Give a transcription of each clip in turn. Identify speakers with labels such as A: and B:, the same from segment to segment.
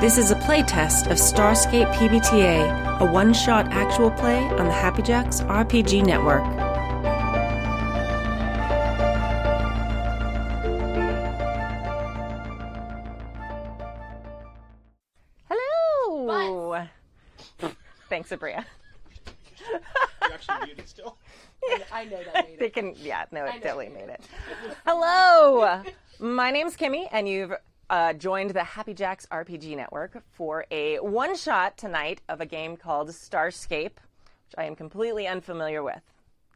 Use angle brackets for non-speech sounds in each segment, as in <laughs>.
A: This is a playtest of Starscape PBTA, a one shot actual play on the Happy Jacks RPG Network. Hello! <laughs> Thanks, Abria.
B: You're actually muted still.
C: I know that made
A: They can, yeah, no, it totally made <laughs> it. Hello, my name's Kimmy, and you've uh, joined the Happy Jacks RPG Network for a one shot tonight of a game called Starscape, which I am completely unfamiliar with.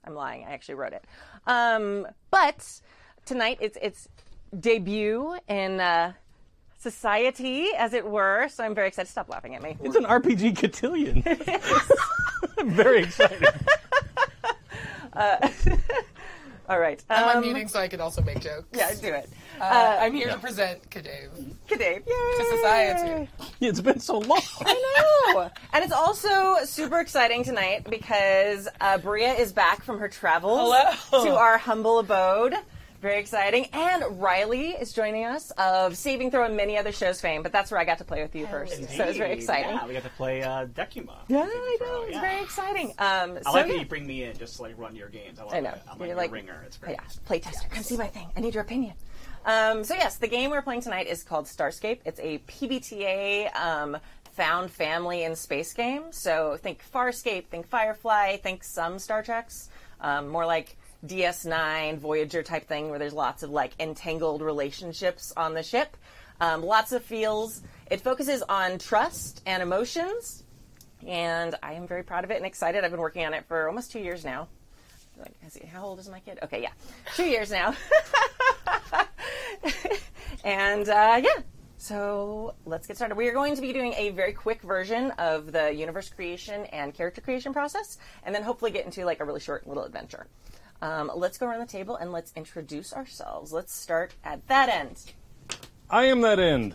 A: I'm lying, I actually wrote it. Um, but tonight it's its debut in uh, society, as it were, so I'm very excited. Stop laughing at me.
D: It's an RPG cotillion. <laughs> I'm very excited.
A: All right.
C: I'm
A: Um,
C: muting so I can also make jokes.
A: yeah, do it.
C: Uh, I'm here to present Kadave
A: Kadave.
C: to
A: Yay!
C: society.
D: It's been so long.
A: I know. And it's also super exciting tonight because uh, Bria is back from her travels
C: Hello.
A: to our humble abode. Very exciting. And Riley is joining us of Saving Throw and many other shows fame, but that's where I got to play with you first. So it's very exciting.
B: Yeah, we got to play uh, Decuma.
A: Yeah, I know. It's
B: Yeah.
A: very exciting. Um, so
B: I like that
A: yeah.
B: you bring me in just to like run your games. I, like
A: I know.
B: It. I'm like
A: You're
B: a
A: like-
B: ringer. It's
A: Oh,
B: great.
A: yeah, playtester. Come see my thing. I need your opinion. Um, so yes, the game we're playing tonight is called Starscape. It's a PBTA um, found family in space game. So think Farscape, think Firefly, think some Star Treks. Um, more like DS9, Voyager type thing, where there's lots of like entangled relationships on the ship. Um, lots of feels. It focuses on trust and emotions, and I am very proud of it and excited. I've been working on it for almost two years now like, I see, how old is my kid? Okay, yeah, two years now. <laughs> and uh, yeah, so let's get started. We are going to be doing a very quick version of the universe creation and character creation process, and then hopefully get into like a really short little adventure. Um, let's go around the table and let's introduce ourselves. Let's start at that end.
D: I am that end.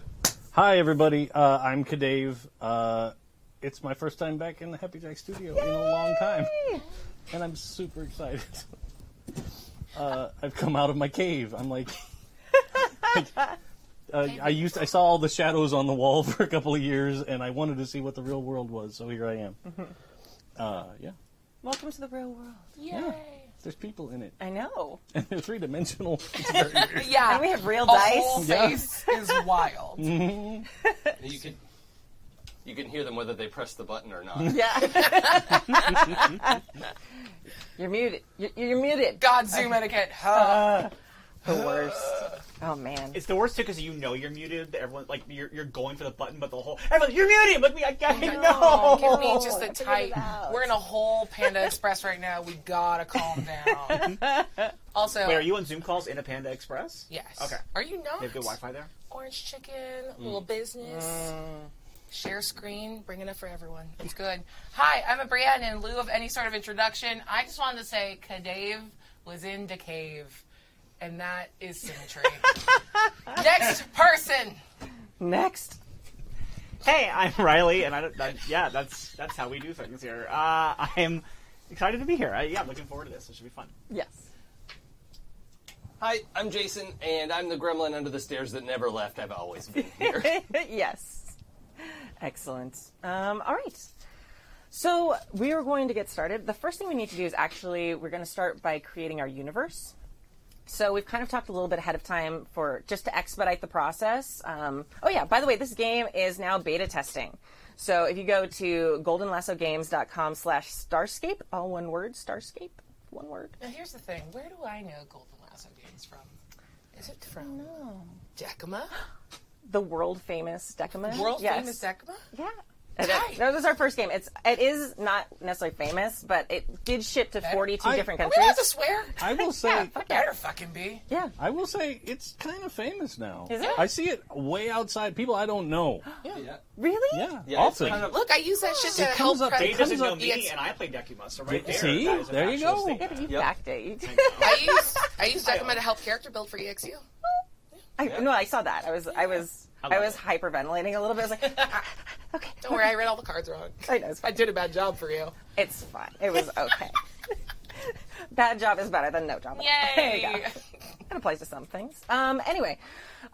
D: Hi, everybody. Uh, I'm Kadave. Uh, it's my first time back in the Happy Jack studio in a long time. And I'm super excited. <laughs> Uh, I've come out of my cave. I'm like. Uh, I used I saw all the shadows on the wall <laughs> for a couple of years, and I wanted to see what the real world was. So here I am. Uh, yeah,
A: Welcome to the real world.
D: yeah. There's people in it, <laughs>
A: I know.
D: and they're three dimensional. It's very weird.
C: Yeah.
A: And we have real
C: the
A: dice.
C: whole
D: Yeah.
C: face is wild. <laughs>
E: You can you can hear them whether they press the button
B: <laughs>
E: or not.
A: Yeah. <laughs> you're muted. You're, you're muted.
C: God Zoom etiquette. Huh.
A: The worst. Oh man.
B: It's the worst too because you know you're muted. but Everyone like you're, you're going for the button, but the whole everyone you're muted. Look me, I got no.
C: Oh, give me just a tight.
A: it out.
C: We're in a whole Panda Express right now. We gotta calm down. <laughs> also,
B: Wait, are you on Zoom calls in a Panda Express?
C: Yes.
B: Okay.
C: Are you not?
B: They have good Wi-Fi there.
C: Orange chicken, little business. Share screen, bringing up for everyone. It's good. Hi, I'm a Brienne. In lieu of any sort of introduction, I just wanted to say Kadave was in the cave, and that is symmetry. Next person.
A: Next.
B: Hey, I'm <laughs> Riley, and I don't. That, yeah, that's that's how we do things here. Uh, I am excited to be here. I, yeah, I'm looking forward to this. It should be fun.
A: Yes. <laughs>
E: Hi, I'm Jason, and I'm the gremlin under the stairs that never left. I've always been here.
B: <laughs>
A: yes. Excellent. Um, all right. So we are going to get started. The first thing we need to do is actually we're going to start by creating our universe. So we've kind of talked a little bit ahead of time for just to expedite the process. Um, oh yeah, by the way, this game is now beta testing. So if you go to goldenlassogames.com slash starscape, all one word, starscape, one word.
C: Now, here's the thing. Where do I know Golden Lasso Games from? Is it from
D: <gasps>
C: Decima?
A: The world famous Decima.
C: World
A: Yes.
C: famous Decima?
A: Yeah. It
C: Hi.
A: is. No, this is our first game. It's it is not necessarily famous, but it did ship to 42
D: I-
A: different
D: Are
C: Am I allowed to
A: countries.
C: swear?
D: I will say,
C: Better fucking be.
A: Yeah.
D: I will say, it's kind of famous now.
A: Is it?
D: I see it way outside people I don't know.
A: <gasps>
E: yeah.
A: Really?
D: Yeah,
E: Yeah, it's
D: often.
E: kind of-
C: Look, I use
D: <gasps>
C: that shit to help E
D: comes up-
B: They
C: credit.
B: doesn't
D: comes
B: know
D: up-
B: me,
C: it's-
B: and I play Decuma, so right there.
D: See?
B: that is a
D: There you
B: factual
D: go.
B: statement.
A: Yeah, but you
E: Yep.
A: backed it. You,
C: I use I use Decima to help character build for E EXU.
A: I, No, I saw that. I was I was I,
B: love
A: was
B: it.
A: hyperventilating a little bit. I was like, ah, okay.
C: Don't worry, I
B: <laughs>
C: read all the cards wrong.
A: I know it's
C: I
A: fine.
C: did a bad job for you.
A: It's fine. It was okay. Bad job is better than no job. at all. There you go.
C: Yay!
A: <laughs> It applies to some things. Um, anyway,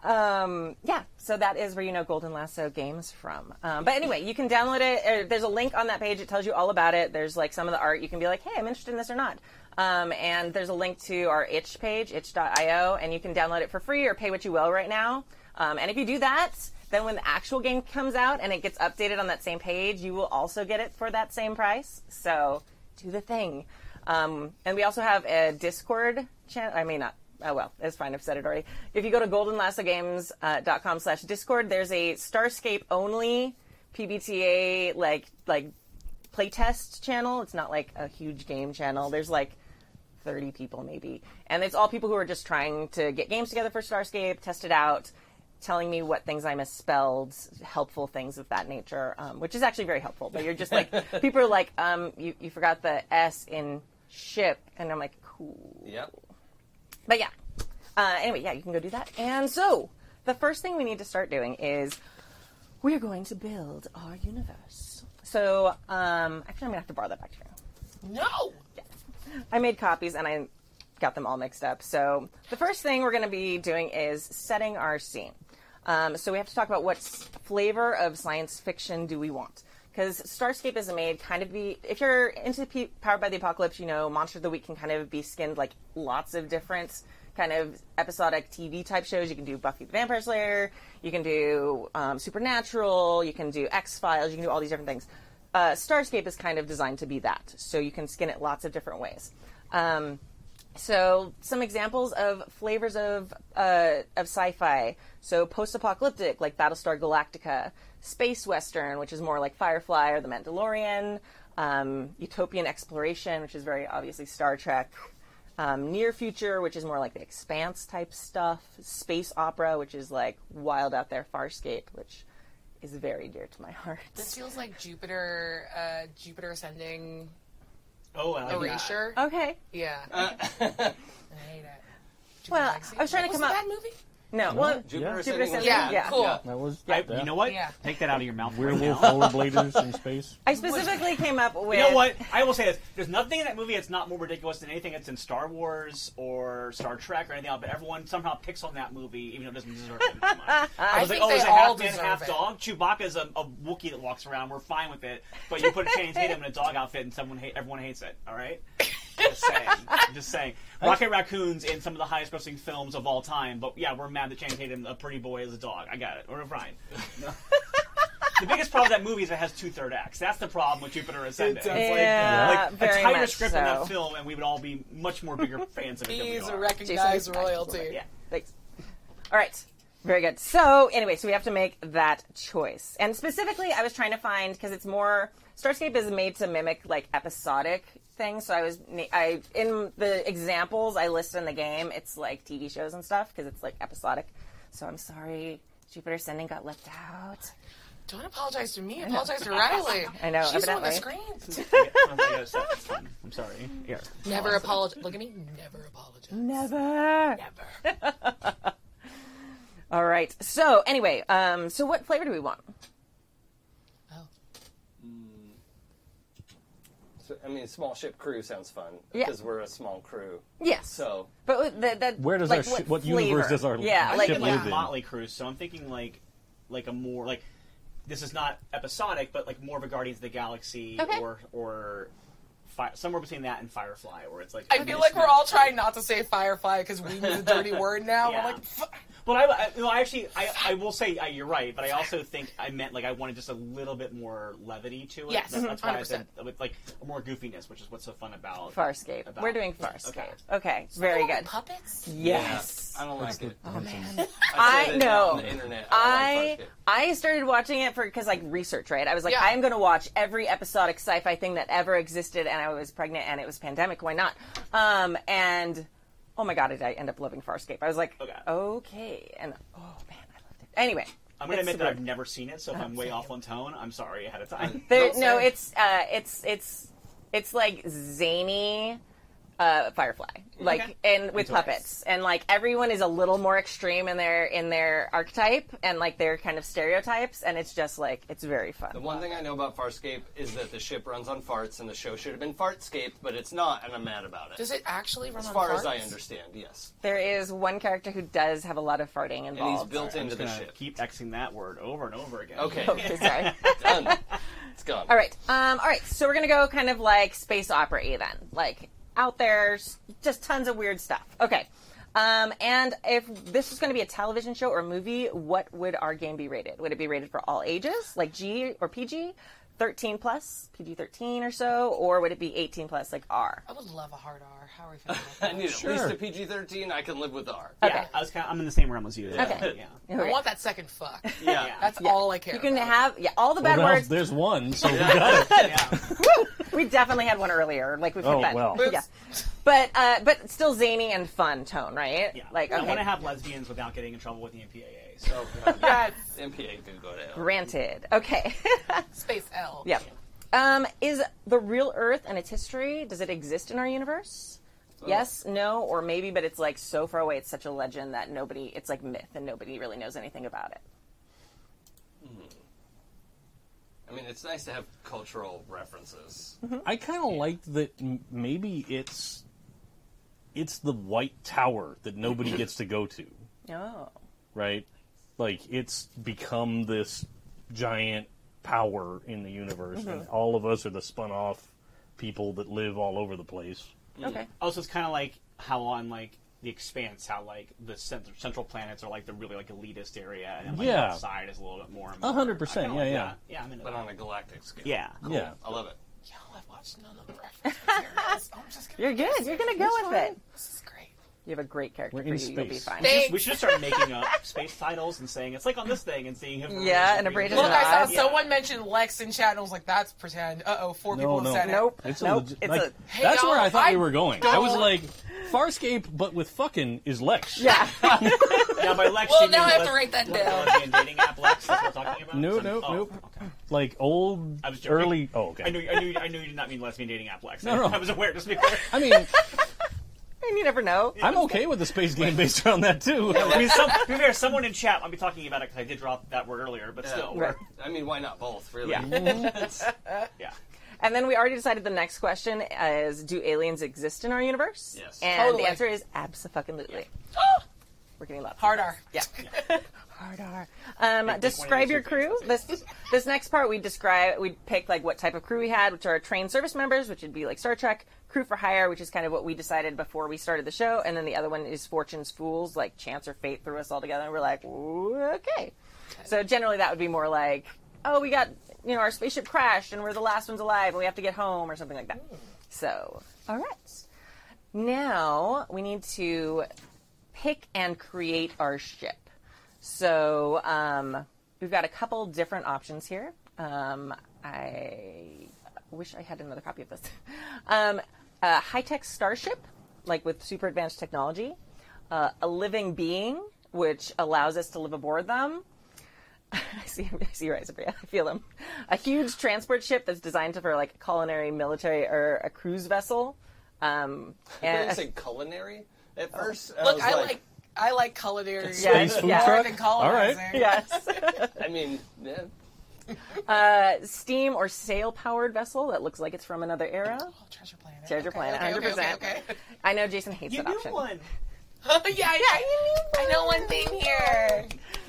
A: um, yeah, so that is where you know Golden Lasso games from. Um, but anyway, you can download it. Uh, There's a link on that page. It tells you all about it. There's like some of the art. You can be like, hey, I'm interested in this or not. Um, and there's a link to our itch page, itch.io, and you can download it for free or pay what you will right now. Um, and if you do that, then when the actual game comes out and it gets updated on that same page, you will also get it for that same price. So do the thing. Um, and we also have a Discord channel. I mean, not. Oh well, it's fine. I've said it already. If you go to goldenlassogames.com slash Discord, there's a Starscape only PBTA like like playtest channel. It's not like a huge game channel. There's like 30 people maybe. And it's all people who are just trying to get games together for Starscape, test it out, telling me what things I misspelled, helpful things of that nature, um, which is actually very helpful. But you're just like, people are like, um, you, you forgot the S in ship. And I'm like, cool.
E: Yep.
A: But yeah. Uh, anyway, yeah, you can go do that. And so, the first thing we need to start doing is we're going to build our universe. So, um, actually, I'm going to have to borrow that back to you.
C: No!
A: I made copies and I got them all mixed up. So the first thing we're going to be doing is setting our scene. Um, so we have to talk about what s- flavor of science fiction do we want. Because Starscape is made kind of be, if you're into P- Powered by the Apocalypse, you know, Monster of the Week can kind of be skinned like lots of different kind of episodic TV type shows. You can do Buffy the Vampire Slayer, you can do um, Supernatural, you can do X Files, you can do all these different things uh, Starscape is kind of designed to be that, so you can skin it lots of different ways. Um, so, some examples of flavors of uh, of sci-fi: so post-apocalyptic, like Battlestar Galactica, space western, which is more like Firefly or The Mandalorian, um, utopian exploration, which is very obviously Star Trek, um, near future, which is more like the Expanse type stuff, space opera, which is like wild out there, Farscape, which is very dear to my heart.
C: This feels like Jupiter, uh, Jupiter ascending
B: Oh, Uh, I like that.
C: erasure.
A: Uh, Okay.
C: Yeah.
B: <laughs>
C: I hate it. Jupiter
A: Well,
C: Legacy?
A: I was trying to
C: What was
A: come
C: the
A: up-
C: Bad movie?
A: No, well,
E: Jupiter
D: Yeah.
E: Ascending.
A: Jupiter
E: was-
A: Yeah,
C: Yeah,
A: yeah.
C: cool.
D: That was
B: I,
D: yeah.
B: you know what?
C: Yeah.
B: Take that out of your mouth. right
D: werewolf
B: now.
D: rollerbladers in space.
A: I specifically came up with.
B: You know what? I will say this: there's nothing in that movie that's not more ridiculous than anything that's in Star Wars or Star Trek or anything else. But everyone somehow picks on that movie, even though it doesn't deserve it. that
C: <laughs>
B: much. I was
C: think
B: like, oh,
C: they
B: is it
C: all
B: half man,
C: deserve
B: half
C: it.
B: dog? Chewbacca's a, a Wookiee that walks around. We're fine with it. But you put Channing Tatum in a dog outfit, and someone hate, everyone hates it. All right. Just saying.
C: <laughs>
B: Just saying. Rocket Raccoon's in some of the highest-grossing films of all time, but yeah, we're mad that Channing Tatum, a pretty boy, is a dog. I got it. Or
C: <laughs>
B: Ryan. the biggest problem with that movie is it has two third acts. That's the problem with Jupiter Ascending.
E: sounds
B: It's like-
A: Yeah,
B: like
A: very
B: a tighter
A: much
B: script
A: so.
B: in that film, and we would all be much more bigger fans of it. than we
C: He's a
B: are.
C: recognized
A: Jason-
C: royalty. <laughs>
B: Yeah.
A: Thanks. All right. Very good. So, anyway, so we have to make that choice. And specifically, I was trying to find because it's more Starscape is made to mimic like episodic things. So I was I in the examples I list in the game, it's like TV shows and stuff because it's like episodic. So I'm sorry, Jupiter Ascending got left out.
C: Don't apologize to me. Apologize to Riley.
A: <laughs> I know,
C: She's the one that
A: evidently. <laughs>
C: screams.
B: Yeah, Oh so that's fun. I'm sorry. Yeah.
C: Never apologize. Look at me. Never apologize.
A: Never.
C: Never.
A: All right. So anyway, um, so what flavor do we want?
C: Oh.
E: So, I mean, small ship crew sounds fun
A: Yeah.
E: because we're a small crew.
A: Yes.
E: So
A: But uh, the, the,
D: Where does
A: like,
D: our shi-
A: what,
D: what universe
A: flavor?
D: does our
A: yeah
D: ship
A: like
D: live
A: yeah.
D: in?
B: Motley Crue, so I'm thinking like, like a more like, this is not episodic, but like more of a Guardians of the Galaxy
A: Okay.
B: or or. Fi- somewhere between that and Firefly, where it's like
C: I feel like we're all trying not to say Firefly because we use a dirty word now.
B: Yeah.
C: We're like, "F-
B: But I, I, no, I actually, I, I will say uh, you're right, but I also think I meant like I wanted just a little bit more levity to it.
C: Yes, Mm-hmm.
B: That- that's why I
C: 100%.
B: said with like more goofiness, which is what's so fun about
A: Farscape.
B: About-
A: We're doing
B: Okay.
A: Farscape. Okay. Very good.
C: "Oh, Puppets?
A: Yes.
E: I don't like it.
A: Oh, I
E: said it
A: know.
E: On the internet. I,
A: I
E: don't like Farscape.
A: I started watching it for because like research, right? I was like,
C: Yeah.
A: I am going to watch every episodic sci-fi thing that ever existed, and I was pregnant, and it was pandemic. Why not? Um, and oh my god, did I end up loving Farscape? I was like,
B: Okay.
A: okay, and oh man, I loved it. Anyway,
B: I'm gonna
A: it's
B: admit that
A: weird.
B: I've never seen it, so if I'm way off on tone, I'm sorry ahead of
C: <laughs>
B: time.
A: There,
C: Don't
A: no,
C: say.
A: it's uh, it's it's it's like zany uh, Firefly, like and with puppets, and like everyone is a little more extreme in their in their archetype and like their kind of stereotypes, and it's just like it's very fun.
E: The one thing I know about Farscape is that the ship runs on farts, and the show should have been Fartscape, but it's not, and I'm mad about it.
C: Does it actually run
E: as
C: on
E: far
C: farts?
E: as I understand, yes.
B: Oh,
A: There is one character who does have a lot of farting
E: And he's
A: involved.
E: built into the
B: Gonna
E: ship.
B: Keep Xing that word over and over again.
E: Okay,
A: Okay, <laughs> sorry.
E: done. It's gone.
A: All right. Um, all right. So we're gonna go kind of like space opera then, like out there, s- just tons of weird stuff. Okay. Um, and if this was going to be a television show or movie, what would our game be rated? Would it be rated for all ages, like G or PG, thirteen plus, PG thirteen or so, or would it be eighteen plus, like R?
C: I would love a hard R. How are we feeling
E: I
C: about
E: need
C: that?
E: at least a PG-13. I can live with R.
B: Yeah, I was kind of, I'm in the same realm as you.
A: Okay.
B: Yeah.
C: I want that
A: <laughs>
C: second fuck.
E: Yeah.
C: That's all I care
A: You can
C: about.
A: have yeah, all the bad
D: Well,
A: words.
D: there's one, so we got
B: <laughs>
D: it.
B: yeah.
A: We definitely had one earlier. Like we've
D: Oh,
A: had that.
D: well.
A: yeah. But uh, but still zany and fun tone, right?
B: Yeah.
A: Like okay.
B: I want to have lesbians without getting in trouble with the MPAA. So
E: yes. MPA could go to hell.
A: Granted. Okay. <laughs>
C: Space L.
A: Yep. Um, is the real Earth and its history, does it exist in our universe? Yes, no, or maybe, but it's like so far away, it's such a legend that nobody, it's like myth and nobody really knows anything about it.
E: I mean, it's nice to have cultural references.
D: I kind of liked that. m- Maybe it's it's the White Tower that nobody gets to go to,
A: Oh.
D: right? Like it's become this giant power in the universe, and
A: Mm-hmm.
D: all of us are the spun off people that live all over the place.
A: Okay.
B: also, it's kind of like how on like the Expanse, how like the cent- central planets are like the really like elitist area, and like
D: Yeah.
B: outside is a little bit more.
D: A hundred
B: I
D: percent,
B: kinda
D: yeah,
B: like that. Yeah, I'm into
E: But
B: that.
E: on a galactic scale.
B: Yeah.
D: Yeah,
E: I love it.
C: Y'all have watched none of the references. here. oh, I'm just gonna
A: You're good. You're going to go with it.
C: This is great.
A: You have a great character
D: We're
A: for
D: in
A: you. You'll be
D: space.
A: fine. <laughs>
C: Thank-
B: We should start making up <laughs> space titles and saying it's like on this thing and seeing if
A: Yeah, and a British
C: Look, I saw
A: Yeah.
C: someone mention Lex in chat, and I was like, "That's pretend." Uh oh, four people have
D: no.
C: said it.
A: Nope.
D: It's a
A: nope.
D: legit-
A: it's
D: like,
A: a.
D: that's
C: y'all,
D: where I thought
C: I
D: we were going. I was
C: don't-
D: like, Farscape, but with fucking is Lex.
A: Yeah. <laughs>
B: Now by Lex,
C: Well,
B: you mean
C: now I have
B: the
C: to write that
B: lesbian- <laughs>
C: down.
B: lesbian dating app Lex. That's what we're talking about.
D: No,
B: Some-
D: nope,
B: oh,
D: nope.
B: Okay.
D: Like old,
B: I was joking.
D: early. Oh, okay.
B: I knew, I knew, I knew you did not mean lesbian dating app Lex.
D: No, no.
B: I was aware just
D: <laughs>
B: before.
D: I mean,
A: and you never know.
D: I'm okay with the space game based around that too.
B: I mean, some, to be fair, someone in chat might be talking about it because I did drop that word earlier, but
E: Yeah.
B: still,
A: Right.
E: I mean, why not both, really? <laughs>
B: yeah, yeah.
A: And then we already decided the next question is do aliens exist in our universe?
E: Yes.
A: And
C: Totally.
A: the answer is absolutely. We're getting lots. of
C: Hard R.
A: Yeah. Hard R. Um, describe your crew. This this next part we describe we pick like what type of crew we had, which are trained service members, which would be like Star Trek, crew for hire, which is kind of what we decided before we started the show, and then the other one is fortune's fools, like chance or fate threw us all together, and we're like, "Ooh, okay. So generally that would be more like, oh, we got you know our spaceship crashed and we're the last ones alive and we have to get home or something like that. So all right. Now we need to pick and create our ship. So um, we've got a couple different options here. Um, I wish I had another copy of this. <laughs> Um, a high tech starship, like with super advanced technology, uh, a living being, which allows us to live aboard them. <laughs> I see, I see your eyes, Abria. I feel them. A huge transport ship that's designed for like culinary, military, or a cruise vessel. Um,
E: Did
A: and
E: you say culinary at first?
C: Look,
E: was
C: I like I like culinary
A: Yeah,
D: Space food
A: yeah.
C: more
D: truck.
C: than
D: All
C: colonizing.
A: <laughs>
D: right.
A: yes.
E: I mean, yeah.
A: steam or sail powered vessel that looks like it's from another era.
C: Oh, treasure planet.
A: Treasure
C: okay,
A: Planet,
C: okay, okay,
A: 100%.
C: Okay,
A: I know Jason hates
B: You
A: that
B: knew
A: option.
B: one.
C: <laughs> okay. Oh, yeah, yeah. I know one thing here.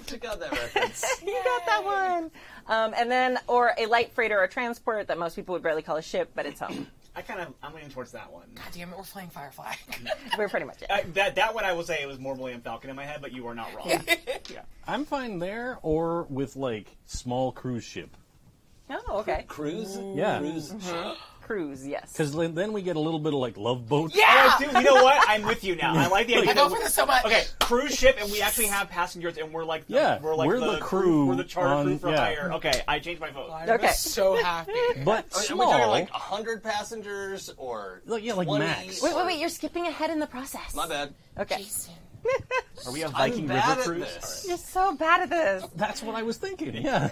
E: check out that reference.
A: <laughs> You got that one. Um, and then, or a light freighter or transport that most people would barely call a ship, but it's
B: <coughs>
A: home.
B: I kind of, I'm leaning towards that one.
C: Damn it, we're playing Firefly. <laughs>
A: We're pretty much it.
B: I, that that one I will say it was more William Falcon in my head, but you are not wrong.
D: I'm fine there, or with like small cruise ship.
A: Oh, okay.
E: Cruise?
D: Yeah.
E: Cruise?
A: Cruise, yes.
D: Because then we get a little bit of like love boat.
B: Oh,
C: yeah.
B: dude, you know what? I'm with you now. I like
D: <laughs>
B: the idea.
C: I go for this so much.
B: Okay, cruise ship, and we actually have passengers, and we're like, the,
D: Yeah,
B: we're like
D: we're the crew
B: we're the charter crew
D: on-
B: for
D: yeah.
B: hire. Okay, I changed my vote.
C: I'm
A: Okay.
C: so happy.
D: But
E: Are Oh, we
D: small.
E: talking like 100 passengers or.
D: Like, yeah, like
E: 20
D: max.
A: Wait, wait, wait. You're skipping ahead in the process.
E: My bad.
A: Okay.
C: Jason.
B: Are we a
E: I'm
B: Viking
E: bad
B: river
E: at
B: cruise?
E: this.
A: You're so bad at this.
D: That's what I was thinking. Yeah.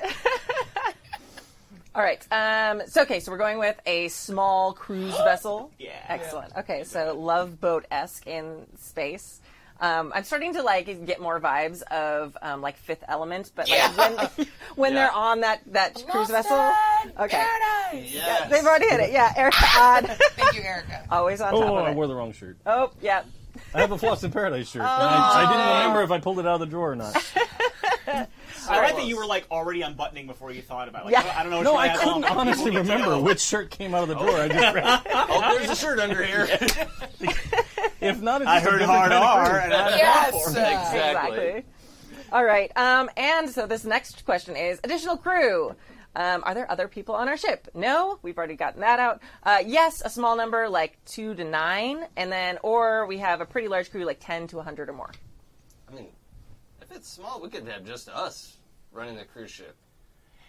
A: All right. Um, so okay, so we're going with a small
B: <gasps>
A: cruise vessel.
B: Yeah.
A: Excellent. Okay, so love boat esque in space. Um, I'm starting to like get more vibes of um, like Fifth Element, but like when <laughs> when
E: Yeah.
A: they're on that that <laughs> cruise
C: Lost
A: vessel.
C: in
A: Okay.
C: Paradise.
E: Yes.
A: They've already hit it. Yeah, Erica Odd.
C: Thank you, Erica.
A: <laughs> Always on top
D: Oh,
A: of
D: I
A: it.
D: wore the wrong shirt.
A: oh, yeah.
D: I have a Floss in Paradise shirt. and I, I didn't remember if I pulled it out of the drawer or not.
B: I read that you were like already unbuttoning before you thought about it. Like,
A: Yeah.
B: I don't- I don't know. Which
D: No,
B: one
D: Oh, I
B: have
D: couldn't
B: on, but
E: <laughs>
D: honestly
B: people need to
D: remember
B: know.
D: which shirt came out of the drawer. I just read.
E: Oh, there's a shirt under here. <laughs>
D: If not, it's
B: I
D: just a
B: heard
D: different
B: hard
D: kind of
B: R,
D: cruise.
B: and I
C: Yes.
E: Exactly.
A: All right. Um, and so this next question is additional crew. Um, are there other people on our ship? No, we've already gotten that out. Uh, yes, a small number like two to nine, and then or we have a pretty large crew like ten to hundred or more.
E: I mean, if it's small, we could have just us running the cruise ship.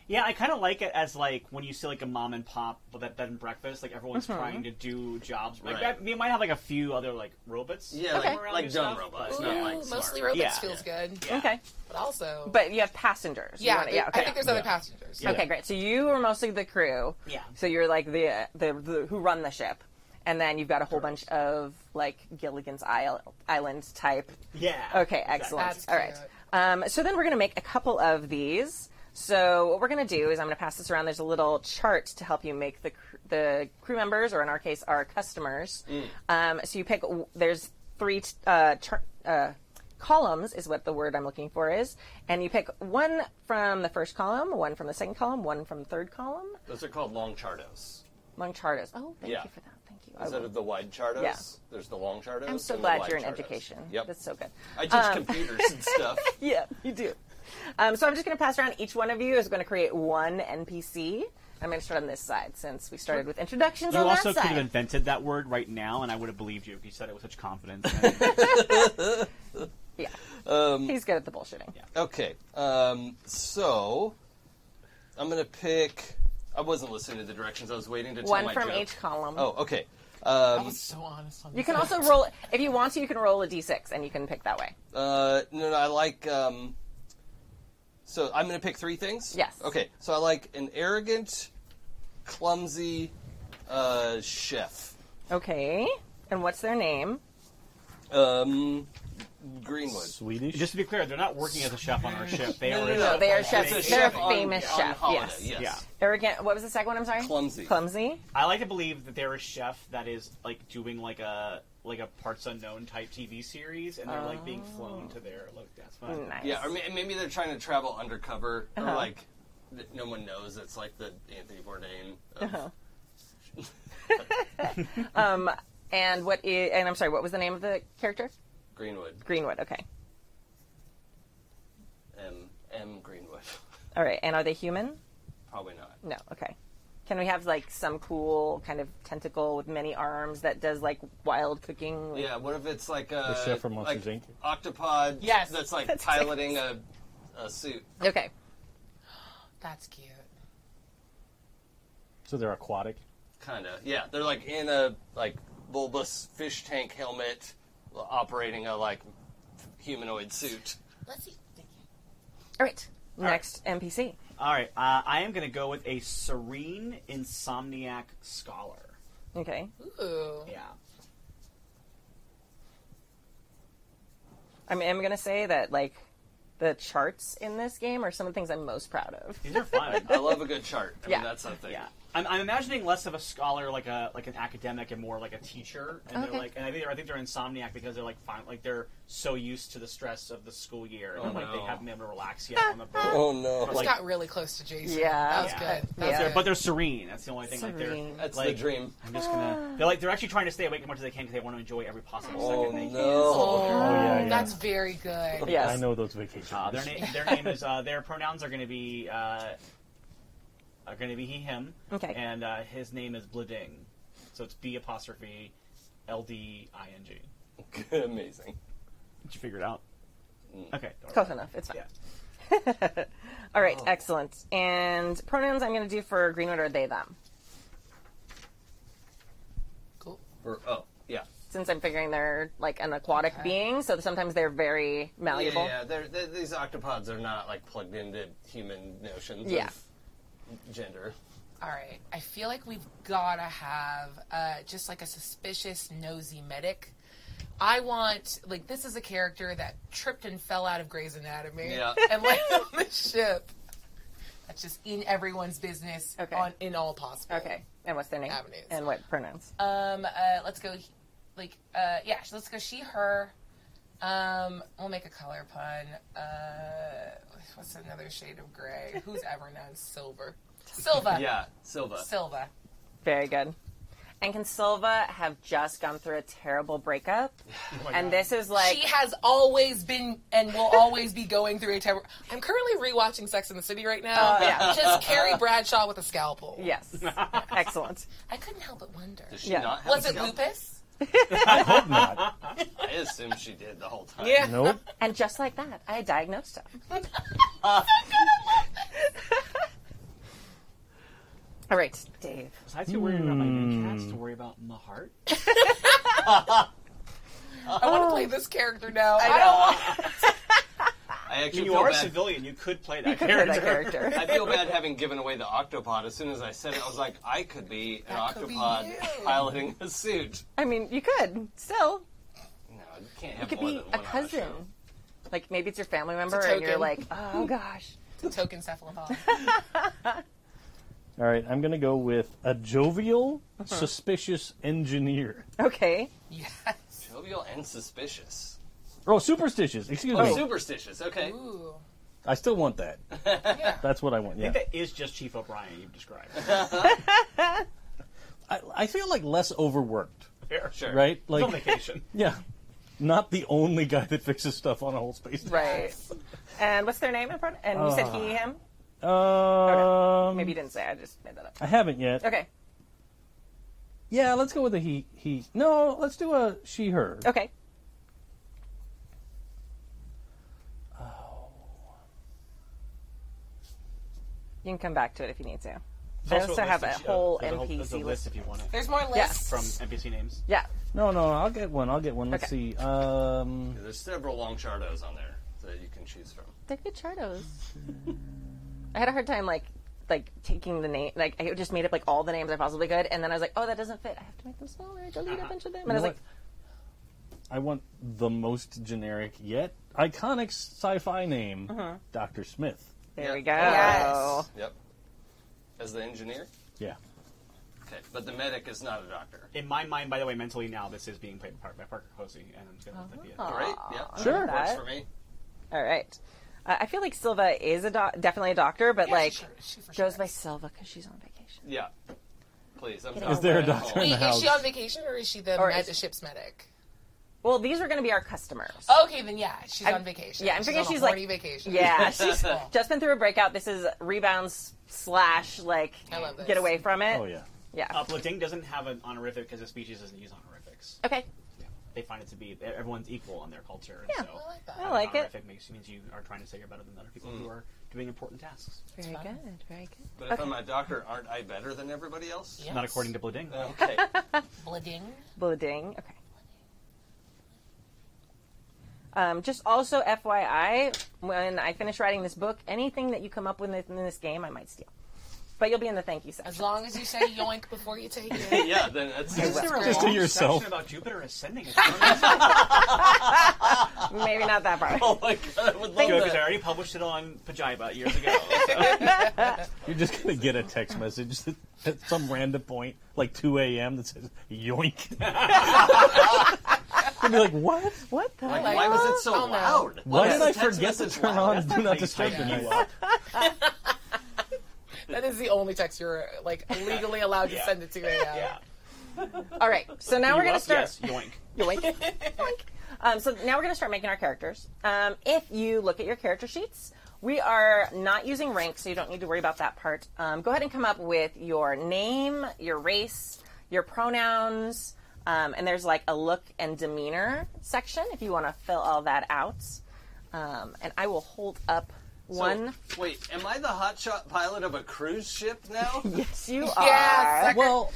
B: Yeah, I kind of like it as like when you see like a mom and pop with that bed and breakfast, like everyone's
A: Mm-hmm.
B: trying to do jobs. Like
E: Right.
B: that, we might have like a few other like robots.
E: Yeah,
A: Okay.
E: like,
B: around
E: like
B: and
E: dumb
B: stuff,
E: robots,
B: but-
E: not
C: Ooh,
E: like
C: mostly
E: smart.
C: robots
B: Yeah.
C: feels good,
B: Yeah.
A: Okay,
C: but also,
A: but you have passengers. You
C: yeah,
A: wanna-
C: there-
A: yeah.
C: I
A: Okay.
C: think there's other
B: Yeah.
C: passengers.
B: Yeah.
A: Okay, great. So you are mostly the crew.
B: Yeah.
A: So you're like the, the the who run the ship, and then you've got a whole bunch of like Gilligan's Isle, Island type
B: Yeah.
A: Okay,
B: Exactly.
A: excellent.
C: That's
A: All right. Um, so then we're going to make a couple of these. So what we're going to do is I'm going to pass this around. There's a little chart to help you make the cr- the crew members, or in our case, our customers.
B: Mm.
A: Um, so you pick. w- There's three t- uh, char- uh, columns, is what the word I'm looking for is, and you pick one from the first column, one from the second column, one from the third column.
E: Those are called long chardos.
A: Among charters. Oh, thank
E: Yeah.
A: you for that. Thank you. I
E: Instead
A: will-
E: of the wide chardos,
A: Yeah.
E: there's the long chardos.
A: I'm so
E: and the
A: glad
E: wide
A: you're in
E: chardos.
A: education.
E: Yep.
A: That's so
E: <laughs>
A: Um, good.
E: I teach computers and stuff.
A: <laughs> Yeah, you do. Um, so I'm just going to pass around. Each one of you is going to create one NPC. I'm going to start on this side since we started with introductions
B: You
A: on
B: also
A: that
B: could have
A: side.
B: invented that word right now, and I would have believed you if you said it with such confidence.
A: <laughs> Yeah, he's good at the bullshitting.
E: Okay, um, so I'm gonna pick. I wasn't listening to the directions. I was waiting to tell
A: One
E: my
A: from
E: joke.
A: each column.
E: Oh, okay.
C: I was so honest on
A: You can also roll if you want to. You can roll a d6 and you can pick that way.
E: Uh, no, no, I like. Um, so I'm going to pick three things.
A: Yes.
E: Okay. So I like an arrogant, clumsy uh, chef.
A: Okay. And what's their name?
E: Um, Greenwood.
D: Swedish.
B: Just to be clear, they're not working as a chef on our ship. They
E: No,
B: are.
E: no,
B: a
E: no,
B: chef
A: they are
B: on
A: chefs.
B: vacation.
A: They're a
E: on-
A: famous
E: on
A: chef,
E: holiday,
A: yes.
B: Yeah.
A: Arrogant. What was the second one? I'm sorry.
E: Clumsy.
A: Clumsy.
B: I like to believe that they're a chef that is like doing like a like a parts unknown type TV series, and they're like being flown to their like that's fine.
A: Oh. Nice.
E: Yeah. Or may- maybe they're trying to travel undercover,
A: Uh-huh.
E: or like th- no one knows. It's like the Anthony Bourdain. Of,
A: Uh-huh. And what is? And I'm sorry. What was the name of the character?
E: Greenwood.
A: Greenwood. Okay.
E: M. M. Greenwood. <laughs>
A: All right. And are they human?
E: Probably not.
A: No, okay. Can we have like some cool kind of tentacle with many arms that does like wild cooking?
E: Yeah, what if it's like a
D: chef from Monsters,
E: like Octopod?
C: Yes.
E: that's like piloting a, a suit.
A: Okay.
C: That's cute.
D: so they're aquatic.
E: Kind of. Yeah, they're like in a like bulbous fish tank helmet, operating a like humanoid suit.
C: Let's see.
A: All right. Next NPC.
B: All right, uh, I am going to go with a serene insomniac scholar.
A: Okay.
C: Ooh.
B: Yeah.
A: I mean, I'm gonna say that like the charts in this game are some of the things I'm most proud of.
B: These
A: <laughs>
B: are fun.
E: I love a good chart. I
A: Yeah.
E: mean, that's something.
B: yeah. I'm, I'm imagining less of a scholar, like a like an academic, and more like a teacher. And
A: Okay.
B: they're like, and I think they're, I think they're insomniac because they're like fine, like they're so used to the stress of the school year, and
E: Oh,
B: like they
E: no.
B: haven't been able to relax yet on the boat.
A: <laughs>
E: Oh no.
B: Like-
C: got really close to Jason.
A: Yeah.
C: That was
B: Yeah.
C: good. That
A: Yeah.
C: was
B: They're-
C: good.
B: but they're serene. That's the only thing.
A: Serene.
B: Like they're
E: That's
B: like,
E: the dream.
B: I'm
A: <sighs>
B: just gonna. They're like they're actually trying to stay awake as much as they can because they want to enjoy every possible
E: Oh
B: second they
E: no.
D: Oh, yeah, yeah.
C: That's very good.
A: Yes.
D: I know those vacations.
B: Uh, their name, <laughs> their name is. Uh, their pronouns are going to be uh, are going to be he him.
A: Okay.
B: And uh, his name is Blading, so it's B apostrophe L D I N G.
E: Oh. Amazing.
B: Did you figure it out? Okay.
A: Close enough. It's fine.
B: Mm. Yeah.
A: All right. Excellent. And pronouns I'm gonna do for Greenwood are they them.
C: Cool.
E: Or, oh yeah.
A: Since I'm figuring they're like an aquatic being, so sometimes they're very
E: Yeah,
A: malleable.
E: yeah, yeah. They're, they these octopods are not like plugged into human notions
A: Yeah.
E: of gender.
C: all right, I feel like we've gotta have uh, just like a suspicious, nosy medic. I want like this is a character that tripped and fell out of Grey's Anatomy
E: Yeah.
C: and landed <laughs> on the ship. That's just in everyone's business
A: Okay.
C: on in all possible.
A: Okay. And what's their name?
C: Avenues.
A: And what pronouns?
C: Um, uh, let's go, he- like, uh, yeah, so let's go she, her. Um, we'll make a color pun. Uh, what's another shade of gray? Who's ever known
E: <laughs>
C: silver? Silva.
E: Yeah, Silva.
C: Silva.
A: Very good. And can Silva have just gone through a terrible breakup? and this is like
C: she has always been and will always be going through a terrible. I'm currently rewatching Sex in the City right now.
A: Oh, yeah.
C: Just Carrie Bradshaw with a scalpel.
A: <laughs> Yes. Excellent.
C: I couldn't help but wonder.
E: Does she
A: Yeah.
E: not have
C: Was
E: a
C: it
E: scalp?
C: lupus?
D: Hope <laughs> not.
E: I assume she did the whole time.
D: Nope.
A: And just like that, I diagnosed
C: <laughs>
A: him. <laughs> All right, Dave.
B: Was I too worried about my new cats to worry about my <laughs> heart?
C: I want to play this character now. I,
A: know.
C: don't want.
E: I
B: I mean,
E: actually
B: you
E: feel
B: are a
E: bad.
B: civilian. You could play that
A: Could play
B: character.
A: that
B: <laughs>
A: character.
E: I feel bad having given away the octopod. As soon as I said it, I was like, I could be an
C: could be
E: octopod
C: you.
E: piloting a suit.
A: I mean, you could still.
E: No, you can't have
A: It could
E: more
A: be
E: than
A: a
E: one on
A: cousin.
E: show.
A: Like maybe it's your family member,
C: It's a
A: and you're
C: token.
A: like, oh gosh.
C: <laughs> The token cephalopod.
D: All right, I'm gonna go with a jovial, suspicious engineer.
A: Okay.
C: Yes.
E: Jovial and suspicious.
D: Oh, superstitious. Excuse
E: Oh,
D: me.
E: superstitious. Okay.
C: Ooh.
D: I still want that.
C: Yeah.
D: That's what I want. Yeah.
B: That is just Chief O'Brien you've described. <laughs>
D: I, I feel like less overworked,
B: Fair.
E: Sure.
D: right?
B: He's on
D: Like,
B: vacation.
D: yeah, not the only guy that fixes stuff on a whole space. station.
A: Right. And what's their name? And pronoun- and you said he, him.
D: Um,
A: Maybe you didn't say. I just made that up.
D: I haven't yet.
A: Okay.
D: Yeah, let's go with a he. He. No, let's do a she. Her.
A: Okay. You can come back to it if you need to. I
B: There's
A: also
B: a
A: have a
B: list if-
A: whole
B: there's a whole- there's a
A: NPC
B: list
A: list.
B: if you want it
C: There's more lists.
B: from NPC names.
A: Yeah.
D: No, no, I'll get one. I'll get one. Let's
A: Okay.
D: see. Um,
E: There's several long chardos on there that you can choose from.
A: They're good chardos. <laughs> I had a hard time like like taking the name like I just made up like all the names I possibly could and then I was like, Oh that doesn't fit. I have to make them smaller, delete a bunch of them. And I was
D: know
A: like,
D: what? I want the most generic yet iconic sci-fi name,
A: Uh-huh.
D: Doctor Smith.
A: There
E: Yeah.
A: we go.
C: Yes.
E: Yep. As the engineer?
D: Yeah.
E: Okay. But the medic is not a doctor.
B: In my mind, by the way, mentally now, this is being played by Parker Posey, and I'm just gonna let that be it.
E: All right? Yeah.
D: Sure.
E: Works
A: That-
E: for me.
A: All right. Uh, I feel like Silva is a doc- definitely a doctor, but
C: Yeah,
A: like
C: she, she for sure
A: goes by
C: is.
A: Silva because she's on vacation.
E: Yeah. Please. I'm
A: Is
D: there a
E: sorry.
D: doctor?
C: Wait,
D: in the
C: is she
D: house.
C: on vacation or is she the,
A: Or
C: med-
A: is-
C: the ship's medic?
A: Well, these are going to be our customers.
C: Okay, then yeah, she's
A: I'm-
C: on vacation.
A: yeah, I'm
C: she's
A: thinking
C: on a
A: she's, like-
C: horny
A: <laughs>
C: vacation. <laughs>
A: Yeah, she's
C: Cool.
A: just been through a breakout. This is rebounds slash like
C: I love this.
A: get away from it.
D: Oh yeah.
A: yeah.
B: Uplifting doesn't have an honorific because the species doesn't use honorifics.
A: Okay,
B: They find it to be everyone's equal on their culture.
A: Yeah.
B: and so
C: I like that.
A: I like it.
B: honorific makes means you are trying to say you're better than other people who are doing important tasks.
A: Very good. Very good.
E: But if I'm a doctor, aren't I better than everybody else?
C: Yeah.
B: Not according to Blading.
E: Okay.
C: Blooding.
A: Blooding. Okay. Um, just also FYI, when I finish writing this book, anything that you come up with in this game, I might steal. But you'll be in the thank you
C: As <laughs>
A: section.
C: long as you say yoink before you take
A: <laughs>
C: it.
E: yeah, then that's
B: Is there a
D: Just to
B: long
D: yourself.
B: section about Jupiter ascending?
A: Maybe not that part.
E: Oh my god, I would love
B: because I
E: that.
B: already published it on Pajiba years ago.
D: You're just gonna get a text message <laughs> that- at some random point, like 2 a.m., that says "yoink." <laughs> You'll be like, "What?
A: What the?
E: Like, why was it so
C: Oh, no.
E: loud?
D: Why
E: is
D: did
E: the
D: I
E: text
D: forget to
E: message
D: turn
E: loud?
D: on Do Not
B: like
D: Disturb the
B: typing
D: new
B: you
D: one?"
C: that is the only text you're like legally allowed to
B: Yeah.
C: send it to. Yeah.
B: Yeah.
A: All right. So now we're
B: You
A: gonna
B: up?
A: start.
B: Yes, yoink.
A: Yoink. Yoink. Um, so now we're going to start making our characters. Um, if you look at your character sheets, we are not using rank, so you don't need to worry about that part. Um, go ahead and come up with your name, your race, your pronouns, um, and there's like a look and demeanor section if you want to fill all that out. Um, and I will hold up
E: So,
A: one.
E: Wait, am I the hotshot pilot of a cruise ship now?
A: Yes, you
C: Yeah,
A: are.
C: sucker.
D: Well,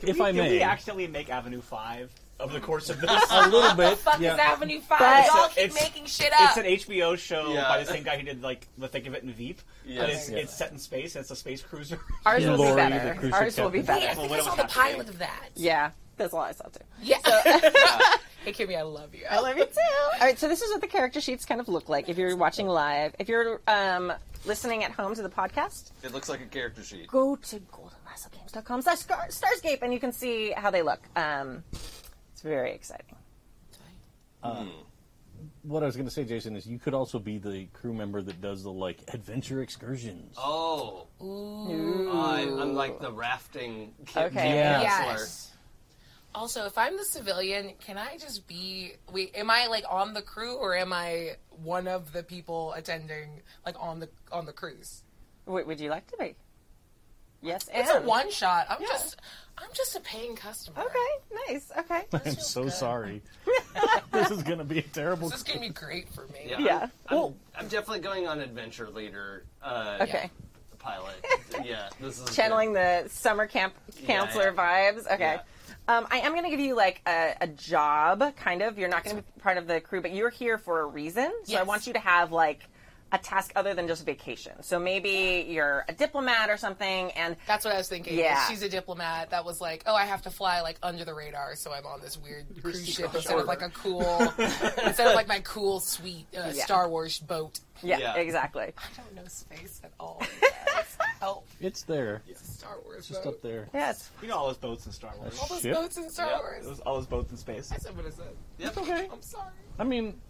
D: if I
B: Did we
D: may,
B: accidentally make Avenue Five of the course of this.
D: a little bit.
C: Fuck
D: yeah.
C: is Avenue Five.
A: But-
C: Y'all keep
B: It's-
C: making shit up.
D: Uh,
B: It's an HBO show
E: Yeah.
B: by the same guy who did like The Thick of It and Veep.
E: Yes.
B: But it's,
D: Yeah.
B: it's set in space. And it's a space
D: <laughs>
B: cruiser.
A: Ours
D: Yeah.
A: will
D: Lori,
A: be
D: the
A: better.
D: cruiser
A: Ours will be
D: captain.
C: Wait, I
A: better.
C: think
B: Well,
C: I saw
B: what
C: the
B: else happened?
C: pilot of that.
A: Yeah, that's all I saw too.
C: Yeah. <laughs> hey, Kimmy, I love you.
A: I love you too. All right, so this is what the character sheets kind of look like if you're watching live. If you're um, listening at home to the podcast,
E: It looks like a character sheet.
A: go to goldenlassogames.com slash star- starscape and you can see how they look. Um, it's very exciting.
D: What I was going to say, Jason, is you could also be the crew member that does the like adventure excursions.
E: Oh, I, I'm like the rafting kid
A: Okay.
D: Yeah.
E: counselor.
C: Yes. Also, if I'm the civilian, can I just be? Wait, am I like on the crew or am I one of the people attending like on the on the cruise?
A: Would would you like to be? Yes, and
C: It's a one shot. I'm just I'm just a paying customer.
A: Okay, nice. Okay,
D: I'm
C: feels
D: so
C: good. <laughs>
D: sorry. this is going to be a terrible.
C: This is gonna be great for me.
A: <laughs>
E: Yeah.
A: yeah.
E: I'm, I'm definitely going on adventure leader. Uh,
A: Okay,
E: Pilot. Yeah. This is
A: channeling the summer camp counselor vibes. Okay.
E: Yeah.
A: Um, I am going to give you like a, a job, kind of. You're not going to be part of the crew, but you're here for a reason. So I
C: Yes.
A: want you to have like a task other than just vacation. So maybe you're a diplomat or something, and
C: That's what I was thinking.
A: Yeah.
C: She's a diplomat. That was like, oh, I have to fly like under the radar, so I'm on this weird cruise ship instead of like a cool, <laughs> instead of like my cool, sweet uh,
A: Yeah.
C: Star Wars boat.
A: yeah,
E: Yeah.
A: exactly.
E: <laughs>
C: I don't know space at all. <laughs> you guys. Help,
D: It's there.
C: Star Wars
D: Just
C: boat.
D: up there.
A: Yes.
B: you know all those boats in Star Wars.
C: All those
D: Ship.
C: boats in Star
E: Yep.
C: Wars.
B: Those- All those boats in space.
C: I said what I said.
E: Yep.
D: Okay.
C: I'm sorry.
D: I mean,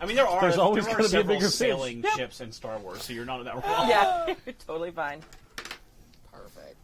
B: I mean, there are
D: There's always
B: there
D: gonna
B: are
D: be a
B: several
D: bigger Ah. fish.
B: sailing ships in Star Wars, so you're not that wrong.
E: <gasps>
A: Yeah, <laughs> you're totally fine.
C: Perfect.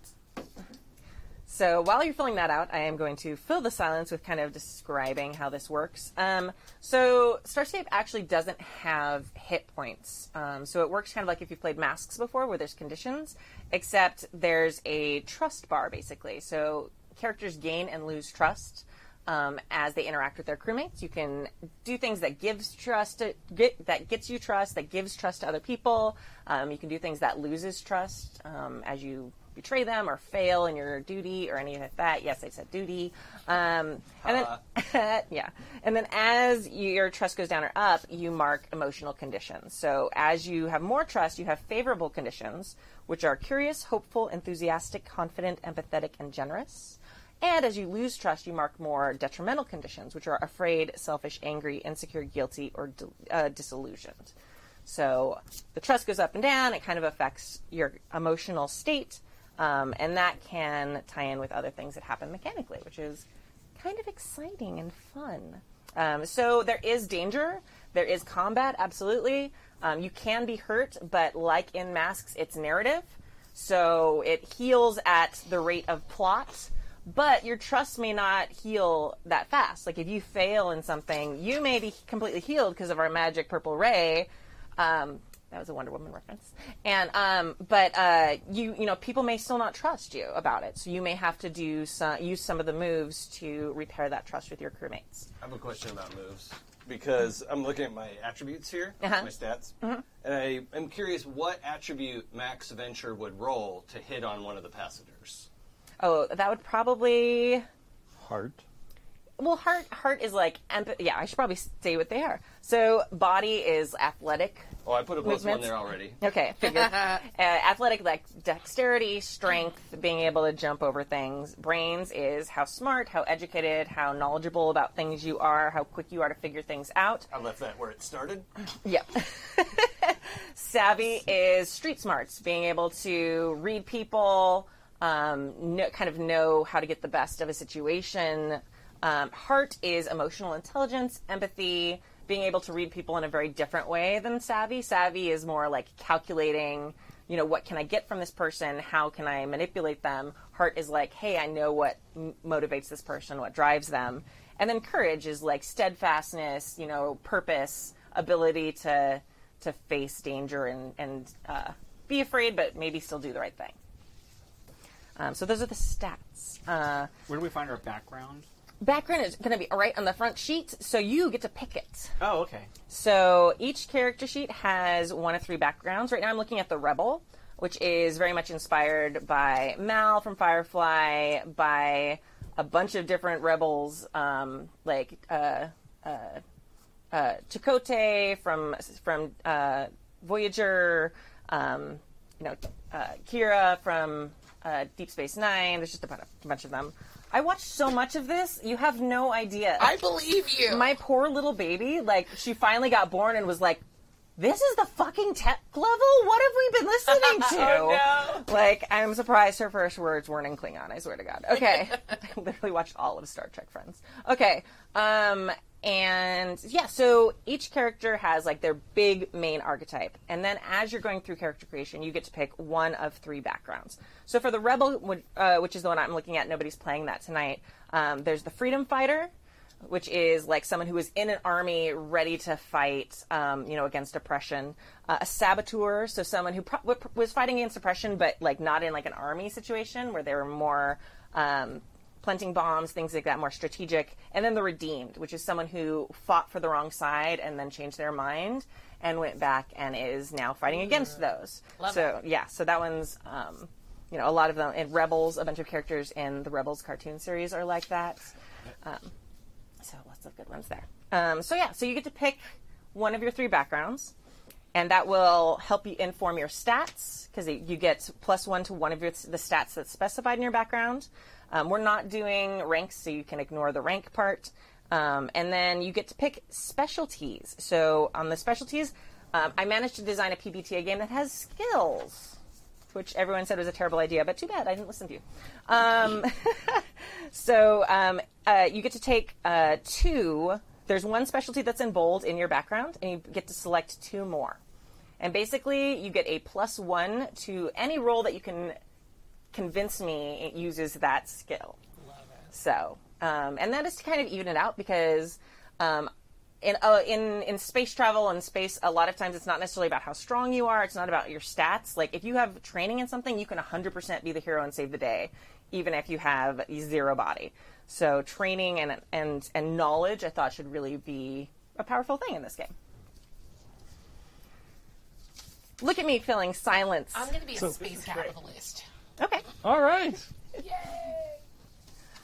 A: So while you're filling that out, I am going to fill the silence with kind of describing how this works. Um, so Starscape actually doesn't have hit points. Um, so it works kind of like if you've played Masks before, where there's conditions, except there's a trust bar basically. So characters gain and lose trust um, as they interact with their crewmates. You can do things that gives trust, to, get, that gets you trust, that gives trust to other people. Um, you can do things that loses trust um, as you betray them or fail in your duty or anything like that. Yes, I said duty. Um, and then, <laughs> yeah, and then as your trust goes down or up, you mark emotional conditions. So as you have more trust, you have favorable conditions, which are curious, hopeful, enthusiastic, confident, empathetic, and generous. And as you lose trust, you mark more detrimental conditions, which are afraid, selfish, angry, insecure, guilty, or di- uh, disillusioned. So the trust goes up and down. It kind of affects your emotional state, um, and that can tie in with other things that happen mechanically, which is kind of exciting and fun. Um, so there is danger. There is combat, absolutely. Um, you can be hurt, but like in Masks, it's narrative. So it heals at the rate of plot, but your trust may not heal that fast. Like if you fail in something, you may be completely healed because of our magic purple ray. Um, that was a Wonder Woman reference. And um, but uh, you you know people may still not trust you about it, so you may have to do some, use some of the moves to repair that trust with your crewmates.
E: I have a question about moves because I'm looking at my attributes here,
A: Uh-huh.
E: my stats,
A: Mm-hmm.
E: and I am curious what attribute Max Venture would roll to hit on one of the passengers.
A: Oh, that would probably
D: heart.
A: well heart heart is like emp- yeah I should probably say what they are. So body is athletic.
E: Oh, I put a plus one
A: Movements.
E: there already.
A: Okay, figure. uh, athletic like dexterity, strength, being able to jump over things. Brains is how smart, how educated, how knowledgeable about things you are, how quick you are to figure things out.
E: I left that where it started.
A: <laughs> Yep. Savvy is street smarts, being able to read people, um, know, kind of know how to get the best of a situation. Um, heart is emotional intelligence, empathy, being able to read people in a very different way than savvy. Savvy is more like calculating, you know, what can I get from this person? How can I manipulate them? Heart is like, hey, I know what m- motivates this person, what drives them. And then courage is like steadfastness, you know, purpose, ability to to face danger and and uh, be afraid, but maybe still do the right thing. Um, so those are the stats. Uh,
B: Where do we find our background?
A: background is going to be right on the front sheet, so you get to pick it.
B: Oh, okay.
A: So each character sheet has one of three backgrounds. Right now, I'm looking at the Rebel, which is very much inspired by Mal from Firefly, by a bunch of different rebels, um, like uh, uh, uh, Chakotay from from uh, Voyager, um, you know, uh, Kira from uh, Deep Space Nine. There's just about a bunch of them. I watched so much of this, you have no idea.
C: I believe you.
A: My poor little baby, like she finally got born and was like, "This is the fucking tech level. What have we been listening to?"
C: Oh,
A: Like I'm surprised her first words weren't in Klingon. I swear to God. Okay, <laughs> I literally watched all of Star Trek Friends. Okay, um, and yeah, so each character has like their big main archetype, and then as you're going through character creation, you get to pick one of three backgrounds. So for the rebel, would- uh, which is the one I'm looking at, nobody's playing that tonight. Um, there's the freedom fighter which is like someone who is in an army ready to fight, um, you know, against oppression. Uh, a saboteur, so someone who pro- w- was fighting against oppression, but like not in like an army situation where they were more um, planting bombs, things like that, more strategic. And then the redeemed, which is someone who fought for the wrong side and then changed their mind and went back and is now fighting against those.
C: Love
A: so yeah, so that one's. Um, you know, a lot of them in Rebels, a bunch of characters in the Rebels cartoon series are like that. So lots of good ones there. Um, so yeah, so you get to pick one of your three backgrounds, and that will help you inform your stats because you get plus one to one of your, the stats that's specified in your background. Um, we're not doing ranks, so you can ignore the rank part. Um, and then you get to pick specialties. So on the specialties, um, I managed to design a PBTA game that has skills which everyone said was a terrible idea, but too bad I didn't listen to you. Um, so um, uh, you get to take uh, two. There's one specialty that's in bold in your background, and you get to select two more. And basically, you get a plus one to any role that you can convince me it uses that skill. So, um, and that is to kind of even it out because um, in, uh, in in space travel and space, a lot of times it's not necessarily about how strong you are. It's not about your stats. Like if you have training in something, you can 100% be the hero and save the day, even if you have zero body. So training and and and knowledge, I thought should really be a powerful thing in this game. Look at me feeling silence.
C: I'm going to be a
D: So-
C: space capitalist.
A: Okay.
D: All right.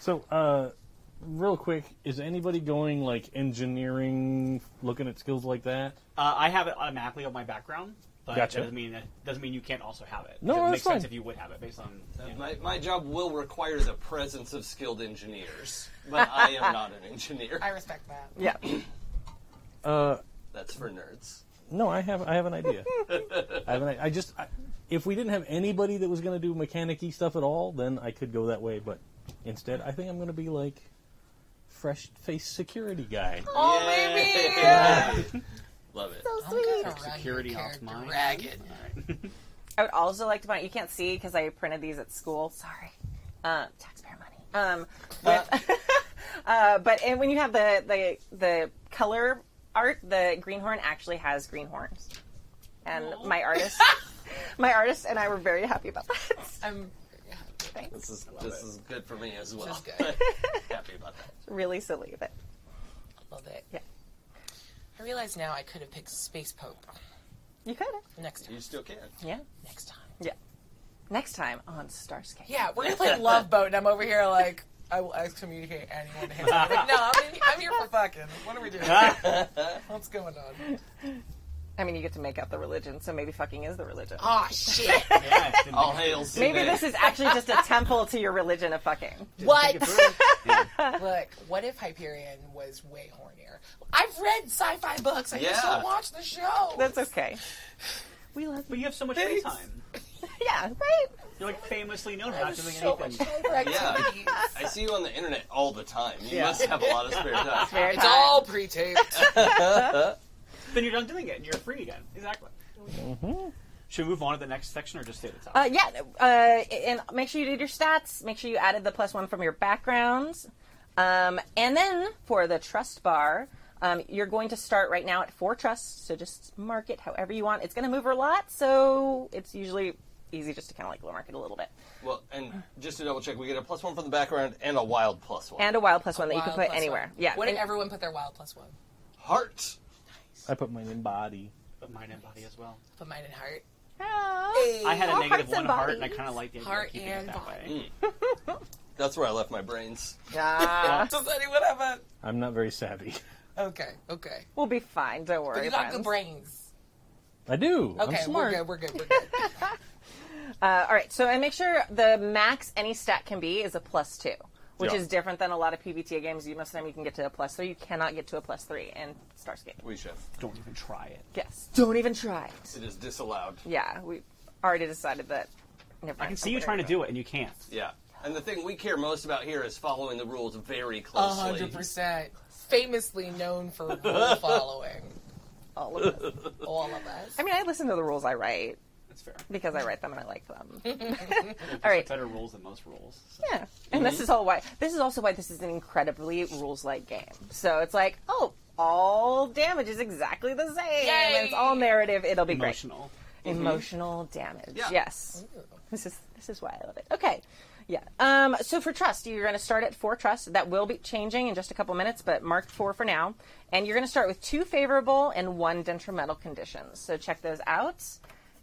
D: So, uh, real quick, is anybody going like engineering, looking at skills like that?
B: Uh, I have it automatically on my background, but
D: Gotcha.
B: that doesn't mean that doesn't mean you can't also have it.
D: No,
B: it
D: that's
B: makes sense
D: fine.
B: if you would have it based on. you know.
E: My, my job will require the presence of skilled engineers, but I am not
A: <laughs>
E: an engineer.
C: I respect that.
A: Yeah.
E: That's for nerds.
D: No, I have I have an idea. I have an I- I just I, if we didn't have anybody that was going to do mechanic-y stuff at all, then I could go that way, but instead I think I'm going to be like fresh face security guy.
C: Oh,
E: Yay.
C: baby!
E: Love it.
C: I'm gonna run
B: Security
C: your
B: off
C: character
B: mine.
C: Ragged.
A: I would also like to point. You can't see because I printed these at school. Sorry, uh, taxpayer money. Um, but, uh, but and when you have the the the color art, the greenhorn actually has greenhorns, and
C: Oh.
A: my
C: <laughs>
A: artist, my artist and I were very happy about that. <laughs>
C: I'm
E: This is this is good for me as well.
C: just good.
E: <laughs> Happy about that.
A: really silly, but
C: Love it.
A: Yeah.
C: I realize now I could have picked Space Pope.
A: you could,
C: Next time.
E: You still can.
A: yeah,
C: Next time.
A: yeah. Next time on Starscape.
C: Yeah, we're gonna play Love Boat, and I'm over here like I will excommunicate
B: <laughs>
C: anyone. Who hits me. Like, no, I'm, in, I'm here for fucking. What are we doing? What's going
A: <laughs>
C: on?
A: I mean, you get to make up the religion, so maybe fucking is the religion.
C: Oh shit!
B: Yeah, it's in-
E: All hail.
A: Maybe this is actually just
C: <laughs>
A: a temple to your religion of fucking.
C: What?
B: it's really-
C: <laughs> Look, what if Hyperion was way hornier? I've read sci-fi books. I just
E: Yeah.
C: don't watch the show.
A: That's okay. We love
B: But
A: you.
B: you have so much free
C: Thanks.
B: time.
A: Yeah, right.
B: You're like famously known for not
C: There's
B: doing
C: so much
B: anything.
C: hyper activities.
E: I see you on the internet all the time. You must have a lot of spare time.
A: Very
C: It's
A: nice.
C: all pre-taped.
B: then you're done doing it, and you're free again. Exactly. Should we move on to the next section, or just stay at the top?
A: Uh, yeah, uh, and make sure you did your stats. Make sure you added the plus one from your background. Um, and then for the trust bar, um, you're going to start right now at four trusts. So just mark it however you want. It's going to move a lot, so it's usually easy just to kind of like mark it a little bit.
E: Well, and just to double check, we get a plus one from the background and a wild plus one.
A: And a wild plus one that you can
C: Wild
A: put
C: plus
A: anywhere.
C: one.
A: Yeah.
C: What did
A: and-
C: everyone put their wild plus one?
E: Heart.
D: I put mine in body.
B: But mind and body as well.
C: Put mine in heart.
A: Oh.
B: I had
A: All
B: a negative
A: Mm, hearts
B: one
A: and
B: heart, and I
A: bodies.
B: kind of like the idea
C: Heart
B: of keeping it
C: and
B: that
C: body.
B: way.
E: The That's where I left my brains.
A: Ah,
C: Does anyone have a?
D: I'm not very savvy. <laughs>
C: Okay, okay.
A: we'll be fine. Don't worry.
C: You got
A: friends.
C: good brains.
D: I do.
C: Okay,
D: I'm smart.
C: we're good. We're good. We're good.
A: Uh, all right. So and make sure the max any stat can be is a plus two, which
D: Yeah.
A: is different than a lot of PBTA games. You most of the time you can get to a plus three. You cannot get to a plus three in Starscape.
E: We should.
B: Don't even try it.
A: Yes. Don't even try it.
E: It is disallowed.
A: Yeah, we already decided that. Never
B: I can see you trying to do it, and you can't.
E: Yeah. And the thing we care most about here is following the rules very
C: A
E: closely.
C: hundred percent. Famously known for rule following.
A: All of it.
C: All of us.
A: I mean, I listen to the rules I write
B: That's fair.
A: because I write them and I like them. all right.
B: Better rules than most rules. So.
A: Yeah. And this is all why this is also why this is an incredibly rules like game. So it's like, oh, all damage is exactly the same.
C: Yay!
A: And it's all narrative, it'll be
B: Emotional.
A: great. Emotional damage.
E: Yeah.
A: Yes. This is this is why I love it. Okay. Yeah. Um, so for trust, you're going to start at four trust. That will be changing in just a couple minutes, but marked four for now. And you're going to start with two favorable and one detrimental conditions. So check those out.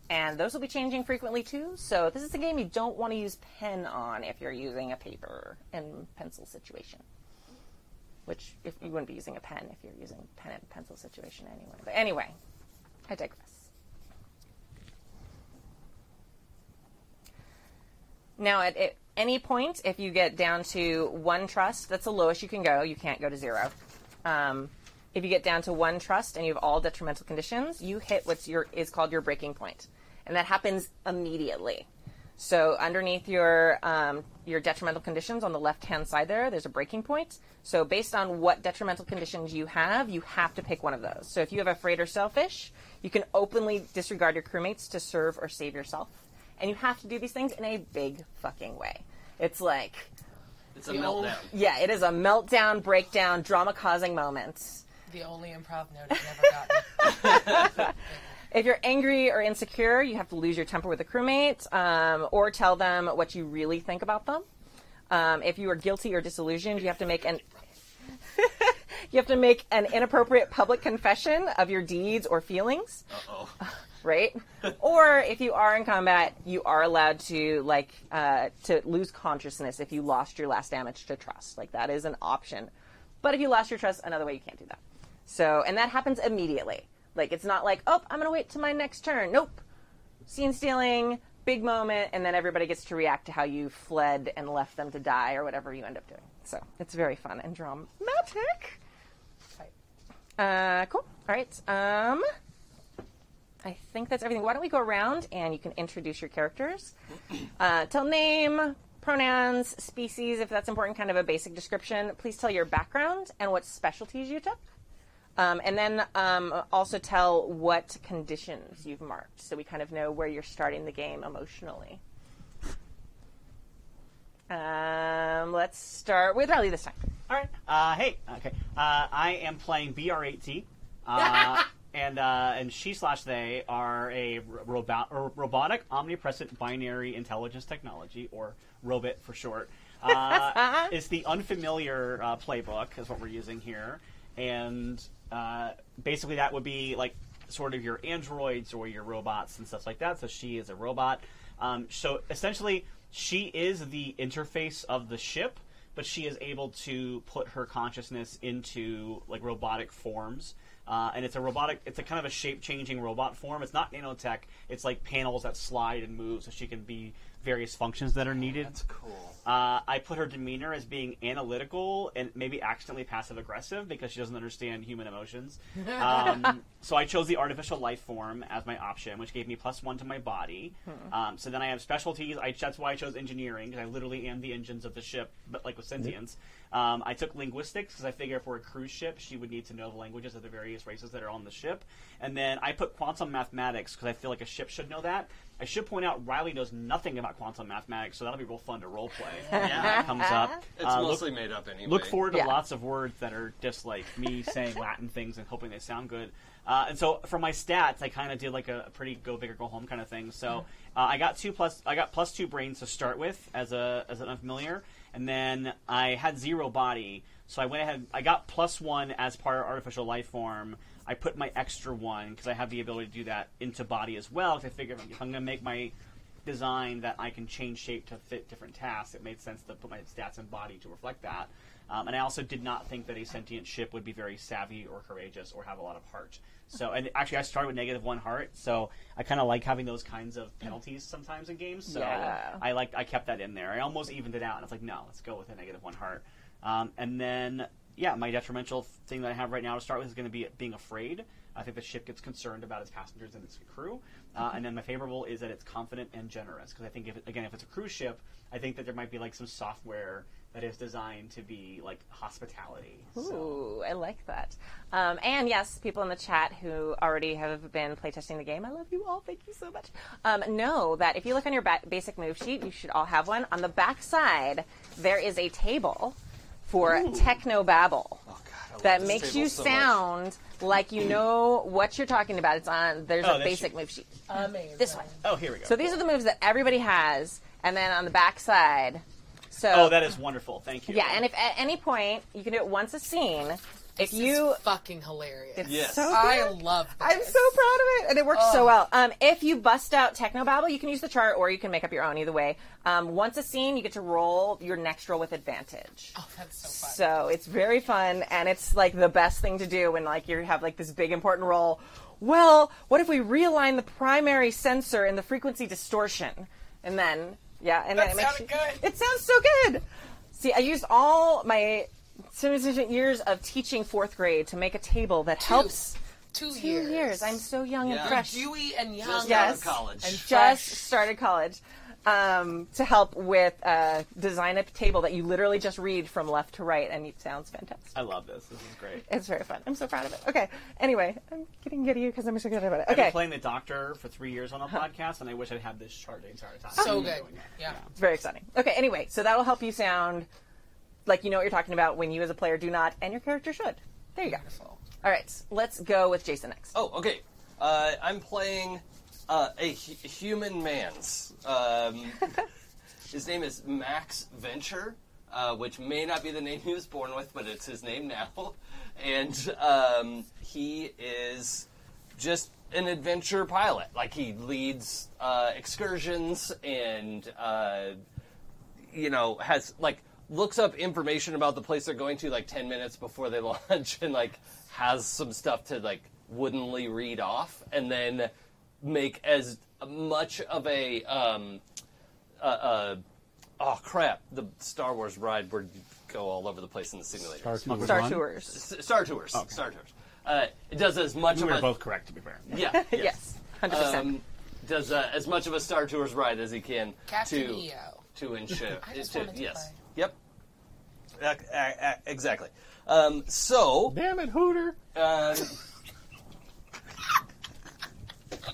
A: And those will be changing frequently too. So this is a game you don't want to use pen on if you're using a paper and pencil situation. Which if you wouldn't be using a pen if you're using pen and pencil situation anyway. But anyway, I digress. Now, at, at any point, if you get down to one trust, that's the lowest you can go. You can't go to zero. Um, if you get down to one trust and you have all detrimental conditions, you hit what's your is called your breaking point, and that happens immediately. So underneath your um, your detrimental conditions on the left hand side there, there's a breaking point. So based on what detrimental conditions you have, you have to pick one of those. So if you have afraid or selfish, you can openly disregard your crewmates to serve or save yourself, and you have to do these things in a big fucking way. It's like
E: It's a meltdown.
A: yeah, it is a meltdown, breakdown, drama causing moment.
C: The only improv note I've never gotten.
A: If you're angry or insecure, you have to lose your temper with a crewmate um, or tell them what you really think about them. Um, if you are guilty or disillusioned, you have to make an <laughs> you have to make an inappropriate public confession of your deeds or feelings,
E: Uh-oh.
A: <laughs> right? or if you are in combat, you are allowed to like uh, to lose consciousness if you lost your last damage to trust. Like that is an option. But if you lost your trust, another way you can't do that. So, and that happens immediately. Like, it's not like, oh, I'm going to wait till my next turn. Nope. Scene stealing, big moment, and then everybody gets to react to how you fled and left them to die or whatever you end up doing. So, it's very fun and dramatic. Uh, cool. All right. Um, I think that's everything. Why don't we go around and you can introduce your characters? Uh, tell name, pronouns, species, if that's important, kind of a basic description. Please tell your background and what specialties you took. Um, and then um, also tell what conditions you've marked so we kind of know where you're starting the game emotionally. Um, let's start with Riley this time.
B: All right. Uh, hey. Okay. Uh, I am playing BR8T, uh, and uh, and she slash they are a ro- robo- or robotic omnipresent binary intelligence technology, or robot for short. Uh, it's the unfamiliar uh, playbook is what we're using here, and uh, basically that would be like sort of your androids or your robots and stuff like that. So she is a robot. Um, so essentially, she is the interface of the ship, but she is able to put her consciousness into like robotic forms. Uh, and it's a robotic, it's a kind of a shape changing robot form. It's not nanotech, it's like panels that slide and move, so she can be various functions that are needed.
E: That's cool.
B: Uh, I put her demeanor as being analytical and maybe accidentally passive aggressive because she doesn't understand human emotions. Um, so I chose the artificial life form as my option, which gave me plus one to my body. Um, so then I have specialties. I, that's why I chose engineering because I literally am the engines of the ship, but like with sentience. Um, I took linguistics because I figure for a cruise ship, she would need to know the languages of the various races that are on the ship. And then I put quantum mathematics because I feel like a ship should know that. I should point out Riley knows nothing about quantum mathematics, so that'll be real fun to role play when that comes up.
E: It's
B: Uh, look,
E: mostly made up anyway.
B: look forward to
A: Yeah.
B: lots of words that are just like me saying Latin things and hoping they sound good. Uh, and so for my stats, I kind of did like a pretty go big or go home kind of thing. So uh, I got two plus, I got plus two brains to start with as a as an unfamiliar, and then I had zero body. So I went ahead, I got plus one as part of artificial life form. I put my extra one because I have the ability to do that into body as well. Because I figure if I'm going to make my design that I can change shape to fit different tasks, it made sense to put my stats and body to reflect that. Um, and I also did not think that a sentient ship would be very savvy or courageous or have a lot of heart. So, and actually, I started with negative one heart, so I kind of like having those kinds of penalties sometimes in games. So
A: Yeah.
B: I like I kept that in there. I almost evened it out, and it's like, no, let's go with a negative one heart. Um, and then, yeah, my detrimental thing that I have right now to start with is going to be being afraid. I think the ship gets concerned about its passengers and its crew. Uh, and then my favorable is that it's confident and generous. Because I think, if it, again, if it's a cruise ship, I think that there might be like some software that is designed to be like hospitality. So,
A: Ooh, I like that. Um, and yes, people in the chat who already have been playtesting the game, I love you all. Thank you so much. Um, know that if you look on your ba- basic move sheet, you should all have one. On the back side, there is a table for techno babble that makes you sound like you know what you're talking about. It's on. There's
B: Oh,
A: a
B: that's
A: basic
B: you.
A: move sheet.
C: <laughs> Amazing.
A: This one.
B: oh, here we go.
A: So these are the moves that everybody has, and then on the back side. So
B: oh, that is wonderful. Thank you.
A: yeah, and if at any point you can do it once a scene, if you
C: fucking hilarious.
E: Yes.
A: so
C: <laughs> I
A: good.
C: love this.
A: I'm so proud of it, and it works
C: Oh.
A: so well. Um, if you bust out Technobabble, you can use the chart, or you can make up your own. Either way, um, once a scene, you get to roll your next roll with advantage.
C: Oh, that's so fun.
A: So it's very fun, and it's like the best thing to do when like you have like this big important role. Well, what if we realign the primary sensor in the frequency distortion, and then yeah, and
C: That
A: then it makes you,
C: sounded good.
A: it sounds so good. See, I used all my significant years of teaching fourth grade to make a table that helps.
C: two,
A: Two years. I'm so young and
E: Yeah.
A: fresh.
C: dewy and young.
E: Just out
A: Yes.
E: of college. <laughs>
C: And
A: just
C: fresh.
A: started college um, to help with uh, design a table that you literally just read from left to right, and it sounds fantastic.
B: I love this. This is great.
A: It's very fun. I'm so proud of it. Okay. Anyway, I'm getting giddy because I'm so excited about it.
B: I've been
A: Okay.
B: playing the Doctor for three years on a podcast, and I wish I'd had this chart the entire time.
C: so good. Yeah.
A: It's very exciting. Okay. Anyway, so that'll help you sound like you know what you're talking about when you as a player do not, and your character should. There you go. All right. Let's go with Jason next.
E: Oh, okay. Uh, I'm playing uh, a hu- human man's. Um, his name is Max Venture, uh, which may not be the name he was born with, but it's his name now. <laughs> And um, he is just an adventure pilot. Like, he leads uh, excursions and. Uh, you know, has like looks up information about the place they're going to like 10 minutes before they <laughs> launch and like has some stuff to like woodenly read off and then make as much of a um uh, uh oh crap the star wars ride where you go all over the place in the simulator S-
D: Tours.
A: Star
B: Ron?
A: Tours.
E: star tours star tours uh, it does as much
B: We
E: of
B: were
E: a
B: both correct, to be fair. <laughs>
E: yeah
A: Yes. 100%.
E: um, does uh, as much of a star tours ride as he can
C: Captain
E: to
C: EO. <laughs>
E: to ensure.
C: I just
E: to-
C: wanted to
E: yes.
C: play.
E: Yep. Ac- a- a- Exactly. Um, so
D: Damn
B: <laughs>
D: it, Hooter!
E: um,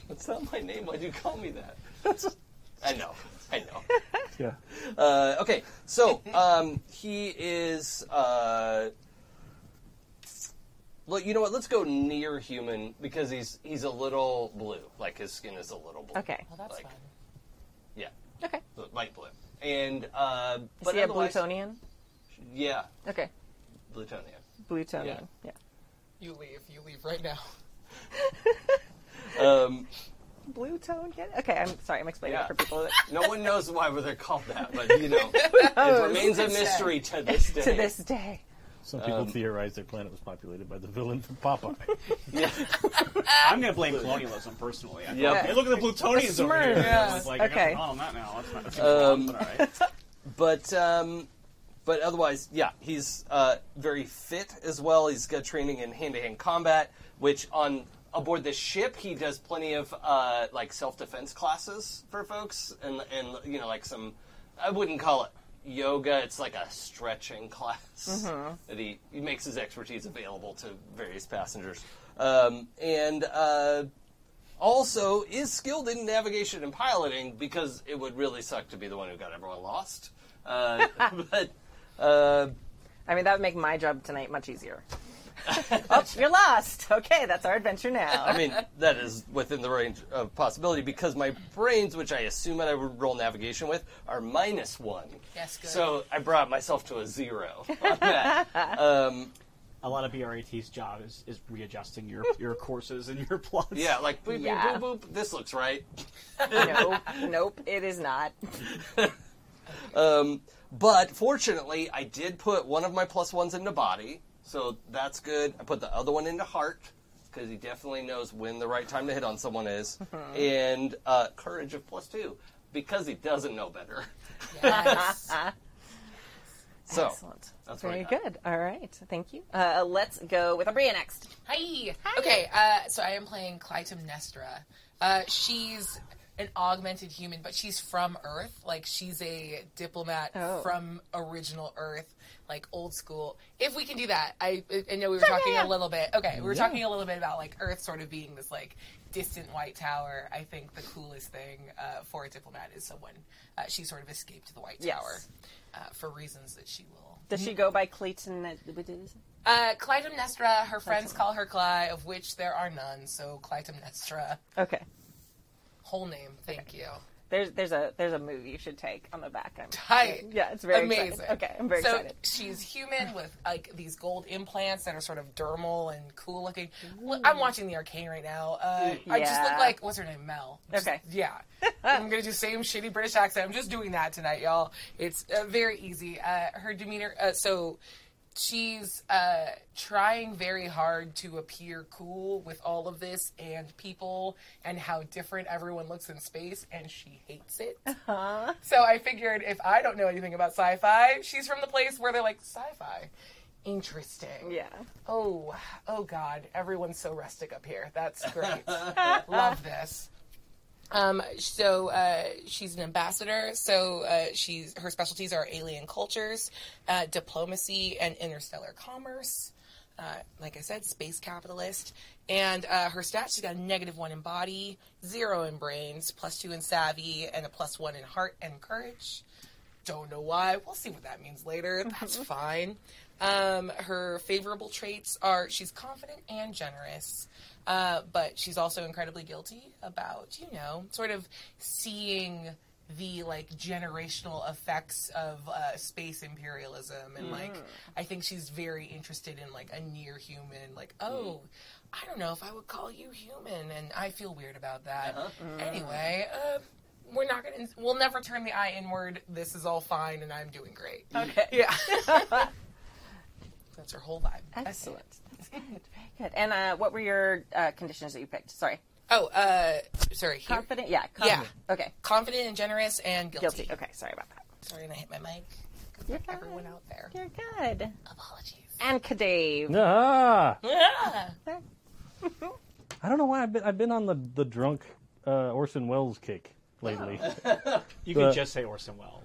E: that's not my name. Why do you call me that? I know. I know.
D: Yeah.
E: Uh, okay,
C: <laughs>
E: so um, he is. Uh, look, you know what? Let's go near human because he's he's a little blue. Like his skin is a little blue.
A: Okay.
C: Well, that's
E: Like-
C: fun.
E: Yeah,
A: Okay.
E: the light blue. And uh,
A: Is
E: but
A: he a
E: otherwise-
A: Blutonian?
E: Yeah,
A: Okay.
E: Plutonian.
A: Blutonian. yeah.
C: You leave. You leave right now.
E: Um,
A: blue tone get okay i'm sorry i'm explaining it Oh,
E: Yeah.
A: for people that,
E: no one knows why they're called that, but
A: <laughs>
E: you know, it remains a mystery to this day.
A: to this day
D: Some people
B: Um,
D: theorize their planet was populated by the villain from
B: <laughs>
D: Popeye.
B: I'm going to blame colonialism personally. I
E: Yep.
B: thought, Hey, look at the Plutonians
D: <laughs>
B: over here.
A: Smurfs.
B: Yeah. It's like,
A: Okay.
B: okay. I on that now. That's not, that's um, but all right.
E: But um, but otherwise, yeah, he's uh, very fit as well. He's got training in hand-to-hand combat, which on aboard the ship he does plenty of uh, like self-defense classes for folks, and and you know like some I wouldn't call it yoga. It's like a stretching <laughs> class that he, he makes his expertise available to various passengers, um, and. Uh, also is skilled in navigation and piloting because it would really suck to be the one who got everyone lost. Uh, but uh,
A: i mean that would make my job tonight much <laughs> easier oh you're lost okay that's our adventure now
E: I mean, that is within the range of possibility because my brains, which I assume that I would roll navigation with, are minus one.
C: Yes, good.
E: So I brought myself to a zero on that. um,
B: a lot of BRAT's job is, is readjusting your, your courses and your plots.
E: <laughs> Yeah, like boop,
A: Yeah.
E: boop, boop, boop. This looks right.
A: nope, nope, it is <laughs> not.
E: But fortunately, I did put one of my plus ones into body, so that's good. I put the other one into heart because he definitely knows when the right time to hit on someone is,
A: Mm-hmm.
E: and uh, courage of plus two because he doesn't know better. <laughs>
C: Yes.
E: So
A: Excellent.
E: that's what I
A: Very
E: got.
A: good. All right, thank you. Uh, let's go with Abria next.
C: Hi. Okay, uh, so I am playing Clytemnestra. Uh, she's an augmented human, but she's from Earth. Like, she's a diplomat
A: Oh.
C: from original Earth, like old school. If we can do that, I, I know we were talking
A: yeah, yeah.
C: a little bit. Okay, we were talking a little bit about, like, Earth sort of being this, like, distant white tower. I think the coolest thing uh, for a diplomat is someone, uh, she sort of escaped the white
A: Yes.
C: tower uh, for reasons that she will
A: Does she go by Clayton? what is it?
C: uh, Clytemnestra, her friends call her Cly, of which there are none, so Clytemnestra.
A: Okay.
C: Whole name, thank you.
A: There's there's a there's a move you should take on the back. <laughs> I'm,
C: Hi.
A: Yeah, it's very
C: amazing.
A: exciting. Okay, I'm very
C: so
A: excited.
C: she's human with like these gold implants that are sort of dermal and cool looking. Well, I'm watching the arcane right now. Uh, I just
A: Yeah.
C: look like what's her name, Mel. Just-
A: Okay. <laughs>
C: yeah, I'm gonna do same shitty British accent. I'm just doing that tonight, y'all. It's uh, very easy. Uh, her demeanor. Uh, so she's uh, trying very hard to appear cool with all of this and people and how different everyone looks in space, and she hates it. So I figured if I don't know anything about sci-fi, she's from the place where they're like sci-fi. Interesting.
A: Yeah.
C: Oh, oh God! Everyone's so rustic up here. That's great. Love this. Um, so uh, she's an ambassador. So uh, she's her specialties are alien cultures, uh, diplomacy, and interstellar commerce. Uh, like I said, space capitalist. And uh, her stats: she's got a negative one in body, zero in brains, plus two in savvy, and a plus one in heart and courage. Don't know why. We'll see what that means later. That's fine. Um, her favorable traits are she's confident and generous, uh, but she's also incredibly guilty about, you know, sort of seeing the like generational effects of uh, space imperialism and like i think she's very interested in like a near human like oh i don't know if i would call you human and i feel weird about that anyway uh, we're not gonna we'll never turn the eye inward this is all fine and i'm doing great
A: Okay. <laughs>
C: yeah that's her whole vibe
A: Excellent. That's good. Very good. And uh, what were your uh, conditions that you picked? Sorry.
C: oh uh sorry here.
A: Confident. Yeah.
C: Yeah.
A: Confident. Okay.
C: confident and generous and guilty,
A: Guilty. Okay. Sorry about that.
C: sorry and i hit my mic
A: You're fine.
C: everyone out there
A: You're good.
C: apologies
A: And Kadave.
D: Ah!
C: yeah.
D: I don't know why I've been I've been on the the drunk uh, Orson Welles kick
B: <laughs>
D: lately.
B: You can
A: Uh,
D: The-
B: just say Orson Welles.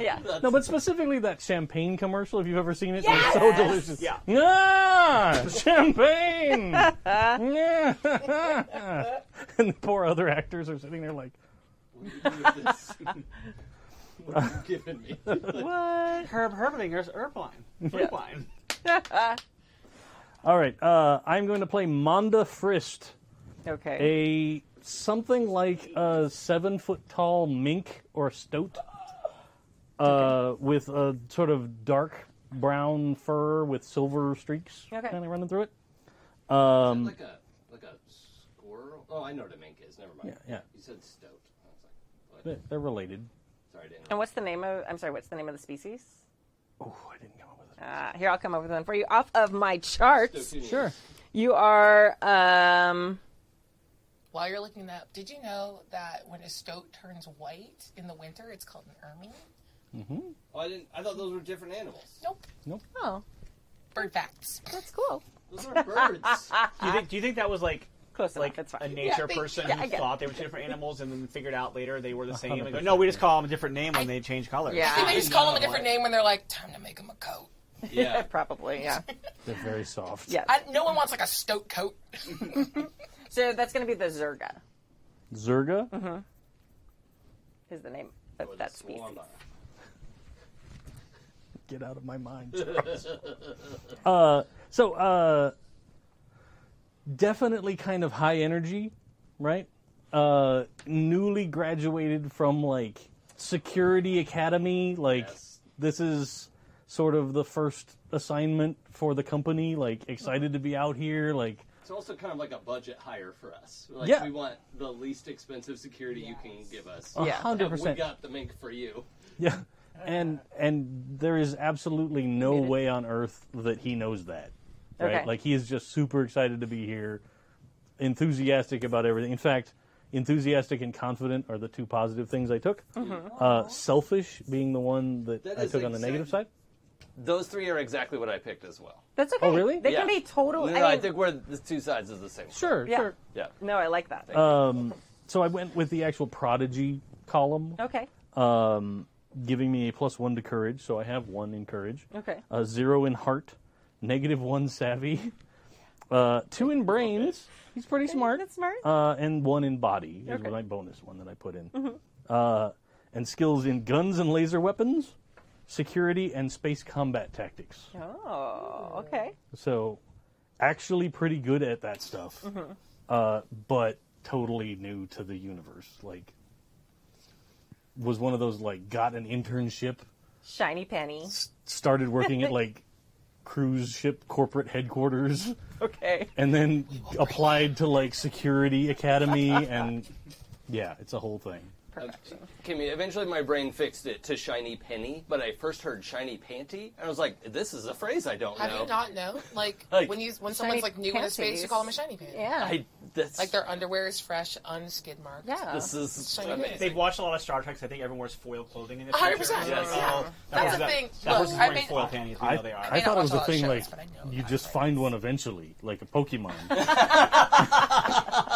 A: Yeah.
D: No, but specifically that champagne commercial. If you've ever seen it, it's so delicious.
B: Yeah.
D: Ah, champagne. Yeah. <laughs> and the poor other actors are sitting there like,
E: What have you given me?
A: What?
B: <laughs> Herb Herblinger's Herbline. Herbline.
D: "All right, uh, I'm going to play Manda Frist,
A: Okay.
D: a something like a seven foot tall mink or stoat, uh, with a sort of dark brown fur with silver streaks
A: Okay.
D: kind of running through it." Um,
E: like a like a squirrel. Oh, I know what a mink is. Never mind.
D: Yeah, yeah.
E: You said stoat. I was like, what?
D: They're- They're related.
E: Sorry, I didn't.
A: And what's the name of? I'm sorry. What's the name of the species?
D: Oh, I didn't come up with it.
A: Uh, here, I'll come over with one for you off of my charts.
E: Stoat
D: Sure.
A: You are. Um,
C: While you're looking that up, did you know that when a stoat turns white in the winter, it's called an ermine?
E: Oh, I didn't. I thought those were different animals.
C: Nope.
D: Nope.
A: oh,
C: Bird facts.
A: that's cool.
E: Those
A: <laughs>
E: are birds.
B: Do you think? Do you think that was like?
A: Close enough.
B: Like
A: That's
B: a
A: fine.
B: nature
C: Yeah, they-
B: person
A: yeah, I
B: who
A: get it.
B: thought they were two different animals and then figured out later they were the same. And go, no, we just call them a different name when they change colors.
A: Yeah.
C: I think they just call them a different name when they're like, time to make them a coat.
E: yeah.
A: Probably. Yeah.
D: They're very soft.
A: Yeah.
C: I, no one wants like a stoat coat.
A: So that's going to be the Zerga.
D: Zerga.
A: Uh-huh. Is the name
E: Oh,
A: of that species?
E: Swarma.
D: Get out of my mind.
E: <laughs>
D: Charles. uh, so uh, definitely kind of high energy, right? Uh, newly graduated from like security academy. Like
E: Yes.
D: this is sort of the first assignment for the company. Like excited to be out here. Like
E: It's also kind of like a budget hire for us. Like
D: Yeah.
E: we want the least expensive security you can give us.
D: a
A: Yeah.
D: hundred
E: And we
D: percent.
E: got the mink for you.
D: Yeah. And and there is absolutely no way on earth that he knows that. Right?
A: Okay.
D: Like he is just super excited to be here, enthusiastic about everything. In fact, enthusiastic and confident are the two positive things I took. Uh, selfish being the one that,
E: That
D: I
E: is
D: took on the
E: exact-
D: negative side.
E: Those three are exactly what I picked as well.
A: That's okay.
D: really?
A: They
E: Yeah.
A: can be total.
E: No,
A: I, mean,
E: I think we're the two sides of the same. coin.
D: Sure,
A: Yeah.
D: sure.
E: Yeah.
A: No, I like that.
D: So I went with the actual prodigy column,
A: okay.
D: giving me a plus one to courage. So I have one in courage.
A: Okay.
D: A Uh, zero in heart, negative one
A: <laughs>
D: savvy, uh, two in brains. He's pretty smart.
A: That's smart.
D: Uh, and one in body is
A: Okay. Mm-hmm.
D: my bonus one that I put in. Uh, and skills in guns and laser weapons, security, and space combat tactics.
A: Oh, okay.
D: So, actually, pretty good at that stuff,
A: Mm-hmm.
D: uh, but totally new to the universe. Like, was one of those like got an internship,
A: Shiny penny.
D: started working
A: <laughs>
D: at like cruise ship corporate headquarters,
A: Okay.
D: and then applied to like security academy, and yeah, it's a whole thing.
A: Perfection.
E: Um, Kimmy, eventually my brain fixed it to shiny penny, but I first heard shiny panty, and I was like, this is a phrase I don't
C: Have
E: know.
C: you not known? Like,
E: Like-
C: when you when
A: Shiny
C: someone's like new in a space, you
A: panties.
C: call them a shiny pants.
A: Yeah.
E: I, that's,
C: Like their underwear is fresh, unskid marked.
A: yeah.
E: this is
C: Shiny
E: amazing.
C: panty.
B: They've watched a lot of Star Trek. So I think everyone wears foil clothing in the
C: 100%.
B: future. They're like,
E: Yes.
B: oh,
C: Yeah.
B: that
C: That's
B: person's
C: the
B: got-
C: thing.
B: That
C: Look,
B: person's
C: I
B: wearing
C: mean,
B: foil
C: I-
B: panties. We
D: I,
B: know they are.
D: I
C: mean,
D: thought
C: I
D: it was a
C: watch a
D: thing
C: lot
D: like
C: of shows, but I know
D: you
C: that.
D: just find one eventually, like a Pokemon. <laughs>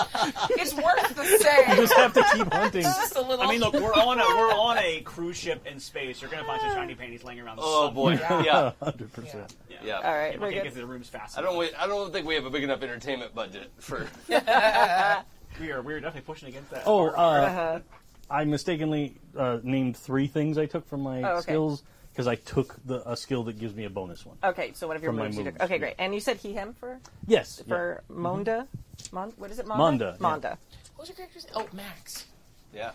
C: It's worth the same.
D: just have to keep hunting.
C: Just a little.
B: I mean, look, we're on a we're on a cruise ship in space. You're gonna find some shiny panties laying around. The
E: Oh
A: <laughs>
B: sun.
E: boy, yeah. yeah,
D: Hundred percent.
B: Yeah.
A: <laughs> All right.
B: People
A: We're
B: can't
A: good.
B: get to the rooms fast.
E: I
B: enough.
E: don't. Wait, I don't think we have a big enough entertainment budget for.
B: We are we are definitely pushing against that.
D: Oh, uh,
A: Uh-huh.
D: I mistakenly uh, named three things I took from my
A: Oh, okay.
D: skills because I took the, a skill that gives me a bonus one.
A: Okay, so one of your
D: From my
A: moves you took.
D: moves,
A: Okay,
D: yeah.
A: great. And you said he, him for
D: Yes. yeah. Mm-hmm.
A: for Monda. Mon- what is it?
D: Monda,
A: Monda.
D: yeah.
A: Monda.
C: What's your character's name? Oh, Max.
E: yeah,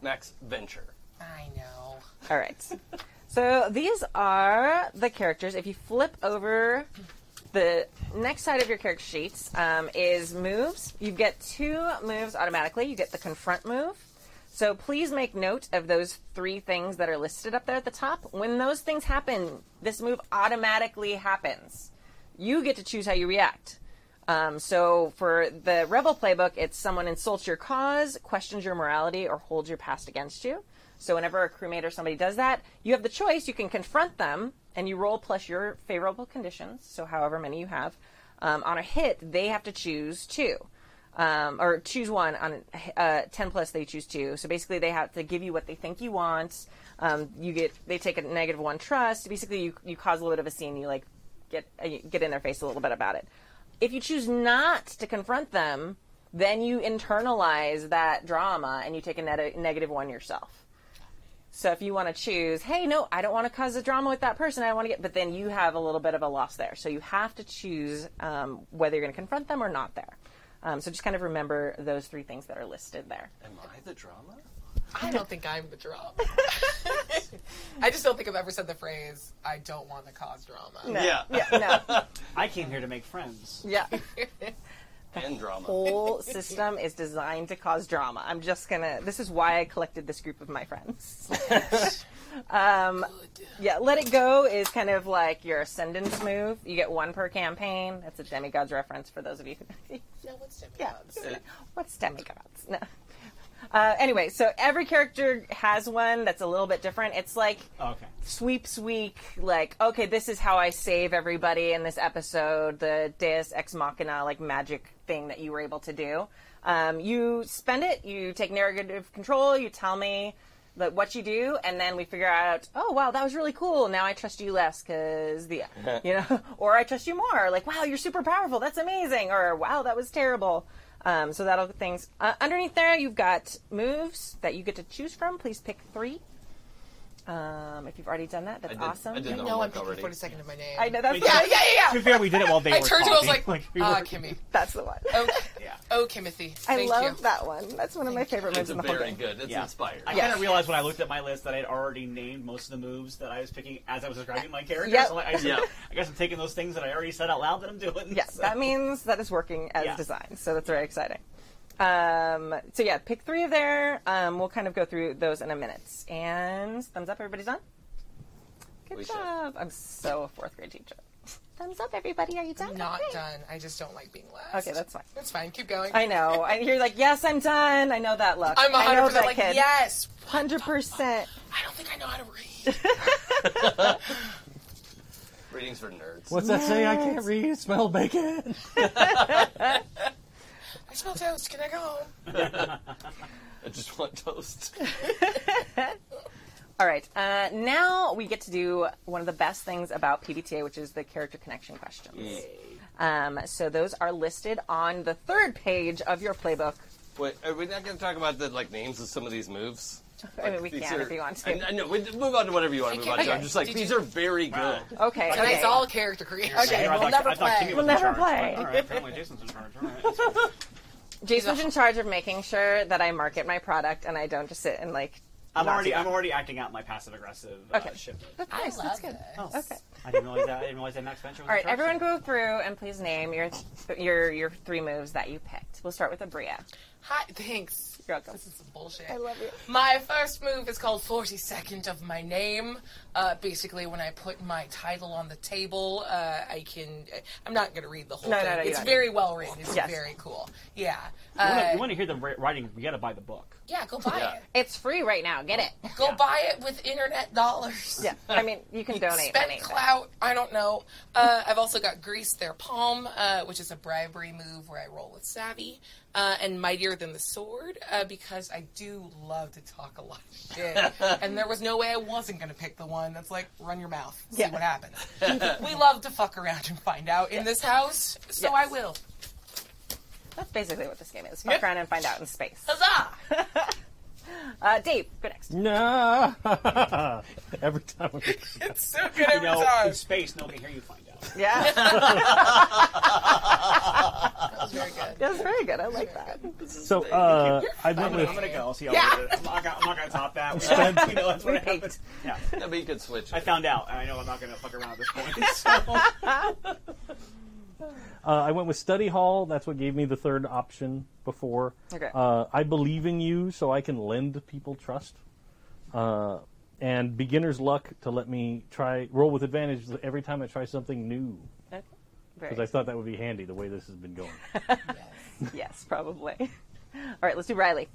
E: Max Venture.
C: I know.
A: All right. So these are the characters. If you flip over the next side of your character sheets um, is moves. You get two moves automatically. You get the confront move. So please make note of those three things that are listed up there at the top. When those things happen, this move automatically happens. You get to choose how you react. Um, so for the Rebel playbook, it's someone insults your cause, questions your morality, or holds your past against you. So whenever a crewmate or somebody does that, you have the choice. You can confront them, and you roll plus your favorable conditions, so however many you have. Um, on a hit, they have to choose two, um, or choose one. On uh, ten plus, they choose two. So basically, they have to give you what they think you want. Um, you get they take a negative one trust. Basically, you you cause a little bit of a scene. You like get uh, get in their face a little bit about it if you choose not to confront them, then you internalize that drama and you take a net- negative one yourself. So if you want to choose, hey, no, I don't want to cause a drama with that person. I don't want to get, but then you have a little bit of a loss there. So you have to choose um, whether you're going to confront them or not there. Um, so just kind of remember those three things that are listed there.
E: Am I the drama?
C: I don't think I'm the drama. <laughs> I just don't think I've ever said the phrase "I don't want to cause drama."
E: Yeah,
A: Yeah, <laughs> no,
B: I came here to make friends.
A: yeah.
E: and drama.
A: <laughs> Whole system is designed to cause drama. I'm just gonna. This is why I collected this group of my friends. <laughs> Um,
C: Good.
A: Yeah, let it go is kind of like your ascendance move. You get one per campaign. That's a demigods reference for those of you who.
C: Yeah, what's Demi
A: yeah,
C: Gods?
A: what's demigods? No. Uh, anyway, so every character has one that's a little bit different. It's like
B: Oh, Okay.
A: sweeps week. Like, okay, this is how I save everybody in this episode. The Deus Ex Machina, like magic thing that you were able to do. Um, you spend it. You take narrative control. You tell me that what you do, and then we figure out. Oh wow, that was really cool. Now I trust you less because
E: <laughs>
A: the you know, <laughs> or I trust you more. Like wow, you're super powerful. That's amazing. Or wow, that was terrible. Um, so that'll things uh, underneath there. You've got moves that you get to choose from. Please pick three. Um, if you've already done that, that's
E: I did-
A: awesome.
E: I did
C: I
E: the
C: know I'm
E: homework
C: picking
E: Oh, already.
C: 40 second of my name.
A: I know that's
B: Wait,
A: yeah,
B: so-
A: yeah, yeah.
B: To be fair, we did it while they
C: I
B: were <laughs>
C: turned
B: talking.
C: to you. I was like,
B: we
C: "Ah,
B: were-
C: Kimmy."
A: That's the one.
C: Okay.
B: yeah.
C: Oh, Timothy.
F: I
C: Thank
F: love
C: you.
F: that one. That's one of my favorite moves
E: It's
F: in the whole
E: very
F: game.
E: good. It's
B: Yeah.
E: inspired.
B: I
F: Yes.
B: kind of realized when I looked at my list that I'd already named most of the moves that I was picking as I was describing my character.
F: Yep.
B: So I, I, said,
E: Yeah.
B: I guess I'm taking those things that I already said out loud that I'm doing.
A: Yeah,
B: <laughs> so.
A: that means that it's working as
B: Yeah.
A: designed. So that's very exciting. Um, so yeah, pick three of there. Um, we'll kind of go through those in a minute. And thumbs up, everybody's done. Good
E: We should.
A: job. I'm so a fourth grade teacher. Thumbs up, everybody. Are you done?
C: Not
A: Okay.
C: done. I just don't like being last.
A: Okay, that's fine.
C: That's fine. Keep going.
A: I know. And you're like, yes, I'm done. I know that look.
C: I'm 100%
A: I know that
C: like,
A: kid.
C: yes.
F: Hundred percent.
C: I don't think I know how to read.
E: Readings for nerds.
D: What's that say? I can't read. Smell bacon.
C: I smell toast. Can I go home?
E: <laughs> I just want toast.
A: All right. Uh, now we get to do one of the best things about PBTA, which is the character connection questions. Um, so those are listed on the third page of your playbook.
E: Wait, are we not going to talk about the like names of some of these moves?
A: I mean, we
E: These
A: can
E: are-
A: if you want
E: I,
A: to.
E: I know. We, move on to whatever you want to move on to. I'm
C: Okay.
E: just like
C: Did
E: these
C: you-
E: are very
B: Wow.
E: good.
A: Okay.
C: Tonight's all character creation.
B: I
F: we'll
B: thought,
F: never
B: I thought
F: play.
B: Kimmy
A: We'll
B: was in
A: never
B: charge.
A: play.
B: All right, apparently Jason's in charge. All right, that's fine.
A: Jason's in charge of making sure that I market my product and I don't just sit and like.
B: <laughs> I'm
A: not
B: already
A: do
B: I'm
A: that.
B: already acting out my passive aggressive uh,
A: Okay.
B: shipment.
C: I love
A: that's good.
C: this.
B: Oh,
A: <laughs> Okay.
B: I didn't realize that. I didn't realize that Max Venture was
A: All right,
B: in charge.
A: everyone, go through and please name your your your three moves that you picked. We'll start with Abria.
C: Hi, thanks.
A: You're welcome.
C: This is some bullshit.
F: I love you.
C: My first move is called 42nd of my name. Uh, basically, when I put my title on the table, uh, I can. I'm not going to read the whole
A: No, no,
C: thing.
A: no, you
C: it's
A: don't.
C: very well written. It's
A: Yes.
C: very cool. Yeah.
B: You wanna-
C: Uh,
B: you want to hear the ri- writing? You got to buy the book.
C: yeah, go buy
E: Yeah.
C: it.
A: It's free right now. Get it.
C: Go buy it with internet dollars.
A: Yeah. <laughs> I mean, you
C: <laughs>
A: can donate
C: Spend
A: money. but-
C: clout. I don't know. Uh, I've also got Grease Their Palm, uh, which is a bribery move where I roll with savvy, uh, and Mightier Than the Sword, uh, because I do love to talk a lot of shit. and there was no way I wasn't going to pick the one that's like, run your mouth, see
A: Yeah.
C: what happens. we love to fuck around and find out in this house, so
A: Yes.
C: I will.
A: That's basically what this game is. Fuck around and find out in space.
C: Huzzah!
A: Uh, Dave, go next.
D: Nah. <laughs> Every time. We...
C: it's so good every
B: You know,
C: time.
B: in space, no one can hear you find out.
A: Yeah,
C: That was very good.
A: that's very good. I like that.
D: So uh, I went
B: I'm gonna, I'm
D: with.
B: gonna go. I'll see how yeah. it is. I'm not, gonna- I'm not gonna top <laughs> that. We know that's what happened. Yeah,
E: I mean, you could switch.
B: I
E: it.
B: found out, and I know I'm not gonna fuck around at this point. <laughs> So.
D: Uh, I went with study hall. That's what gave me the third option before.
A: Okay.
D: Uh, I believe in you, so I can lend people trust. Uh, and beginner's luck to let me try roll with advantage every time I try something new
A: Very.
D: because I thought that would be handy the way this has been going.
A: Yes, probably. <laughs> All right, let's do Riley.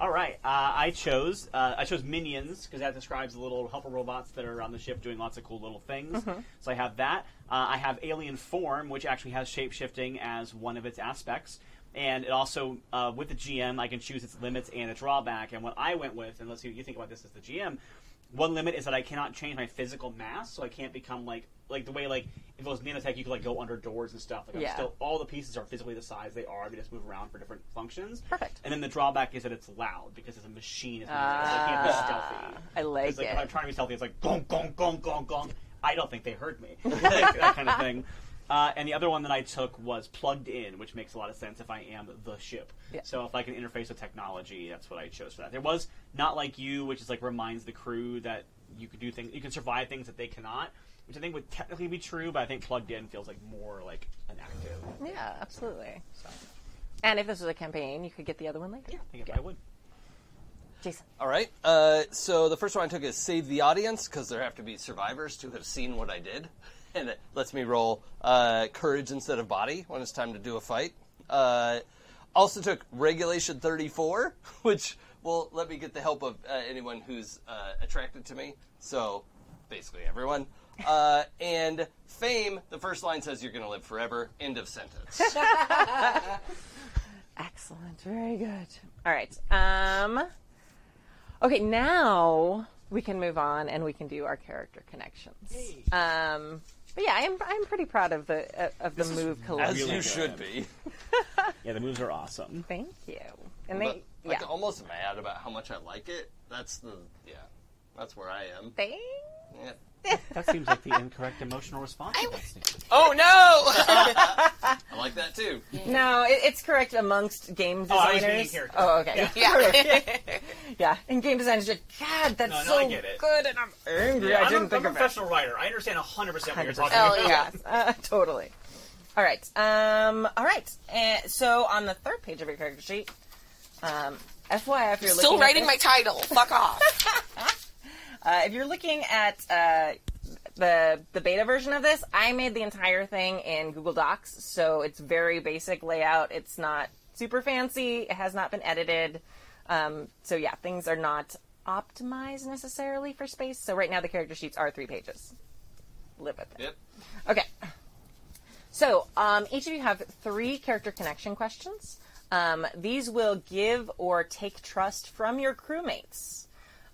B: All right, uh, I chose uh, I chose minions because that describes the little helper robots that are on the ship doing lots of cool little things. So I have that. Uh, I have alien form, which actually has shape shifting as one of its aspects, and it also uh, with the GM I can choose its limits and its drawback. And what I went with, and let's see what you think about this as the GM. One limit is that I cannot change my physical mass, so I can't become like like the way like if it was nanotech, you could like go under doors and stuff. Like I'm
A: Yeah.
B: still all the pieces are physically the size they are. They just move around for different functions.
A: Perfect.
B: And then the drawback is that it's loud because it's a machine. It's not, so I can't be stealthy.
A: I like
B: Ah. It's like
A: it.
B: if I'm trying to be stealthy, it's like gong gong gong gong gong. I don't think they heard me. <laughs> Like, that kind of thing. Uh, and the other one that I took was plugged in, which makes a lot of sense if I am the ship.
A: Yeah.
B: So if I can interface with technology, that's what I chose for that. There was not like you, which is like reminds the crew that you could do things, you can survive things that they cannot, which I think would technically be true, but I think plugged in feels like more like an active.
A: Yeah, absolutely. And if this was a campaign, you could get the other one later.
B: I think I would.
A: Jason.
E: All right. Uh, so the first one I took is save the audience because there have to be survivors to have seen what I did, <laughs> and it lets me roll uh, courage instead of body when it's time to do a fight. Uh, also took regulation 34, <laughs> which will let me get the help of uh, anyone who's uh, attracted to me. So basically everyone. Uh, and fame. The first line says you're going to live forever. End of
B: <laughs>
E: sentence.
A: Excellent. Very good. All right. Um. Okay, now we can move on and we can do our character connections. Um. But yeah, I'm I'm pretty proud of the uh, of the move
E: As
A: collection.
B: Really
E: you
B: good.
E: should be.
B: Yeah, the moves are awesome.
A: Thank you. And
E: But,
A: they yeah.
E: like almost mad about how much I like it. That's the yeah. That's where I am.
A: Thank-
E: Yeah.
B: That seems like the incorrect emotional response.
C: Oh no!
E: I'm like that too.
A: No, it, it's correct amongst game
B: Oh, I was
A: designers.
B: meaning character.
A: Oh, okay.
B: <laughs>
C: Yeah.
A: <laughs> Yeah, and game designers are God, that's
B: No, no, I
A: so
B: get it.
A: good, and I'm angry. I
B: I'm
A: didn't
B: a,
A: think
B: I'm a
A: of that.
B: professional writer. I understand 100% what you're
A: 100%.
B: talking
C: Hell
B: about.
C: Oh, yeah.
A: Uh, totally. All right. Um, all right. Uh, so on the third page of your character sheet, um, FYI, if you're
C: Still
A: looking at
C: writing my title. Fuck off.
A: Uh, if you're looking at uh, the the beta version of this, I made the entire thing in Google Docs, so it's very basic layout. It's not super fancy. It has not been edited. Um, so yeah, things are not optimized necessarily for space. So right now, the character sheets are three pages. Live with it.
E: Yep.
A: Okay. So um, each of you have three character connection questions. Um, these will give or take trust from your crewmates.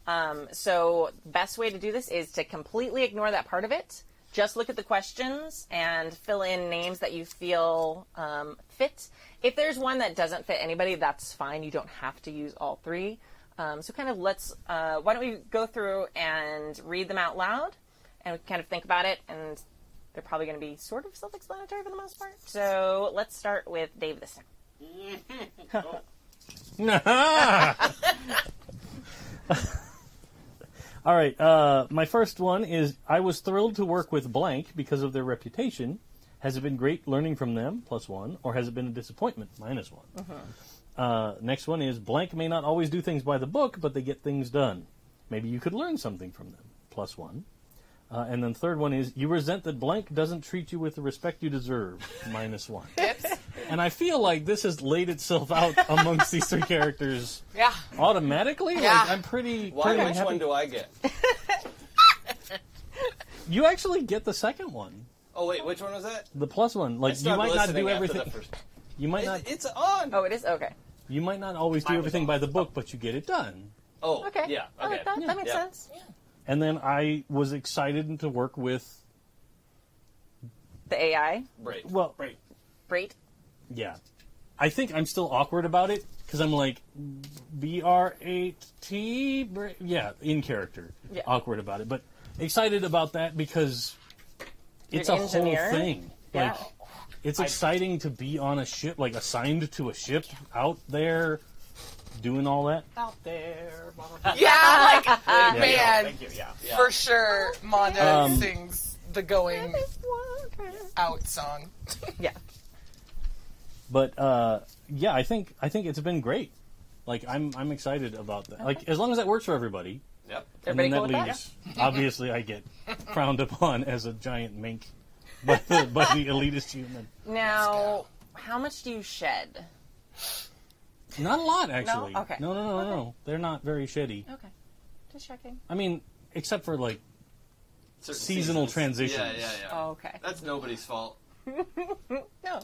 A: Um, so best way to do this is to completely ignore that part of it. Just look at the questions and fill in names that you feel um, fit. If there's one that doesn't fit anybody, that's fine. You don't have to use all three. Um, so kind of let's. Uh, why don't we go through and read them out loud, and we can kind of think about it and they're probably going to be sort of self-explanatory for the most part. So let's start with Dave this time.
D: <laughs> All right. Uh, my first one is I was thrilled to work with blank because of their reputation. Has it been great learning from them? Plus one, or has it been a disappointment? Minus one. Uh, next one is blank may not always do things by the book, but they get things done. Maybe you could learn something from them. Plus one. Uh, and then third one is you resent that blank doesn't treat you with the respect you deserve. Minus one. And I feel like this has laid itself out amongst these three characters
C: yeah.
D: automatically.
C: Yeah.
D: Like, I'm pretty.
E: Why?
D: pretty
E: which
D: happy.
E: one do I get?
D: You actually get the second one,
E: Oh wait, which one was that?
D: the plus one. Like
E: It's
D: you might not do
E: listening after
D: everything.
E: the first-
D: You might not.
E: It, it's on.
A: Oh, it is okay.
D: You might not always do
B: Mine was
D: everything by
B: off.
D: the book, but you get it done.
E: oh,
A: Okay.
E: Yeah.
A: I
E: Okay. Hmm,
A: like that. That makes
E: Yeah.
A: sense.
D: And then I was excited to work with.
A: The AI,
E: Right.
D: Well,
B: Right.
A: great.
D: yeah. I think I'm still awkward about it because I'm like, BR8T, Br- yeah, in character,
A: Yeah.
D: awkward about it, but excited about that because it's
A: You're
D: a
A: an engineer?
D: whole thing.
A: Yeah.
D: Like, it's exciting to be on a ship, like assigned to a ship out there, doing all that.
B: Out there. blah, blah, blah.
C: Yeah, like,
B: Yeah,
C: Uh, man,
B: Thank you. Yeah.
E: Yeah.
C: for sure, Mondo
D: Um,
C: sings the going out song.
A: Yeah.
D: But uh, yeah, I think I think it's been great. Like I'm I'm excited about that. Like as long as that works for everybody,
E: Yep.
D: and then
A: Everybody cool
D: that
A: with
D: leaves. Obviously, I get frowned upon as a giant mink <laughs> by the, by the elitist human.
A: Now, how much do you shed?
D: Not a lot, actually.
A: Okay.
D: No, no, no, no. They're not very shitty.
A: Okay. Just checking.
D: I mean, except for like
E: Certain
D: Seasonal
E: seasons. Yeah,
D: transitions.
E: yeah, yeah.
A: Oh, okay.
E: That's
A: <laughs>
E: nobody's fault.
A: No.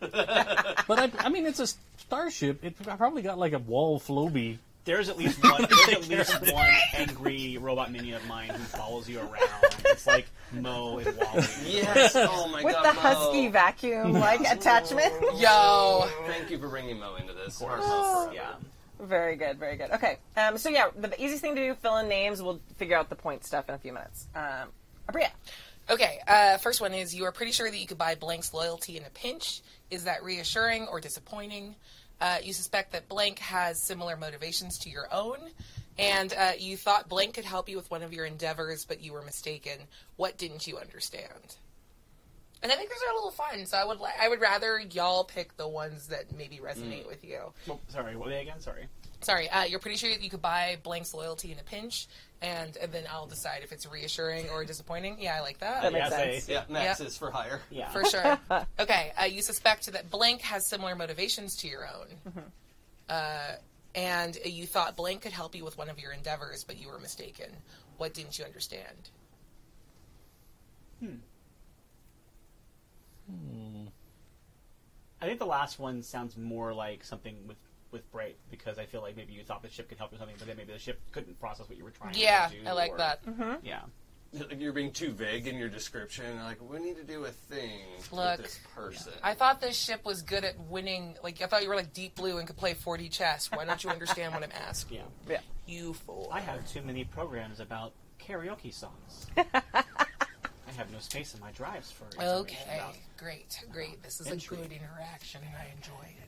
D: But I, I mean, it's a starship. It probably got like a wall floby.
B: There's at least one. There's
C: <laughs>
B: at least one angry robot minion of mine who follows you around. It's like Mo and Wally.
E: Yes. oh my
A: With
E: god.
A: the
E: Mo.
A: husky vacuum
E: <laughs>
A: like attachment. <laughs>
C: Yo.
E: Thank you for bringing Mo into this.
A: Oh.
B: Yeah.
A: Very good, very good. Okay. Um, so yeah, the easiest thing to do, fill in names. We'll figure out the point stuff in a few minutes. Um, Abria.
C: Okay, uh, first one is you are pretty sure that you could buy Blank's loyalty in a pinch. Is that reassuring or disappointing? Uh, you suspect that Blank has similar motivations to your own, and uh, you thought Blank could help you with one of your endeavors, but you were mistaken. What didn't you understand? And I think those are a little fun, so I would li- I would rather y'all pick the ones that maybe resonate with you.
B: Oh, sorry. What were they again? Sorry.
C: Sorry, uh, you're pretty sure that you could buy Blank's loyalty in a pinch, and, and then I'll decide if it's reassuring or disappointing. Yeah, I like that.
A: That makes
B: yeah,
A: sense.
B: They,
E: Yeah, Max
C: Yep.
E: is for hire.
B: yeah.
C: for sure. Okay, uh, you suspect that Blank has similar motivations to your own. Uh, and you thought Blank could help you with one of your endeavors, but you were mistaken. What didn't you understand?
B: I think the last one sounds more like something with with Bright because I feel like maybe you thought the ship could help with something, but then maybe the ship couldn't process what you were trying
C: Yeah,
B: to do.
C: I like
B: or-
C: that.
B: Yeah.
E: Like, You're being too vague in your description. Like we need to do a thing
C: Look,
E: with this person.
C: I thought this ship was good at winning. Like, I thought you were like Deep Blue and could play 4D chess. Why don't you understand what I'm
B: <laughs>
C: asking?
B: Yeah.
A: Yeah.
C: You fool.
B: I have too many programs about karaoke songs. I have no space in my drives for information
C: Okay,
B: about
C: great, great. This is
B: Entry.
C: a good interaction. and I enjoy it.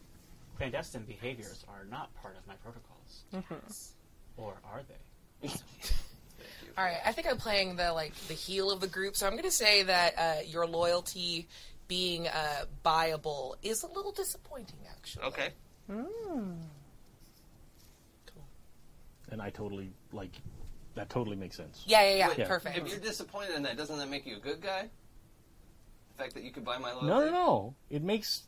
B: clandestine behaviors are not part of my protocols. Or are they?
C: All right, I think I'm playing the like the heel of the group, so I'm going to say that uh, your loyalty being uh, buyable is a little disappointing, actually.
E: Okay.
D: And I totally like that. Totally makes sense.
C: Yeah, yeah, yeah.
D: Yeah.
C: Perfect.
E: If you're disappointed in that, doesn't that make you a good guy? The fact that you could buy my loyalty.
D: No, no, no. It makes.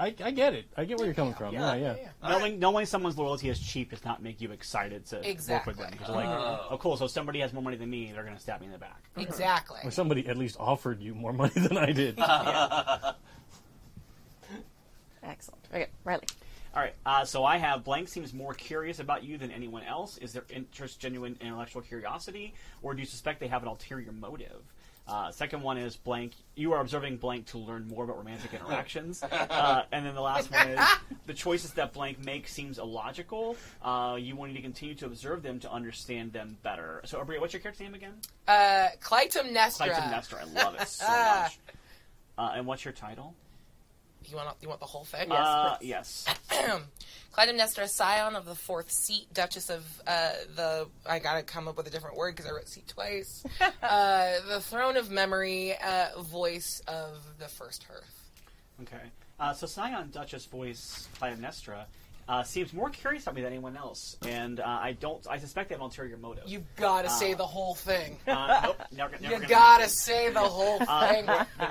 D: I, I get it. I get where you're coming from.
E: Yeah.
D: Yeah, yeah.
C: Yeah.
B: Knowing, knowing someone's loyalty is cheap does not make you excited to work
C: Exactly. Uh-huh.
B: with them. Because like,
E: Oh.
B: oh. cool, so if somebody has more money than me, they're going to stab me in the back.
C: Exactly.
D: Or somebody at least offered you more <laughs> money than I did.
A: Excellent. Okay, Riley.
B: All right. Uh, so I have blank seems more curious about you than anyone else. Is their interest genuine intellectual curiosity, or do you suspect they have an ulterior motive? Uh, second one is blank. You are observing blank to learn more about romantic interactions, uh, and then the last one is the choices that blank makes seems illogical. Uh, you wanting to continue to observe them to understand them better. So, Abria, what's your character name again?
C: Uh, Clytemnestra.
B: Clytemnestra. I love it so much. Uh, and what's your title?
C: You want you want the whole thing?
B: uh, yes.
C: Clytemnestra, scion of the fourth seat, Duchess of uh, the. I gotta come up with a different word because I wrote seat twice. uh, the throne of memory, uh, voice of the first hearth.
B: Okay. Uh, so Scion Duchess voice Clytemnestra uh, seems more curious about me than anyone else, and uh, I don't. I suspect they have an ulterior motive.
C: You gotta say the whole thing.
B: uh, nope, never, never
C: You
B: gonna
C: gotta
B: happen.
C: say the whole
B: Uh, <laughs>
C: thing.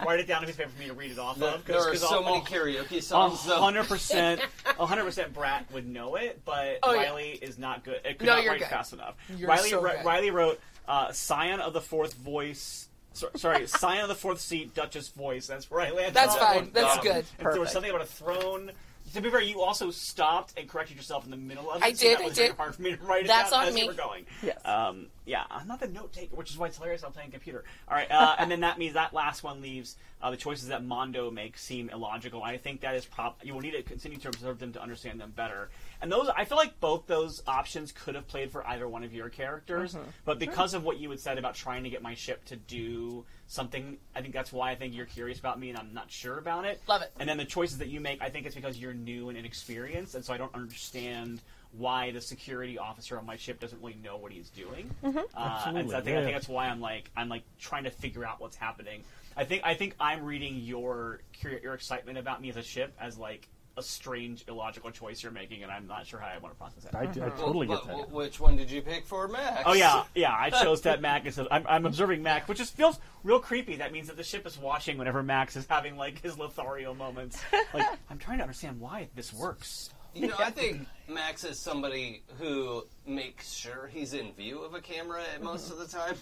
B: write it down on a piece of paper for me to read it off
E: There,
B: of.
E: there are so many
B: characters.
E: karaoke songs. though.
B: hundred percent,
C: <laughs>
B: hundred percent. Brat would know it, but
C: Oh, yeah.
B: Riley is not good. It could
C: No,
B: not
C: you're
B: write
C: good.
B: fast enough.
C: You're
B: Riley,
C: so
B: wri-
C: good.
B: Riley wrote uh, "Scion of the Fourth Voice." so- Sorry, Scion of the Fourth Seat, Duchess Voice. That's where I landed.
C: That's
B: on
C: fine.
B: one.
C: That's
B: Um,
C: good.
B: and There was
A: Perfect.
B: something about a throne. To be fair, you also stopped and corrected yourself in the middle of it.
C: I
B: so
C: did,
B: That
C: I
B: was
C: did.
B: very hard for me to write it
C: That's
B: down
C: on
B: as
C: me.
B: you were going.
A: Yes.
B: Um, yeah, I'm not the note taker, which is why it's hilarious. I'm playing computer. All right, uh, and then that means that last one leaves uh, the choices that Mondo makes seem illogical. I think that is prop. You will need to continue to observe them to understand them better. And those, I feel like both those options could have played for either one of your characters,
C: Mm-hmm.
B: but because of what you had said about trying to get my ship to do something, I think that's why I think you're curious about me and I'm not sure about it.
C: Love it.
B: And then the choices that you make, I think it's because you're new and inexperienced, and so I don't understand why the security officer on my ship doesn't really know what he's doing. Uh, and so I
D: Absolutely,
B: think, I
D: yeah.
B: think that's why I'm like I'm like trying to figure out what's happening. I think I think I'm reading your curi- your excitement about me as a ship as like a strange illogical choice you're making, and I'm not sure how I want to process that.
D: I, I totally get
E: Wh-
D: that.
E: wh- Which one did you pick for Max?
B: Oh yeah, yeah. I chose that Mac. Instead. I'm, I'm observing Mac, which just feels real creepy. That means that the ship is watching whenever Max is having like his Lothario moments. <laughs> Like I'm trying to understand why this works.
E: You know, I think Max is somebody who makes sure he's in view of a camera at most of the time.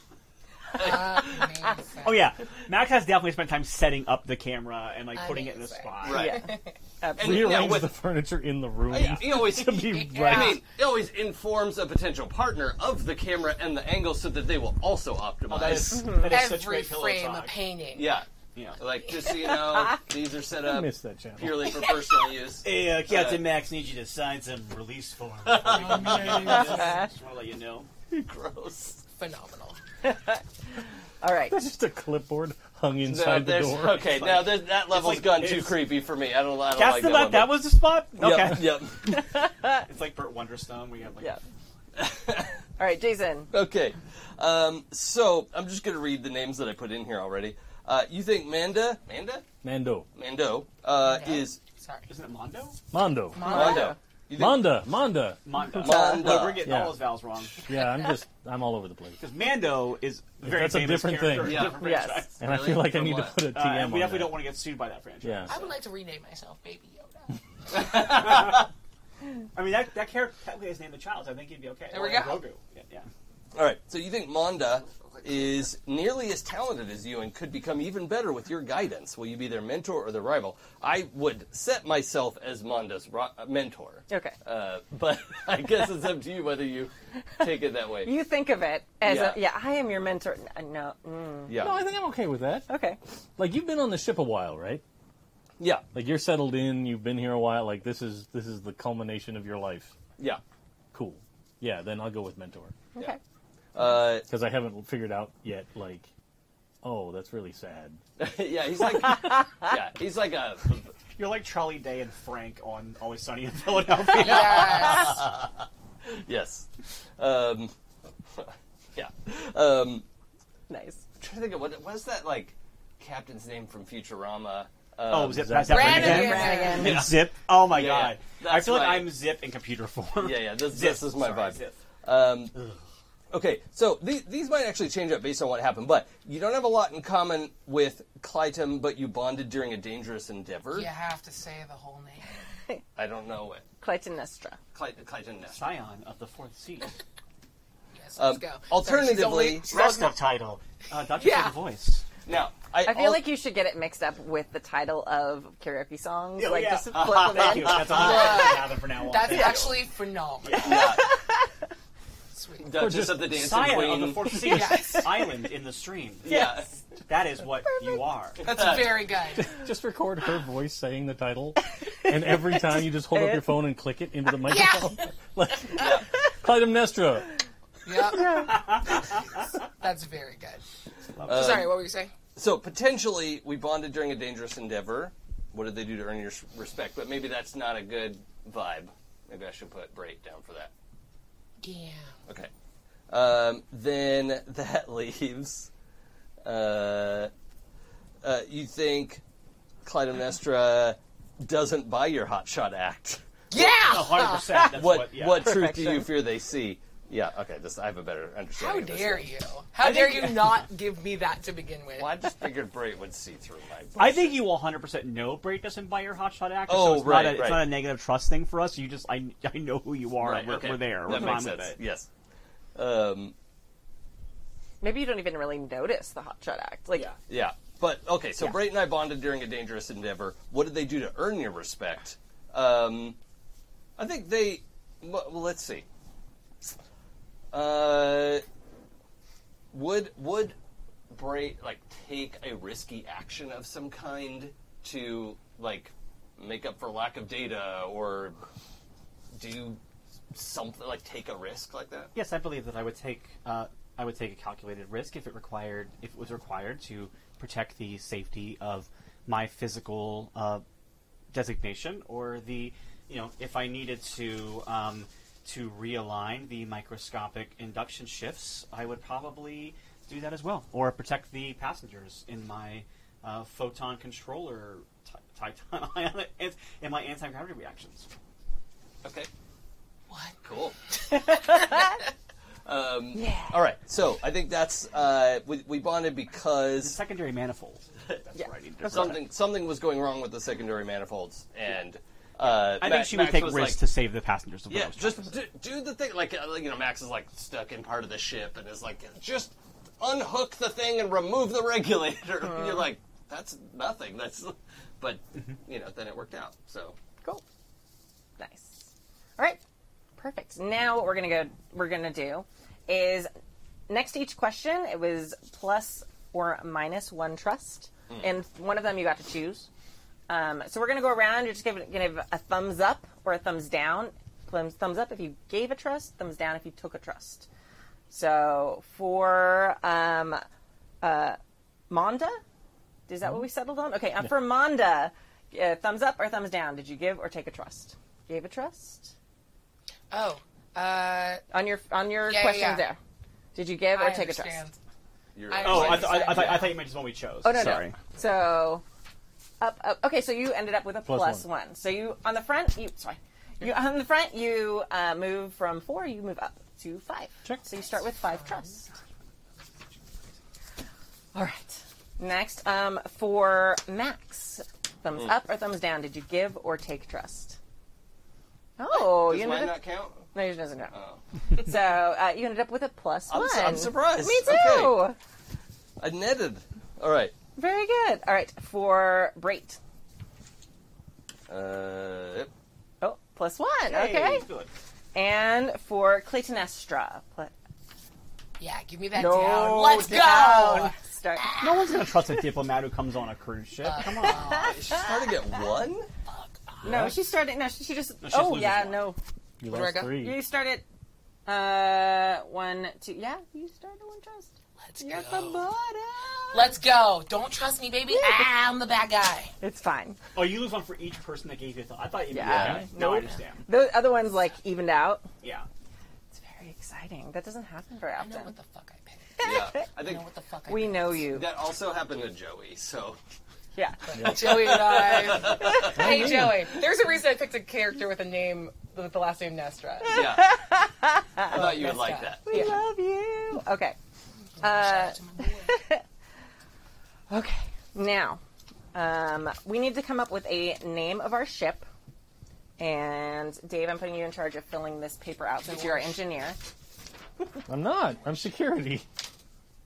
C: Uh,
B: Oh yeah, Max has definitely spent time setting up the camera and like putting it in the
C: Amazing.
B: spot.
E: Right. And, you know,
D: Rearrange
E: with-
D: the furniture in the room.
E: He always.
D: <laughs> to be right.
E: I mean, he always informs a potential partner of the camera and the angle so that they will also
D: Oh,
E: optimize.
B: That
E: <laughs>
B: is,
D: Mhm.
B: that is such
C: Every
B: great pillow
C: frame a
B: talk.
C: painting.
E: yeah.
B: Yeah.
E: Like, just so
D: <laughs>
E: you know, these are set
D: I
E: up
D: missed that channel. <laughs>
E: purely for personal use.
B: Hey, uh, Captain
E: Uh,
B: Max needs you to sign some release
E: <laughs>
B: form. before we can begin this.
A: Uh,
B: Just want to let you know.
E: Gross.
C: Phenomenal.
A: All
E: <laughs>
A: right.
D: That's <laughs> just a clipboard hung
E: No,
D: inside the
E: there's,
D: door.
E: okay, now there's, that level's
B: like-
E: gone too
B: it's-
E: creepy for me. I don't, I don't
B: That's
E: like
B: the
E: that
B: that,
E: one,
B: was the spot.
E: but-
B: Okay,
E: Yep, yep. <laughs>
B: it's like Burt Wonderstone. We have like
A: Yeah. All right, Jason.
E: Okay. Um, so I'm just going to read the names that I put in here already. Uh, you think Manda, Manda,
D: Mando.
E: Mando uh,
C: Manda.
E: is
C: Sorry.
B: isn't it Mondo?
D: Mondo.
E: Mondo? You think-
D: Manda. Manda.
B: Mondo.
E: Mondo.
B: We're getting
D: Yeah.
B: all those vowels wrong.
D: Yeah, I'm just, I'm all over the place.
B: Because Mando is a very
D: That's a
B: famous
D: different
B: character in
D: thing.
B: a
E: Yeah.
B: different
A: Yes.
B: franchise.
D: And I
E: Really?
D: feel like I
E: From
D: need to
E: what?
D: put a TM
B: Uh, and we
D: on
B: definitely
D: that.
B: don't want to get sued by that franchise.
D: Yeah.
C: I would like to rename myself Baby
E: <laughs>
C: Yoda.
B: I mean, that, that character technically is named the child, so I think he'd be okay.
C: There we
B: Or
C: go.
B: Grogu. Yeah, yeah.
E: All right. So you think Manda is nearly as talented as you and could become even better with your guidance. Will you be their mentor or their rival? I would set myself as Monda's ro- mentor.
A: Okay.
E: Uh, but <laughs> I guess it's up to you whether you take it that way.
A: You think of it as
E: Yeah.
A: a, yeah, I am your mentor. N- No. mm,
E: yeah.
D: No, I think I'm okay with that.
A: okay.
D: Like you've been on the ship a while, right?
E: yeah.
D: Like you're settled in, you've been here a while. Like this is this is the culmination of your life.
E: Yeah.
D: Cool. Yeah, then I'll go with mentor
A: Okay.
E: Uh, <laughs>
D: because I haven't figured out yet like oh, that's really sad.
E: yeah, he's like, <laughs> yeah, he's like a.
B: You're like Charlie Day and Frank on Always Sunny in Philadelphia.
C: Yes.
E: Yes. Um, <laughs> yeah. Um,
A: Nice.
E: I'm trying to think of what what is that like captain's name from Futurama?
B: oh,
E: Um,
B: Zip.
D: Zap.
B: That's happening
C: Brannigan.
B: again.
A: Brannigan.
B: And Zip. Oh my
E: Yeah,
B: god.
E: yeah.
B: I feel like
E: That's my-
B: I'm Zip in computer form.
E: Yeah, yeah. This,
B: Zip.
E: this is my
B: Sorry,
E: vibe.
B: Zip.
E: Um, okay, so the, these might actually change up based on what happened, but you don't have a lot in common with Clytum, but you bonded during a dangerous endeavor.
C: you have to say the whole name.
E: I don't know it.
A: Clytemnestra.
E: Cly- Clytum Ness.
B: Scion of the Fourth Sea.
C: Yes, let's
E: Um,
C: go.
E: alternatively-
C: Sorry, she's only-
B: Rest of title. Uh, Dr.
E: Yeah.
B: Silver Voice.
E: Now, I,
A: I feel
E: al-
A: like you should get it mixed up with the title of karaoke songs. like
B: yeah.
A: just flip them
B: Thank
A: in.
B: you. That's all I have for now on.
C: that's
B: Thank you.
C: actually phenomenal.
E: yeah,
C: Sweet.
E: Duchess of the Dancing
B: Scion
E: Queen.
B: of the
E: <laughs>
B: Fourth Sea. Island in the stream.
E: yeah,
B: That is what you are.
C: That's very good.
D: Just record her voice saying the title,
A: <laughs>
D: and every time you just hold up your phone and click it into the microphone. <laughs> like,
E: yeah.
D: Clytemnestra.
C: Yep. That's very good.
E: Um,
C: Sorry, what were you saying?
E: So potentially, we bonded during a dangerous endeavor. What did they do to earn your s- respect? But maybe that's not a good vibe. Maybe I should put Brait down for that.
C: Yeah.
E: Okay. Um, then <laughs> that leaves. Uh, uh, you think Clytemnestra doesn't buy your hotshot act?
C: Yeah.
B: 100%. That's
E: What
B: what, yeah.
E: what truth do you
A: Perfection.
E: fear they see? Yeah. Okay. This I have a better
C: How
E: understanding. of this
C: dare
E: now.
C: you? How dare <laughs>
E: think-
C: you not give me that to begin with?
E: Well, I just figured Brait would see through my.
B: I think you 100% know Brake doesn't buy your hotshot act.
E: Oh,
B: so it's
E: right,
B: Not a, It's
E: right.
B: not a negative trust thing for us. You just, I, I know who you are.
E: Right,
B: we're,
E: okay.
B: we're there.
E: That
B: we're
E: makes
B: fine with
E: sense.
B: it.
E: Yes. Um,
A: Maybe you don't even really notice the Hot Shot Act. Like,
E: Yeah. But okay, so Brayton and I bonded during a dangerous endeavor. What did they do to earn your respect? Um, I think they. Well, let's see. Uh, would would Bray like take a risky action of some kind to like make up for lack of data or do something like take a risk like that?
B: Yes, I believe that I would take uh, I would take a calculated risk if it required if it was required to protect the safety of my physical uh, designation or the you know if I needed to um, to realign the microscopic induction shifts, I would probably do that as well or protect the passengers in my uh, photon controller. Ty- Titan, <laughs> in my anti-gravity reactions.
E: Okay.
C: What?
E: Cool.
A: yeah.
E: All right. So I think that's uh, we, we bonded because
B: Secondary manifold. <laughs> That's
A: Yeah.
B: what I need to
E: something something was going wrong with the secondary manifolds, and uh,
B: I
E: Ma-
B: think she would
E: Max
B: take
E: was
B: risks to
E: Like,
B: save the passengers. Of what I
E: yeah,
B: was trying
E: just do, do the thing. Like uh, like, you know, Max is like stuck in part of the ship and is like, just unhook the thing and remove the <laughs> regulator.
B: Uh-huh.
E: You're like, that's nothing. That's, but
B: Mm-hmm.
E: you know, then it worked out. So
A: Cool. Nice. All right. Perfect. Now what we're gonna go we're gonna do is next to each question it was plus or minus one trust, and one of them you got to choose. Um, so we're gonna go around. You're just gonna give a thumbs up or a thumbs down. Thumbs thumbs up if you gave a trust. Thumbs down if you took a trust. So for um, uh, Monda, is that what we settled on? Okay, uh, for Monda, uh, thumbs up or thumbs down? Did you give or take a trust? Gave a trust
C: Oh, uh,
A: on your on your
C: Yeah, yeah,
A: questions
C: yeah.
A: there. Did you give or
C: I
A: take
C: understand.
A: a trust?
E: you're
C: I-
B: Oh, I,
C: Minus
B: th- I, I, thought- I
C: five.
B: thought you meant just one we chose.
A: Oh no,
B: Sorry.
A: no. So up, up. Okay, so you ended up with a plus, plus
D: one.
A: one. So you on the front. You sorry. You on the front. You uh, move from four. You move up to five.
D: Check.
A: So you start with five trust. All right. Next, um, for Max, thumbs
E: Hmm.
A: up or thumbs down? Did you give or take trust? Oh,
E: does
A: you
E: mine
A: ended
E: not
A: up.
E: count?
A: No, you doesn't know.
E: Oh.
A: <laughs> So uh, you ended up with a plus
E: I'm
A: one.
E: su- I'm surprised.
A: Me too.
E: Okay. I netted. All right.
A: Very good. All right, for Brait.
E: Uh,
A: Oh, plus one.
B: Hey,
A: Okay.
B: good.
A: And for Claytonestra. Pl-
C: Yeah, give me that
A: No
C: down. Let's
A: down.
C: go.
A: Start.
B: No one's gonna trust a diplomat who comes on a cruise ship. Come on.
E: she's starting at one.
A: No, she started. No, she, she just.
B: she's
A: oh
B: losing
A: yeah,
B: one.
A: no.
D: You
C: do I
D: lost
C: got?
D: three.
A: You started. Uh, one, two. Yeah, you started one trust.
C: Let's
F: You're
C: go.
F: the bottom.
C: Let's go. Don't trust me, baby. I'm the bad guy.
F: It's fine.
B: Oh, you lose one for each person that gave you a thought. I thought you.
A: Yeah.
B: Okay. No, I understand.
A: Those other ones like evened out.
B: Yeah.
A: It's very exciting. That doesn't happen very
C: I know
A: often.
C: what the fuck I picked.
E: Yeah, I
C: I
E: think
C: know what the fuck I
A: We
C: picked.
A: know you.
E: that also happened to Joey. So
A: Yeah.
C: Joey and <laughs> I. hey, Joey. There's a reason I picked a character with a name with the last name Nestra. <laughs>
E: yeah, I thought you would like that.
A: We love you. Okay.
C: Uh,
A: Okay. Now, um, we need to come up with a name of our ship. And Dave, I'm putting you in charge of filling this paper out since you're our engineer.
D: I'm not. I'm security.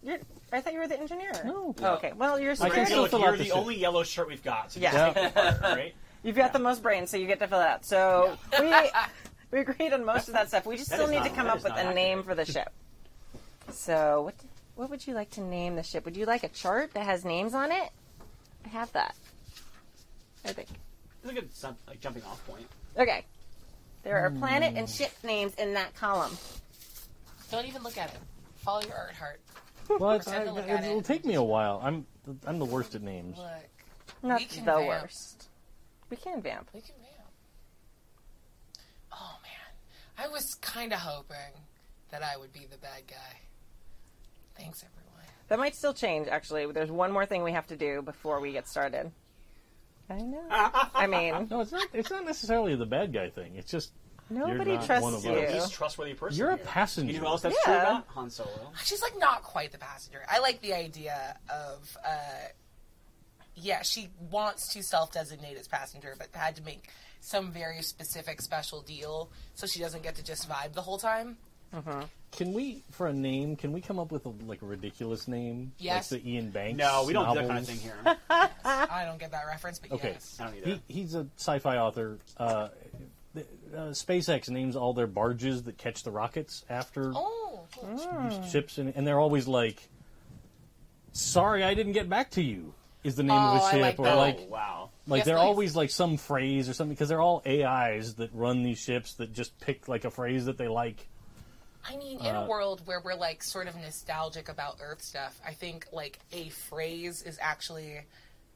A: You're, I thought you were the engineer.
D: No.
A: Oh, okay. Well, you're
D: I
A: security.
D: can still
B: Look,
D: fill
B: you're
D: out
B: the
D: the
B: only yellow shirt we've got. So
A: Yeah.
D: Yeah.
B: <laughs> All right.
A: You've got the most brains, so you get to fill it out. So we we agreed on most of that stuff. We just
B: That
A: still
B: is
A: need
B: not-
A: to come
B: that
A: up
B: is
A: with a
B: not accurate.
A: name for the ship. So what what would you like to name the ship? Would you like a chart that has names on it? I have that. I think.
B: It's a good some- like, jumping off point.
A: Okay. There are planet and ship names in that column.
C: don't even look at it. Follow your art heart.
D: Well, it's,
C: Have to look
D: I,
C: at
D: it'll
C: it.
D: take me a while. I'm I'm the worst at names.
C: Look.
A: Not
C: We
A: the
C: can vamp.
A: worst. We can vamp.
C: We can vamp. Oh, man. I was kind of hoping that I would be the bad guy. Thanks, everyone.
A: That might still change, actually. There's one more thing we have to do before we get started. I know. I <laughs> mean,
D: No, it's not. It's not necessarily the bad guy thing. It's just
A: nobody
D: not one
A: trusts
D: of
A: you.
D: us.
B: You're the least trustworthy person.
D: you're a
B: here.
D: passenger.
B: You know who else that's
A: Yeah.
B: true about? Han Solo.
C: She's like not quite the passenger. I like the idea of, uh, yeah, she wants to self-designate as passenger, but had to make some very specific special deal so she doesn't get to just vibe the whole time.
D: Can we, for a name, can we come up with a, like a ridiculous name?
C: Yes.
D: Like the Ian Banks.
B: No, we don't do that kind of
D: novels?
B: thing here. I
C: I don't get that reference, but
D: Okay.
C: yes.
B: don't either.
D: He, he's a sci-fi author. Uh, th- uh, SpaceX names all their barges that catch the rockets after
C: Oh, cool.
D: ships, and, and they're always like, "Sorry, I didn't get back to you." Is the name of
C: Oh,
D: a
C: I
D: ship,
C: like
D: or
C: that.
B: oh
D: like,
B: wow.
D: like
C: Yes,
D: they're
C: please.
D: always like some phrase or something because they're all AIs that run these ships that just pick like a phrase that they like.
C: I mean, in a world where we're like sort of nostalgic about Earth stuff, I think like a phrase is actually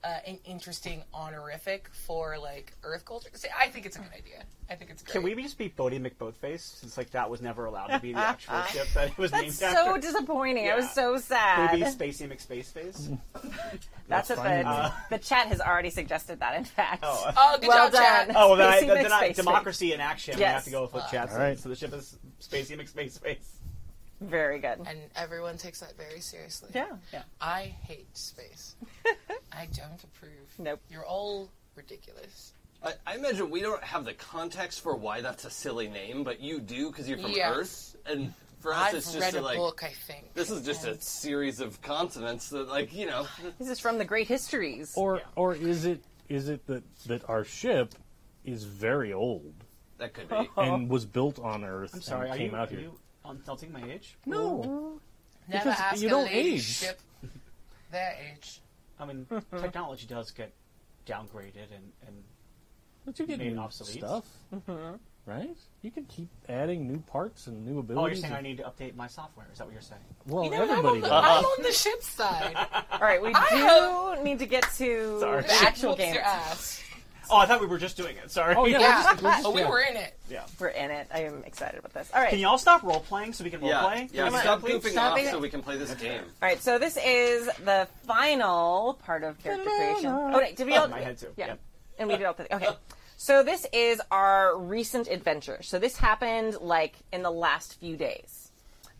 C: uh, an interesting honorific for like Earth culture. So I think it's a good idea. I think it's great.
B: Can we just be Bodie McBoatface since like that was never allowed to be <laughs> the actual ship that it was named
A: so
B: after?
A: disappointing. I was
B: Yeah.
A: so
B: Bodie
A: sad.
B: Spacey
D: Mm.
B: McSpaceface.
A: That's what
D: fine
A: the, the chat has already suggested that, in fact.
B: Oh,
C: Oh, good
A: Well
C: job, Chad.
A: done.
B: Oh, well, then, I,
A: Spacey
B: then, then I,
A: McSpaceface.
B: democracy in action. We
A: Yes.
B: have to go with what Chad said.
D: right.
B: So the ship is Spacey McSpaceface.
A: <laughs> Very good.
C: And everyone takes that very seriously.
A: Yeah.
C: I hate
A: <laughs>
C: space. I don't approve.
A: Nope.
C: You're all ridiculous.
E: I, I imagine we don't have the context for why that's a silly name, but you do because you're from
C: Yes.
E: Earth, and for us, it's
C: I've
E: just
C: read
E: a,
C: a
E: like
C: book, I think.
E: this is just a series of consonants that, like, you know,
A: This is from the Great Histories.
D: Or or is it is it that that our ship is very old
C: <laughs>
E: that could be.
C: Uh-huh.
D: and was built on Earth
B: I'm sorry.
D: and
B: Are
D: came
B: you,
D: out
B: are
D: here?
B: you um, tilting my age?
D: No,
C: Never
D: because
C: ask
D: you
C: a
D: don't
C: lady
D: age.
C: ship their age.
B: I mean,
A: <laughs>
B: technology does get downgraded and, and
D: but you get
B: Made
D: new
B: obsolete. Mm-hmm.
D: stuff, right? You can keep adding new parts and new abilities.
B: oh, you're saying I
D: and-
B: need to update my software? Is that what you're saying?
D: well,
C: You know, I'm
D: everybody
C: on the,
D: does.
C: I'm on the ship side.
A: All right, <laughs> we do
C: have-
A: need to get to
B: Sorry.
A: the actual
C: Whoops
A: game.
C: your ass.
B: Oh, I thought we were just doing it. Sorry.
D: Oh yeah,
C: Yeah,
D: We're just, we're just-
C: but we
D: yeah.
C: were in it.
B: Yeah.
A: We're in it. I am excited about this. All right.
B: <laughs> Can y'all stop role playing so we can role
E: Yeah,
B: play?
E: yeah.
B: Can we
E: Stop
B: please?
E: goofing
A: Stop
E: off
A: it.
E: so we can play this game.
A: All right, so this is the final part of character creation. Oh, wait, did we
B: Oh,
A: all?
B: my head too.
A: Yeah,
B: Yep.
A: and we did all. the- Okay, so this is our recent adventure. So this happened like in the last few days.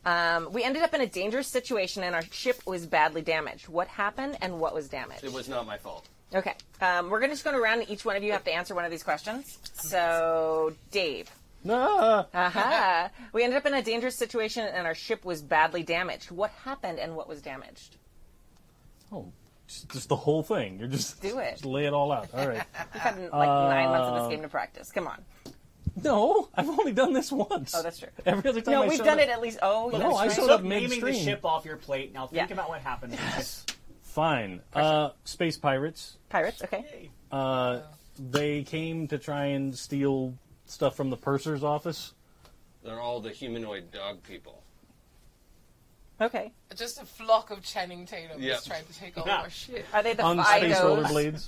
A: Um, we ended up in a dangerous situation, and our ship was badly damaged. What happened, and what was damaged?
E: It was not my fault.
A: Okay, um, we're gonna just go around, and each one of you have to answer one of these questions. So,
B: <laughs>
A: Dave.
D: Nah.
B: Uh-huh.
A: Aha. we ended up in a dangerous situation and our ship was badly damaged. What happened and what was damaged?
D: Oh, just, just the whole thing. You're just
A: Do it.
D: Just lay it all out. All right. <laughs>
A: You've had like nine months
D: Uh,
A: of this game to practice. Come on.
D: no, I've only done this once.
A: Oh, that's true.
D: Every other time.
A: No,
D: I
A: we've
D: showed
A: done
D: up-
A: it at least. Oh,
D: No, I
A: that's
D: showed
A: right.
D: up
B: Stop naming the
D: midstream.
B: ship off your plate. Now think
A: Yeah.
B: about what happened.
D: Fine. Uh, space pirates.
A: Pirates. Okay.
B: Hey,
D: Uh, they came to try and steal stuff from the purser's office.
E: They're all the humanoid dog people.
A: Okay.
C: Just a flock of Channing Tatum
E: Yep.
C: is trying to <laughs> take all
B: Yeah.
C: our Oh, shit.
A: Are they the
D: on space
A: Fidos?
D: rollerblades.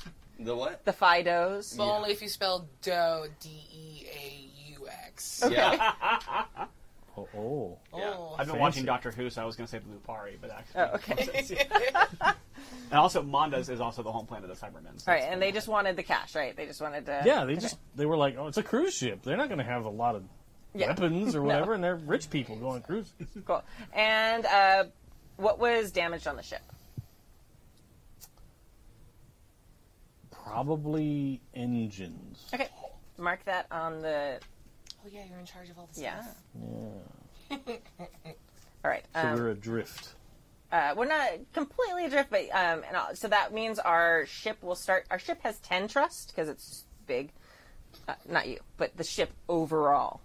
C: <laughs>
E: The what?
A: The Fidos.
C: But only if you spell doe, D E A U X.
E: Yeah.
D: Oh, oh.
C: Oh.
B: I've been
D: Fancy.
B: watching Doctor Who, so I was going to say Lupari, but actually.
A: Oh,
D: <laughs>
A: okay.
B: <laughs> And also, Mondas is also the home planet of the Cybermen. so
A: All right,
B: it's-
A: and they just wanted the cash, right? They just wanted to.
D: <laughs> Yeah, they just they were like, oh, it's a cruise ship. They're not going to have a lot of
A: Yeah. <laughs>
D: weapons or whatever, and they're rich people going on cruise.
A: Cool. And uh, what was damaged on the ship?
D: Probably engines.
A: Okay. Mark that on the.
C: Oh, yeah, you're in charge of all this
A: Yeah.
C: stuff.
A: All right.
D: So
A: um,
D: we're adrift.
A: uh, we're not completely adrift, but um, and all, so that means our ship will start. Our ship has ten trust because it's big. Uh, not you, but the ship overall.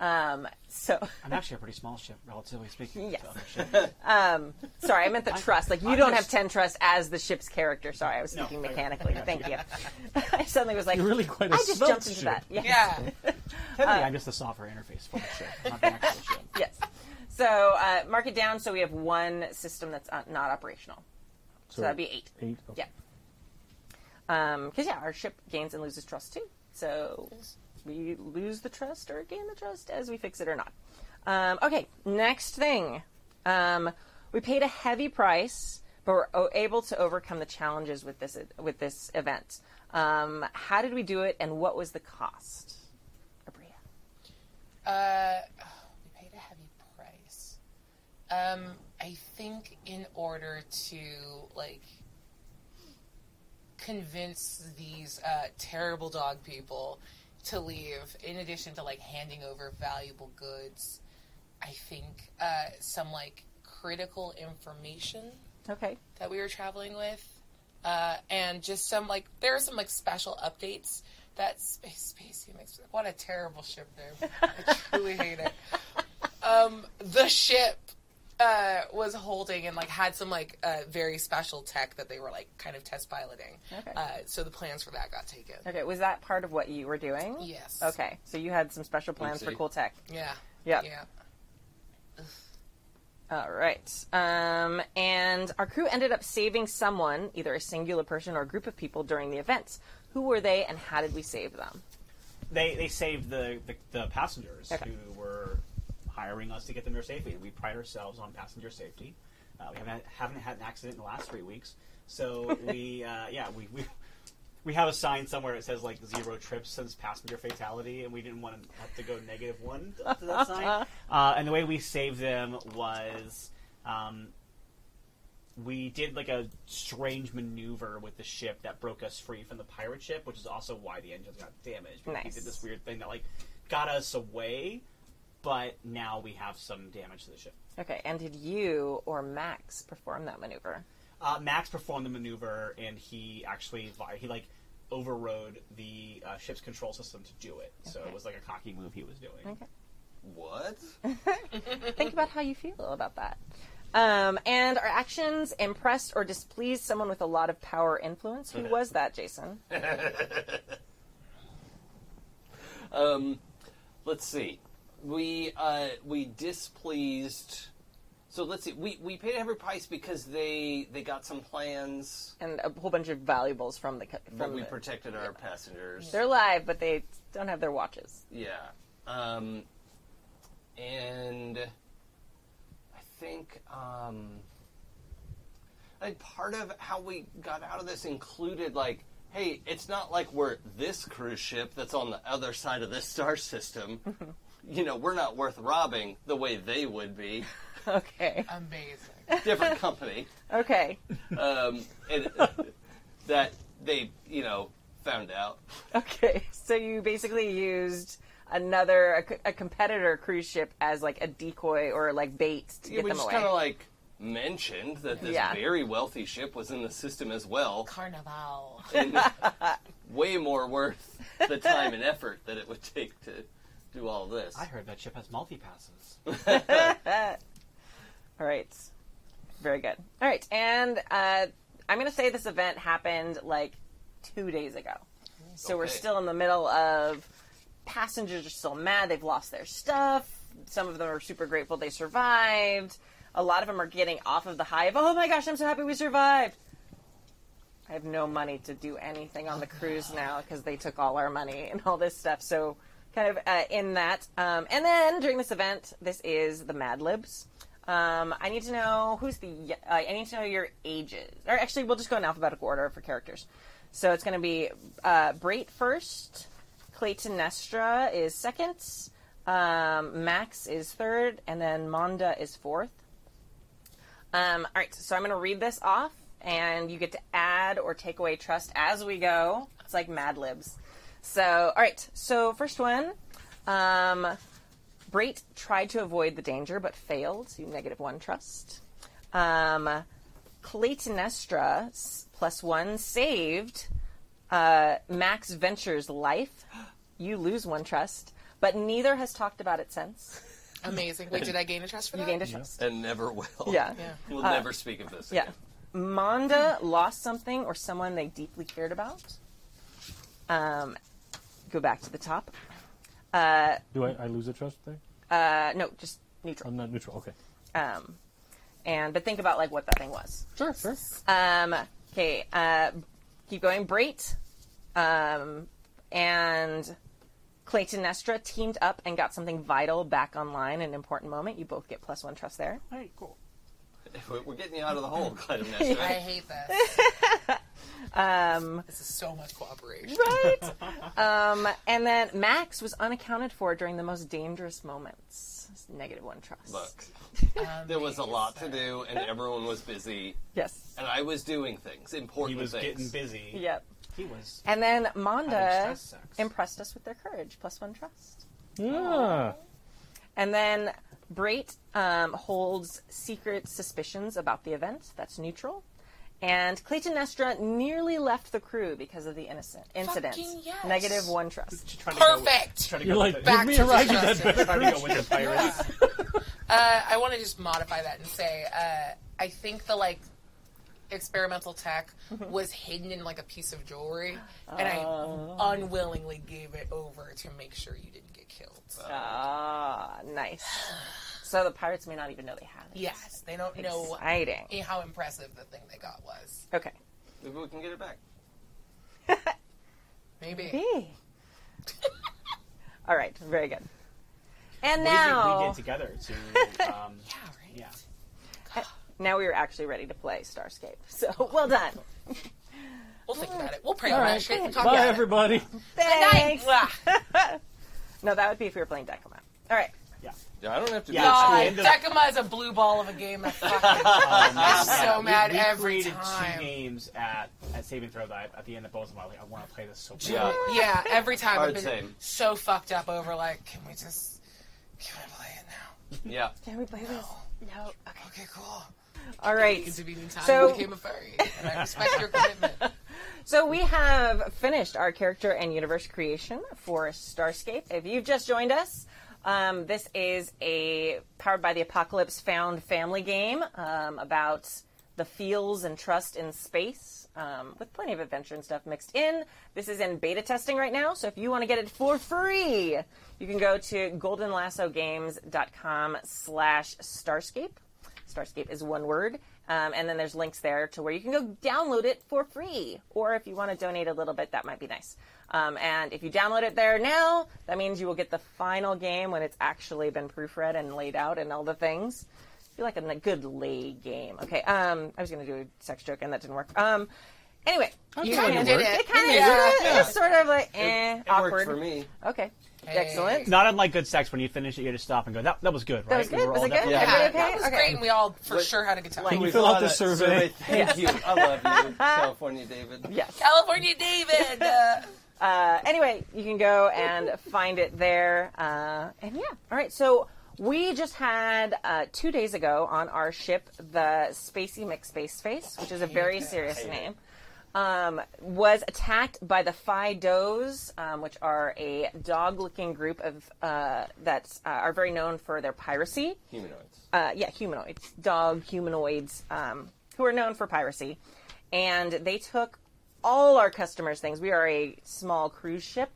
A: Um, so
B: I'm actually a pretty small ship, relatively speaking.
A: Yes.
B: to other ships.
A: sorry, I meant the trust. Like you
B: I
A: don't have
B: just-
A: ten trust as the ship's character. Sorry, I was
B: No,
A: speaking
B: I got it.
A: mechanically.
B: I got
A: Thank you. <laughs> I suddenly was like,
D: You're <laughs> really quite a
A: I just
D: svelte
A: jumped into
D: ship.
A: that. Yeah.
C: Yeah.
B: Technically, I'm just the software interface for the ship, not the actual ship.
A: <laughs> Yes. So uh, mark it down. So we have one system that's uh, not operational. So that'd be eight.
D: Eight. Okay.
A: Yeah. Because yeah, our ship gains and loses trust too. So we lose the trust or gain the trust as we fix it or not. Um, okay. Next thing, um, we paid a heavy price, but we're o- able to overcome the challenges with this with this event. Um, how did we do it, and what was the cost? Abria.
C: Uh, we paid a heavy price. Um, I think in order to like convince these uh, terrible dog people to leave, in addition to like handing over valuable goods, I think uh, some like critical information
A: Okay.
C: that we were traveling with, uh, and just some like there are some like special updates that Space Spacey makes. What a terrible ship there! I truly
A: <laughs>
C: hate it. Um, the ship uh, was holding and like had some like uh, very special tech that they were like kind of test piloting.
A: Okay.
C: Uh, so the plans for that got taken.
A: Okay, was that part of what you were doing?
C: Yes.
A: Okay, so you had some special plans for
E: Oopsie.
A: cool tech.
C: Yeah.
A: Yep.
C: Yeah.
A: All right. Um, and our crew ended up saving someone, either a singular person or a group of people, during the events. Who were they, and how did we save them?
B: They, they saved the, the, the passengers
A: Okay.
B: who were hiring us to get them there safely. We pride ourselves on passenger safety. Uh, we haven't had, haven't had an accident in the last three weeks.
A: <laughs>
B: So we, uh, yeah, we, we, we have a sign somewhere that says like zero trips since passenger fatality, and we didn't want to have to go negative one up to that sign. Uh, and the way we saved them was um, we did like a strange maneuver with the ship that broke us free from the pirate ship, which is also why the engines got damaged. because We
A: Nice.
B: did this weird thing that like got us away, but now we have some damage to the ship.
A: Okay, and did you or Max perform that maneuver?
B: Uh, Max performed the maneuver, and he actually vi- he like overrode the uh, ship's control system to do it. So
A: Okay.
B: it was like a cocky move he was doing.
A: Okay.
E: What?
A: Think about how you feel about that. Um, and our actions impressed or displeased someone with a lot of power or influence. Who was that, Jason?
E: Um, let's see. We uh, we displeased. So let's see. We we paid every price because they they got some plans,
A: And a whole bunch of valuables from the co-
E: but
A: from
E: we
A: the,
E: protected our passengers.
A: They're live, but they don't have their watches. <laughs>
E: Yeah. Um, and I think um, I think part of how we got out of this included like, hey, it's not like we're this cruise ship that's on the other side of this star system. you know, we're not worth robbing the way they would be.
A: Okay. <laughs>
C: Amazing.
E: Different company.
A: Okay.
E: Um,
A: <laughs>
E: and that they, you know, found out.
A: Okay. So you basically used another a, co- a competitor cruise ship as like a decoy or like bait to get
E: we
A: them
E: just
A: away.
E: kind of like mentioned that this
A: Yeah.
E: very wealthy ship was in the system as well.
C: Carnival.
E: and way more worth the
A: <laughs>
E: time and effort that it would take to do all this.
B: I heard that ship has multi passes.
A: All right. Very good. All right. And uh, I'm going to say this event happened like two days ago. So we're
E: Okay.
A: still in the middle of passengers are still mad. They've lost their stuff. Some of them are super grateful they survived. A lot of them are getting off of the high of, oh my gosh, I'm so happy we survived. I have no money to do anything on the cruise now because they took all our money and all this stuff. So, kind of uh, in that. Um, and then during this event, this is the Mad Libs. Um, I need to know who's the. y- Uh, I need to know your ages. Or actually, we'll just go in alphabetical order for characters. So it's going to be uh, Brait first. Clayton Nestra is second. Um, Max is third, and then Monda is fourth. Um, all right, so I'm going to read this off, and you get to add or take away trust as we go. It's like Mad Libs. So, all right, so first one. Um, Brait tried to avoid the danger but failed, so you negative one trust. Um, Claytonestra, s- plus one, saved uh, Max Venture's life. <gasps> You lose one trust, but neither has talked about it since.
C: Amazing. Wait, did I gain a trust for that?
A: You gained a trust.
E: and never will.
A: Yeah. Uh,
C: Yeah.
E: <laughs> We'll never speak of this
A: Yeah.
E: again.
A: Monda lost something or someone they deeply cared about. Um, go back to the top.
D: Do I, I lose a trust there?
A: Uh, no, just neutral.
D: I'm not neutral. Okay.
A: Um, and but think about like what that thing was.
D: Sure, sure.
A: Um, okay, uh, keep going. Brait um, and Clayton Nestra teamed up and got something vital back online in an important moment. You both get plus one trust there.
B: Hey, cool.
E: We're- We're getting you out of the
A: <laughs>
E: hole, Clytemnestra.
C: I hate this. um, this is so much cooperation.
A: Right? <laughs> um, and then Max was unaccounted for during the most dangerous moments. It's Negative one trust.
E: Look,
A: <laughs> Um,
E: there was a lot to do, and everyone was busy,
A: Yes.
E: and I was doing
B: <laughs>
E: things,
B: He
E: important
B: was
E: things.
B: getting busy.
A: Yep.
B: He was.
A: And then
B: Having
A: Monda
B: stress sucks.
A: impressed us with their courage, plus one trust.
D: Yeah.
A: And then Brait um, holds secret suspicions about the event. That's neutral. And Claytonestra nearly left the crew because of the innocent incident.
C: Fucking yes.
A: Negative one trust.
B: Trying to go with,
C: Perfect.
B: trying to
D: You're
B: go
D: like,
B: with
D: give
C: Back
D: me
C: to
D: a ride, you
C: the
D: dead
C: trust.
B: the,
D: bear.
B: trying to go with the pirates.
C: Uh, I want to just modify that and say uh, I think the like experimental tech was hidden in like a piece of jewelry, and I unwillingly gave it over to make sure you didn't get killed.
A: Ah, nice. So the pirates may not even know they had it.
C: yes, they don't know
A: Exciting.
C: how impressive the thing they got was.
A: Okay.
E: Maybe we can get it back.
C: Maybe. <laughs>
A: Hey. All right. Very good. And
B: What do you think
A: now,
B: we did together
A: <laughs>
B: to. Um,
C: Yeah, right.
B: yeah.
A: now we were actually ready to play Starscape. So well
C: <laughs>
A: done.
C: We'll think about it. We'll pray on that shit and talk
D: Bye,
C: about
D: everybody.
C: it.
A: Thanks.
C: Bye.
A: No, that would be if we were playing Decima. All right.
B: Yeah.
E: Yeah, I don't have to
B: Yeah.
E: do it.
B: the
C: God,
B: end of-
C: Decima is a blue ball of a game. I fucking-
B: I'm
C: so mad
B: Uh, we, we
C: every
B: created
C: time.
B: two games at, at Saving Throw that I- at the end of both of them. I was like, I want to play this so bad.
C: <laughs>
E: Yeah.
C: yeah, every time I've
E: Hard
C: been
E: same.
C: so fucked up over like, can we just can we play it now?
E: Yeah.
A: Can we play this? No. Okay.
C: Okay, cool.
A: All right.
C: Intervening time
A: So-
C: you became a furry, and I respect
A: <laughs>
C: your commitment.
A: So we have finished our character and universe creation for Starscape. If you've just joined us, um, this is a powered by the apocalypse found family game um, about the feels and trust in space. Um, with plenty of adventure and stuff mixed in. This is in beta testing right now, so if you want to get it for free, you can go to goldenlassogames.com slash starscape. Starscape is one word. Um, and then there's links there to where you can go download it for free. Or if you want to donate a little bit, that might be nice. Um, and if you download it there now, that means you will get the final game when it's actually been proofread and laid out and all the things. I feel like a n- good lay game. Okay, um, I was going to do a sex joke and that didn't work. Um, anyway, you
D: kinda
A: can-
D: worked.
A: It kind of
C: Yeah.
A: It's sort of like eh,
E: It
A: awkward.
E: worked for me.
A: Okay, excellent.
B: Not unlike good sex when you finish it, you just stop and go, that, that was good, right?
A: That was
B: We
A: good.
B: were
A: Was
B: all
A: it good?
B: definitely-
E: Yeah.
A: Everybody
C: That was
A: okay?
C: great,
A: Okay.
C: and we all for sure had a good time.
A: Like-
E: We
D: Uh, fill out
E: got
D: the
E: a
D: survey?
E: Thank
A: <laughs>
E: you. I love you, California David.
A: Yes.
C: California
A: <laughs>
C: David. Uh,
A: anyway, you can go and find it there. Uh, and yeah, all right. So we just had uh, two days ago on our ship the Spacey McSpace Face, which is a very serious name. Um, was attacked by the Phi Does, um, which are a dog-looking group of uh, that uh, are very known for their piracy
E: Humanoids.
A: uh, yeah, humanoids, dog humanoids, um, who are known for piracy, and they took all our customers' things. We are a small cruise ship.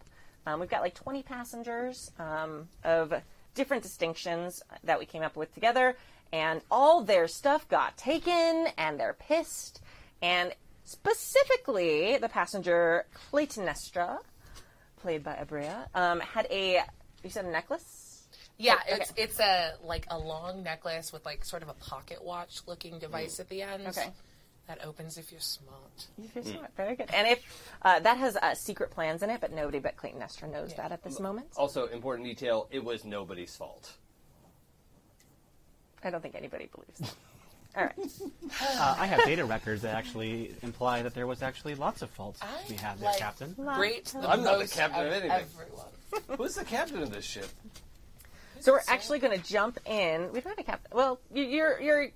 A: Um, we've got like 20 passengers um, of different distinctions that we came up with together, and all their stuff got taken, and they're pissed. And specifically, the passenger Claytonestra, played by Abrea, um, had a you said a necklace.
C: Yeah, it's it's a like a long necklace with like sort of a pocket watch looking
E: Mm.
C: device at the end.
A: Okay.
C: That opens if you're smart.
A: Very smart, very good. Mm. And if uh, that has uh, secret plans in it, but nobody but Claytonestra knows that at this moment.
E: Also, important detail: it was nobody's fault.
A: I don't think anybody believes. That. All right.
B: Uh, I have data records that actually imply that there was actually lots of faults
C: I
B: we have there,
C: like-
B: Captain.
C: Great. The
E: I'm not the
C: most
E: captain of anything.
C: Everyone.
E: Who's the captain of this ship?
A: So we're actually going to jump in. We've got a cap. Well, you- you're you're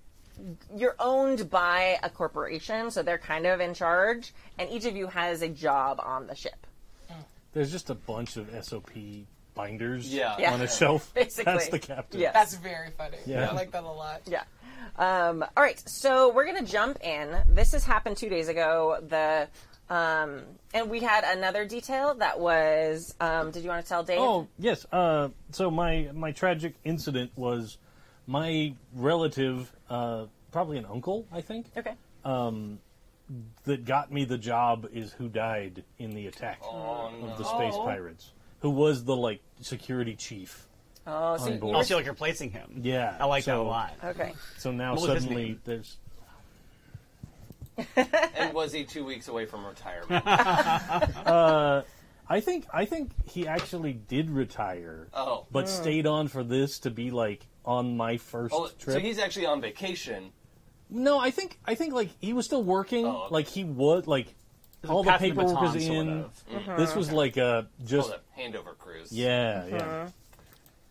A: you're owned by a corporation, so they're kind of in charge, and each of you has a job on the ship.
D: There's just a bunch of SOP binders
E: Yeah.
A: Yeah.
D: on a shelf.
A: <laughs> Basically.
D: That's the captain.
A: Yeah.
C: That's very funny.
D: Yeah.
C: I like that a lot.
A: Yeah. Um, all right. So we're going to jump in. This has happened two days ago. The um, and we had another detail that was. Um, did you want to tell Dave?
D: Oh yes. Uh, so my my tragic incident was my relative, uh, probably an uncle, I think,
A: Okay.
D: that got me the job is who died in the attack
E: Oh,
B: Oh,
D: of the space pirates, who was the like security chief.
A: Oh, so
D: on
A: you
D: board.
A: were-
B: I feel like you're placing him.
D: Yeah,
B: I like that a
D: so-
B: lot.
A: okay.
D: So now
B: What was his
D: suddenly
B: name?
D: there's
E: And was he two weeks away from retirement?
D: <laughs> I think I think he actually did retire,
B: Uh.
E: Oh.
D: but stayed on for this to be like on my first
E: Oh,
D: trip.
E: so he's actually on vacation.
D: No, I think I think like he was still working.
E: Oh, okay.
D: Like he was like
B: There's a
D: all the
B: passing the
D: paperwork was
B: baton, sort
D: in.
B: of.
D: This was like a
E: Oh,
D: just
E: the handover cruise.
D: yeah yeah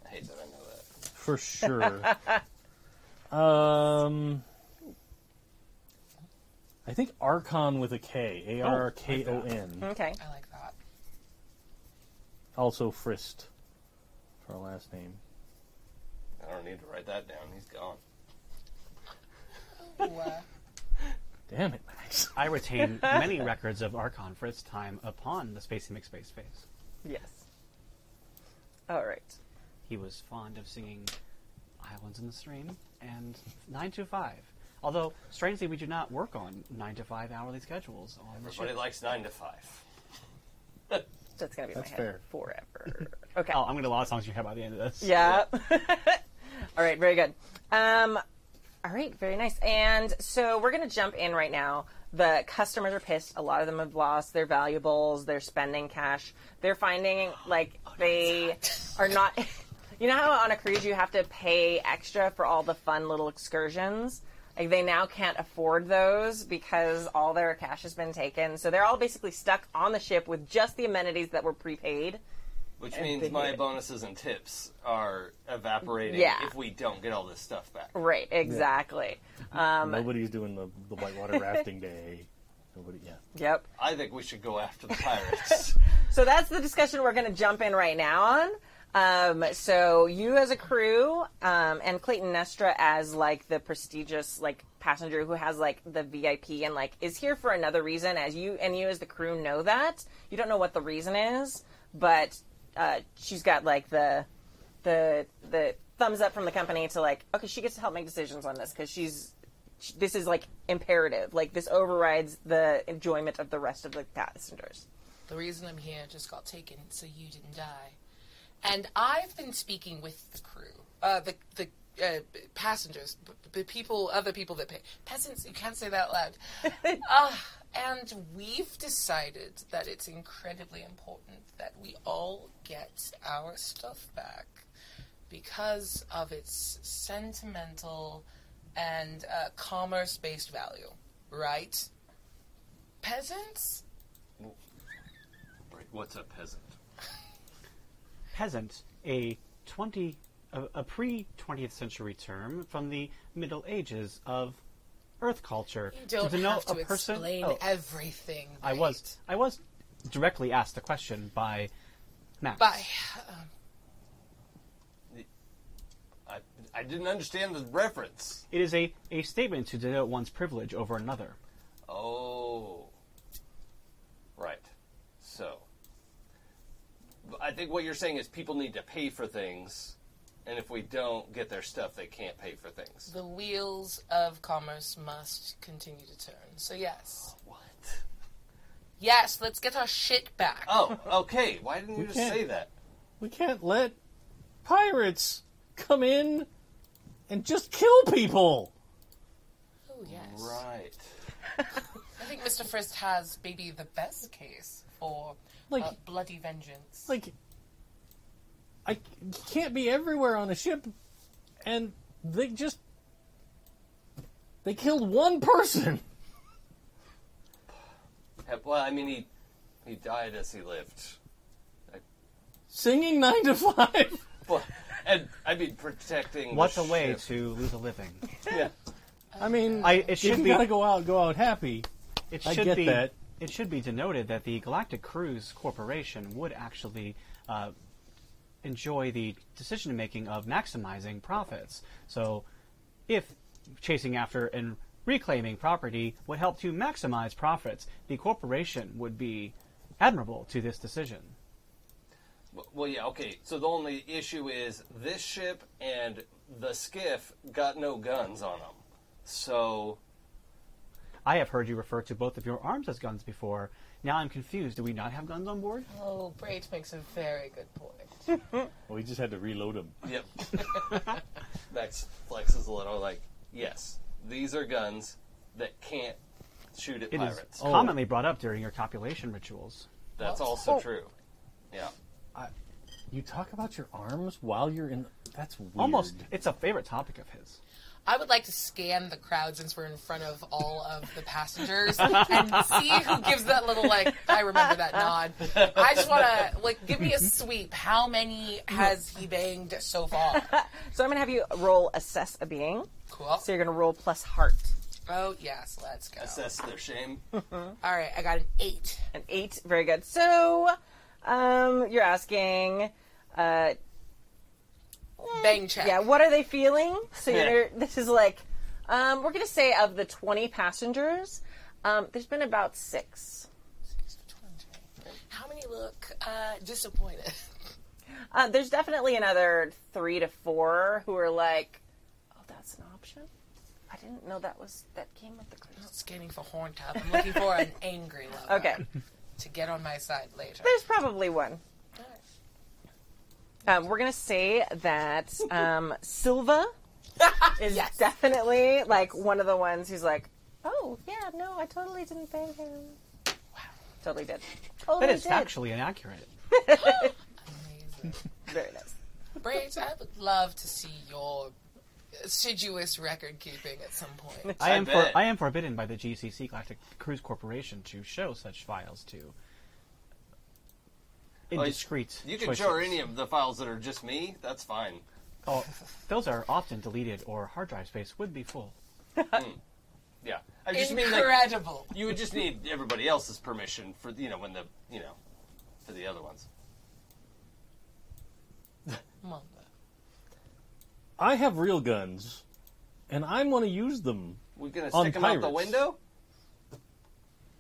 E: I hate that I know that.
D: for sure. um, I think Archon with a K, A
B: Oh,
D: R R K O N,
A: Okay.
C: I like that.
D: also Frist for our last name.
E: I don't need to write that down. He's gone.
C: Ooh, uh,
D: Damn it, Max.
B: I retain many records of Archon for its time upon the Space Mix Space phase.
A: Yes. All right.
B: He was fond of singing Islands in the Stream and 9 to 5. Although, strangely, we do not work on 9 to 5 hourly schedules on the
E: Everybody
B: ship.
E: likes nine to five.
A: That's gonna be in
D: That's
A: my head
D: fair.
A: forever. Okay.
B: Oh, I'm going to lot of songs you have by the end of this.
A: Yeah. <laughs> all right, very good. Um, all right, very nice. And so we're going to jump in right now. The customers are pissed. A lot of them have lost their valuables. They're spending cash. They're finding like they are Oh, not. <laughs> You know how on a cruise you have to pay extra for all the fun little excursions? Like they now can't afford those because all their cash has been taken. So they're all basically stuck on the ship with just the amenities that were prepaid.
E: Which means
A: big
E: my
A: hit.
E: bonuses and tips are evaporating
A: Yeah.
E: if we don't get all this stuff back.
A: Right, exactly.
D: Nobody's doing the, the whitewater rafting day. Nobody, yeah.
A: Yep.
E: I think we should go after the pirates.
A: So that's the discussion we're going to jump in right now on. Um, so you as a crew, um, and Clayton Nestra as like the prestigious like passenger who has like the VIP and like is here for another reason. As you and you as the crew know that you don't know what the reason is, but uh, she's got like the the the thumbs up from the company to like okay, she gets to help make decisions on this because she's. sh- This is like imperative. Like this overrides the enjoyment of the rest of the passengers.
C: the reason I'm here just got taken, so you didn't die. And I've been speaking with the crew, uh, the the uh, b- passengers, b- b- people, other people that pay peasants. You can't say that loud. uh, and we've decided that it's incredibly important that we all get our stuff back because of its sentimental and uh, commerce-based value, right? Peasants.
E: Right, What's a peasant?
B: Peasant, a 20, a, a pre 20th century term from the Middle Ages of Earth culture
C: You don't
B: to denote
C: have to
B: a person.
C: explain
B: Oh,
C: everything.
B: I
C: right?
B: was I was directly asked the question by Max.
C: By
E: I, I didn't understand the reference.
B: It is a, a statement to denote one's privilege over another.
E: Oh. Right. So. I think what you're saying is people need to pay for things and if we don't get their stuff, they can't pay for things.
C: The wheels of commerce must continue to turn. So yes,
E: What?
C: yes, let's get our shit back.
E: Oh, okay. Why didn't you
D: We
E: just
D: can't-
E: say that?
D: We can't let pirates come in and just kill people.
C: Oh, yes.
E: Right.
C: I think Mr. Frist has maybe the best case for
D: Like-
C: uh, bloody vengeance.
D: Like, I you can't be everywhere on a ship, and they just they killed one person. <laughs>
E: Hep- Well, I mean, he he died as he lived.
D: Singing nine to five.
E: Well, and I mean protecting.
B: What
E: the
B: a way
E: ship.
B: to lose a living.
E: Yeah.
D: I mean,
B: I, it
D: if
B: should
D: <laughs> you
B: be.
D: gotta go out, go out happy.
B: It
D: I
B: should
D: get
B: be.
D: that.
B: It should be denoted that the Galactic Cruise Corporation would actually uh, enjoy the decision making of maximizing profits. So, if chasing after and reclaiming property would help to maximize profits, the corporation would be admirable to this decision.
E: Well, yeah. Okay. So the only issue is this ship and the skiff got no guns on them. So
B: I have heard you refer to both of your arms as guns before. Now I'm confused. Do we not have guns on board?
C: Oh, Brait makes a very good point.
D: Well, we just had to reload them.
E: Yep. Max flexes a little like, yes, these are guns that can't shoot at
B: It is
E: pirates.
B: commonly brought up during your copulation rituals.
E: That's also true. Yeah.
D: You talk about your arms while you're in. That's weird.
B: Almost, it's a favorite topic of his.
C: I would like to scan the crowd since we're in front of all of the passengers and see who gives that little like I remember that nod. I just want to like give me a sweep. How many has he banged so far?
A: So I'm gonna have you roll assess a being.
C: Cool.
A: So you're gonna roll plus heart.
C: Oh yes, let's go.
E: Assess their shame.
C: All right, I got an eight.
A: An eight, very good. So, um, you're asking, uh,
C: Bang check.
A: yeah, what are they feeling? So
E: Yeah.
A: you're, this is like, um, we're gonna say of the 20 passengers, um, there's been about six.
C: Six to 20. How many look uh, disappointed?
A: Uh, there's definitely another three to four who are like, oh, that's an option. I didn't know that was that came with the cruise.
C: Scanning for horn tub. I'm looking for an angry lover
A: Okay,
C: to get on my side later.
A: there's probably one. Um, we're gonna say that um, <laughs> Silva is definitely like one of the ones who's like, oh yeah, no, I totally didn't bang him. Wow, totally did. Totally
B: That is
A: did.
B: actually inaccurate.
C: Amazing.
A: Very nice.
C: Braves, I would love to see your assiduous record keeping at some point.
B: I,
E: I
B: am
E: bet.
B: for, I am forbidden by the GCC Galactic Cruise Corporation to show such files to indiscreet.
E: You can
B: choices.
E: show her any of the files that are just me. That's fine.
B: Oh, those are often deleted, or hard drive space would be full.
E: Yeah. I just mean like
C: Incredible.
E: you would just need everybody else's permission for you know when the you know for the other ones.
C: Mother.
D: I have real guns, and I'm going to use them.
E: We're gonna
D: On
E: stick them out the
D: pirates.
E: window.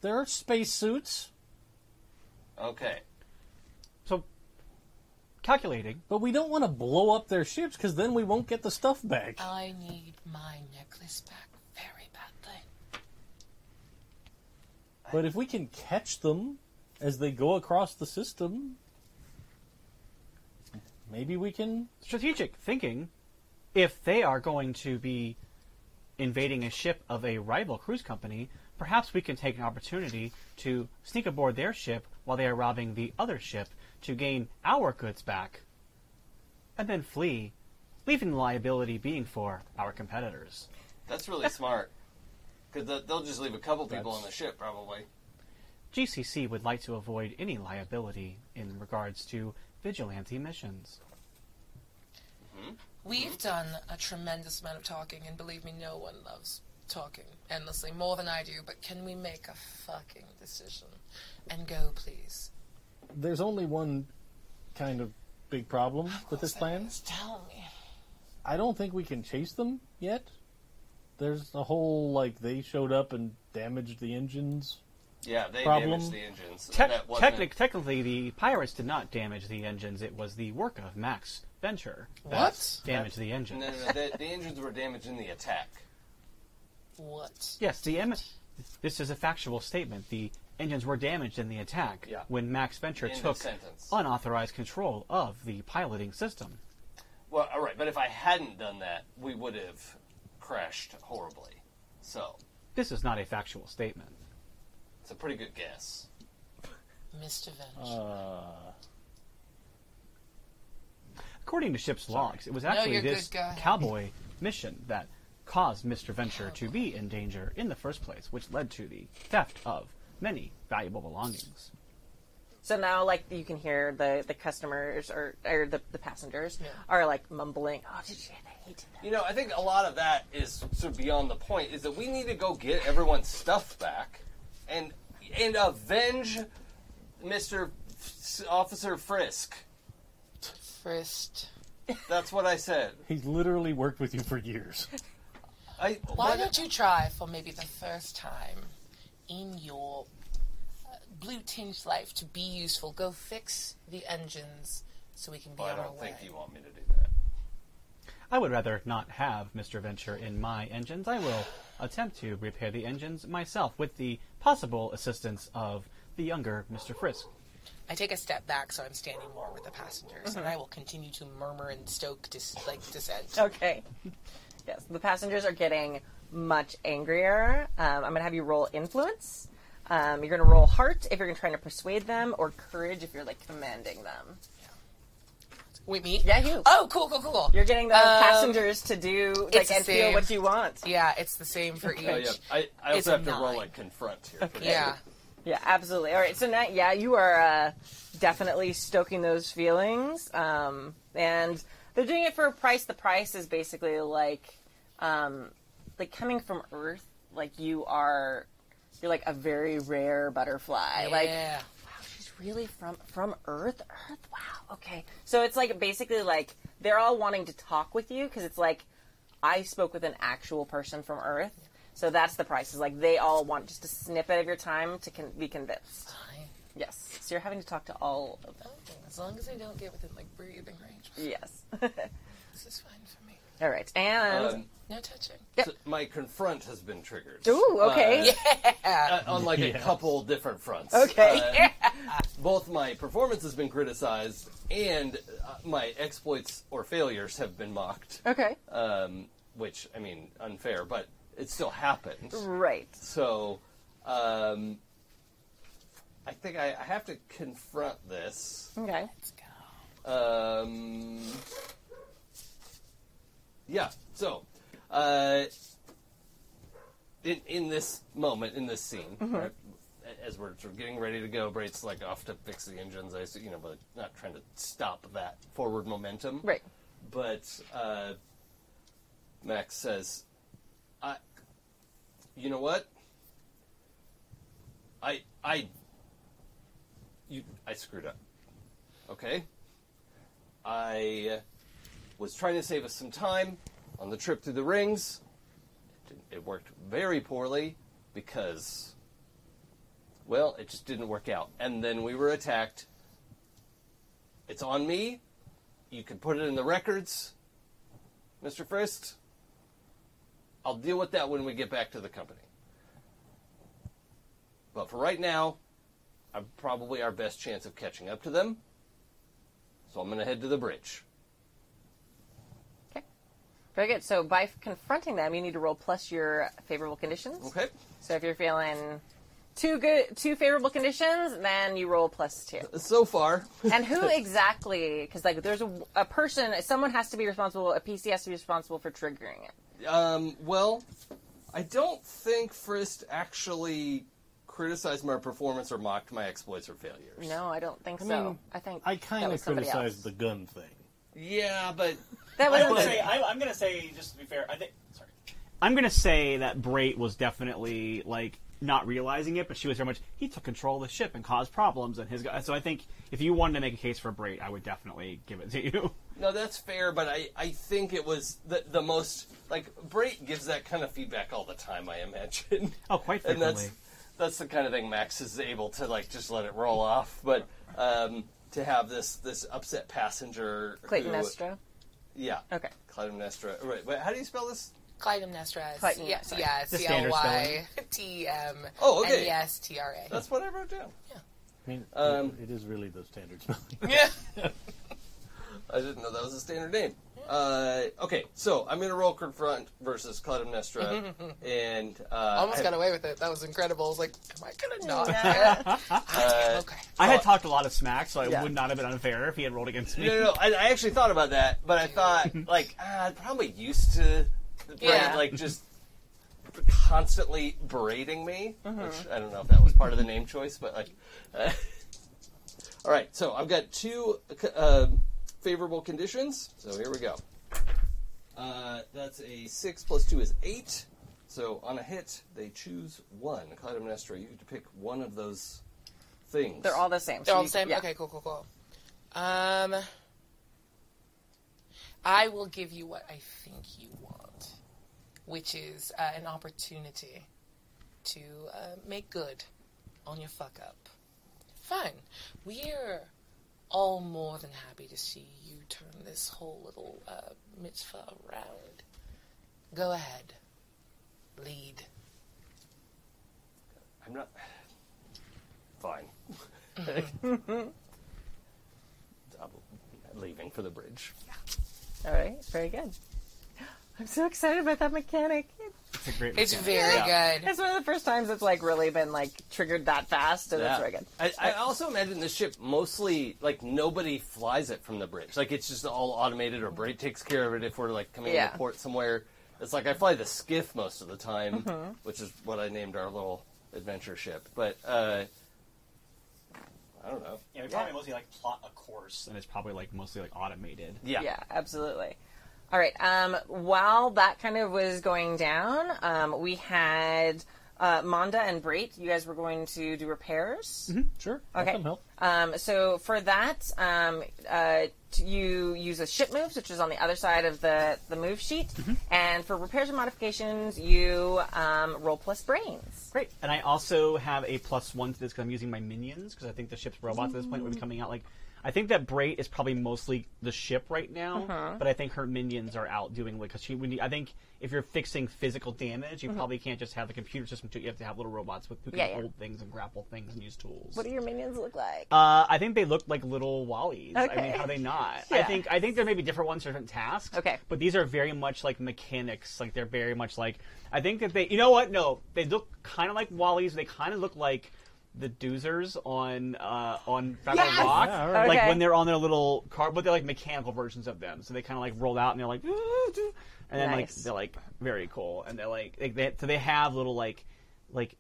D: There are spacesuits,
E: Okay.
B: So, calculating,
D: but we don't want to blow up their ships because then we won't get the stuff back.
C: I need my necklace back very badly.
D: But if we can catch them as they go across the system, maybe we can.
B: strategic thinking, if they are going to be invading a ship of a rival cruise company, perhaps we can take an opportunity to sneak aboard their ship while they are robbing the other ship to gain our goods back and then flee, leaving the liability being for our competitors.
E: That's
B: <laughs>
E: really smart. Because they'll just leave a couple people on the ship, probably.
B: GCC would like to avoid any liability in regards to vigilante missions.
C: We've done a tremendous amount of talking, and believe me, no one loves talking endlessly more than I do. But can we make a fucking decision and go, please?
D: There's only one kind of big problem with this plan.
C: Just tell me.
D: I don't think we can chase them yet. There's the whole like they showed up and damaged the engines
E: Yeah, they
B: Problem.
E: damaged the engines.
B: Te-
E: and that wasn't-
B: technic- technically, the pirates did not damage the engines. It was the work of Max Venture that
C: What?
B: damaged the engines.
E: <laughs> No, no, no, the, the engines were damaged in the attack.
C: What?
B: Yes, the em- This is a factual statement. The engines were damaged in the attack
E: Yeah.
B: when Max Venture
E: End of
B: took
E: sentence.
B: unauthorized control of the piloting system.
E: Well, all right, but if I hadn't done that, we would have crashed horribly. So
B: This is not a factual statement.
E: it's a pretty good guess.
C: Mr. Venture.
B: According to ship's logs, it was actually
C: you're good,
B: this
C: go ahead.
B: cowboy mission that caused Mr. Venture to be in danger in the first place, which led to the theft of many valuable belongings.
A: So now, like, you can hear the, the customers or, or the, the passengers
C: Yeah.
A: are like mumbling, Oh, did you hear that? He did that.
E: You know, I think a lot of that is sort of beyond the point. Is that we need to go get everyone's stuff back, and and avenge Mister Officer Frisk.
C: First.
E: That's what I said.
D: He's literally worked with you
A: <laughs>
D: for years.
E: I
C: Why don't you try for maybe the first time in your uh, blue tinged life to be useful? Go fix the engines so we can be
E: Well, Oh, I
C: on our
E: don't
C: way.
E: think you want me to do that.
B: I would rather not have Mr. Venture in my engines. I will attempt to repair the engines myself with the possible assistance of the younger Mr. Frisk.
C: I take a step back so I'm standing more with the passengers, and I will continue to murmur and stoke dis- like dissent.
A: Okay. Yes, the passengers are getting much angrier. Um, I'm going to have you roll influence. Um, you're going to roll heart if you're trying to persuade them, or courage if you're like commanding them.
C: Wait, me?
A: Yeah, you.
C: Oh, cool, cool, cool, cool.
A: You're getting the
C: Um,
A: passengers to do like
C: it's a
A: and feel
C: save.
A: what you want.
C: Yeah, it's the same for each.
E: Oh yeah, I, I
C: It's
E: also
C: a
E: have to roll
C: nine.
E: a confront here. pretty
C: Yeah.
A: Yeah, absolutely. All right, so now, yeah, you are uh, definitely stoking those feelings, um, and they're doing it for a price. The price is basically like, um, like coming from Earth, like you are, you're like a very rare butterfly. Like,
C: yeah.
A: wow, she's really from from Earth. Earth, wow. Okay, so it's like basically like they're all wanting to talk with you because it's like I spoke with an actual person from Earth. So that's the price. Is like they all want just a snippet of your time to con- be convinced.
C: Fine.
A: Yes. So you're having to talk to all of them.
C: As long as I don't get within like breathing range,
A: Yes.
C: this is fine for me.
A: <laughs> all right.
E: good.
A: And
E: Um,
C: No touching.
E: so my confront has been triggered.
A: ooh, okay.
E: uh, on like a couple different
A: <laughs>
E: fronts.
A: Okay.
E: Uh, Both my performance has been criticized, and uh, my exploits or failures have been mocked.
A: Okay.
E: Um, which I mean, unfair, but it still happened.
A: Right.
E: So, um, I think I, I have to confront this.
A: Okay.
E: Um, yeah. So, uh, in in this moment, in this scene, right, as we're sort of getting ready to go, Brait's like off to fix the engines. I see, you know, but not trying to stop that forward momentum.
A: Right.
E: But uh, Max says, "I, you know what? I I you I screwed up. Okay? I was trying to save us some time on the trip through the rings. It, didn't- it worked very poorly because well, it just didn't work out. And then we were attacked. It's on me. You can put it in the records, Mr. Frist. I'll deal with that when we get back to the company. But for right now, I'm probably our best chance of catching up to them. So I'm going to head to the bridge.
A: Okay. Very good. So by confronting them, you need to roll plus your favorable conditions.
E: Okay.
A: So if you're feeling two good, two favorable conditions, then you roll plus two.
E: So far,
A: And who exactly? Because like, there's a, a person, someone has to be responsible. A PC has to be responsible for triggering it.
E: um, well, I don't think Frist actually criticized my performance or mocked my exploits or failures.
A: No, I don't think
D: I
A: so.
D: mean,
A: I think
D: I
A: that
D: kind
A: was
D: of
A: somebody
D: criticized
A: else.
D: the gun thing.
E: Yeah, but
A: That
G: I will
A: was
G: say, I, I'm going to say, just to be fair, I think. Sorry.
B: I'm gonna say that Brait was definitely like not realizing it, but she was very much he took control of the ship and caused problems and his guy. So I think if you wanted to make a case for Brait, I would definitely give it to you. <laughs>
E: No, that's fair, but I, I think it was the, the most like Brait gives that kind of feedback all the time. I imagine.
B: Oh, quite
E: and
B: frequently.
E: that's that's the kind of thing Max is able to like just let it roll off. But um, to have this this upset passenger, who-
A: Clytemnestra.
E: yeah,
A: Okay.
E: Clytemnestra. Right, wait, how do you spell this?
C: Clytemnestra. is-
A: Clytem-
C: Yes,
A: sorry.
C: yeah,
B: The
C: C L
B: standard
C: Y T M
E: Oh, okay.
C: N E S T R A. <laughs>
E: That's what I wrote down.
D: I mean,
E: Um,
D: it is really the standard <laughs> spelling.
C: Yeah.
E: I didn't know that was a standard name. Uh, okay, so I'm gonna roll confront versus Clytemnestra, and uh,
C: Almost
E: I-
C: got away with it. That was incredible. I was like, am I <laughs> gonna not? Yeah.
E: uh,
C: <laughs> okay.
B: I had talked a lot of smack, so it
A: Yeah.
B: would not have been unfair if he had rolled against me.
E: No, no, no. I, I actually thought about that, but I thought like ah, I'm probably used to the brain,
C: Yeah.
E: like just constantly berating me, which I don't know if that was part of the name choice, but like. Uh, <laughs> all right, so I've got two uh, favorable conditions. So here we go. Uh, that's a six plus two is eight. So on a hit, they choose one. Clytemnestra, you get to pick one of those things.
A: They're all the same.
C: They're
A: so
C: all
A: you-
C: the same.
A: yeah.
C: Okay, cool, cool, cool. Um, I will give you what I think you want, which is uh, an opportunity to uh, make good on your fuck up. Fun. We're all more than happy to see you turn this whole little uh, mitzvah around. Go ahead. Lead.
E: I'm not. Fine.
A: <laughs>
E: I'm leaving for the bridge.
A: All right. Very good. <gasps> I'm so excited about that mechanic.
B: It's a great
C: It's
B: mechanic.
C: very
E: Yeah.
C: good.
A: It's one of the first times it's like really been like triggered that fast, and it's
E: Yeah.
A: very good.
E: I, I also imagine this ship mostly like nobody flies it from the bridge. Like it's just all automated, or Bray takes care of it if we're like coming
A: Yeah.
E: into port somewhere. It's like I fly the skiff most of the time,
A: Mm-hmm.
E: which is what I named our little adventure ship. But uh, I don't know.
H: Yeah, we probably mostly like plot a course, and it's probably like mostly like automated.
E: Yeah.
A: Yeah, absolutely. All right. Um, while that kind of was going down, um, we had uh, Manda and Brait. You guys were going to do repairs.
B: Mm-hmm.
D: sure.
A: Okay.
D: I can help.
A: Um, so for that, um, uh, t- you use a ship moves, which is on the other side of the, the move sheet.
B: Mm-hmm.
A: And for repairs and modifications, you um, roll plus brains.
B: Great. And I also have a plus one to this because I'm using my minions because I think the ship's robots at this point would be coming out. Like, I think that Brait is probably mostly the ship right now, but I think her minions are out doing like because she. When you, I think if you're fixing physical damage, you probably can't just have the computer system do it. You have to have little robots with, who can
A: Yeah, yeah.
B: hold things and grapple things and use tools.
A: What do your minions look like?
B: Uh, I think they look like little Wallies. I
A: Okay.
B: mean, how they not? I
A: Yeah.
B: think I think there may be different ones for different tasks.
A: Okay.
B: But these are very much like mechanics. Like they're very much like I think that they. You know what? No, they look kind of like Wallies. They kind of look like the Doozers on uh, on Fraggle
A: Yes!
B: Rock.
D: Yeah, all right.
B: Like
A: Okay.
B: when they're on their little car, but they're like mechanical versions of them. So they kind of like roll out and they're like, "Ooh, doo." and then like
A: Nice.
B: they're like very cool. And they're like they, they so they have little like like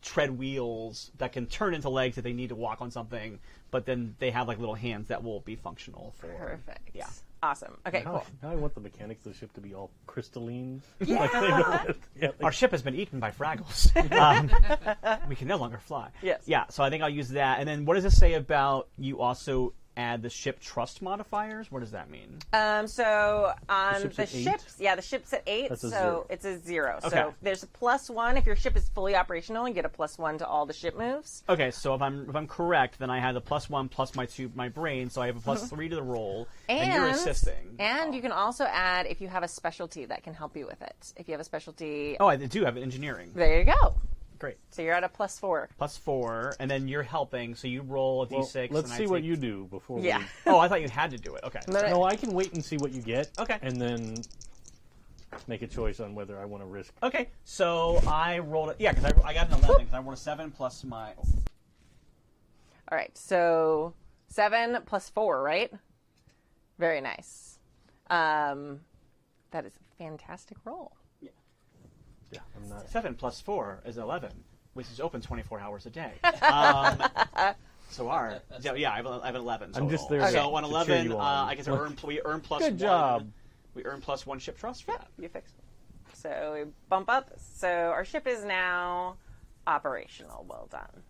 B: tread wheels that can turn into legs if they need to walk on something, but then they have like little hands that will be functional for.
A: Perfect.
B: Yeah.
A: Awesome. Okay,
D: Now,
A: cool.
D: now I want the mechanics of the ship to be all crystalline. Like they know yeah,
B: Our
D: like,
B: ship has been eaten
A: <laughs>
B: by fraggles. um, we can no longer fly.
A: Yes.
B: Yeah, so I think I'll use that. And then what does it say about you also add the ship trust modifiers? What does that mean?
A: Um, so on the,
D: ship's at eight?
A: ships, yeah, the ship's at eight,
D: That's
A: so
D: a zero.
A: it's a zero.
B: Okay.
A: So there's a plus one if your ship is fully operational. You get a plus one to all the ship moves.
B: Okay, so if I'm if I'm correct, then I had the plus one plus my two my brain, so I have
A: <laughs>
B: a plus three to the roll, and, you're assisting.
A: And
D: Oh.
A: you can also add if you have a specialty that can help you with it. If you have a specialty,
B: oh, I do have engineering.
A: there you go.
B: Great.
A: So you're at a plus four.
B: plus four, and then you're helping, so you roll a
D: well,
B: d6.
D: let's
B: and I
D: see what
B: take-
D: you do before
A: Yeah.
B: Oh, I thought you had to do it. Okay.
D: we... No, I can wait and see what you get.
B: Okay.
D: And then make a choice on whether I want to risk.
B: Okay, so I rolled it. Yeah, because I, I got an 11, because I rolled a 7 plus my.
A: All right, so seven plus four, right? Very nice. Um, that is a fantastic roll.
D: Yeah, I'm not.
B: 7 plus 4 is 11, which is open 24 hours a day.
A: <laughs>
B: Um, so our. So yeah, I have, a- I have an 11. Total.
D: just there to-
B: So on
D: to cheer
B: 11,
D: you
B: uh,
D: on.
B: I guess I earn, we earn plus
D: Good
B: one.
D: job.
B: We earn plus one ship trust for that.
A: You fixed it. So we bump up. So our ship is now operational. Well done.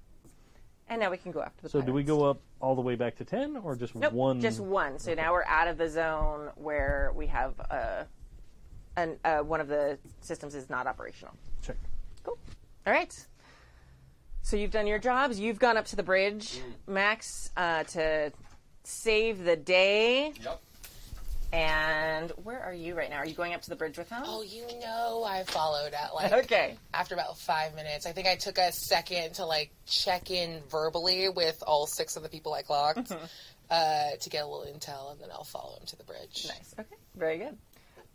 A: And now we can go after the
D: So do we go up all the way back to ten, or just
A: Nope,
D: one?
A: just one. So now we're out of the zone where we have uh, an, uh, one of the systems is not operational.
D: Check.
A: Cool. All right. So you've done your jobs. You've gone up to the bridge, Max, uh, to save the day.
E: Yep.
A: And where are you right now? Are you going up to the bridge with him?
C: Oh, you know I followed at like
A: okay.
C: after about five minutes. I think I took a second to like check in verbally with all six of the people I clocked
A: Mm-hmm.
C: uh, to get a little intel, and then I'll follow him to the bridge.
A: Nice. Okay. Very good.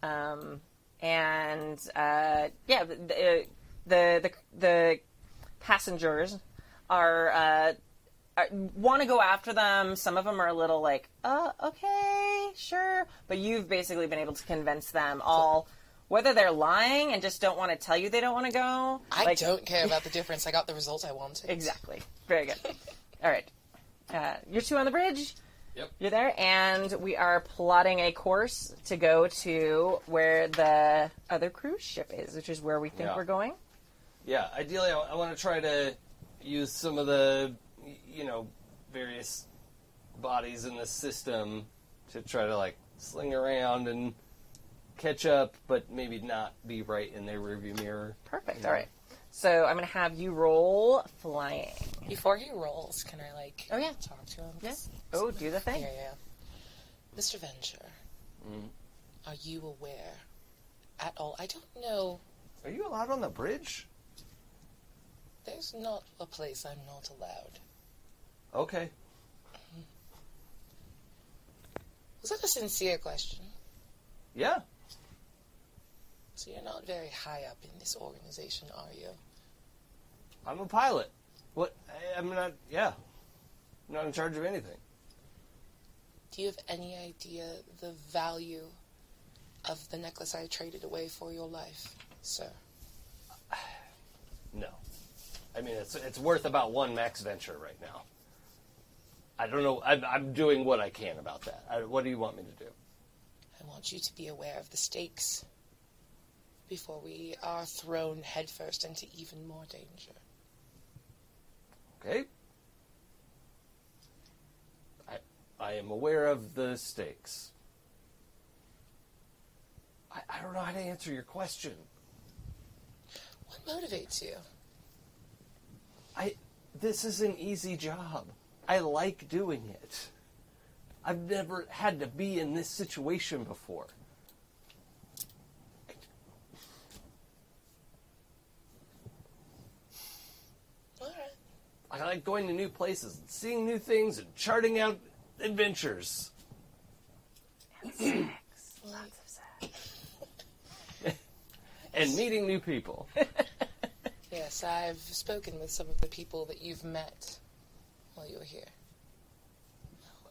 A: Um, and uh, yeah, the, the the the passengers are, uh, are want to go after them. Some of them are a little like, uh, okay, sure. But you've basically been able to convince them all. Whether they're lying and just don't want to tell you they don't want to go.
C: I
A: like-
C: don't
A: <laughs>
C: care about the difference. I got the results I wanted.
A: Exactly. Very good. <laughs> All right. Uh, you're two on the bridge.
E: Yep.
A: You're there, and we are plotting a course to go to where the other cruise ship is, which is where we think
E: Yeah.
A: we're going.
E: Yeah, ideally, I, I want to try to use some of the, y- you know, various bodies in the system to try to like sling around and catch up, but maybe not be right in their rearview mirror.
A: Perfect. All right. So I'm going to have you roll flying.
C: Before he rolls, can I like?
A: Oh, yeah.
C: Talk to him.
A: Oh, do the thing.
C: Yeah, yeah. Mr. Venture, are you aware at all? I don't know.
E: Are you allowed on the bridge?
C: There's not a place I'm not allowed.
E: Okay.
C: Was that a sincere question?
E: Yeah.
C: So you're not very high up in this organization, are you?
E: I'm a pilot. What? I, I'm not. Yeah. I'm not in charge of anything.
C: Do you have any idea the value of the necklace I traded away for your life, sir?
E: No. I mean, it's it's worth about one max venture right now. I don't know. I'm, I'm doing what I can about that. I, what do you want me to do?
C: I want you to be aware of the stakes before we are thrown headfirst into even more danger.
E: Okay. I I am aware of the stakes. I, I don't know how to answer your question.
C: What motivates you?
E: I this is an easy job. I like doing it. I've never had to be in this situation before.
C: All right.
E: I like going to new places and seeing new things and charting out adventures.
A: Lots of sex.
E: <laughs> and meeting new people.
C: Yes, I've spoken with some of the people that you've met while you were here.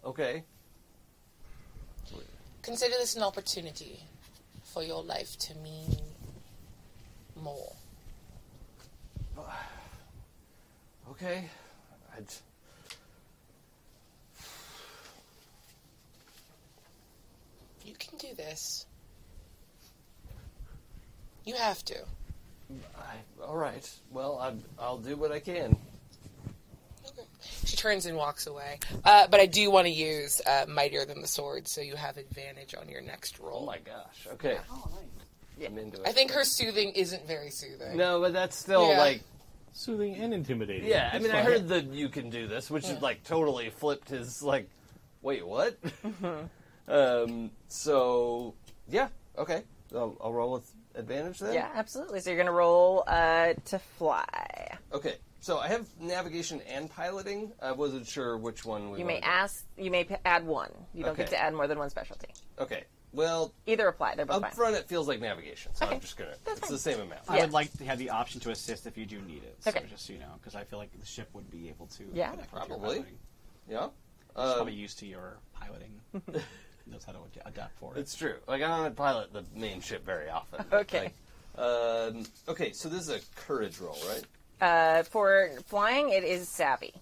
E: Okay.
C: Consider this an opportunity for your life to mean more.
E: Okay. I'd...
C: You can do this. You have to.
E: I... All right. Well, I'm... I'll do what I can.
C: She turns and walks away. Uh, but I do want to use uh, Mightier Than the Sword so you have advantage on your next
E: Oh
C: roll.
E: my gosh. Okay. I'm into it.
C: I think her soothing isn't very soothing.
E: No, but that's still
C: Yeah.
E: like.
D: Soothing and intimidating.
E: Yeah. I
D: It's
E: mean, I
D: fine.
E: heard the you can do this, which is like totally flipped his like. Wait, what?
A: Mm-hmm.
E: <laughs> um. So yeah. Okay. I'll, I'll roll with advantage then.
A: Yeah, absolutely. So you're going to roll uh, to fly.
E: Okay. So I have navigation and piloting. I wasn't sure which one we
A: You may
E: wanted.
A: ask. You may p- add one. You don't get
E: Okay.
A: to add more than one specialty.
E: Okay. Well,
A: Either apply. They're both
E: Up
A: fine.
E: front, it feels like navigation, so I'm just gonna. it's the same amount.
B: I
A: Yeah.
B: would like to have the option to assist if you do need it. So
A: Okay.
B: Just so you know, because I feel like the ship would be able to.
A: Yeah.
B: connect with your
E: Probably.
B: piloting.
E: Yeah, Uh,
B: She's probably used to your
A: <laughs>
B: piloting. knows how to ad- adapt for it.
E: it's true. Like I don't pilot the main ship very often.
A: <laughs> Okay.
E: Like, um, okay, so this is a courage roll, right?
A: Uh, for flying, it is savvy.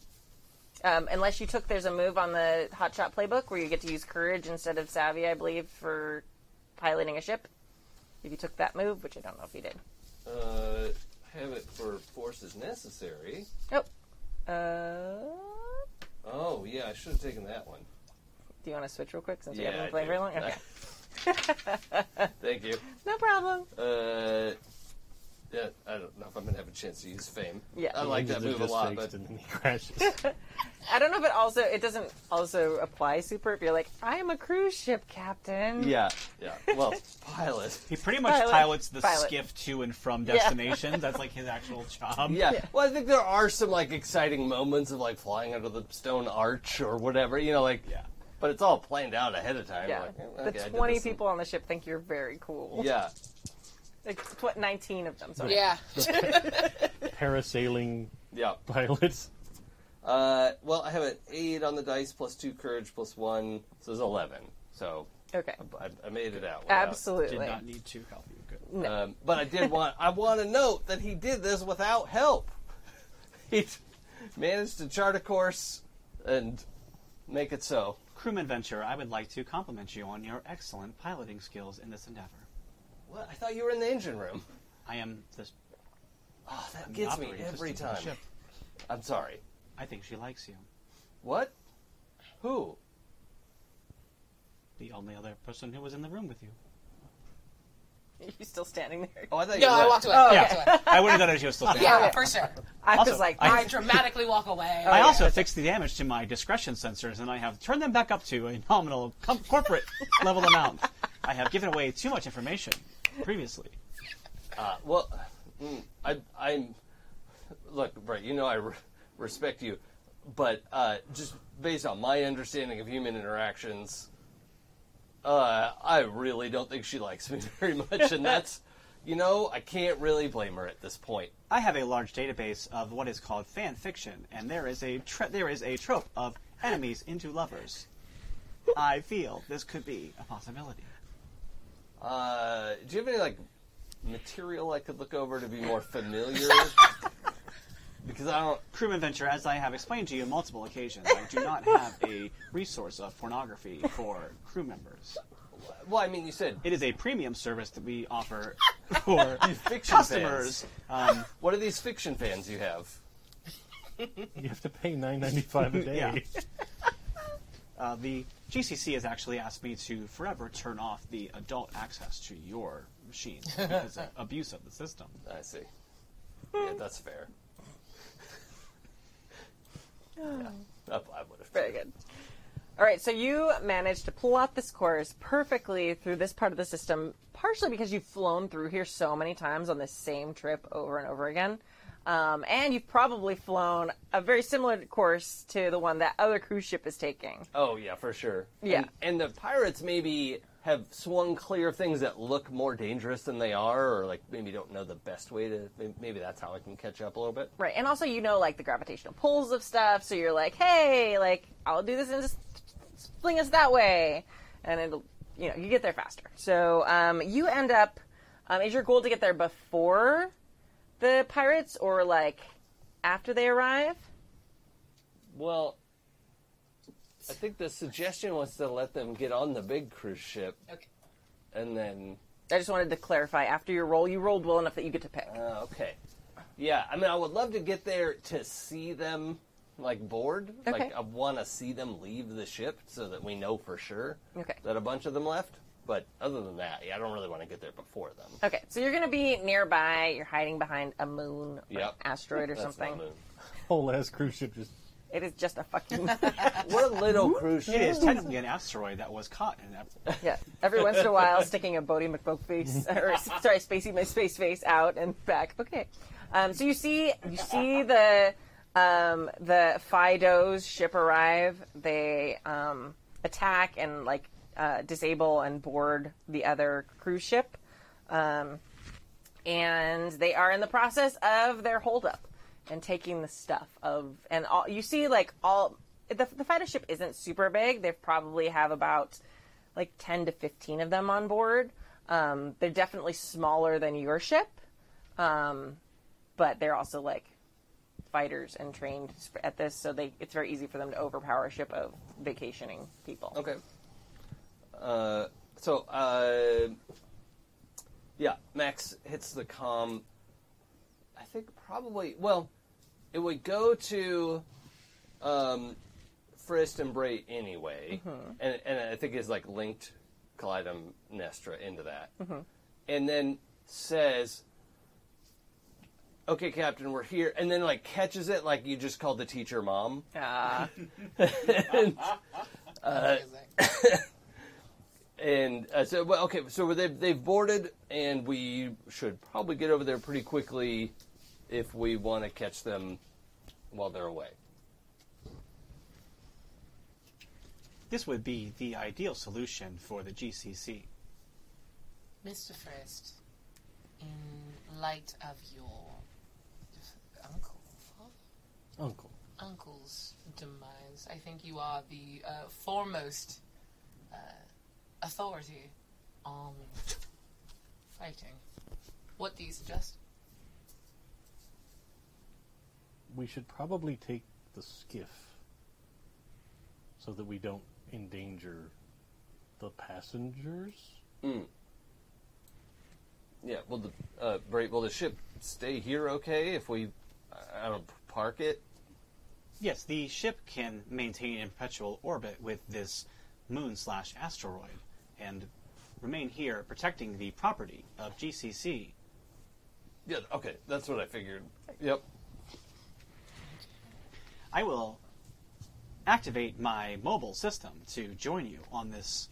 A: Um, unless you took, there's a move on the Hotshot playbook where you get to use courage instead of savvy, I believe, for piloting a ship. If you took that move, which I don't know if you did.
E: Uh, have it for force is necessary.
A: Nope. Uh,
E: Oh yeah, I should have taken that one.
A: do you want to switch real quick since we
E: yeah,
A: haven't
E: I
A: been playing
E: do.
A: very long? Okay.
E: Thank you.
A: no problem.
E: Uh, Yeah, I don't know if I'm gonna have a chance to use fame.
A: Yeah.
E: I like that
D: Ninjas are
E: move a
D: just
E: lot,
D: fakes
E: but
D: and he crashes.
E: <laughs>
A: I don't know if it also it doesn't also apply super if you're like I am a cruise ship captain.
E: yeah,
D: <laughs>
E: yeah. Well, pilot. <laughs>
B: He pretty much
A: Pilot.
B: pilots the
A: Pilot.
B: skiff to and from destinations. That's like his actual job.
E: Yeah. Well, I think there are some like exciting moments of like flying under the stone arch or whatever. You know, like.
B: Yeah.
E: But it's all planned out ahead of time.
A: Yeah.
E: Like, eh, okay, I
A: the
E: did
A: 20
E: this and-
A: people on the ship think you're very cool.
E: Yeah.
A: Like, tw- 19 of them. Sorry.
E: <laughs>
C: Yeah.
D: Parasailing
E: Yeah.
D: pilots.
E: Uh, well, I have an eight on the dice plus two courage plus one, so it's eleven. So
A: Okay.
E: I, I made it out. without-
B: Did
A: Absolutely.
B: not need to help you. Good.
E: Um, but I did want I want to note that he did this without help. <laughs> He t- managed to chart a course and make it so.
B: Crewman Venture, I would like to compliment you on your excellent piloting skills in this endeavor.
E: What? I thought you were in the engine room.
B: I am this.
E: Oh, that gets me every time. I'm sorry.
B: I think she likes you.
E: What? Who?
B: The only other person who was in the room with you.
A: <laughs> Are you still standing there?
E: Oh, I thought you.
C: No, I
E: left.
C: walked away. I walked away.
B: I would have done it if she was still there.
C: <laughs> Yeah, for sure.
A: I
B: Also,
A: was like,
B: I-
C: I <laughs> dramatically walk away.
B: I also fixed the damage to my discretion sensors, and I have turned them back up to a nominal com- corporate level amount. I have given away too much information previously.
E: Well, mm, I, I'm. Look, Brett, you know I re- respect you, but uh, just based on my understanding of human interactions, uh, I really don't think she likes me <laughs> very much, and that's, you know, I can't really blame her at this point.
B: I have a large database of what is called fan fiction, and there is a tr there is a trope of enemies into lovers. I feel this could be a possibility.
E: Uh, do you have any like material I could look over to be more familiar? because I don't.
B: Crewman Venture, as I have explained to you on multiple occasions, I do not have a resource of pornography for crew members.
E: Well, I mean, you said
B: It is a premium service that we offer for
E: fiction
B: customers. Um,
E: Fans. What are these fiction fans you have?
D: You have to pay nine ninety five
E: <laughs>
D: a day.
B: Yeah. <laughs> uh, the GCC has actually asked me to forever turn off the adult access to your machine because of abuse of the system.
E: I see.
A: Hmm.
E: Yeah,
A: <sighs>
E: that's fair. yeah, I, I would have.
A: Very good. All right, so you managed to plot this course perfectly through this part of the system, partially because you've flown through here so many times on this same trip over and over again. Um, and you've probably flown a very similar course to the one that other cruise ship is taking.
E: Oh yeah, for sure.
A: Yeah.
E: And, and the pirates maybe have swung clear of things that look more dangerous than they are, or like maybe don't know the best way to. may- Maybe that's how I can catch up a little bit.
A: Right, and also you know like the gravitational pulls of stuff, so you're like, hey, like I'll do this and just fling us that way, and it'll you know you get there faster. So um, you end up um, is your goal to get there before the pirates or like after they arrive?
E: Well, I think the suggestion was to let them get on the big cruise ship,
C: Okay.
E: and then
A: I just wanted to clarify after your roll, you rolled well enough that you get to pick.
E: uh, okay, yeah. I mean, I would love to get there to see them like board.
A: Okay.
E: Like I want to see them leave the ship so that we know for sure
A: Okay.
E: that a bunch of them left. But other than that, yeah, I don't really want to get there before them.
A: Okay, so you're gonna be nearby. You're hiding behind a moon, or
E: Yep.
A: an asteroid, or
E: That's my
A: something.
E: moon.
D: Whole ass cruise ship just
A: It is just a fucking
E: We're little cruise
B: It is
E: ships.
B: technically an asteroid that was caught in
E: <laughs>
B: that.
A: Yeah, every once in a while, sticking a Bodie McBoke face, <laughs> or sorry, Spacey my space face out and back. Okay, um, so you see, you see the um, the Fido's ship arrive. They um, attack and like uh, disable and board the other cruise ship, um, and they are in the process of their holdup and taking the stuff of and all. You see, like all the the Fido ship isn't super big. They probably have about like 10 to 15 of them on board. Um, they're definitely smaller than your ship, um, but they're also like fighters and trained sp- at this, so they it's very easy for them to overpower a ship of vacationing people.
E: Okay. Uh, so, uh, yeah, Max hits the com. I think probably, well, it would go to um, Frist and Bray anyway, and, and I think it's like linked Kaleidom Nestra into that. And then says, okay, Captain, we're here, and then like catches it like you just called the teacher mom.
A: Uh,
E: <laughs> And uh, so, well, okay, so they've, they've boarded, and we should probably get over there pretty quickly if we want to catch them while they're away.
B: This would be the ideal solution for the GCC.
C: Mr. Frist, in light of your uncle,
D: Uncle.
C: uncle's demise, I think you are the uh, foremost uh, authority on fighting. What do you suggest?
D: We should probably take the skiff so that we don't endanger the passengers.
E: Yeah, will the uh, Bra- will the ship stay here? Okay, if we I- I don't park it.
B: Yes, the ship can maintain in perpetual orbit with this moon slash asteroid and remain here protecting the property of GCC.
E: Yeah, okay, that's what I figured. Yep.
B: I will activate my mobile system to join you on this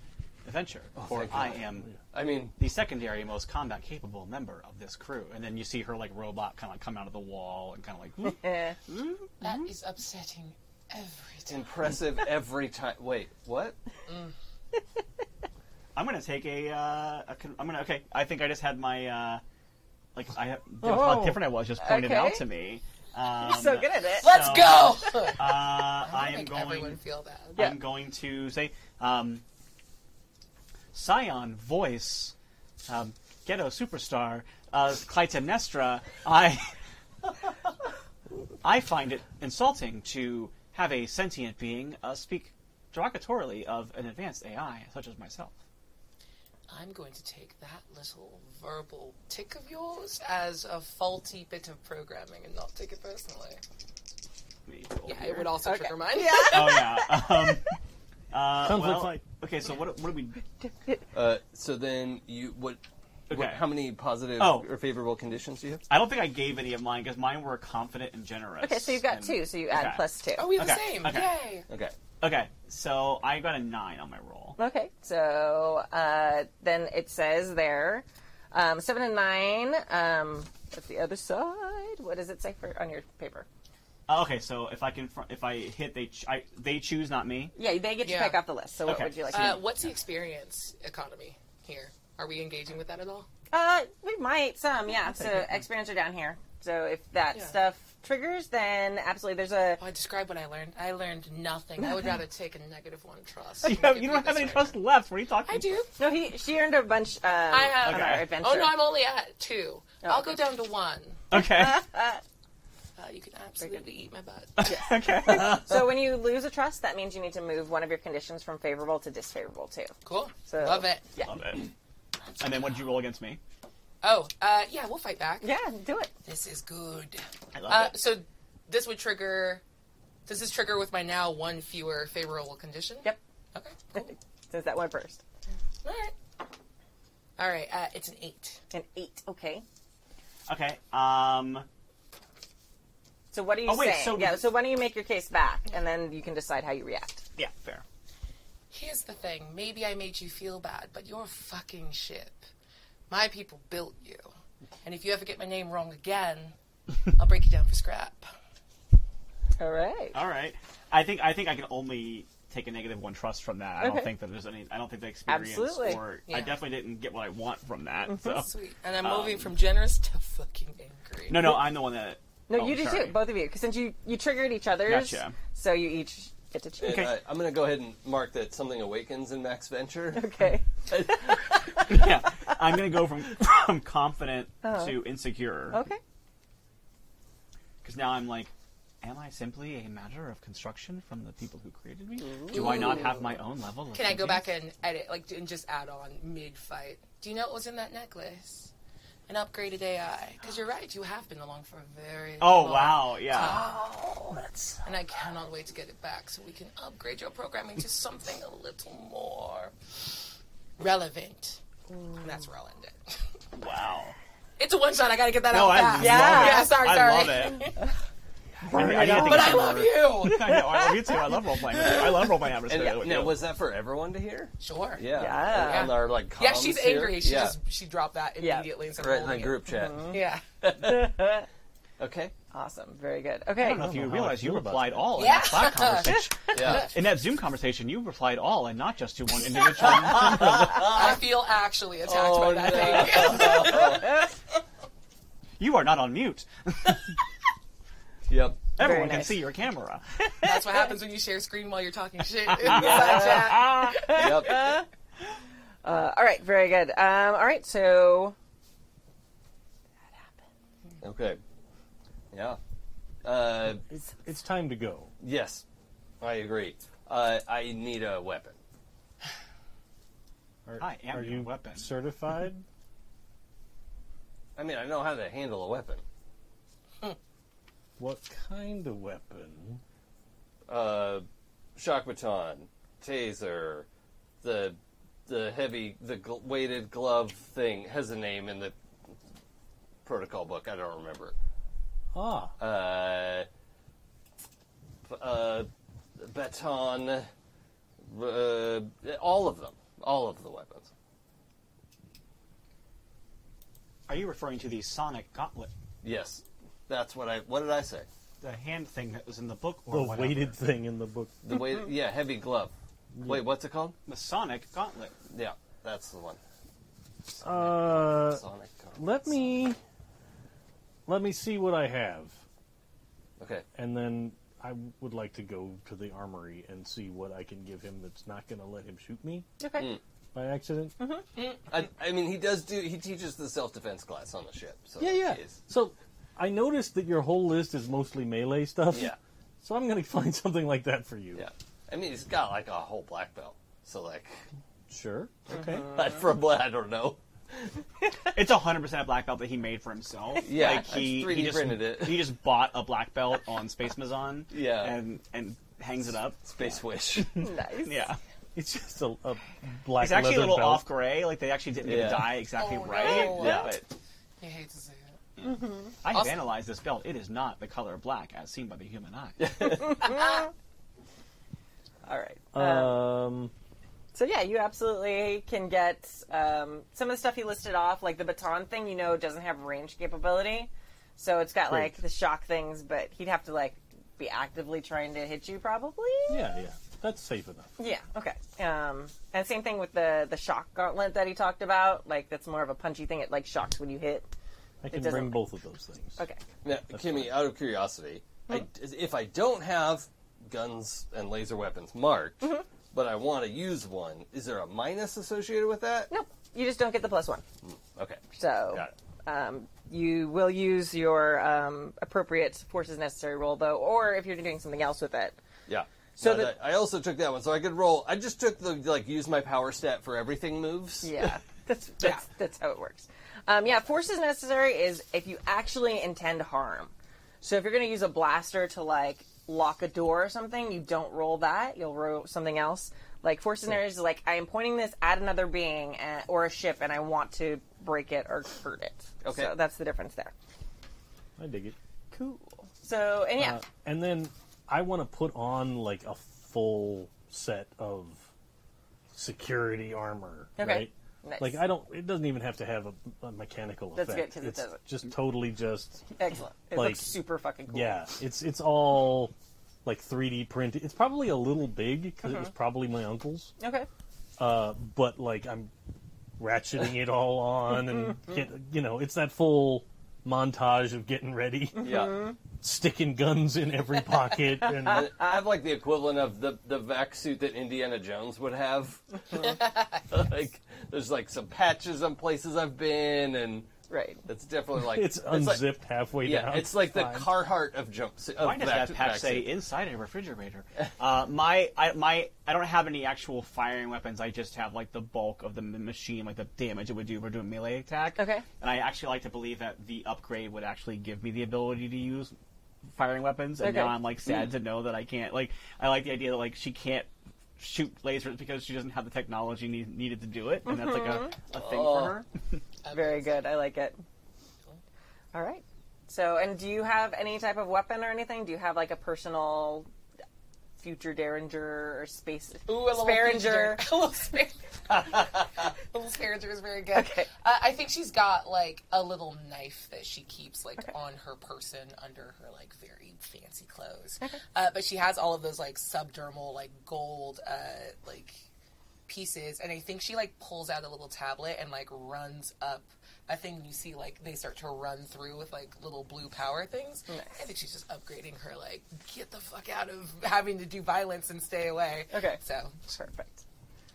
B: adventure, for
E: Oh, thank
B: I
E: God.
B: am
E: I mean,
B: the secondary most combat capable member of this crew. And then you see her like robot kind of like come out of the wall and kind of like
A: eh.
C: That is upsetting every time.
B: <laughs>
E: impressive every time. Wait, what?
B: I'm gonna take a. Uh, a con- I'm gonna. Okay, I think I just had my. Uh, like I have how different I was just pointed
A: Oh, Okay.
B: out
A: <laughs>
B: to me. Um,
A: so <laughs> good at it.
C: <laughs> Let's go!
B: Uh, I am
C: <laughs> Make everyone
B: going.
C: feel bad.
A: Yeah.
B: I'm going to say, um, Scion voice, um, ghetto superstar, uh, Clytemnestra. I <laughs> I find it insulting to have a sentient being uh, speak derogatorily of an advanced AI such as myself.
C: I'm going to take that little verbal tick of yours as a faulty bit of programming and not take it personally.
B: Let me roll
C: Yeah,
B: here.
C: it would also trigger mine.
I: Yeah.
B: Oh yeah. Um, uh,
D: Sounds like
B: well,
D: fight.
B: okay. So what? What do we?
E: Uh, so then you what? What,
B: Okay.
E: how many positive
B: Oh.
E: or favorable conditions do you have?
B: I don't think I gave any of mine because mine were confident and generous.
A: Okay, so you've got
B: and-
A: two, so you add
B: okay.
A: plus two.
C: Oh, we have
B: Okay,
C: the same.
B: okay.
C: Yay!
E: Okay.
B: Okay, so I got a nine on my roll.
A: Okay, so uh, then it says there, um, seven and nine. Um, what's the other side? What does it say for on your paper?
B: Uh, okay, so if I can, fr- if I hit, they ch- I, they choose, not me.
A: Yeah, they get to
C: Yeah.
A: pick off the list. So what
B: Okay.
A: would you like?
C: Uh,
A: to do?
C: what's the experience economy here? Are we engaging with that at all?
A: Uh, we might some, yeah. So experience are down here. So if that
C: Yeah.
A: stuff triggers, then absolutely. There's a
C: Oh, I describe what I learned. I learned nothing. I would rather take a negative one trust.
B: <laughs> <laughs> You,
C: Give
B: have,
C: me
B: you don't have
C: this
B: any
C: right
B: trust left. What are you talking?
C: now. I do.
A: no. He she earned a bunch. Um, I
C: have.
A: on our
B: Okay.
A: adventure.
C: Oh no, I'm only at two.
A: Oh,
C: I'll
A: okay.
C: go down to one.
B: Okay.
A: <laughs>
C: Uh, you can absolutely eat my butt.
B: okay.
A: so when you lose a trust, that means you need to move one of your conditions from favorable to disfavorable too.
C: Cool.
A: So-
C: Love it.
B: Love it. And then what did you roll against me?
C: Oh, uh, yeah, we'll fight back.
A: Yeah, do it.
C: This is good.
B: I love
C: Uh,
B: it.
C: so this would trigger. Does this trigger with my now one fewer favorable condition?
A: Yep.
C: Okay.
A: <laughs>
C: Cool.
A: Since that one first.
C: All right. All right. Uh, it's an eight.
A: An eight. Okay.
B: Okay. Um.
A: So what are you
B: Oh, wait,
A: saying?
B: so-
A: yeah. So why don't you make your case back, and then you can decide how you react.
B: Yeah. Fair.
C: Here's the thing. Maybe I made you feel bad, but you're a fucking ship. My people built you. And if you ever get my name wrong again, I'll break you down
B: <laughs>
C: for scrap.
A: All right.
B: All right. I think I think I can only take a negative one trust from that. I don't
A: Okay.
B: think that there's any. I don't think the experience
A: Absolutely. Mm-hmm.
B: or
C: Yeah.
B: I definitely didn't get what I want from that. So.
C: Sweet. And I'm moving from generous to fucking angry.
B: Oh. Um, No, no, I'm the one that.
A: No,
B: oh,
A: you do
B: sorry.
A: too, both of you, 'cause since you you triggered each other's,
B: Gotcha.
A: so you each get to choose.
E: And, uh, I'm going to go ahead and mark that something awakens in
B: <laughs>
E: Max Venture.
A: Okay.
B: yeah, I'm gonna go from from confident to insecure.
A: Okay.
B: Because now I'm like, am I simply a matter of construction from the people who created me? Do I not have my own level? Of
C: Can I
B: thinking?
C: go back and edit, like, and just add on mid fight? Do you know what was in that necklace? An upgraded AI. Because you're right, you have been along for a very
B: Oh
C: long
B: wow! Yeah.
A: Oh,
C: And I cannot wait to get it back so we can upgrade your programming to something a little
A: Mm.
C: more relevant. And that's where I'll end it. <laughs>
B: Wow.
C: It's a one shot. I gotta get that
J: No,
C: out
J: I
C: fast.
J: love
A: Yeah.
J: it.
C: Yeah, sorry,
J: I
C: sorry.
J: love it. I mean, I didn't think
C: <laughs> But
J: it's
C: I
J: a
C: love
J: horror.
C: you.
A: <laughs>
J: I know, I love you too. I love role playing. with you. I love role playing
E: And
J: atmosphere.
E: yeah,
J: with
E: now,
J: you.
E: was that for everyone to hear?
C: Sure.
E: Yeah.
A: Yeah.
E: On our like.
C: Yeah, she's
E: comms here?
C: angry. She
E: yeah.
C: just Mm-hmm. she dropped that
A: Yeah.
C: immediately instead of
E: right in the
C: holding it.
E: group chat.
A: <laughs>
C: Yeah.
E: Okay.
A: Awesome. Very good.
B: I
A: Okay.
B: don't know if
D: I
B: you
D: feel
B: realize you
D: about
B: replied
D: that.
B: all
C: Yeah.
B: in that Slack conversation.
C: <laughs>
E: Yeah.
B: In that Zoom conversation, you replied all and not just to one individual.
C: I feel actually attacked
J: Oh,
C: by that thing. <laughs>
B: you are not on mute.
E: yep.
B: Everyone can
A: nice.
B: see your
E: <laughs>
B: camera.
C: That's what happens when you share screen while you're
J: <laughs>
C: talking shit in the side chat.
E: Yep.
C: <laughs>
A: Uh, all right. Very good. Um, all right. So
E: Okay. Yeah. Uh,
D: It's, it's time to go.
E: yes, I agree. Uh, I need a weapon.
D: Are,
B: I am
D: are
B: your
D: you
B: weapon.
D: certified?
E: I mean, I know how to handle a weapon.
D: what kind of weapon?
E: Uh, shock baton, taser, the the heavy, the gl- weighted glove thing has a name in the protocol book. I don't remember.
D: Ah,
E: uh, uh, baton, uh, all of them, all of the weapons.
B: Are you referring to the sonic gauntlet,
E: Yes, that's what I. What did I say?
B: the hand thing that was in the book, or
D: the
B: whatever?
D: weighted thing in the book.
E: The way,
D: Mm-hmm.
E: yeah, heavy glove. Wait, what's it called?
B: the sonic gauntlet?
E: Yeah, that's the one.
D: Uh,
E: Sonic. Gauntlet.
D: let me let me see what I have,
E: Okay.
D: and then I would like to go to the armory and see what I can give him that's not going to let him shoot me
A: okay.
D: by accident.
E: I, I mean, he does do. He teaches the self defense class on the ship. So
D: Yeah, yeah.
E: he's-
D: So I noticed that your whole list is mostly melee stuff.
E: Yeah.
D: So I'm going to <laughs> find something like that for you.
E: yeah. I mean, he's got like a whole black belt. So like,
D: Sure. Okay.
E: <laughs> from what I don't know.
B: It's hundred percent a black belt that he made for himself.
E: <laughs> Yeah,
B: like he,
E: I 3D
B: he just
E: printed it.
B: he just bought a black belt on Space Amazon.
E: <laughs> Yeah.
B: and and hangs it up.
E: Space wish.
A: Nice.
B: Yeah,
D: It's just a, a black.
B: it's actually a
D: leather
B: little
D: belt.
B: off gray. Like they actually didn't get
E: Yeah.
B: the dye exactly
C: Oh,
B: right.
C: no.
E: Yeah.
B: but
C: I hate to say it.
B: I have
C: Also-
B: analyzed this belt. It is not the color black as seen by the human
E: <laughs>
B: eye.
A: All right. Uh,
D: Um,
A: So yeah, you absolutely can get um, some of the stuff you listed off, like the baton thing. You know, doesn't have range capability, so it's got like
D: Great.
A: the shock things, but he'd have to like be actively trying to hit you, probably.
D: yeah, yeah. That's safe enough.
A: Yeah. Okay. Um, and same thing with the the shock gauntlet that he talked about. Like that's more of a punchy thing. It like shocks when you hit.
D: I can
A: doesn't-
D: bring both of those things.
A: Okay.
E: Now, Kimmy, out of curiosity, I, if I don't have guns and laser weapons marked,
A: Mm-hmm.
E: but I want to use one, is there a minus associated with that?
A: Nope. You just don't get the plus one.
E: Okay.
A: So
E: Got it.
A: you will use your um, appropriate forces necessary roll though, or if you're doing something else with it.
E: Yeah.
A: So
E: So
A: the-
E: I also took that one, so I could roll. I just took the like use my power stat for everything moves.
A: Yeah, <laughs> that's that's, that's how it works. Um, yeah, force is necessary is if you actually intend harm. So if you're going to use a blaster to like lock a door or something, you don't roll that. You'll roll something else. Like force is necessary is like I am pointing this at another being uh, or a ship, and I want to break it or hurt it.
E: Okay.
A: so that's the difference there.
D: I dig it.
A: Cool. So and yeah,
D: Uh, and then I want to put on like a full set of security armor.
A: Okay.
D: Right?
A: Nice.
D: Like I don't. It doesn't even have to have a, a mechanical
A: That's good,
D: effect.
A: 'cause it
D: It's
A: doesn't.
D: Just totally just.
A: excellent. It
D: like-
A: looks super fucking <laughs> cool.
D: Yeah. It's it's all like 3D printed. It's probably a little big because
A: Uh-huh.
D: it was probably my uncle's.
A: Okay.
D: but like I'm ratcheting it all
A: <laughs>
D: on and get you know it's that full montage of
A: <laughs>
D: getting ready,
A: Mm-hmm.
E: Yeah.
D: sticking guns in every pocket
A: <laughs>
D: and
E: I I have like the equivalent of the the vac suit that Indiana Jones would have.
A: Mm-hmm.
E: <laughs> like there's like some patches on places I've been, and
A: Right.
E: it's definitely like
D: it's
E: like-
D: unzipped halfway
E: Yeah,
D: down.
E: it's like the
D: Fine.
E: Carhartt of jumpsuit. Of
B: Why does
E: vac-
B: that patch say
E: vaccine.
B: inside a refrigerator? Uh, my, I, my, I don't have any actual firing weapons. I just have like the bulk of the m- machine, like the damage it would do if we're doing melee attack.
A: Okay.
B: And I actually like to believe that the upgrade would actually give me the ability to use firing weapons. And
A: Okay. Mm.
B: now I'm like sad to know that I can't. Like, I like the idea that like she can't shoot lasers because she doesn't have the
A: Mm-hmm.
B: technology need, needed to do it, and that's like a, a thing for her.
A: Very good. I like it. All right. So, and do you have any type of weapon or anything? Do you have like a personal future derringer or space
C: Ooh, a little
A: sparinger?
C: <laughs> Sparinger. a little Sparinger. a little Sparinger is very good.
A: Okay.
C: Uh, I think she's got like a little knife that she keeps like on her person under her like very fancy clothes. Uh, but she has all of those like subdermal like gold uh, like pieces, and I think she like pulls out a little tablet and like runs up. a thing you see like they start to run through with like little blue power things. I think she's just upgrading her like get the fuck out of having to do violence and stay away.
A: Okay.
C: So
A: Perfect.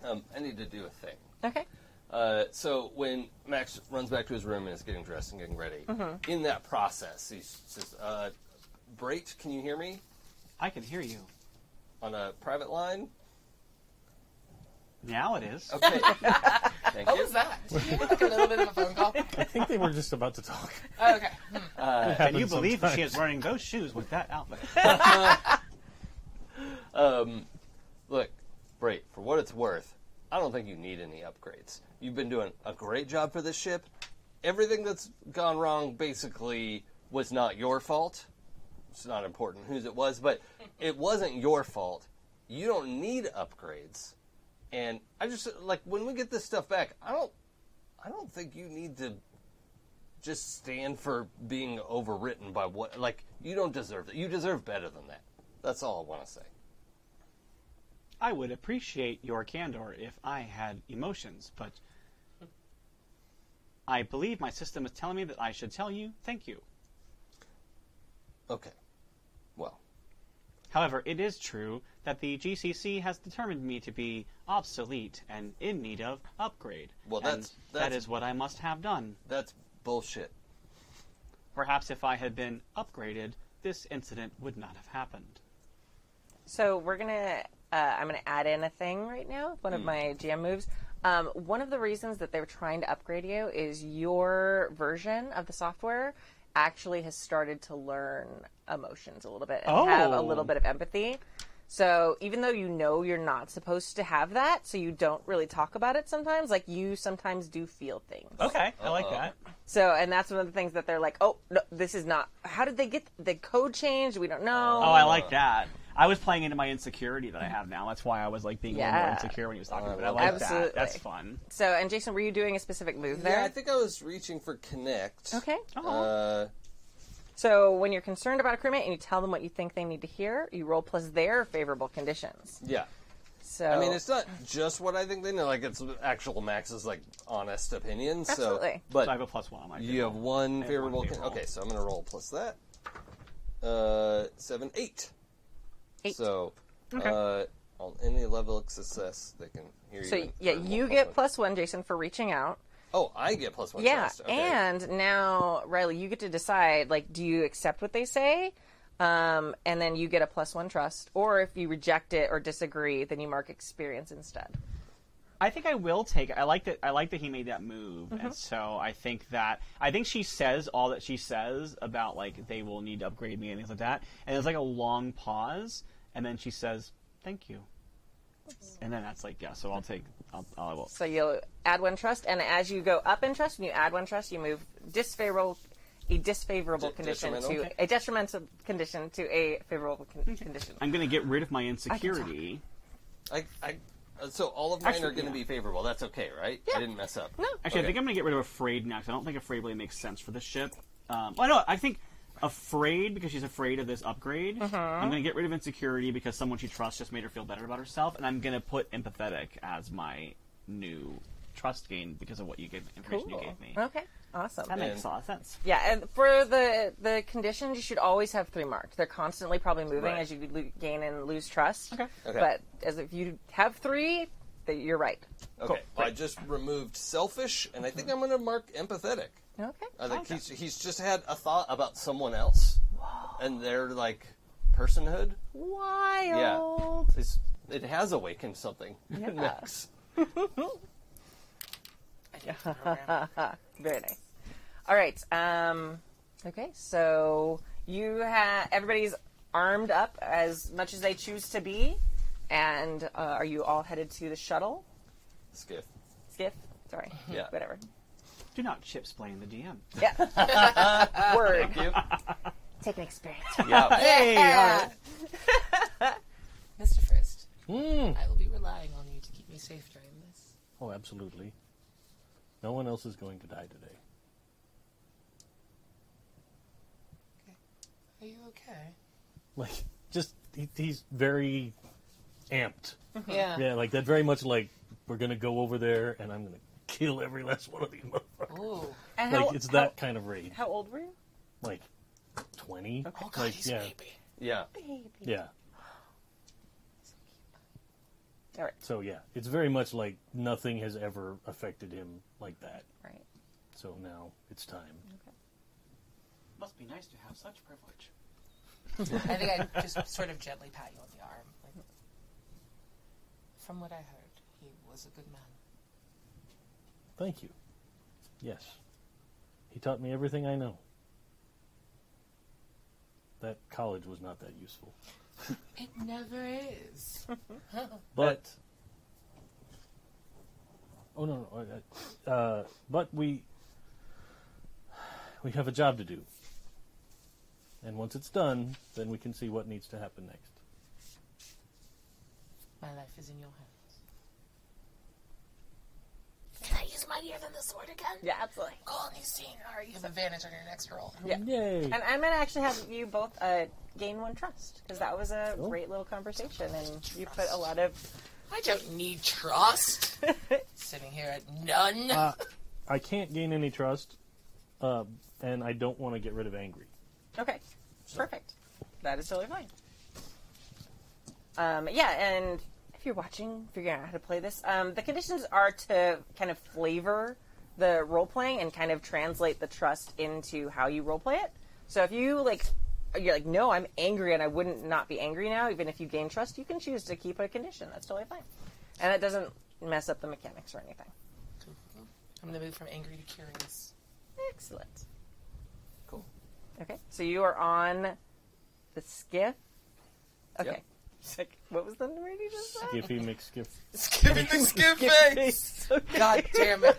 E: Um, I need to do a thing.
A: Okay.
E: Uh, so when Max runs back to his room and is getting dressed and getting ready,
B: Mm-hmm.
E: in that process, he says, uh, "Brait, can you hear me
B: I can hear you.
E: on a private
B: <laughs>
E: line?"
B: Now it is.
E: Okay. <laughs> Thank
C: What
E: you.
C: was <laughs> that? Did you have like a little bit of a phone call?
D: I think they were just about to talk.
E: <laughs>
D: <laughs>
C: Oh, <laughs> okay. Hmm.
B: Can you believe she is wearing those shoes with that outfit?
E: Look, Brait, for what it's worth, I don't think you need any upgrades. You've been doing a great job for this ship. Everything that's gone wrong basically was not your fault. It's not important whose it was, but it wasn't your fault. You don't need upgrades. And I just like when we get this stuff back, I don't I don't think you need to just stand for being overwritten by what like you don't deserve that. You deserve better than that. That's all I want to say.
B: I would appreciate your candor if I had emotions, but I believe my system is telling me that I should tell you thank you.
E: Okay. Well,
B: However, it is true that the GCC has determined me to be obsolete and in need of upgrade.
E: Well,
B: and
E: that's-
B: that
E: that's-
B: is what I must have done.
E: that's bullshit.
B: Perhaps if I had been upgraded, this incident would not have happened.
A: So we're gonna. Uh, I'm gonna add in a thing right now. One
B: Hmm.
A: of my GM moves. Um, one of the reasons that they're trying to upgrade you is your version of the software actually has started to learn emotions a little bit and have a
B: Oh.
A: little bit of empathy. So even though you know you're not supposed to have that, so you don't really talk about it sometimes. Like you sometimes do feel things.
B: Okay, I like that.
A: So and that's one of the things that they're like, oh, no, this is not. How did they get the code changed? We don't know.
B: Oh, I like that. I was playing into my insecurity that I have now. That's why I was like being a little more
A: Yeah.
B: insecure when he was talking.
E: Oh, I
B: But I
E: love
B: like
A: Absolutely.
B: that. That's fun.
A: So and Jason, were you doing a specific move there?
E: Yeah, I think I was reaching for connect.
A: Okay.
E: Uh,
A: So when you're concerned about a crewmate and you tell them what you think they need to hear, you roll plus their favorable conditions.
E: yeah.
A: So
E: I mean, it's not just what I think they know. Like, it's actual Max's like honest opinion. So,
A: Absolutely.
E: but
B: So I have a oh plus one on my.
E: you have one
B: have
E: favorable.
B: one
E: con-
B: favorable.
E: okay, so I'm gonna roll plus that. Uh, seven, eight.
A: Eight.
E: So, uh, on any level of success, they can hear
A: so
E: you. and
A: yeah,
E: earn
A: you
E: one
A: get
E: one.
A: plus one, Jason, for reaching out.
E: Oh, I get plus one.
A: Yeah,
E: trust. Okay.
A: and now Riley, you get to decide. Like, do you accept what they say? Um, and then you get a plus one trust, or if you reject it or disagree, then you mark experience instead.
B: I think I will take. it. I like that. I like that he made that move, and so I think that I think she says all that she says about like they will need to upgrade me and things like that. And there's like a long pause, and then she says, "Thank you," and then that's like, "Yeah." So I'll take. I'll. I'll I will.
A: So you'll add one trust, and as you go up in trust, when you add one trust, you move disfavorable, a disfavorable
E: D-
A: condition to
E: detrimental?
A: a detrimental condition to a favorable con-
B: Mm-hmm.
A: condition.
B: I'm gonna get rid of my insecurity.
E: I, I, uh, so all of mine
B: Actually,
E: are going to
B: yeah.
E: be favorable. That's okay, right? I didn't mess up.
A: No.
B: Actually, I
E: Okay.
B: think I'm gonna get rid of afraid now because I don't think afraid really makes sense for this ship. Um, well, no, I think afraid because she's afraid of this upgrade.
E: Mm-hmm.
B: I'm gonna get rid of insecurity because someone she trusts just made her feel better about herself, and I'm gonna put empathetic as my new trust gain because of what you gave information you gave me.
A: Okay. Awesome.
B: That makes
E: And-
B: a lot of sense.
A: Yeah, and for the the conditions, you should always have three marked. They're constantly probably moving
E: Right.
A: as you lo- gain and lose trust. Okay.
E: Okay.
A: But as if you have three, that you're right.
E: Okay, I just removed selfish, and I think I'm going to mark empathetic.
A: Okay.
E: I think
B: Okay.
E: he's, he's just had a thought about someone else and their like personhood.
A: Wild.
E: It's, it has awakened something. Yeah. <laughs> Max.
A: Very nice. All right. Um, okay. So you have everybody's armed up as much as they choose to be, and uh, are you all headed to the shuttle
E: Skiff.
A: skiff? Sorry.
E: Yeah.
A: Whatever.
K: Do not chip splain the DM.
A: Yeah. Word.
E: Thank you.
A: Take an experience.
E: Yeah.
K: Hey, all right.
C: Mr. Frist, I will be relying on you to keep me safe during this.
D: Oh, absolutely. No one else is going to die today.
C: Are you okay?
D: Like, just he, he's very
A: <laughs>
D: amped.
C: Yeah.
D: Yeah, like that. Very much like we're gonna go over there, and I'm gonna kill every last one of these motherfuckers.
C: Ooh.
A: And how,
D: Like it's that kind of rage.
A: How, how old were you?
D: Like twenty.
C: Oh god,
D: like
C: he's
D: yeah,
C: a baby.
E: Yeah.
D: yeah.
A: All right.
D: So yeah, it's very much like nothing has ever affected him like that.
A: Right.
D: So now it's time.
B: Must be nice to have such privilege.
C: I think I just sort of gently pat you on the arm. Like, from what I heard, he was a good man.
D: Thank you. Yes. He taught me everything I know. That college was not that useful.
C: It never is.
D: But. Oh, no, no. I- I- Uh, but we. We have a job to do. And once it's done, then we can see what needs to happen next.
C: My life is in your hands.
A: Yeah, absolutely.
C: Call me seeing Ari. You have advantage on your next roll.
A: Yeah.
D: Yay!
A: And I'm gonna actually have you both uh, gain one trust because that was a great little conversation, and you put a lot of
C: I don't
A: <laughs>
C: need trust. Sitting here at none.
A: Uh,
D: I can't gain any trust, uh, and I don't want to get rid of angry.
A: Okay. Perfect. That is totally fine. Um, yeah, and if you're watching, figuring out how to play this, um, the conditions are to kind of flavor the role playing and kind of translate the trust into how you role play it. So if you like, you're like, no, I'm angry, and I wouldn't not be angry now. Even if you gain trust, you can choose to keep a condition. That's totally fine, and it doesn't mess up the mechanics or anything.
C: I'm gonna move from angry
A: <laughs>
C: to curious.
A: Excellent.
E: Cool.
A: Okay, so you are on the skiff. Okay.
E: Yep.
A: Sick. What was the word you just said?
D: Skiffy McSkiff.
C: Skipping the skip face.
A: <laughs>
C: God damn it.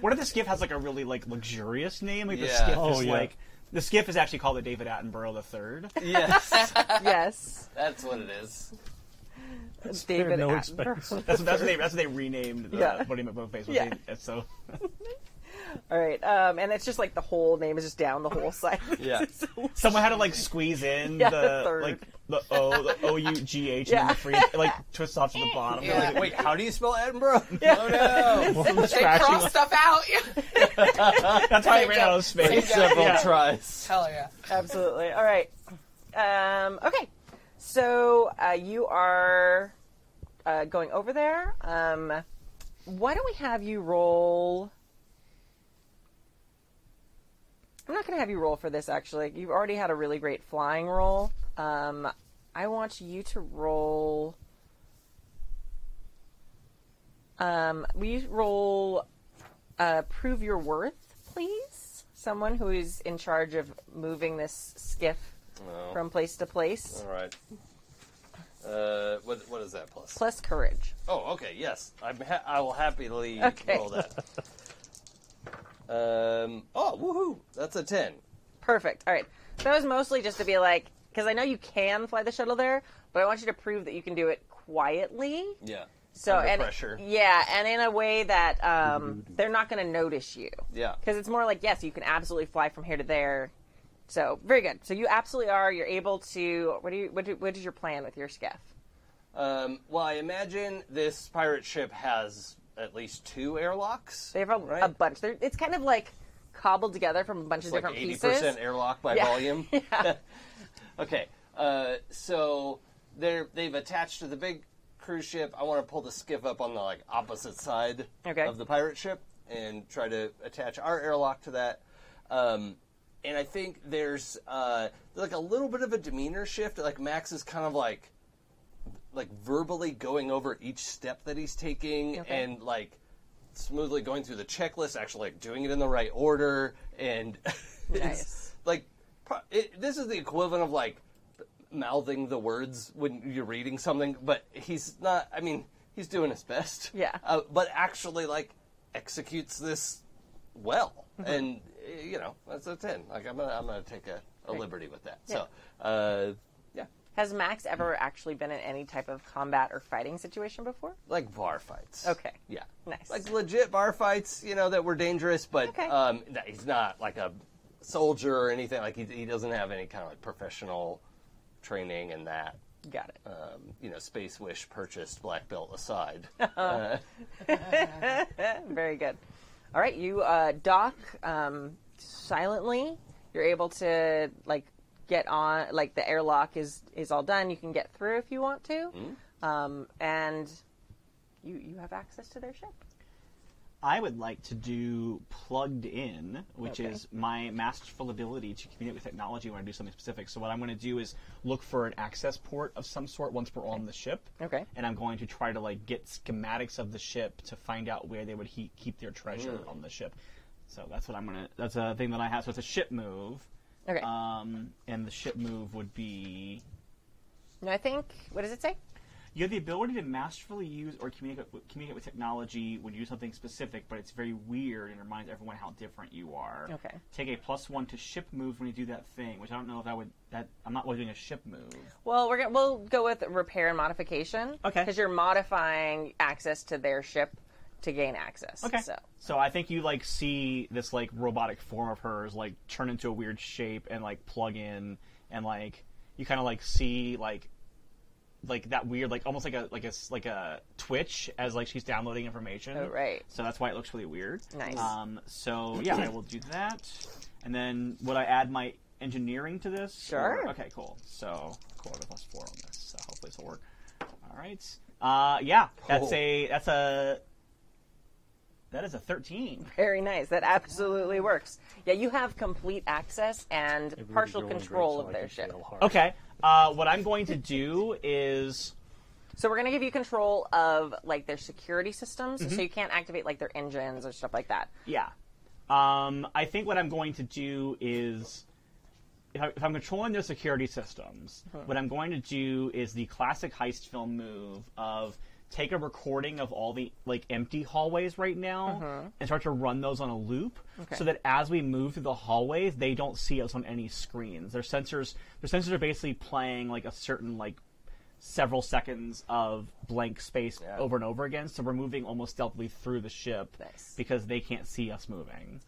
K: What if the skiff has like a really like luxurious name? Like the
E: Yeah.
K: skiff
D: Oh,
K: is
D: yeah.
K: like the skiff is actually called the David Attenborough the Third.
E: Yes. <laughs>
A: yes.
E: That's what it is.
A: David
D: no
A: Attenborough.
D: expense.
K: That's, that's what they that's what they renamed the
A: Yeah.
K: Bloody McBoneface.
A: Yeah.
K: Yeah. They, so
A: <laughs> All right, um, and it's just like the whole name is just down the whole side. <laughs>
E: Yeah.
K: someone had to like squeeze in
A: Yeah,
K: the,
A: the third.
K: like the O the O U G H and then
A: Yeah.
K: the free like twist off
A: <laughs>
K: to the bottom. They're
C: Yeah.
K: Like,
E: Wait, how do you spell Edinburgh? Oh no.
C: They cross stuff out. <laughs>
K: that's why I ran out of space.
E: Several
K: Yeah.
E: tries.
C: Hell yeah.
A: Absolutely. All right. Um, okay. So uh, you are uh, going over there. Um, why don't we have you roll? I'm not going to have you roll for this. Actually, you've already had a really great flying roll. Um, I want you to roll. Um, will you roll uh, prove your worth, please? Someone who is in charge of moving this skiff
E: No.
A: from place to place,
E: All right. Uh, what what is that plus?
A: plus courage.
E: Oh, okay. Yes, I'm. Ha- I will
A: <laughs>
E: happily
A: Okay.
E: roll that. Um. Oh, woohoo! That's a ten.
A: Perfect. All right. So that was mostly just to be like, because I know you can fly the shuttle there, but I want you to prove that you can do it quietly.
E: Yeah.
A: So
E: Under
A: and
E: pressure.
A: yeah, and in a way that um, they're not going to notice you.
E: Yeah.
A: because it's more like yes, you can absolutely fly from here to there. So very good. So you absolutely are. You're able to. What do you? What, do, what is your plan with your skiff?
E: Um. Well, I imagine this pirate ship has at least two airlocks.
A: They have a,
E: right?
A: a bunch. They're, it's kind of like cobbled together from a bunch of
E: like
A: different
E: eighty
A: pieces.
E: percent airlock
A: <laughs>
E: by
A: Yeah.
E: volume. okay. Uh. So they're they've attached to the big cruise ship. I want to pull the skiff up on the like opposite side
A: Okay.
E: of the pirate ship and try to attach our airlock to that. Um, and I think there's uh, like a little bit of a demeanor shift. Like Max is kind of like like verbally going over each step that he's taking
A: Okay.
E: and like smoothly going through the checklist, actually like doing it in the right order. And <laughs> it's, <laughs>
A: Nice.
E: like pro- it, this is the equivalent of like mouthing the words when you're reading something, but he's not. I mean, he's doing his best.
A: Yeah.
E: Uh, but actually, like executes this well,
A: Mm-hmm.
E: and uh, you know that's a ten. Like I'm gonna I'm gonna take a, a liberty with that. So uh, yeah,
A: Has Max ever actually been in any type of combat or fighting situation before?
E: like bar fights.
A: Okay.
E: Yeah.
A: Nice.
E: Like legit bar fights, you know, that were dangerous, but
A: Okay.
E: um, that he's not like a soldier or anything. Like he, he doesn't have any kind of like professional training in that.
A: Got it.
E: Um, you know, Space Wish purchased black belt
A: <laughs>
E: aside.
A: Very good. All right, you uh, dock um, silently. You're able to like get on. Like the airlock is is all done. You can get through if you want to, um, and you you have access to their ship.
B: I would like to do plugged in, which
A: Okay.
B: is my masterful ability to communicate with technology when I do something specific. So what I'm going to do is look for an access port of some sort once we're on the ship.
A: Okay.
B: And I'm going to try to like get schematics of the ship to find out where they would he- keep their treasure on the ship. So that's what I'm gonna. That's a thing that I have. So it's a ship move.
A: Okay.
B: Um, and the ship move would be
A: no, I think what does it say?
B: you have the ability to masterfully use or communicate with, communicate with technology when you do something specific, but it's very weird and reminds everyone how different you are.
A: Okay.
B: Take a plus one to ship move when you do that thing, which I don't know if I would. That I'm not really doing a ship move.
A: Well, we're gonna, we'll go with repair and modification.
B: Okay.
A: Because you're modifying access to their ship to gain access. So
B: I think you like see this like robotic form of hers like turn into a weird shape and like plug in and like you kind of like see like like that weird like almost like a like a s- like a twitch as like she's downloading information.
A: Oh, right.
B: So that's why it looks really weird.
A: Nice.
B: Um. So yeah, I will do that. And then would I add my engineering to this?
A: Sure.
B: Or- okay. Cool. So cool. I have a plus four on this. So hopefully this will work. All right. Uh. Yeah. That's
E: Cool.
B: a. That's a. That is a 13.
A: Very nice. That absolutely works. Yeah, you have complete access and partial control of their ship.
B: Okay. Uh, what I'm going to do is.
A: So we're going to give you control of like their security systems, so you can't activate like their engines or stuff like that.
B: Yeah. Um, I think what I'm going to do is. If, I, if I'm controlling their security systems, what I'm going to do is the classic heist film move of take a recording of all the like empty hallways right now and start to run those on a loop so that as we move through the hallways they don't see us on any screens their sensors their sensors are basically playing like a certain like several seconds of blank space over and over again. So we're moving almost stealthily through the ship
A: Nice.
B: because they can't see us moving.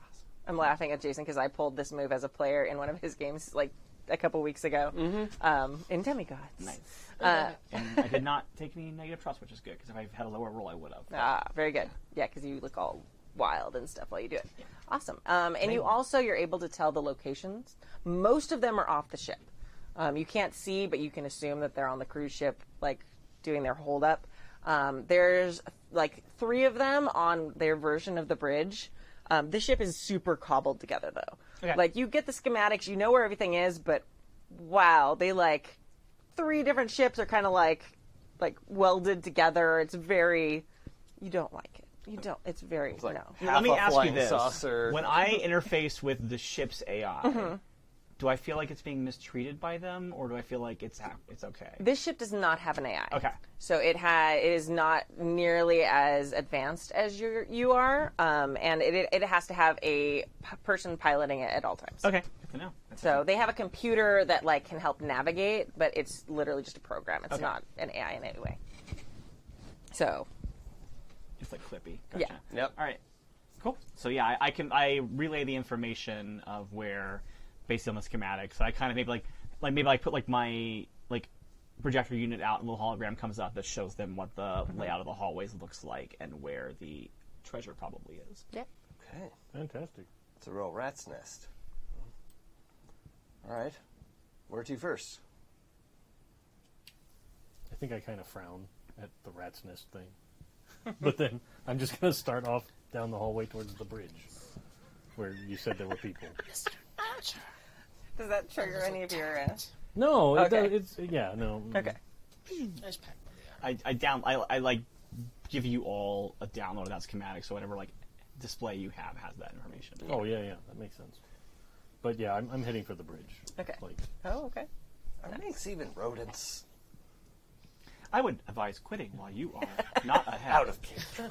A: I'm laughing at Jason because I pulled this move as a player in one of his games like a couple weeks ago um, in Demigods.
B: And I did not take any negative trust, which is good because if I had a lower roll, I would have.
A: Ah, very good. Yeah, because you look all wild and stuff while you do it. Awesome. Um, and you also you're able to tell the locations. Most of them are off the ship. Um, you can't see, but you can assume that they're on the cruise ship, like doing their holdup. Um, there's like three of them on their version of the bridge. Um, this ship is super cobbled together, though.
B: Okay.
A: Like you get the schematics, you know where everything is, but wow, they like three different ships are kind of like like welded together. It's very you don't like it. You don't. It's very
E: like
A: no.
E: half
B: Let me
E: a
B: ask you
E: flying
B: this:
E: saucer. Mm-hmm.
B: When I interface with the ship's AI, do I feel like it's being mistreated by them, or do I feel like it's ha- it's okay?
A: This ship does not have an AI.
B: Okay.
A: So it had it is not nearly as advanced as you you are, um, and it it has to have a p- person piloting it at all times.
B: Okay, good to know. That's
A: So they have a computer that like can help navigate, but it's literally just a program. It's
B: Okay.
A: not an AI in any way. So
B: It's like Clippy.
A: Yeah.
B: Gotcha.
E: Yep.
B: All right. Cool. So yeah, I, I can I relay the information of where, based on the schematics, I kind of maybe like like maybe I put like my like projector unit out and a little hologram comes out that shows them what the
A: Mm-hmm.
B: layout of the hallways looks like and where the treasure probably is.
A: yeah,
E: Okay.
D: Fantastic.
E: It's a real rat's nest. All right. Where to first?
D: I think I kind of frown at the rat's nest thing. <laughs> but then I'm just going to start off down the hallway towards the bridge where you said there were people.
A: does that trigger any of your? Uh...
D: No, it
A: Okay.
D: does, it's yeah, no. mm.
A: Okay.
C: Nice pack by the arm.
B: I, I down I, I like give you all a download of that schematic so whatever like display you have has that information.
D: Oh yeah, yeah, that makes sense. But yeah, I'm, I'm heading for the bridge.
A: Okay.
D: Like,
A: Oh, okay.
E: Are minks even rodents?
K: I would advise quitting while you
A: <laughs>
K: are not ahead.
E: Out of character.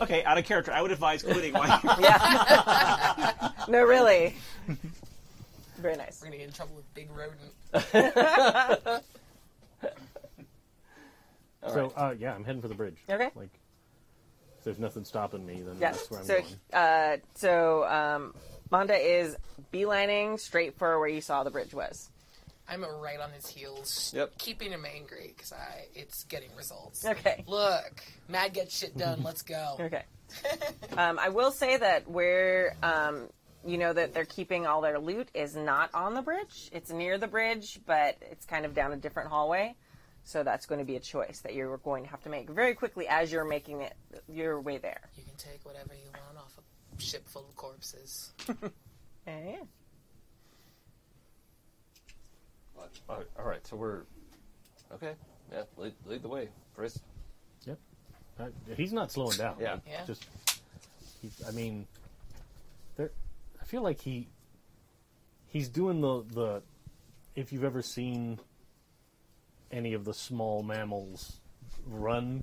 B: Okay, out of character. I would advise
A: <laughs>
B: quitting while you're
A: No, really. Very nice.
C: We're gonna get in trouble with Big Rodent.
D: So uh, yeah, I'm heading for the bridge.
A: Okay.
D: Like, if there's nothing stopping me, then
A: Yeah.
D: that's where I'm
A: So,
D: going.
A: uh, so um, Manda is beelining straight for where you saw the bridge was.
C: I'm right on his heels,
E: Yep.
C: keeping him angry because I it's getting results.
A: Okay.
C: Look, Mad gets
A: <laughs>
C: shit done. Let's go.
A: Okay. um, I will say that where um, you know that they're keeping all their loot is not on the bridge. It's near the bridge, but it's kind of down a different hallway. So that's going to be a choice that you're going to have to make very quickly as you're making it your way there.
C: You can take whatever you want off a ship full of corpses.
A: Yeah.
E: All all right, so we're okay. Yeah, lead, lead the way, Chris.
D: Yep. Uh, he's not slowing down.
E: Yeah.
D: Like,
C: Yeah.
D: Just, he's, I mean, there. I feel like he. He's doing the the, if you've ever seen. Any of the small mammals run,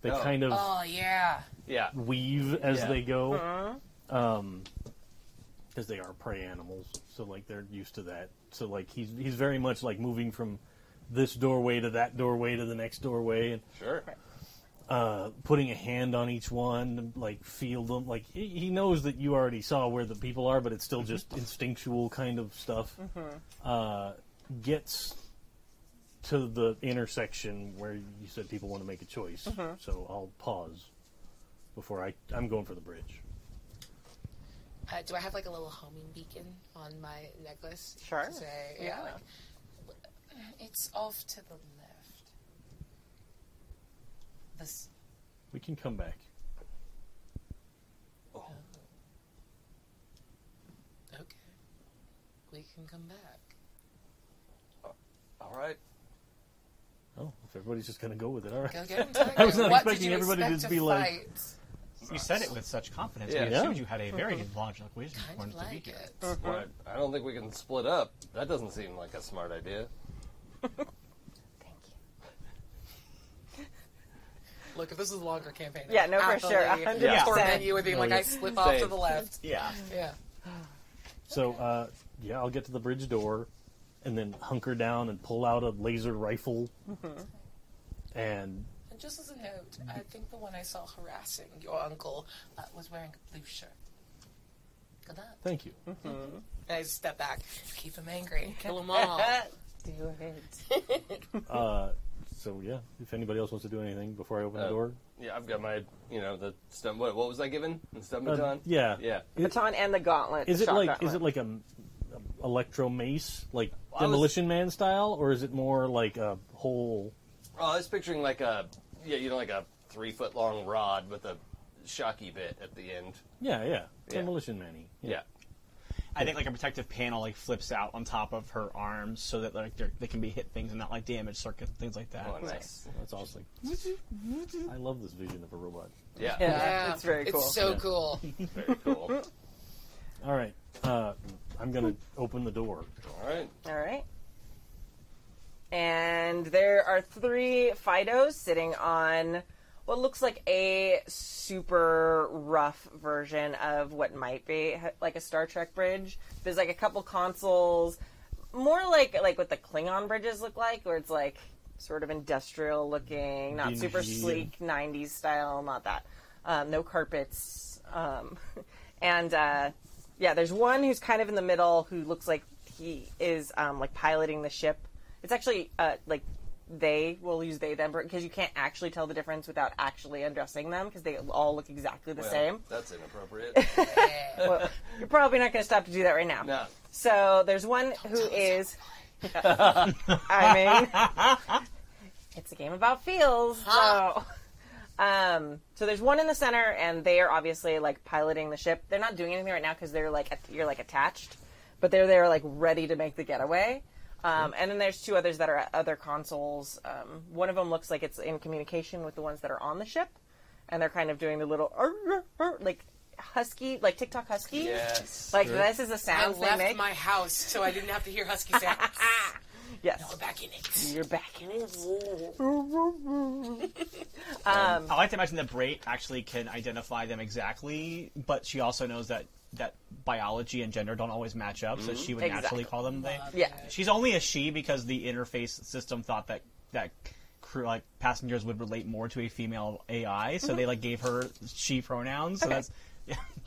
D: they
E: Oh.
D: kind of
C: Oh yeah.
E: Yeah,
A: Mm.
D: weave as
E: Yeah.
D: they go, Um
C: Uh-huh.
D: 'cause because they are prey animals, so like they're used to that. So like he's he's very much like moving from this doorway to that doorway to the next doorway, and
E: sure.
D: putting a hand on each one, and, like feel them. Like he, he knows that you already saw where the people are, but it's still just instinctual kind of stuff. Uh, gets to the intersection where you said people want to make a choice, so I'll pause before I I'm going for the bridge.
C: Uh, do I have like a little homing beacon on my necklace? to
A: Sure.
C: Say, yeah.
A: Yeah.
C: like, it's off to the left. This.
D: We can come back.
C: Okay. We can come back.
E: All right.
D: Oh, if everybody's just gonna go with it, all right.
C: Go get <laughs> him, Tiger.
D: I was not
C: what did
D: expecting
C: you
D: everybody to
C: expect
D: be like-
C: fight?
K: You said it with such confidence.
E: Yeah.
K: We
E: Yeah.
K: assumed you had a very logical reason
C: Mm-hmm. Kind
K: for
C: of
K: it to be
C: like
K: here.
C: it.
E: Well, I I don't think we can split up. That doesn't seem like a smart idea.
A: Thank you.
C: Look, if this is a longer campaign,
A: Yeah, no, for sure,
C: happily
A: 100%.
C: Torment you with being like,
D: Yeah.
C: I slip off to
E: Same.
C: the left.
B: Yeah.
C: Yeah.
D: So, uh, yeah, I'll get to the bridge door, and then hunker down and pull out a laser rifle, and
C: And just as a note, I think the one I saw harassing your uncle uh, was wearing a blue shirt. Good luck.
D: thank you.
C: And I step back. Keep him angry. and Kill them all.
A: Do it.
D: So yeah, if anybody else wants to do anything before I open
E: Uh,
D: the door,
E: Yeah, I've got my, you know, the stump. What, what was I given? The stump
D: Uh,
E: baton?
D: yeah,
E: Yeah.
A: Baton and the gauntlet.
D: Is
A: the
D: it
A: shock
D: like
A: gauntlet.
D: is it like a, m- a electro mace, like
E: was-
D: demolition man style, or is it more like a whole?
E: Oh, I was picturing like a, yeah, you know, like a three foot long rod with a shocky bit at the end.
D: Yeah, yeah,
E: Yeah.
D: demolition manny.
E: Yeah.
B: I think like a protective panel like flips out on top of her arms so that like they're- they can be hit things and not like damage circuits things like that.
E: Oh, nice.
D: that's awesome. I love this vision of a robot.
E: Yeah.
A: Yeah. it's very cool.
C: It's so cool.
E: Very cool.
D: All right, uh, I'm gonna open the door.
E: All right.
A: All right. And there are three Fidos sitting on what looks like a super rough version of what might be h- like a Star Trek bridge. There's like a couple consoles, more like like what the Klingon bridges look like, where it's like sort of industrial looking, not super
D: Dingy.
A: sleek, 90s style, not that. Um, no carpets. Um, <laughs> and uh, yeah, there's one who's kind of in the middle who looks like he is um, like piloting the ship. It's actually uh, like they will use they them because you can't actually tell the difference without actually undressing them because they all look exactly the
E: Well,
A: same.
E: That's
A: <laughs>
E: inappropriate.
C: Yeah.
A: Well, you're probably not going to stop to do that right now.
E: no.
A: So there's one who is. <laughs> I mean, it's a game about feels. So, um, so there's one in the center, and they are obviously like piloting the ship. They're not doing anything right now because they're like at, you're like attached, but they're there like ready to make the getaway. Um, and then there's two others that are at other consoles. Um, one of them looks like it's in communication with the ones that are on the ship, and they're kind of doing the little "Arr, arr, arr," like husky, like TikTok husky.
E: Yes.
A: Like this is the
C: I
A: sounds they
C: left
A: make.
C: <laughs> my house so I didn't have to hear husky sounds.
A: Yes.
C: We're back in it.
A: You're back in it.
B: I like to imagine that Brait actually can identify them exactly, but she also knows that that biology and gender don't always match up,
E: Mm-hmm.
B: so she would
A: Exactly.
B: naturally call them they.
A: Yeah.
B: She's only a she because the interface system thought that that crew like passengers would relate more to a female AI,
C: Mm-hmm.
B: so they like gave her she pronouns. So that's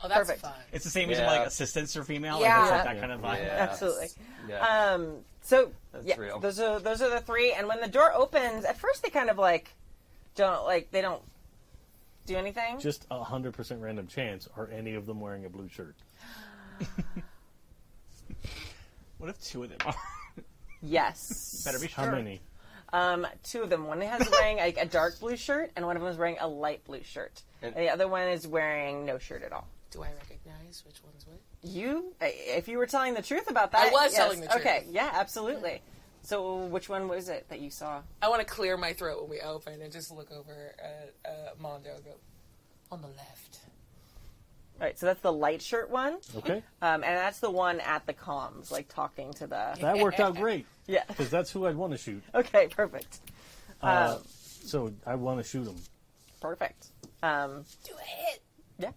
C: Oh, that's
A: Perfect.
C: fun.
B: it's the same reason
E: Yeah.
B: why like assistants are female. Like, it's
A: Yeah.
B: like that kind of vibe.
E: Yeah.
A: Absolutely.
E: Yeah.
A: Um, so yeah,
E: real.
A: those are those are the three. And when the door opens, at first they kind of like don't like they don't do anything.
D: Just a hundred percent random chance. Are any of them wearing a blue shirt?
B: What if two of them are? <laughs>
A: yes.
B: Better be sure.
D: How many?
A: Um, two of them. One has wearing like a dark blue shirt, and one of them is wearing a light blue shirt. And,
E: And-
A: the other one is wearing no shirt at all.
C: Do I recognize which one's what?
A: You, I- if you were telling the truth about that,
C: I was
A: yes.
C: telling the truth.
A: Okay, yeah, absolutely. So, which one was it that you saw?
C: I want to clear my throat when we open and just look over at uh, Mondo and go, on the left.
A: All right, so that's the light shirt one,
D: Okay,
A: um, and that's the one at the comms, like talking to the.
D: that worked out great
A: Yeah. <laughs>
D: because that's who I'd want to shoot.
A: Okay, perfect.
D: Uh, so I want to shoot them.
A: Perfect. Um,
C: Do a hit.
A: yeah.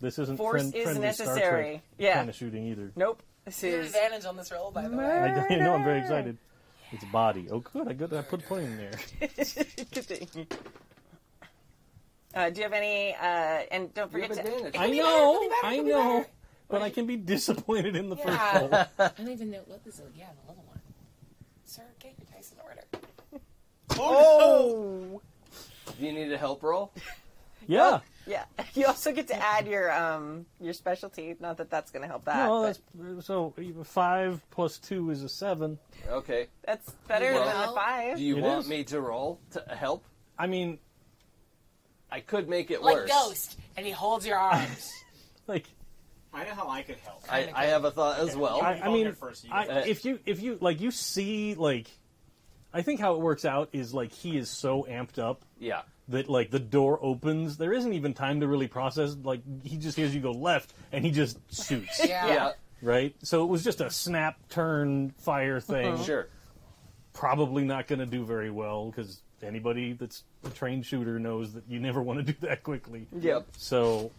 D: This isn't
A: Force
D: friend,
A: is
D: friendly Star
A: necessary.
D: Trek
A: Yeah.
D: kind of shooting either.
A: Nope. This
C: You have
A: is
C: advantage on this roll, by the way.
D: <laughs> I you know I'm very excited. It's body. Oh, good. I good. I put point in there.
A: <laughs> Uh, do you have any? Uh, and don't
E: You have
A: forget to.
E: advantage.
D: I know. I know. But I can be disappointed in
A: <laughs>
D: the
C: Yeah.
D: first hole.
C: I don't even know what this is. Yeah, the little one. Sir, get your dice in order.
A: Oh.
E: Do you need a help roll?
D: Yeah.
A: Yeah. <laughs> You also get to add your um your specialty. Not that that's going to help that.
D: No,
A: but
D: that's so five plus two is a seven.
E: Okay.
A: that's better than the
C: Well,
A: five.
E: Do you
D: It
E: want
D: is.
E: me to roll to help?
D: I mean,
E: I could make it
C: Like
E: worse.
C: Ghost, and he holds your <laughs> arms.
D: like
B: I know how I could help.
E: I, I have a thought as well.
D: I, I mean,
B: first, you
D: I,
E: Uh,
D: if you if you like you see like, I think how it works out is like he is so amped up
E: yeah.
D: that like the door opens. There isn't even time to really process. Like he just hears you go left and he just shoots.
E: Yeah.
D: Right. So it was just a snap, turn, fire thing.
E: Sure.
D: Probably not going to do very well because anybody that's a trained shooter knows that you never want to do that quickly.
E: Yep.
D: So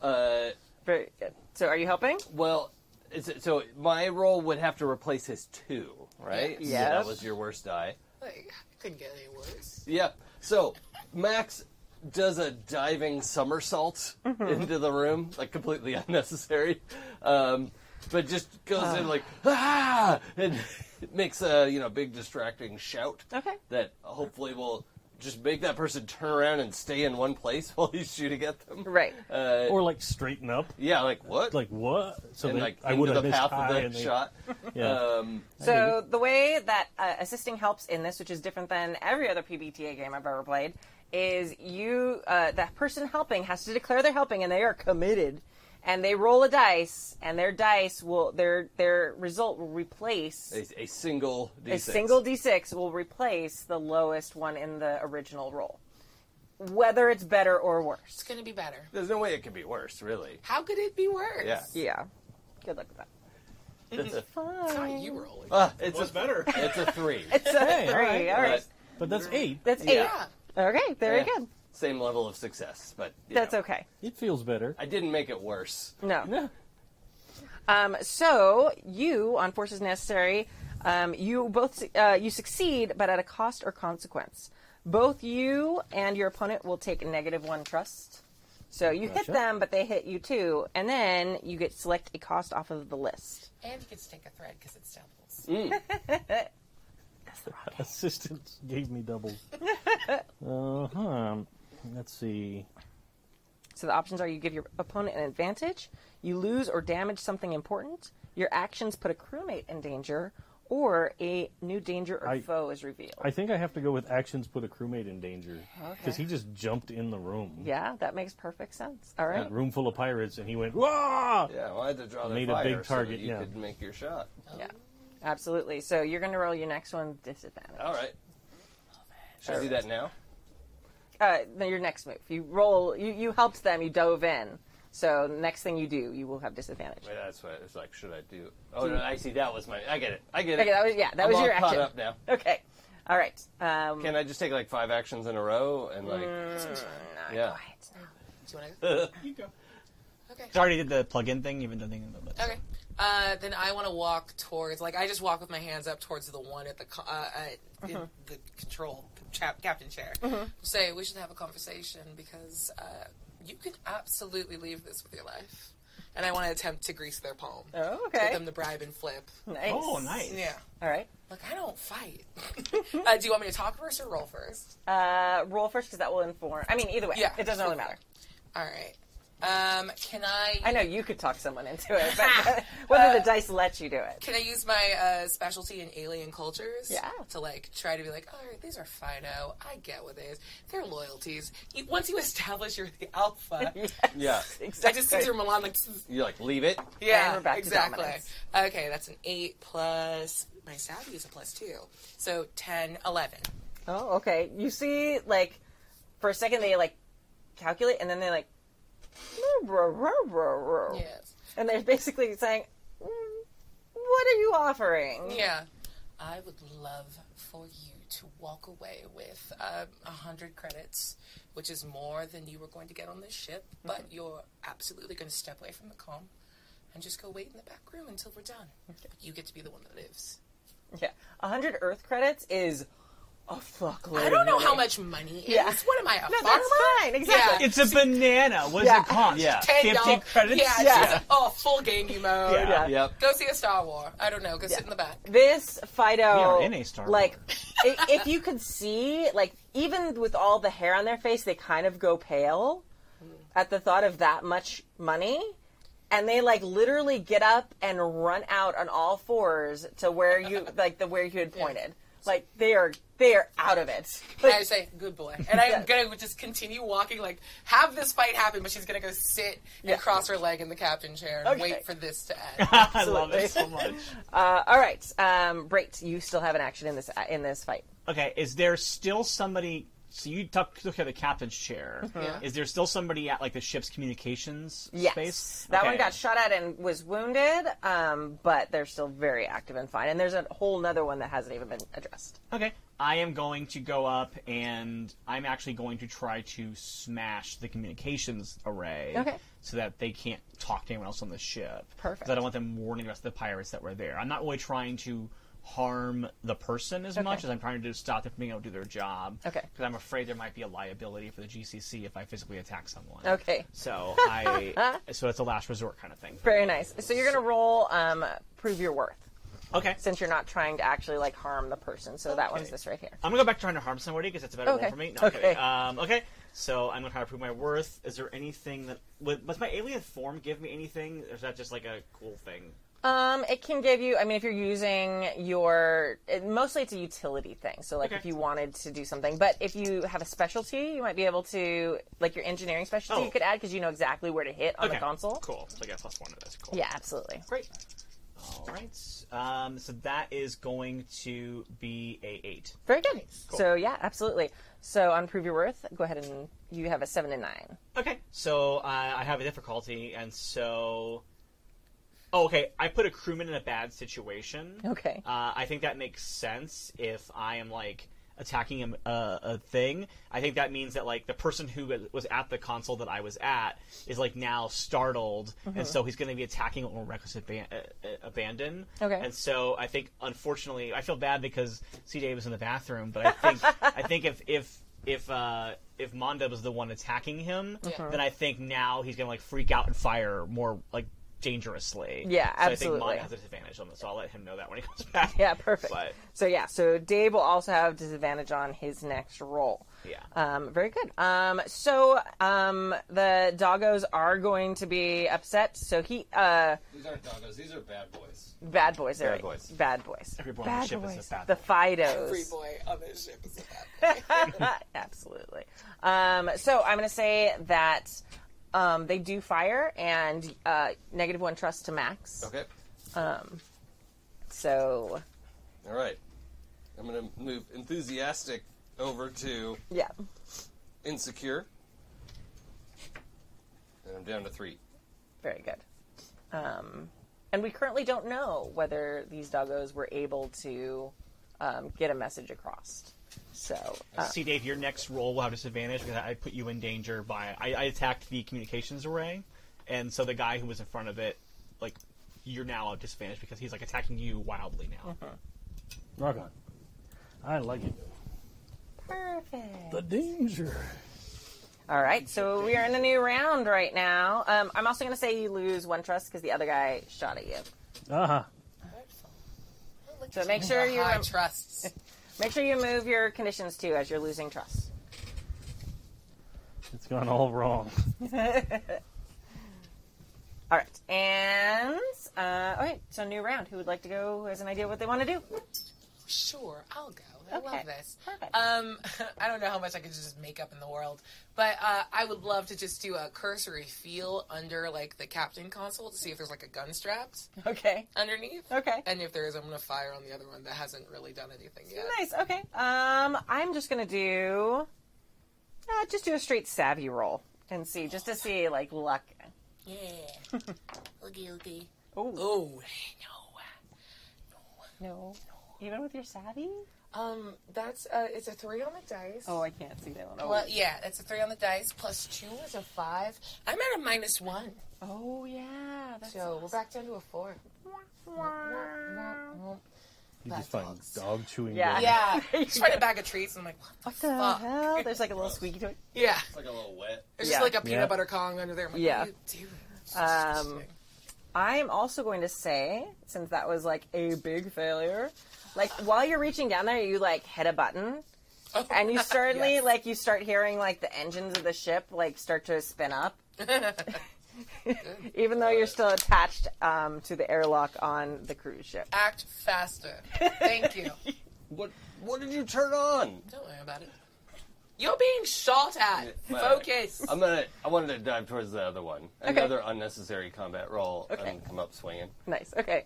E: Uh,
A: Very good. So, are you helping?
E: well, it's, so my roll would have to replace his two, right? So
A: Yes.
E: that was your worst die.
C: Like, I couldn't get any worse.
E: Yeah. So Max does a diving somersault
A: Mm-hmm.
E: into the room, like completely <laughs> unnecessary, um, but just goes in like ah, and <laughs> makes a you know big distracting shout.
A: Okay.
E: That hopefully will just make that person turn around and stay in one place <laughs> while he's shooting at them.
A: Right.
E: Uh,
D: or like straighten up.
E: yeah. Like what?
D: Like what? So
E: and
D: they-
E: like
D: I would
E: into
D: have
E: the
D: missed
E: path of
D: high
E: that
D: and they- <laughs>
E: shot.
D: Yeah.
E: Um,
A: So the way that uh, assisting helps in this, which is different than every other PBTA game I've ever played, is you uh, that person helping has to declare they're helping, and they are committed, and they roll a dice, and their dice will their their result will replace
E: a, a single. D6.
A: a single d6 will replace the lowest one in the original roll, whether it's better or worse.
C: It's going to be better.
E: There's no way it could be worse, really.
C: How could it be worse?
E: Yeah. <laughs>
A: Yeah, good luck with that.
C: It's not
A: Mm-hmm.
C: you
D: Oh,
C: rolling.
E: Ah, it's
B: What's
E: a
B: better?
E: It's a three.
A: It's a
D: Hey, all
A: <laughs> three.
D: right.
A: All right,
E: But
D: but that's eight.
A: that's eight.
E: Yeah.
A: Okay, very
E: Yeah.
A: good.
E: same level of success, but you
A: That's
E: know,
A: okay.
D: It feels better. <laughs>
E: I didn't make it worse.
A: No.
D: Yeah.
A: Um, so you on forces necessary, um, you both uh, you succeed, but at a cost or consequence. Both you and your opponent will take negative one trust. So you hit
D: Gotcha.
A: them, but they hit you too, and then you get select a cost off of the list.
C: And you get to take a thread because it's doubles.
D: Assistants gave me doubles. uh huh. Let's see.
A: So the options are: you give your opponent an advantage, you lose or damage something important, your actions put a crewmate in danger, or a new danger or
D: I-
A: foe is revealed.
D: I think I have to go with actions put a crewmate in danger because he just jumped in the room.
A: yeah, that makes perfect sense. All right.
D: Room full of pirates, and he went, "Wah!"
E: Yeah, well, I had to draw their
D: Made a
E: fire
D: big
E: so that
D: target,
E: you
D: yeah.
E: could make your shot.
A: Yeah, absolutely. So you're going to roll your next one with disadvantage.
E: All right. Should I do that now?
A: Uh, no, your next move. You roll. You you helped them. You dove in. So next thing you do, you will have disadvantage.
E: Wait, that's what it's like. Should I do? Oh no, I see. That was my. I get it. I get it.
A: Okay, that was yeah, that
E: I'm
A: was
E: all
A: your
E: caught
A: action.
E: up now.
A: Okay, all right. Um,
E: Can I just take like five actions in a row and like?
A: Mm.
E: yeah.
A: right.
C: Do you want to?
D: <laughs> You go.
C: Okay.
B: I already did the plug-in thing, even though thinking about
C: Okay. Uh, then I want to walk towards, like, I just walk with my hands up towards the one at the co- uh, uh,
A: Mm-hmm.
C: in the control chap, captain chair. Say we should have a conversation because uh, you can absolutely leave this with your life, and I want to attempt to grease their palm,
A: Oh,
C: get
A: okay.
C: them to bribe and flip.
A: Nice.
B: Oh, nice.
C: Yeah.
A: All right.
C: Look, I
A: <laughs>
C: don't fight. uh, do you want me to talk first or roll first?
A: Uh, roll first because that will inform. I mean, either way,
C: Yeah.
A: it doesn't really matter.
C: All right. Um, can I?
A: I know you could talk someone into it,
E: <laughs>
A: but whether
E: Uh,
A: the dice let you do it.
C: Can I use my uh, specialty in alien cultures?
A: Yeah.
C: To like try to be like, all right, these are Fido. I get what they is. They're loyalties. You, once you establish you're the
A: <laughs>
C: alpha,
E: Yeah.
C: I just see through Milan like, <laughs>
E: You like
A: <laughs>
E: leave it.
C: yeah,
A: And we're back to
C: exactly.
A: dominance.
C: okay, that's an eight plus my savvy is a plus two, so 10, 11.
A: Oh, okay. You see, like, for a second they like calculate, and then they like,
C: Yes.
A: and they're basically saying, "Mm, "What are you offering?"
C: Yeah. I would love for you to walk away with um, a hundred credits, which is more than you were going to get on this ship.
A: Mm-hmm.
C: But you're absolutely going to step away from the com and just go wait in the back room until we're done. You get to be the one that lives.
A: Yeah, a hundred Earth credits is a fuckload.
C: I don't
A: of
C: know how
A: money.
C: much money is.
A: Yeah.
C: What am I, a
A: No,
C: farmer?
A: that's fine. Exactly.
B: It's a banana. What does
A: Yeah.
B: it cost?
E: Yeah.
C: Ten
B: Fifty
C: dollars.
B: credits.
C: Yeah.
A: Yeah.
C: it's just, oh, full game you mode.
B: Yeah.
E: Yep.
C: Go see a Star War. I don't know. Go sit in the back.
A: This Fido,
B: We are in a Star
A: like, i- if you could see, like, even with all the hair on their face, they kind of go pale at the thought of that much money, and they like literally get up and run out on all fours to where
B: <laughs>
A: you, like, the where you had pointed. Like, they are they are out of it. Like,
C: I say, good boy. And I'm going to just continue walking, like, have this fight happen, but she's going to go sit and
A: Yeah.
C: cross her leg in the captain chair and
A: Okay.
C: wait for this to
A: <laughs>
C: end.
B: I love
A: Absolutely.
B: it so much.
A: <laughs> uh, all right, um, Brait, you still have an action in this in this fight.
B: Okay, is there still somebody? So you talk, look at the captain's chair.
C: Yeah.
B: Is there still somebody at like the ship's communications
A: Uh-huh. Yes,
B: space?
A: that one
B: Okay.
A: got shot at and was wounded, um, but they're still very active and fine. And there's a whole nother one that hasn't even been addressed.
B: Okay, I am going to go up and I'm actually going to try to smash the communications array.
A: Okay.
B: So that they can't talk to anyone else on the ship.
A: Perfect.
B: 'Cause I don't want them warning the rest of the pirates that were there. I'm not really trying to harm the person as much as I'm trying to stop them from being able to do their job.
A: Okay.
B: Because I'm afraid there might be a liability for the GCC if I physically attack someone.
A: Okay. <laughs>
B: So I. so it's a last resort kind of thing.
A: Very nice. So you're gonna roll um, prove your worth
B: Okay.
A: since you're not trying to actually like harm the person. So that one's
B: Okay.
A: this right here.
B: I'm gonna go back to trying to harm somebody because that's a better
A: Okay.
B: role for me. No, I'm
A: Okay.
B: kidding. Um, okay. So I'm gonna try to prove my worth. Is there anything that would- must my alien form give me anything? Or is that just like a cool thing?
A: Um, it can give you. I mean, if you're using your, it, mostly it's a utility thing. So like
B: Okay.
A: if you wanted to do something, but if you have a specialty, you might be able to like your engineering specialty.
B: Oh.
A: You could add because you know exactly where to hit on the console.
B: Cool. So I got plus one of this. Cool.
A: Yeah, absolutely.
B: Great. All right. Um, so that is going to be a eight.
A: Very good. So yeah, absolutely. So on prove your worth, go ahead and you have a seven and nine. <laughs>
B: Okay. So uh, I have a difficulty, and so. Oh, okay. I put a crewman in a bad situation.
A: Okay.
E: Ah.
B: Uh, I think that makes sense if I am like attacking a, a, a thing. I think that means that like the person who was at the console that I was at is like now startled,
A: Mm-hmm.
B: and so he's going to be attacking with more reckless aban- uh, uh, abandon.
A: Okay.
B: And so I think unfortunately I feel bad because CJ was in the
A: <laughs>
B: bathroom, but I think I think if if if uh, if Monda was the one attacking him,
A: Uh-huh.
C: Yeah.
B: then I think now he's going to like freak out and fire more like dangerously.
A: Yeah,
B: so I
A: absolutely.
B: think Monda has a disadvantage on this, so I'll let him know that when he comes <laughs> back.
A: Yeah, perfect.
B: But
A: So yeah, so Dave will also have disadvantage on his next roll.
B: yeah,
A: Um, very good. Um, so um, the doggos are going to be upset. So he, uh,
E: These aren't doggos. These are bad boys.
A: bad boys, they're
E: Bad
A: right.
E: boys.
A: bad boys,
B: Every boy on the
A: bad
B: ship is a
A: boys,
B: bad
A: the <laughs>
B: boy.
C: Free
A: Fidos,
C: boy on this ship is a bad <laughs> boy.
A: absolutely. Um, so I'm going to say that um, they do fire and uh, negative one trust to max.
E: Okay.
A: So
E: All right. I'm gonna move enthusiastic over to
A: yeah.
E: insecure, and I'm down to three.
A: Very good. Um, and we currently don't know whether these doggos were able to um, get a message across. So, uh,
B: See, Dave, your next roll will have disadvantage because I put you in danger by I, I attacked the communications array, and so the guy who was in front of it, like, you're now at disadvantage because he's like attacking you wildly now.
D: Rock on. I like it.
A: perfect.
D: The danger.
A: All right, so we are in a new round right now. Um, I'm also going to say you lose one trust because the other guy shot at you.
D: Uh-huh.
A: So make sure you <laughs>
C: High trusts.
A: make sure you move your conditions too as you're losing trust.
D: It's gone all wrong.
A: All right, and uh, okay, so new round. Who would like to go? Who has an idea what they want to do?
C: Sure, I'll go. I
A: Okay.
C: love this.
A: Perfect.
C: Um, <laughs> I don't know how much I could just make up in the world, but uh, I would love to just do a cursory feel under like the captain console to see if there's like a gun strapped
A: <laughs> Okay,
C: underneath.
A: okay,
C: And if there is, I'm gonna fire on the other one that hasn't really done anything yet.
A: nice. Okay, um, I'm just going to do uh, just do a straight savvy roll and see just to see like luck.
C: Yeah. <laughs> Oogie oogie. Oh, no.
A: No, even with your savvy.
C: Um, that's uh, it's a three on the dice.
A: Oh, I can't see that one. Oh,
C: Well, yeah, it's a three on the dice. Plus two is a five. I'm at a minus one,
A: oh yeah. That's
C: so we're back down to a four.
D: You just find dog chewing
A: Yeah.
D: gum.
C: <laughs> Yeah, just find a bag of treats, and I'm like, what the,
A: the <laughs>
C: fuck?
A: hell? There's like a little squeaky toy.
C: Yeah,
E: It's like a little wet.
C: there's
A: Yeah.
C: just like a peanut
D: Yeah.
C: butter Kong under there. I'm like,
A: Yeah.
C: what do you do? It's
A: Um,
C: disgusting.
A: I am also going to say, since that was like a big failure, like while you're reaching down there, you like hit a button, and <laughs> you suddenly
C: <laughs> Yes.
A: like you start hearing like the engines of the ship like start to spin up, even though you're still attached um, to the airlock on the cruise ship.
C: <laughs> act faster. Thank
A: <laughs>
C: you.
E: What What did you turn on?
C: Don't worry about it. You're being shot at.
E: Well,
C: Focus.
E: I'm gonna. I wanted to dive towards the other one. Another unnecessary combat roll
A: Okay.
E: and come up swinging.
A: Nice. Okay.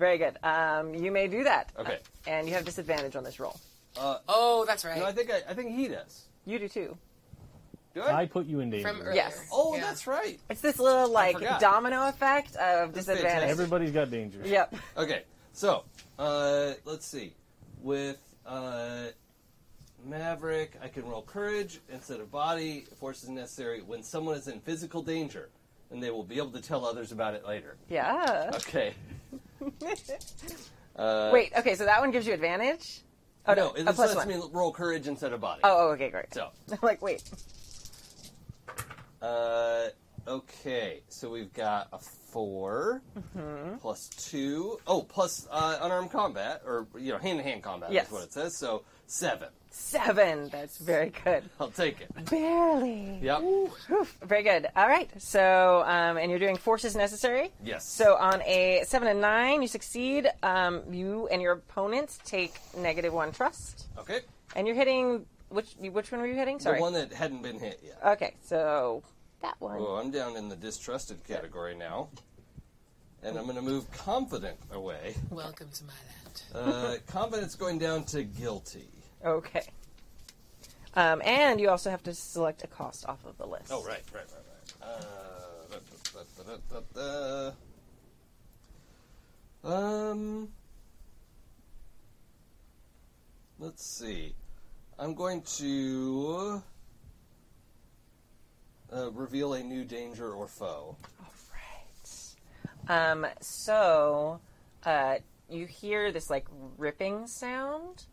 A: Very good. Um, you may do that.
E: Okay.
A: And you have disadvantage on this roll.
C: oh, that's right.
E: No, I think I, I think he does.
A: You do too.
E: Do I?
D: I put you in danger.
C: From earlier.
A: Yes.
E: oh,
C: Yeah.
E: that's right.
A: It's this little like
E: forgot.
A: domino effect of
E: This is
A: disadvantage.
E: fantastic.
D: Everybody's got danger.
A: Yep.
E: Okay, so uh, let's see. With uh, Maverick, I can roll courage instead of body. Force is necessary when someone is in physical danger, and they will be able to tell others about it later.
A: Yeah. <laughs>
E: <laughs> Okay. uh,
A: Wait, okay, so that one gives you advantage?
E: Oh no,
A: a
E: this
A: plus
E: lets
A: one.
E: me roll courage instead of body.
A: Oh, oh, okay, great. <laughs>
E: So,
A: I'm like, wait.
E: uh, okay, so we've got a 4
A: Mm-hmm.
E: plus two. Oh, plus uh, unarmed combat or you know hand to hand combat
A: Yes.
E: is what it says. So seven.
A: Seven. That's very good.
E: I'll
A: <laughs>
E: take it.
A: Barely.
E: Yep.
A: Oof, very good. All right. So, um, and you're doing forces necessary.
E: Yes.
A: So on a seven and nine, you succeed. Um, you and your opponents take negative one trust,
E: Okay.
A: and you're hitting which? Which one were you hitting? Sorry.
E: The one that hadn't been hit yet.
A: Okay, so that one.
E: Oh, I'm down in the distrusted category now. And I'm going to move confident away.
C: Welcome to my land.
A: <laughs>
E: Uh, confidence going down to guilty.
A: Okay. Um, and you also have to select a cost off of the list.
E: Oh, right, right, right, right. Uh, da, da, da, da, da, da. Uh, Um, let's see. I'm going to uh, reveal a new danger or foe.
A: Right. Um, so uh, you hear this like ripping sound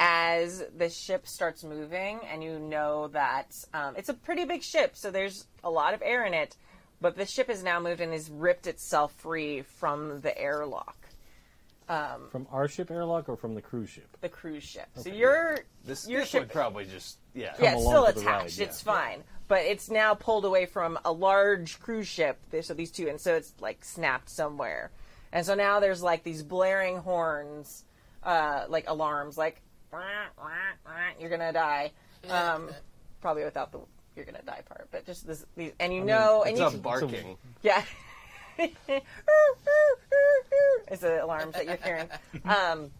A: as the ship starts moving, and you know that um, it's a pretty big ship, so there's a lot of air in it. But the ship has now moved and has ripped itself free from the airlock,
D: From our ship airlock or from the cruise ship?
A: the cruise ship. So you're
E: This,
A: Your
E: this
A: ship-
E: would probably just yeah.
A: yeah, it's
D: along
A: still
D: for the
A: attached.
D: ride,
A: It's
D: yeah.
A: fine, but it's now pulled away from a large cruise ship. There- So these two, and so it's like snapped somewhere, and so now there's like these blaring horns, uh, like alarms, like "Wah, wah, wah, you're gonna die. Um, probably without the you're gonna die part, but just this, these, and you know, and
E: It's
A: you
E: not
A: can-
E: barking.
A: yeah. <laughs> it's the alarms that you're hearing. Um,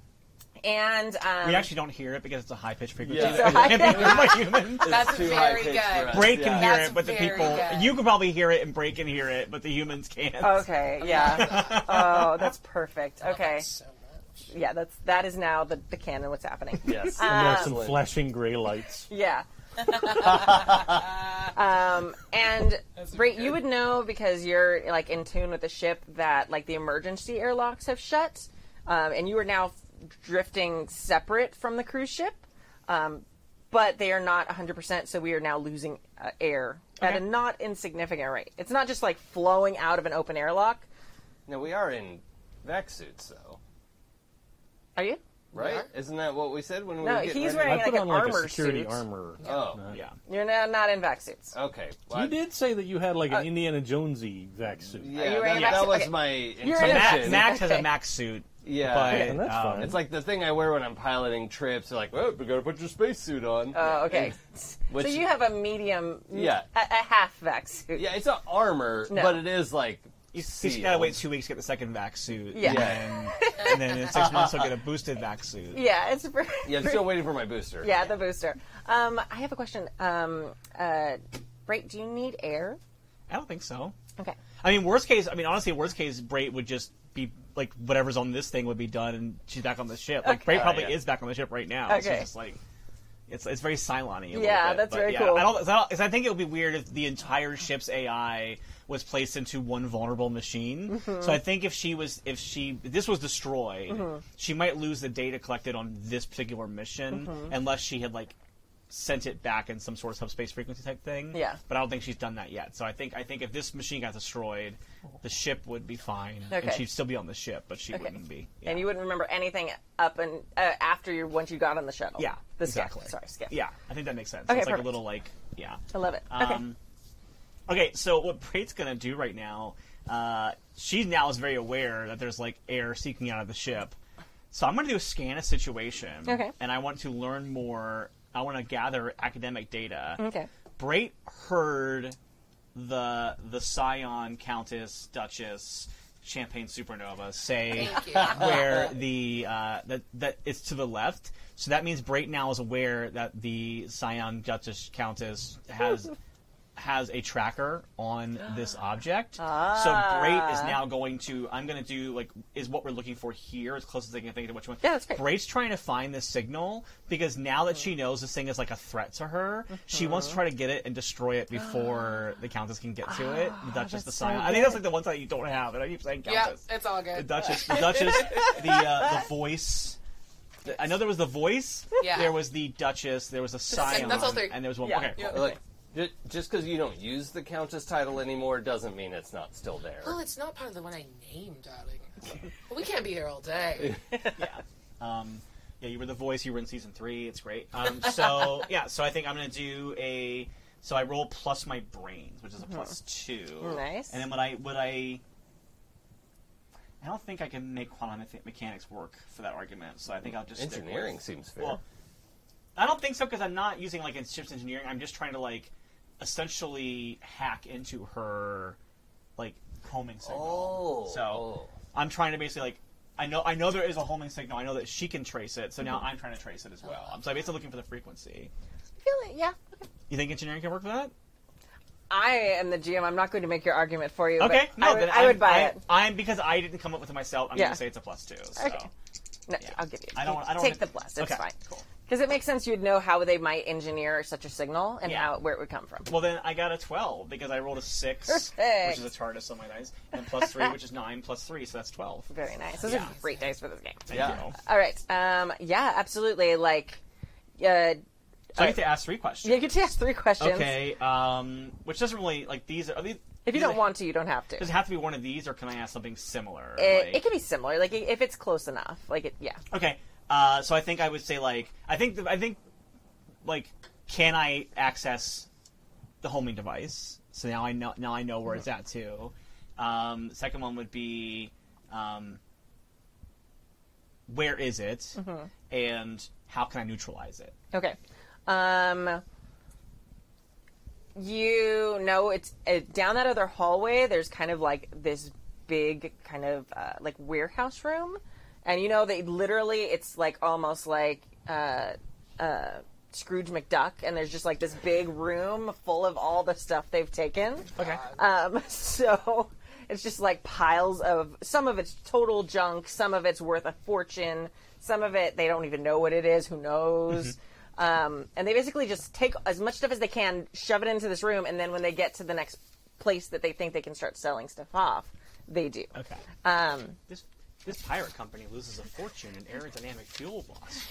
A: and um,
B: We actually don't hear it because it's a high pitched frequency.
E: Yeah.
B: that we can't
A: <laughs>
B: hear by humans. <laughs>
C: That's
E: too
C: very
E: high-pitched for
C: good.
E: us,
B: Bray
E: yeah.
B: can hear
C: That's
B: it, but the
C: very
B: people
C: good.
B: you can probably hear it, and Bray can hear it, but the humans can't.
A: Okay, yeah.
D: <laughs>
A: oh, that's perfect. Okay,
C: So much.
A: yeah, that's that is now the the canon. What's happening?
E: Yes.
D: And there are some
E: Excellent.
D: flashing
A: <laughs>
D: gray lights.
A: Yeah. <laughs> um, and Bray, you would know because you're like in tune with the ship that like the emergency airlocks have shut, um, and you are now drifting separate from the cruise ship. Um, but they are not 100%, so we are now losing uh, air at a not insignificant rate. It's not just like flowing out of an open airlock.
E: Now we are in vac suits, though,
A: Are you?
E: right? Isn't that what we said when we?
A: No,
E: were getting
A: he's
E: ready?
A: wearing
D: I put
A: like
D: on
A: an
D: like
A: armor
D: a security
A: suit.
D: armor.
E: Oh,
B: Yeah.
A: You're now not in vac suits.
E: okay. Well,
D: You
E: I-
D: did say that you had
A: Uh,
D: like an Indiana Jonesy vac suit.
E: Yeah,
A: you wearing a
E: that,
A: vac
E: that
A: suit?
E: was
A: Okay.
E: my
A: in a
B: Max,
E: intention.
B: Max has
A: Okay.
B: a Max suit.
E: yeah.
B: But,
D: Yeah, and that's
B: um,
D: fine.
E: It's like the thing I wear when I'm piloting trips. They're like, well, we gotta put your spacesuit on.
A: Oh, okay.
E: Which-
A: so you have a medium,
E: Yeah.
A: a, a half vac suit.
E: yeah, it's not armor,
A: No.
E: but it is like.
B: You just
E: sealed.
B: gotta wait two weeks to get the second vac suit.
A: Yeah.
E: Yeah.
B: And, and then in six months, he'll get a boosted vac suit.
A: Yeah, it's pretty.
E: Yeah, I'm still waiting for my booster.
A: <laughs> yeah, the booster. Um, I have a question. Um, uh, Brake, do you need air?
B: I don't think so.
A: Okay.
B: I mean, worst case, I mean, honestly, worst case, Brait would just be like, whatever's on this thing would be done, and she's back on the ship. Like, Brait probably
E: Oh, yeah.
B: is back on the ship right now. So
A: Okay.
B: it's just like, it's, it's very Cylon
A: Yeah, that's very cool.
B: I, don't, 'cause I, don't- 'cause I think it would be weird if the entire ship's AI was placed into one vulnerable machine.
A: Mm-hmm.
B: So I think if she was, if she, if this was destroyed, she might lose the data collected on this particular mission
A: Mm-hmm.
B: unless she had like sent it back in some sort of subspace frequency type thing.
A: Yeah.
B: But I don't think she's done that yet. So I think I think if this machine got destroyed, the ship would be fine, and
A: Okay.
B: she'd still be on the ship, but she wouldn't be. Yeah.
A: And you wouldn't remember anything up and uh, after you once you got on the shuttle.
B: yeah.
A: the skiff.
B: exactly.
A: Sorry, skip.
B: Yeah. I think that makes sense.
A: Okay,
B: it's like
A: perfect.
B: a little like yeah.
A: I love it. okay.
B: Um, okay, so what Prate's gonna do right now, uh, she now is very aware that there's like air seeking out of the ship. So I'm gonna do a scan a situation.
A: Okay.
B: And I want to learn more. I want to gather academic data.
A: Okay.
B: Brait heard the the Scion Countess Duchess Champagne Supernova say
C: Thank you.
B: where the uh, that that it's to the left. So that means Brait now is aware that the Scion Duchess Countess has
C: <laughs>
B: has a tracker on this object. So Brait is now going to I'm going to do like is what we're looking for here as close as I can think to which one.
A: Yeah, that's great.
B: Brait's trying to find this signal because now that she knows this thing is like a threat to her, she wants to try to get it and destroy it before the Countess can get to it. The Duchess, the Scion. I think that's like the one that you don't have, and I keep saying
C: Yeah, <laughs>
B: Countess.
C: it's all
B: The
C: good.
B: Duchess, the Duchess, the uh, the voice. The- I know there was the voice.
C: Yeah.
B: There was the Duchess. There was a Scion.
C: that's all three.
B: And there was one.
A: Yeah.
B: Okay.
C: Yeah.
B: cool.
E: Look, ju- just because you don't use the Countess title anymore doesn't mean it's not still there.
C: Well, it's not part of the one I named, darling. Well, we can't be here all day.
B: Yeah, you were the voice. You were in season three. It's great. Um, so yeah, so I think I'm gonna do a. So I roll plus my brains, which is a plus two.
A: Nice.
B: And then what I what I. I don't think I can make quantum me- mechanics work for that argument, so I think I'll just stick with-
E: Engineering seems fair.
B: Well, I don't think so because I'm not using like in ships engineering. I'm just trying to like essentially hack into her like homing signal.
E: Oh.
B: so I'm trying to basically like I know I know there is a homing signal. I know that she can trace it. So now
A: Mm-hmm.
B: I'm trying to trace it as well. I'm so I'm basically looking for the frequency.
A: I feel it. Yeah. Okay.
B: You think engineering can work for that?
A: I am the GM. I'm not going to make your argument for you.
B: Okay,
A: but
B: no,
A: I would,
B: then
A: I would
B: I'm-
A: buy
B: I-
A: it.
B: I'm because I didn't come up with it myself. I'm
A: Yeah.
B: gonna say it's a plus two. So
A: Okay. No, I'll give you.
B: I don't. I don't
A: take the
B: wanna-
A: plus. It's
B: okay,
A: fine.
B: Cool.
A: Because it makes sense. You'd know how they might engineer such a signal and
B: Yeah.
A: how where it would come from.
B: Well, then I got a 12 because I rolled a 6,
A: <laughs> Perfect.
B: which is a TARDIS on my dice, and plus 3, which is 9, plus 3, so that's 12.
A: Very nice. Those
B: Yeah.
A: are great dice for this game.
B: Thank
E: Yeah.
B: you.
A: All right. Um, yeah, absolutely. Like, uh,
B: So I get to ask three
A: you
B: questions.
A: get to ask three questions.
B: Okay, um, which doesn't really, like, these are, are these,
A: If you don't want to, you don't have to.
B: does it have to be one of these, or can I ask something similar?
A: It,
B: like-
A: it can be similar. Like, if it's close enough. Like, it, yeah.
B: Okay. Uh, so I think I would say like I think the, I think like can I access the homing device? So now I know now I know where it's at too. Um, second one would be um, where is it,
K: Mm-hmm.
B: and how can I neutralize it?
A: Okay. Um, you know, it's uh, down that other hallway. There's kind of like this big kind of uh, like warehouse room, And you know, they literally, it's like almost like uh, uh, Scrooge McDuck, and there's just like this big room full of all the stuff they've taken.
K: Okay.
A: Um, <laughs> so it's just like piles of some of it's total junk, some of it's worth a fortune, some of it they don't even know what it is, who knows. Um, and they basically just take as much stuff as they can, shove it into this room, and then when they get to the next place that they think they can start selling stuff off, they do.
K: Okay.
A: Um,
K: This this pirate company loses a fortune in aerodynamic fuel loss.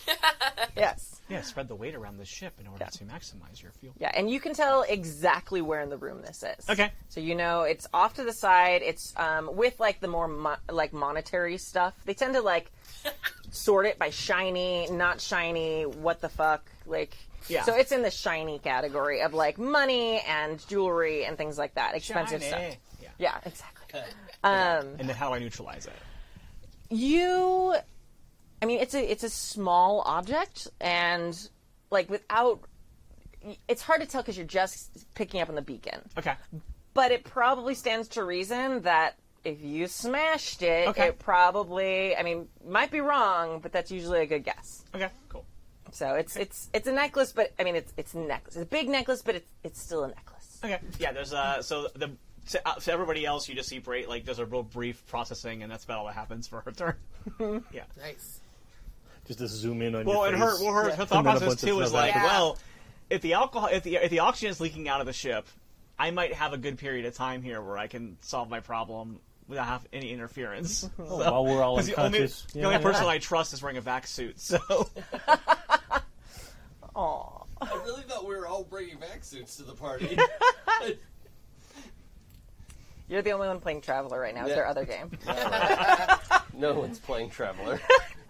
A: yes.
K: Yeah, spread the weight around the ship in order
A: Yeah.
K: to maximize your fuel.
A: Yeah, and you can tell exactly where in the room this is.
K: Okay.
A: So you know it's off to the side. It's um, with like the more mo- like monetary stuff. They tend to like
K: <laughs>
A: sort it by shiny, not shiny, what the fuck, like.
K: Yeah.
A: So it's in the shiny category of like money and jewelry and things like that, expensive stuff.
K: Yeah.
A: Yeah, exactly. Um,
K: And then how do I neutralize that?
A: you i mean it's a it's a small object and like without it's hard to tell because you're just picking up on the beacon
K: Okay.
A: but it probably stands to reason that if you smashed it
K: Okay.
A: it probably i mean might be wrong but that's usually a good guess
K: Okay. Cool.
A: so it's it's it's a necklace but i mean it's it's a necklace it's a big necklace but it's it's still a necklace
K: Okay.
B: <laughs> Yeah, there's uh so the to, uh, to everybody else you just see Bray like there's a real brief processing and that's about all that happens for her turn.
D: <laughs>
B: yeah.
C: Nice.
D: Just to zoom in on
B: Well,
D: your
B: and her
D: face.
B: well her, her thought
D: And then a
B: process
D: bunch of
B: too is
D: stuff
B: like,
C: happens.
B: well, if the alcohol if the if the oxygen is leaking out of the ship, I might have a good period of time here where I can solve my problem without have any
D: <laughs>
B: interference. So-
D: while we're all
B: 'cause the only,
D: unconscious.
B: the
D: Yeah,
B: only
D: yeah.
B: person I trust is wearing a vac suit, <laughs> so
A: Aw.
E: I really thought we were all bringing back suits to
B: <laughs>
E: the party.
A: you're the only one playing traveler right now it's
E: Yeah.
A: their other game
E: no one's
B: <laughs>
E: playing Traveler.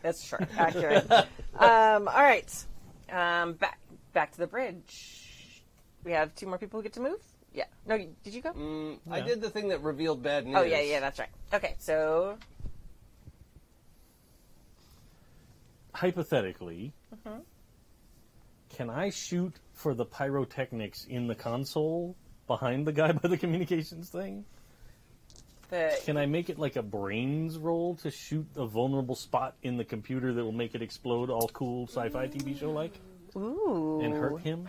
A: That's true. Accurate. um, all right. Um, back back to the bridge. We have two more people who get to move. Yeah. No, you- did you go?
E: Mm, I did the thing that revealed bad news.
A: oh yeah, yeah, that's right. Okay, so
D: hypothetically,
B: Mm-hmm.
D: can I shoot for the pyrotechnics in the console behind the guy <laughs> by the communications thing?
A: the
D: Can I make it like a brains roll to shoot a vulnerable spot in the computer that will make it explode all cool sci-fi TV show like
A: ooh
D: and hurt him?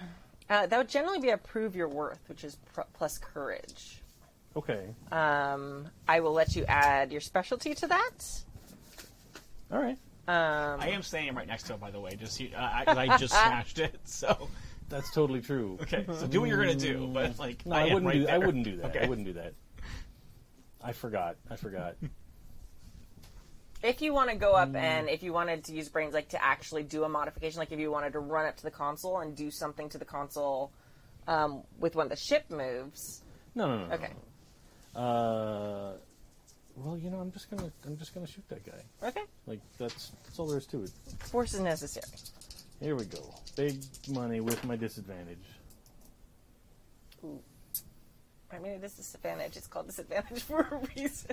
A: Uh, that would generally be a prove your worth, which is pr- plus courage.
D: Okay.
A: Um, I will let you add your specialty to that.
D: All right. Um.
B: I am standing right next to him by the way, just you- I, I, I
D: <laughs>
B: just smashed it. So
D: That's totally true.
B: okay, so do what you're gonna do, but like
D: Mm. No,
B: I,
D: I,
B: am
D: wouldn't
B: right
D: do I
B: there.
D: wouldn't do that. I
B: Okay.
D: wouldn't do that. I forgot. I forgot.
A: If you want to go up and if you wanted to use brains, like to actually do a modification, like if you wanted to run up to the console and do something to the console um, with one of the ship moves.
D: No, no, no. no,
A: Okay.
D: no. Uh, well, you know, I'm just gonna I'm just gonna shoot that guy.
A: Okay.
D: Like that's that's all there is to it.
A: Force is necessary.
D: Here we go. Big money with my disadvantage.
A: I mean, it is disadvantage. It's called disadvantage <laughs> for a reason.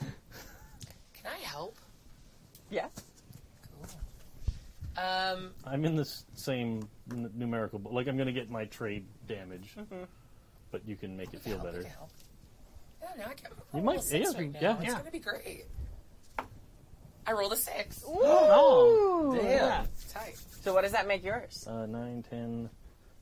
C: Can I help?
A: Yeah.
C: Um,
D: I'm in this same n- numerical, bu- like I'm gonna get my trade damage,
E: Mm-hmm.
D: but you can make it feel
C: help,
D: better.
C: I can help. Yeah, no, I can.
D: You
C: You
D: might-
C: might. Six
D: yeah,
C: right
D: yeah,
C: now. It's
D: yeah.
C: gonna be great. I rolled a six.
K: Oh.
E: Damn.
C: It's tight.
A: So what does that make yours?
D: Uh, 9, 10,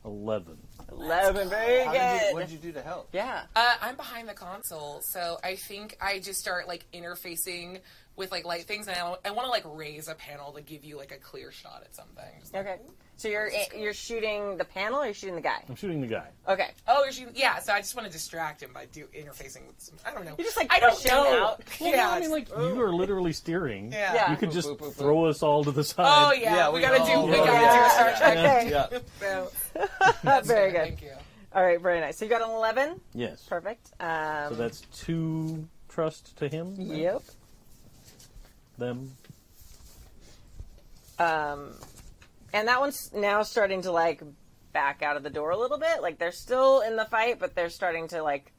D: 11.
A: Eleven. Very
E: How did you, what
A: good.
E: did you do to help?
A: Yeah.
C: Uh, I'm behind the console, so I think I just start like interfacing with like light things, and I, I want to like raise a panel to give you like a clear shot at something. Just like,
A: Okay. So you're eh, you're shooting the panel or you're shooting the <laughs> guy?
D: I'm shooting the guy.
A: Okay.
C: Oh, is she, yeah. So I just want to distract him by do interfacing with some. I don't know.
A: You're just, like,
C: I don't
A: pushing
C: know.
A: him out.
D: Well, no,
C: yeah.
D: I mean, like you are literally steering.
C: yeah.
A: Yeah.
D: You could just
E: Boop, boop, boop, boop.
D: throw us all to the
C: Oh
D: side.
C: yeah,
E: Yeah,
C: we,
E: we
C: gotta
E: all-
C: do. We
E: Yeah.
C: gotta do
A: Yeah.
C: a Star
A: <laughs>
C: Trek.
A: Okay.
E: Yeah.
C: So,
A: Very good.
C: Thank you.
A: All right. Very nice. So you got an eleven.
D: Yes.
A: Perfect. Um,
D: So that's two trust to him.
A: Yep.
D: Them.
A: Um, and that one's now starting to like back out of the door a little bit. Like they're still in the fight, but they're starting to like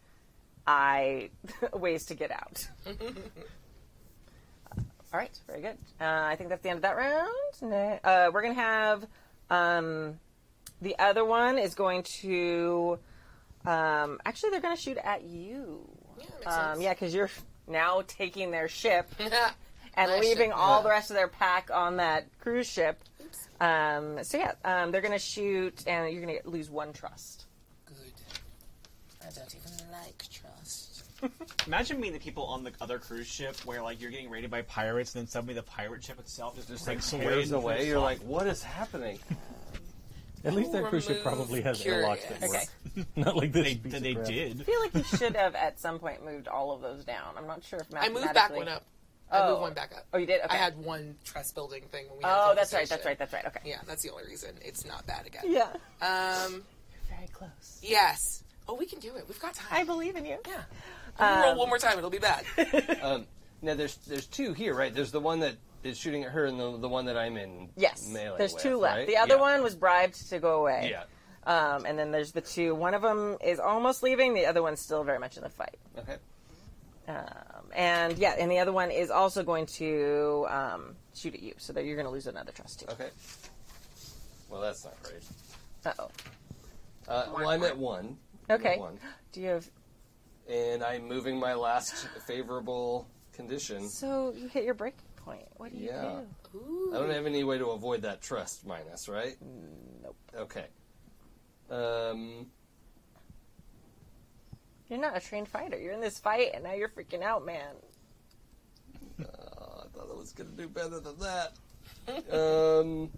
A: eye <laughs> ways to get out. All right, very good. Uh, I think that's the end of that round. Ne- Uh, we're gonna have um, the other one is going to. Um, actually, they're gonna shoot at you.
C: Yeah, that makes
A: Um,
C: sense. <laughs>
A: yeah, because you're now taking their ship and
C: Nice.
A: leaving all the rest of their pack on that cruise ship. Um, so yeah, um, they're going to shoot, and you're going to lose one trust.
C: Good. I don't even like trust.
B: Imagine being the people on the other cruise ship where like you're getting raided by pirates, and then suddenly the pirate ship itself just,
E: Just
B: like,
E: like
B: tears
E: sways away.
B: itself.
E: You're like, what is happening?
D: At least that
C: We'll
D: cruise ship
C: remove
D: probably has airlocks that work.
C: curious.
D: <laughs> Not like this.
B: they,
D: piece of
B: they
D: crap.
B: did.
A: I feel
C: <laughs>
A: like you should have at some point moved all of those down. I'm not sure if
C: I moved back one up. I
A: Oh.
C: moved one back up.
A: Oh, you did? Okay.
C: I had one trust building thing when we had
A: Oh,
C: the
A: that's right. That's
C: conversation.
A: right. That's right. Okay.
C: Yeah, that's the only reason. It's not bad again.
A: Yeah.
C: Um,
A: Very close.
C: yes. Oh, we can do it. We've got time.
A: I believe in you.
C: yeah. We'll roll one more time. It'll
A: <laughs>
C: be bad.
E: Now there's there's two here, right? There's the one that is shooting at her, and the, the one that I'm in.
A: Yes.
E: melee
A: there's
E: with,
A: two left.
E: right?
A: The other
E: Yeah.
A: one was bribed to go away.
E: Yeah.
A: Um, and then there's the two. One of them is almost leaving. The other one's still very much in the fight.
E: Okay.
A: Um, and yeah, and the other one is also going to um, shoot at you. So that you're going to lose another trust too.
E: Okay. Well, that's not great.
A: Uh oh.
E: Uh, well, I'm at one. I'm at
A: Okay.
E: one.
A: Do you have?
E: and I'm moving my last favorable condition.
A: So you hit your breaking point. What do you
E: Yeah.
A: do?
E: I don't have any way to avoid that trust minus, right?
A: Nope.
E: Okay. Um,
A: You're not a trained fighter. You're in this fight, and now you're freaking out, man.
E: I thought I was gonna do better than that. um,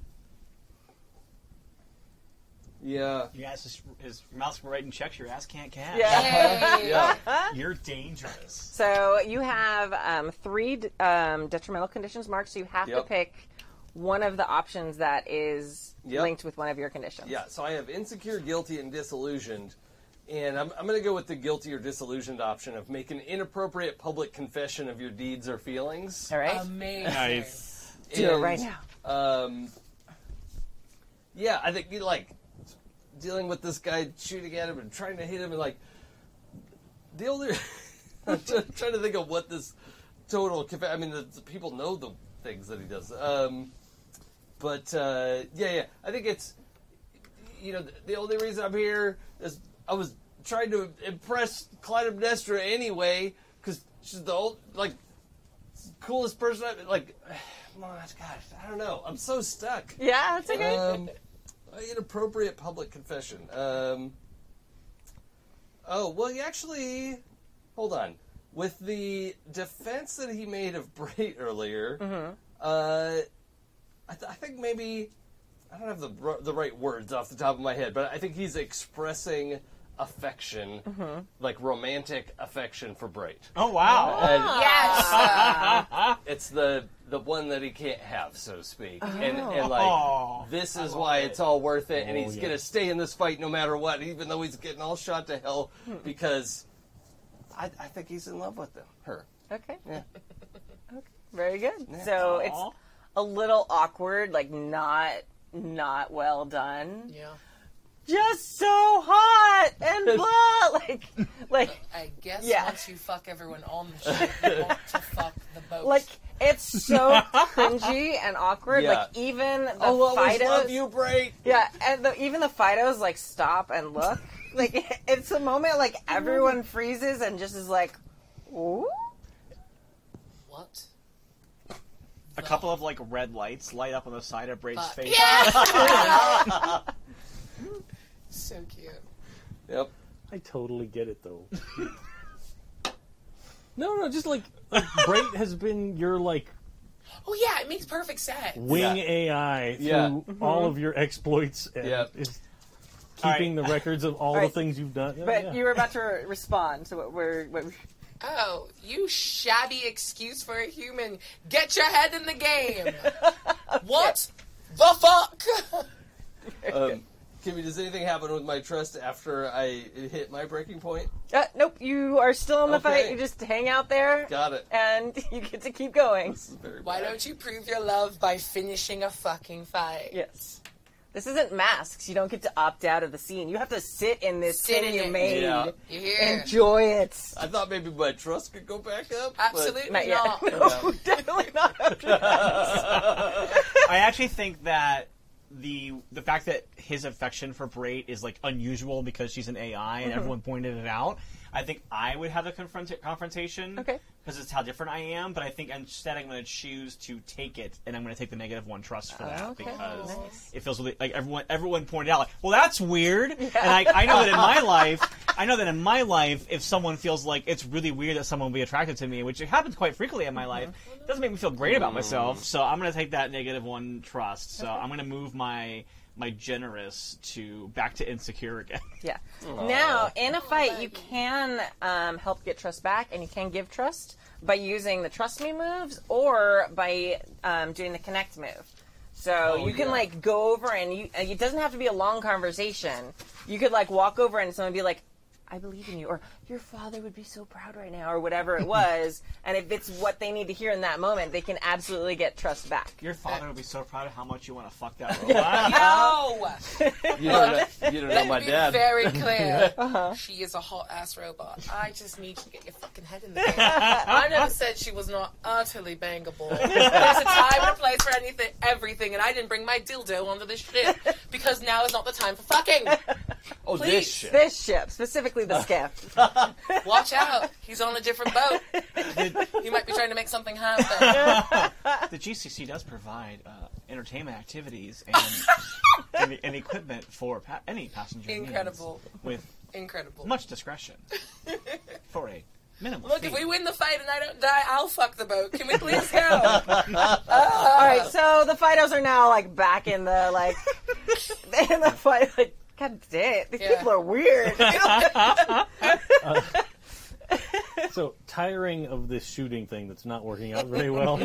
E: yeah,
B: Your ass is, is your mouth's writing checks. Your ass can't cash.
A: Yeah.
E: yeah.
B: You're dangerous.
A: So you have um, three d- um, detrimental conditions marked. So you have to
E: Yep.
A: pick one of the options that is
E: Yep.
A: linked with one of your conditions.
E: Yeah, so I have insecure, guilty, and disillusioned. And I'm, I'm going to go with the guilty or disillusioned option of make an inappropriate public confession of your deeds or feelings.
A: All right.
C: Amazing.
A: Do it
E: And,
A: right now.
E: Um, yeah, I think you like dealing with this guy shooting at him and trying to hit him, and like the older. <laughs> I'm try- trying to think of what this total. conf- I mean, the, the people know the things that he does. Um, but uh, yeah, yeah, I think it's you know the, the only reason I'm here is I was trying to impress Clytemnestra anyway because she's the old like coolest person. I like, oh, gosh, I don't know. I'm so stuck.
A: Yeah, that's okay.
E: Um, <laughs> inappropriate public confession. Um, oh well, you actually, hold on. With the defense that he made of <laughs> Bray earlier, uh, I, th- I think maybe I don't have the r- the right words off the top of my head, but I think he's expressing affection, like romantic affection for Bright.
B: Oh wow.
E: And-
C: Yes.
E: <laughs> it's the the one that he can't have, so to speak. And, and like
B: Oh.
E: this is why it's all worth it, and
D: Oh,
E: he's
D: yeah.
E: gonna stay in this fight no matter what, even though he's getting all shot to hell because I, I think he's in love with them, her.
A: okay.
E: Yeah.
A: Okay. Very good. So it's a little awkward, like not not well done.
C: yeah.
A: Just so hot and
E: <laughs>
A: blah, like like
C: I guess
A: Yeah.
C: once you fuck everyone on the ship, you want
A: <laughs>
C: to fuck the boat.
A: like it's
E: <laughs>
A: so cringy and awkward.
E: Yeah.
A: Like even the
E: Oh, always
A: Fidos,
E: love you, Bray.
A: Yeah, and the, even the Fidos like stop and
E: <laughs>
A: look. Like it's a moment like everyone freezes and just is like,
E: Oh,
A: ooh.
C: what?
B: A couple of like red lights light up on the side of Braid's
C: Fuck.
B: face.
C: Yeah. <laughs> so cute.
E: Yep.
D: <laughs> I totally get it though. <laughs> no, no, just like, like Brait has been your like
C: Oh yeah, it makes perfect sense.
D: wing
E: Yeah.
D: AI through
E: Yeah.
D: all of your exploits and
E: Yeah.
D: is
B: Mm-hmm. All
D: keeping
B: right.
D: the records of all,
A: All
D: the
A: right.
D: things you've done. Yeah,
A: But
D: yeah.
A: you were
E: <laughs>
A: about to re- respond to what we're. What we're
C: Oh, you shabby excuse for a human. Get your head in
A: <laughs>
C: the game. what the fuck? <laughs>
E: Um, Kimmy, does anything happen with my trust after I hit my breaking point?
A: uh, nope, you are still in the
E: Okay.
A: fight. You just hang out there,
E: Got it.
A: and <laughs> you get to keep going.
E: This is very
C: Why
E: bad.
C: don't you prove your love by finishing a fucking fight?
A: Yes. This isn't masks. You don't get to opt out of the scene. You have to sit in this
C: Sit
A: thing
C: in
A: you
C: it.
A: made.
E: Yeah.
C: You hear?
A: Enjoy it.
E: I thought maybe my trust could go back up. but-
C: Absolutely
A: Not
C: not.
A: yet. <laughs> No, definitely not after that.
B: I actually think that the the fact that his affection for Brait is like unusual because she's an AI and everyone pointed it out. I think I would have the confront- confrontation.
A: Okay.
B: because it's how different I am. But I think instead I'm going to choose to take it, and I'm going to take the negative one trust for that
A: Oh, okay.
B: because
A: Nice.
B: it feels really, like everyone everyone pointed out like, well, that's weird. And I, I know that in
A: <laughs>
B: my life, I know that in my life, if someone feels like it's really weird that someone will be attracted to me, which it happens quite frequently in my
A: Mm-hmm.
B: life, it doesn't make me feel great about myself. So I'm going to take that negative one trust. So I'm going to move my my generous to back to insecure again.
A: Yeah. Now, in a fight, you can um, help get trust back, and you can give trust by using the trust me moves or by um, doing the connect move. So you can like go over and you. and It doesn't have to be a long conversation. You could like walk over and someone be like, "I believe in you," or "Your father would be so proud right now," or whatever it was. and if it's what they need to hear in that moment, they can absolutely get trust back.
B: Your father would be so proud of how much you want to fuck <laughs> that robot.
C: No!
E: You don't know, you don't know <laughs> my
C: be
E: dad. <laughs> Uh-huh.
C: very clear. She is a hot ass robot. I just need you to get your fucking head
E: <laughs>
C: in there. I never said she was not utterly bangable. There's a time and place for anything, everything, and I didn't bring my dildo onto this ship because now is not the time for fucking.
E: oh, this
C: please.
E: shit.
A: This ship, specifically the skiff.
C: Watch out. He's on a different boat. He might be trying to make something happen.
B: the GCC does provide uh, entertainment activities and, and, the- and equipment for pa- any passenger needs
C: Incredible.
B: with
C: Incredible.
B: much discretion for a minimum.
C: Look,
B: fee.
C: if we win the fight and I don't die, I'll fuck the boat. Can we please go?
E: <laughs>
A: All right, so the Fidos are now like back in the <laughs> like in the fight. Like, God damn, these
C: Yeah.
A: people are <laughs> weird.
D: So tiring of this shooting thing that's not working out very well.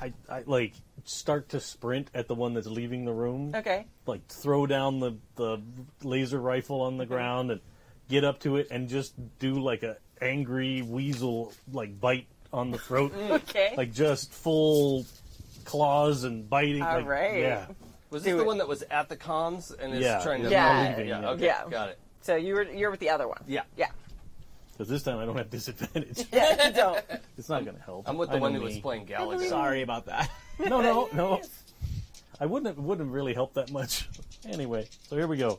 D: I, I like start to sprint at the one that's leaving the room.
A: okay,
D: Like throw down the the laser rifle on the ground and get up to it and just do like a angry weasel like bite on the throat.
A: <laughs> okay.
D: Like just full claws and biting.
A: All
D: like,
A: right.
D: Yeah.
E: Was
A: Do
E: this the
A: it.
E: one that was at the comms and is
D: Yeah,
E: trying to?
D: it's
A: Yeah.
E: Yeah,
A: leaving,
D: yeah.
E: okay,
A: Yeah.
E: got it.
A: so you were you're with the other one.
E: Yeah.
A: Yeah.
D: Because this time I don't have disadvantage.
A: <laughs> Yeah. You don't.
D: It's not going to help.
E: I'm with
D: I
E: the
D: know
E: one who was
D: me.
E: playing Galaga.
B: Sorry about that.
D: No,
A: <laughs>
D: no, no. I wouldn't have, wouldn't have really helped that much. <laughs> Anyway, so here we go.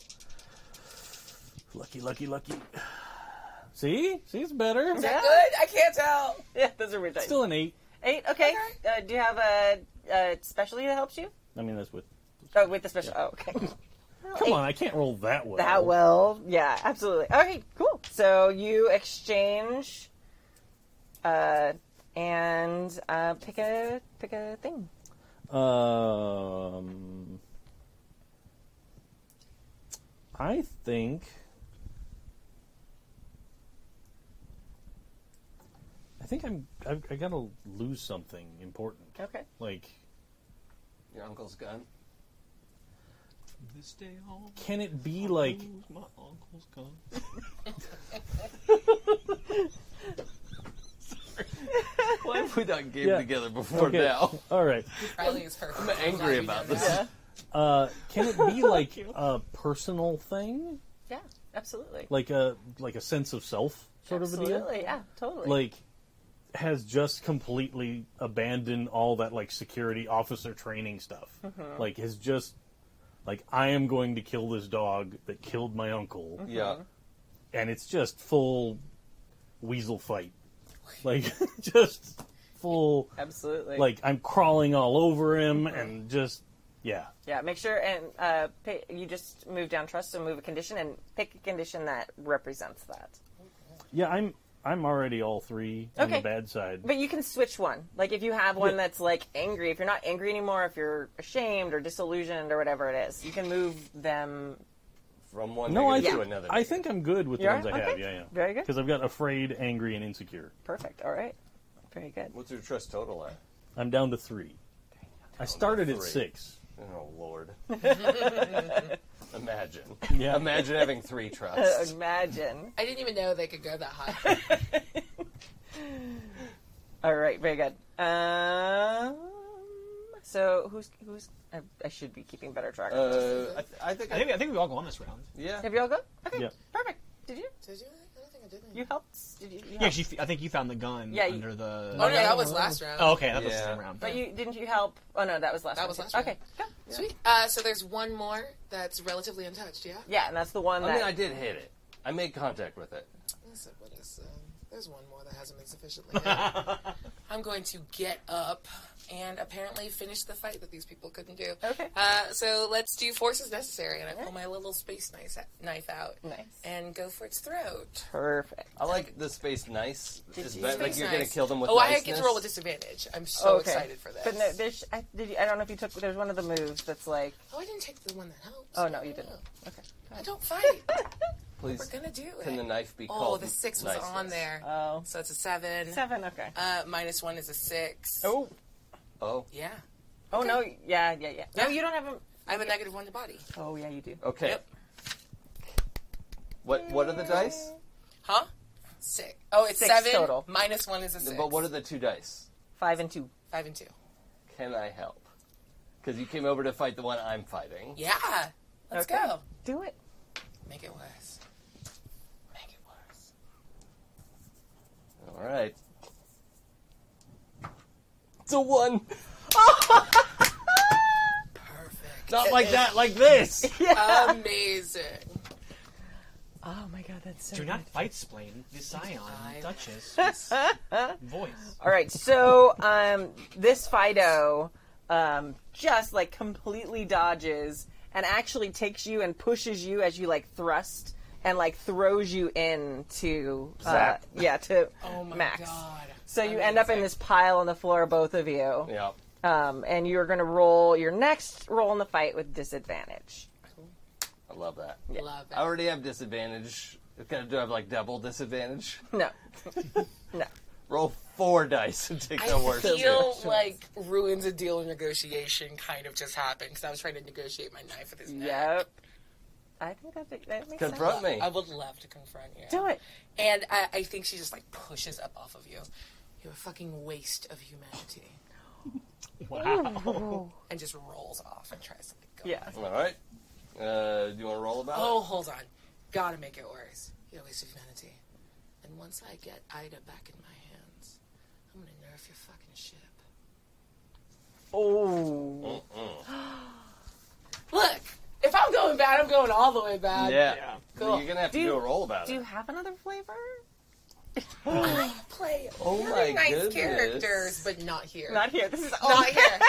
D: Lucky, lucky, lucky. <sighs> See? See, it's better.
C: Is that good? I can't tell.
A: Yeah. Those are weird dice.
D: Still an eight.
A: Eight. Okay. Uh, do you have a, a specialty that helps you?
D: I mean, that's with.
A: Oh, with the special. Oh, okay. <laughs>
D: Come on, I can't roll that well.
A: That well. Yeah. Absolutely. All right. Cool. So you exchange, uh, and uh, pick a pick a thing.
D: Um, I think. I think I'm. I, I gotta lose something important.
A: Okay.
D: Like,
E: Your uncle's gun.
B: This day all
D: can it be like
B: my uncle's gone.
E: Why have we
D: <laughs>
E: not game
D: Yeah.
E: together before
D: Okay.
E: now?
D: All right.
C: Riley is perfect.
E: I'm angry about this.
D: Uh, can it be like a personal thing,
A: Yeah. Absolutely.
D: like a like a sense of self sort of a
A: Absolutely,
D: deal?
A: yeah, totally.
D: Like has just completely abandoned all that like security officer training stuff.
A: Mm-hmm.
D: Like has just like I am going to kill this dog that killed my uncle,
E: <laughs>
A: Mm-hmm.
E: Yeah.
D: and it's just full weasel fight. Like <laughs> just full
A: absolutely.
D: like I'm crawling all over him and just yeah.
A: yeah, make sure and uh, pick, you just move down trust and move a condition and pick a condition that represents that.
D: Yeah, I'm I'm already all three on
A: Okay.
D: the bad side.
A: But you can switch one. Like if you have one
D: Yeah.
A: that's like angry, if you're not angry anymore, if you're ashamed or disillusioned or whatever it is, you can move them.
E: From one
D: no, I
E: negative
D: think,
E: to another.
D: I think I'm good with the
A: You're
D: ones I
A: right?
D: have.
A: Okay.
D: Yeah, yeah.
A: Very good.
D: Because I've got afraid, angry, and insecure.
A: Perfect. All right. Very good. <laughs>
E: What's your trust total at?
D: I'm down to three. I started at
E: Three.
D: six.
E: Oh Lord. Imagine.
D: Yeah.
E: Imagine having three trusts.
A: Imagine.
C: I didn't even know they could go that high.
A: All right. Very good. Um. So who's who's? I, I should be keeping better track.
E: Uh, I, th- I think.
B: I think, I think we all go on this round.
E: yeah.
A: have you all good? Okay.
D: Yeah.
A: Perfect. Did you?
C: Did you? I don't think I did.
A: You helped. Did you? you
B: Yeah,
A: helped?
B: she, I think you found the gun
A: Yeah, you-
B: under the.
C: Oh no, that was last round.
B: Oh, okay, that was the
E: Yeah.
B: same round.
A: But you didn't you help? Oh no, that was last.
C: That
A: round,
C: was
A: too.
C: last round.
A: Okay, go.
C: Sweet. Uh, so there's one more that's relatively untouched. Yeah.
A: Yeah, and that's the one
E: I
A: that.
E: mean, I did hit it. I made contact with it.
C: What is, it? what is um, There's one more that hasn't been <laughs> sufficiently. hit.
B: <laughs>
C: I'm going to get up and apparently finish the fight that these people couldn't do.
A: Okay.
C: Uh, so let's do forces necessary, and I pull my little space knife knife out.
A: Nice.
C: And go for its throat.
A: Perfect.
E: I like the space nice. Is
A: you-
E: that, like
C: Space
E: you're gonna
C: knife.
E: kill them with.
C: Oh, I get
E: niceness?
C: to roll with disadvantage. I'm so excited for this.
A: But no, there's, I, did you, I don't know if you took. There's one of the moves that's like.
C: oh, I didn't take the one that helps.
A: Oh no, you didn't. Okay.
C: I don't fight.
E: Please.
C: We're gonna do it.
E: Can the knife be
C: oh,
E: called
C: the six was
E: niceness? Ah.
C: on there.
A: Oh.
C: So it's a seven.
A: Seven. Okay.
C: Uh, minus one is a six.
A: oh.
E: Oh,
C: Yeah.
A: Oh no. Yeah. Yeah. Yeah. No,
C: Yeah.
A: you don't have a.
C: I have a negative one to body.
A: Oh yeah, you do.
E: okay.
C: Yep.
E: What What are the dice?
C: Huh? Six. Oh, it's
A: Six
C: seven.
A: total.
C: Minus one is a six.
E: But what are the two dice?
A: Five and two.
C: Five and two.
E: Can I help? Because you came over to fight the one I'm fighting.
C: Yeah. Let's
A: Okay.
C: go.
A: Do it.
C: Make it worse. Make it worse.
E: All right. It's a one.
C: Perfect.
E: Not like that. Like this.
C: Amazing.
E: <laughs>
A: Oh my god, that's so.
K: Do not fight splain the scion
C: Five.
K: duchess voice.
A: All right, so um, this Fido um, just like completely dodges and actually takes you and pushes you as you like thrust and like throws you into uh,
E: Zap.
A: yeah to
C: <laughs> Oh my
A: Max.
C: god.
A: So you end up in this pile on the floor, both of you,
E: yeah.
A: um, and you're going to roll your next roll in the fight with disadvantage.
E: I love that.
C: Love it.
E: I already have disadvantage. Can I do I have like double disadvantage?
A: No, <laughs>
E: Roll four dice and take
C: I
E: the worst.
C: feel like ruins a deal negotiation kind of just happened because I was trying to negotiate my knife with his neck.
A: yep. I think that that makes
E: Confront me.
C: I would love to confront you.
A: sense. Do it.
C: And I, I think she just like pushes up off of you. You're a fucking waste of humanity.
K: Wow.
C: And just rolls off and tries to like, go.
A: Yeah.
E: All right. Uh, do you want to roll about
C: Oh, hold on. Gotta make it worse. You're a waste of humanity. And once I get Ida back in my hands, I'm gonna nerf your fucking ship.
A: Oh.
C: Look, if I'm going bad, I'm going all the way
E: it?
C: bad.
E: Yeah.
B: Yeah.
E: You're gonna have to
A: Do
E: do,
A: you-
E: a roll about
A: Do
E: it.
A: you have another flavor?
C: Play
E: Oh
C: really
E: my
C: nice
E: goodness.
C: characters, but not here.
A: Not here. This is all
C: Not here.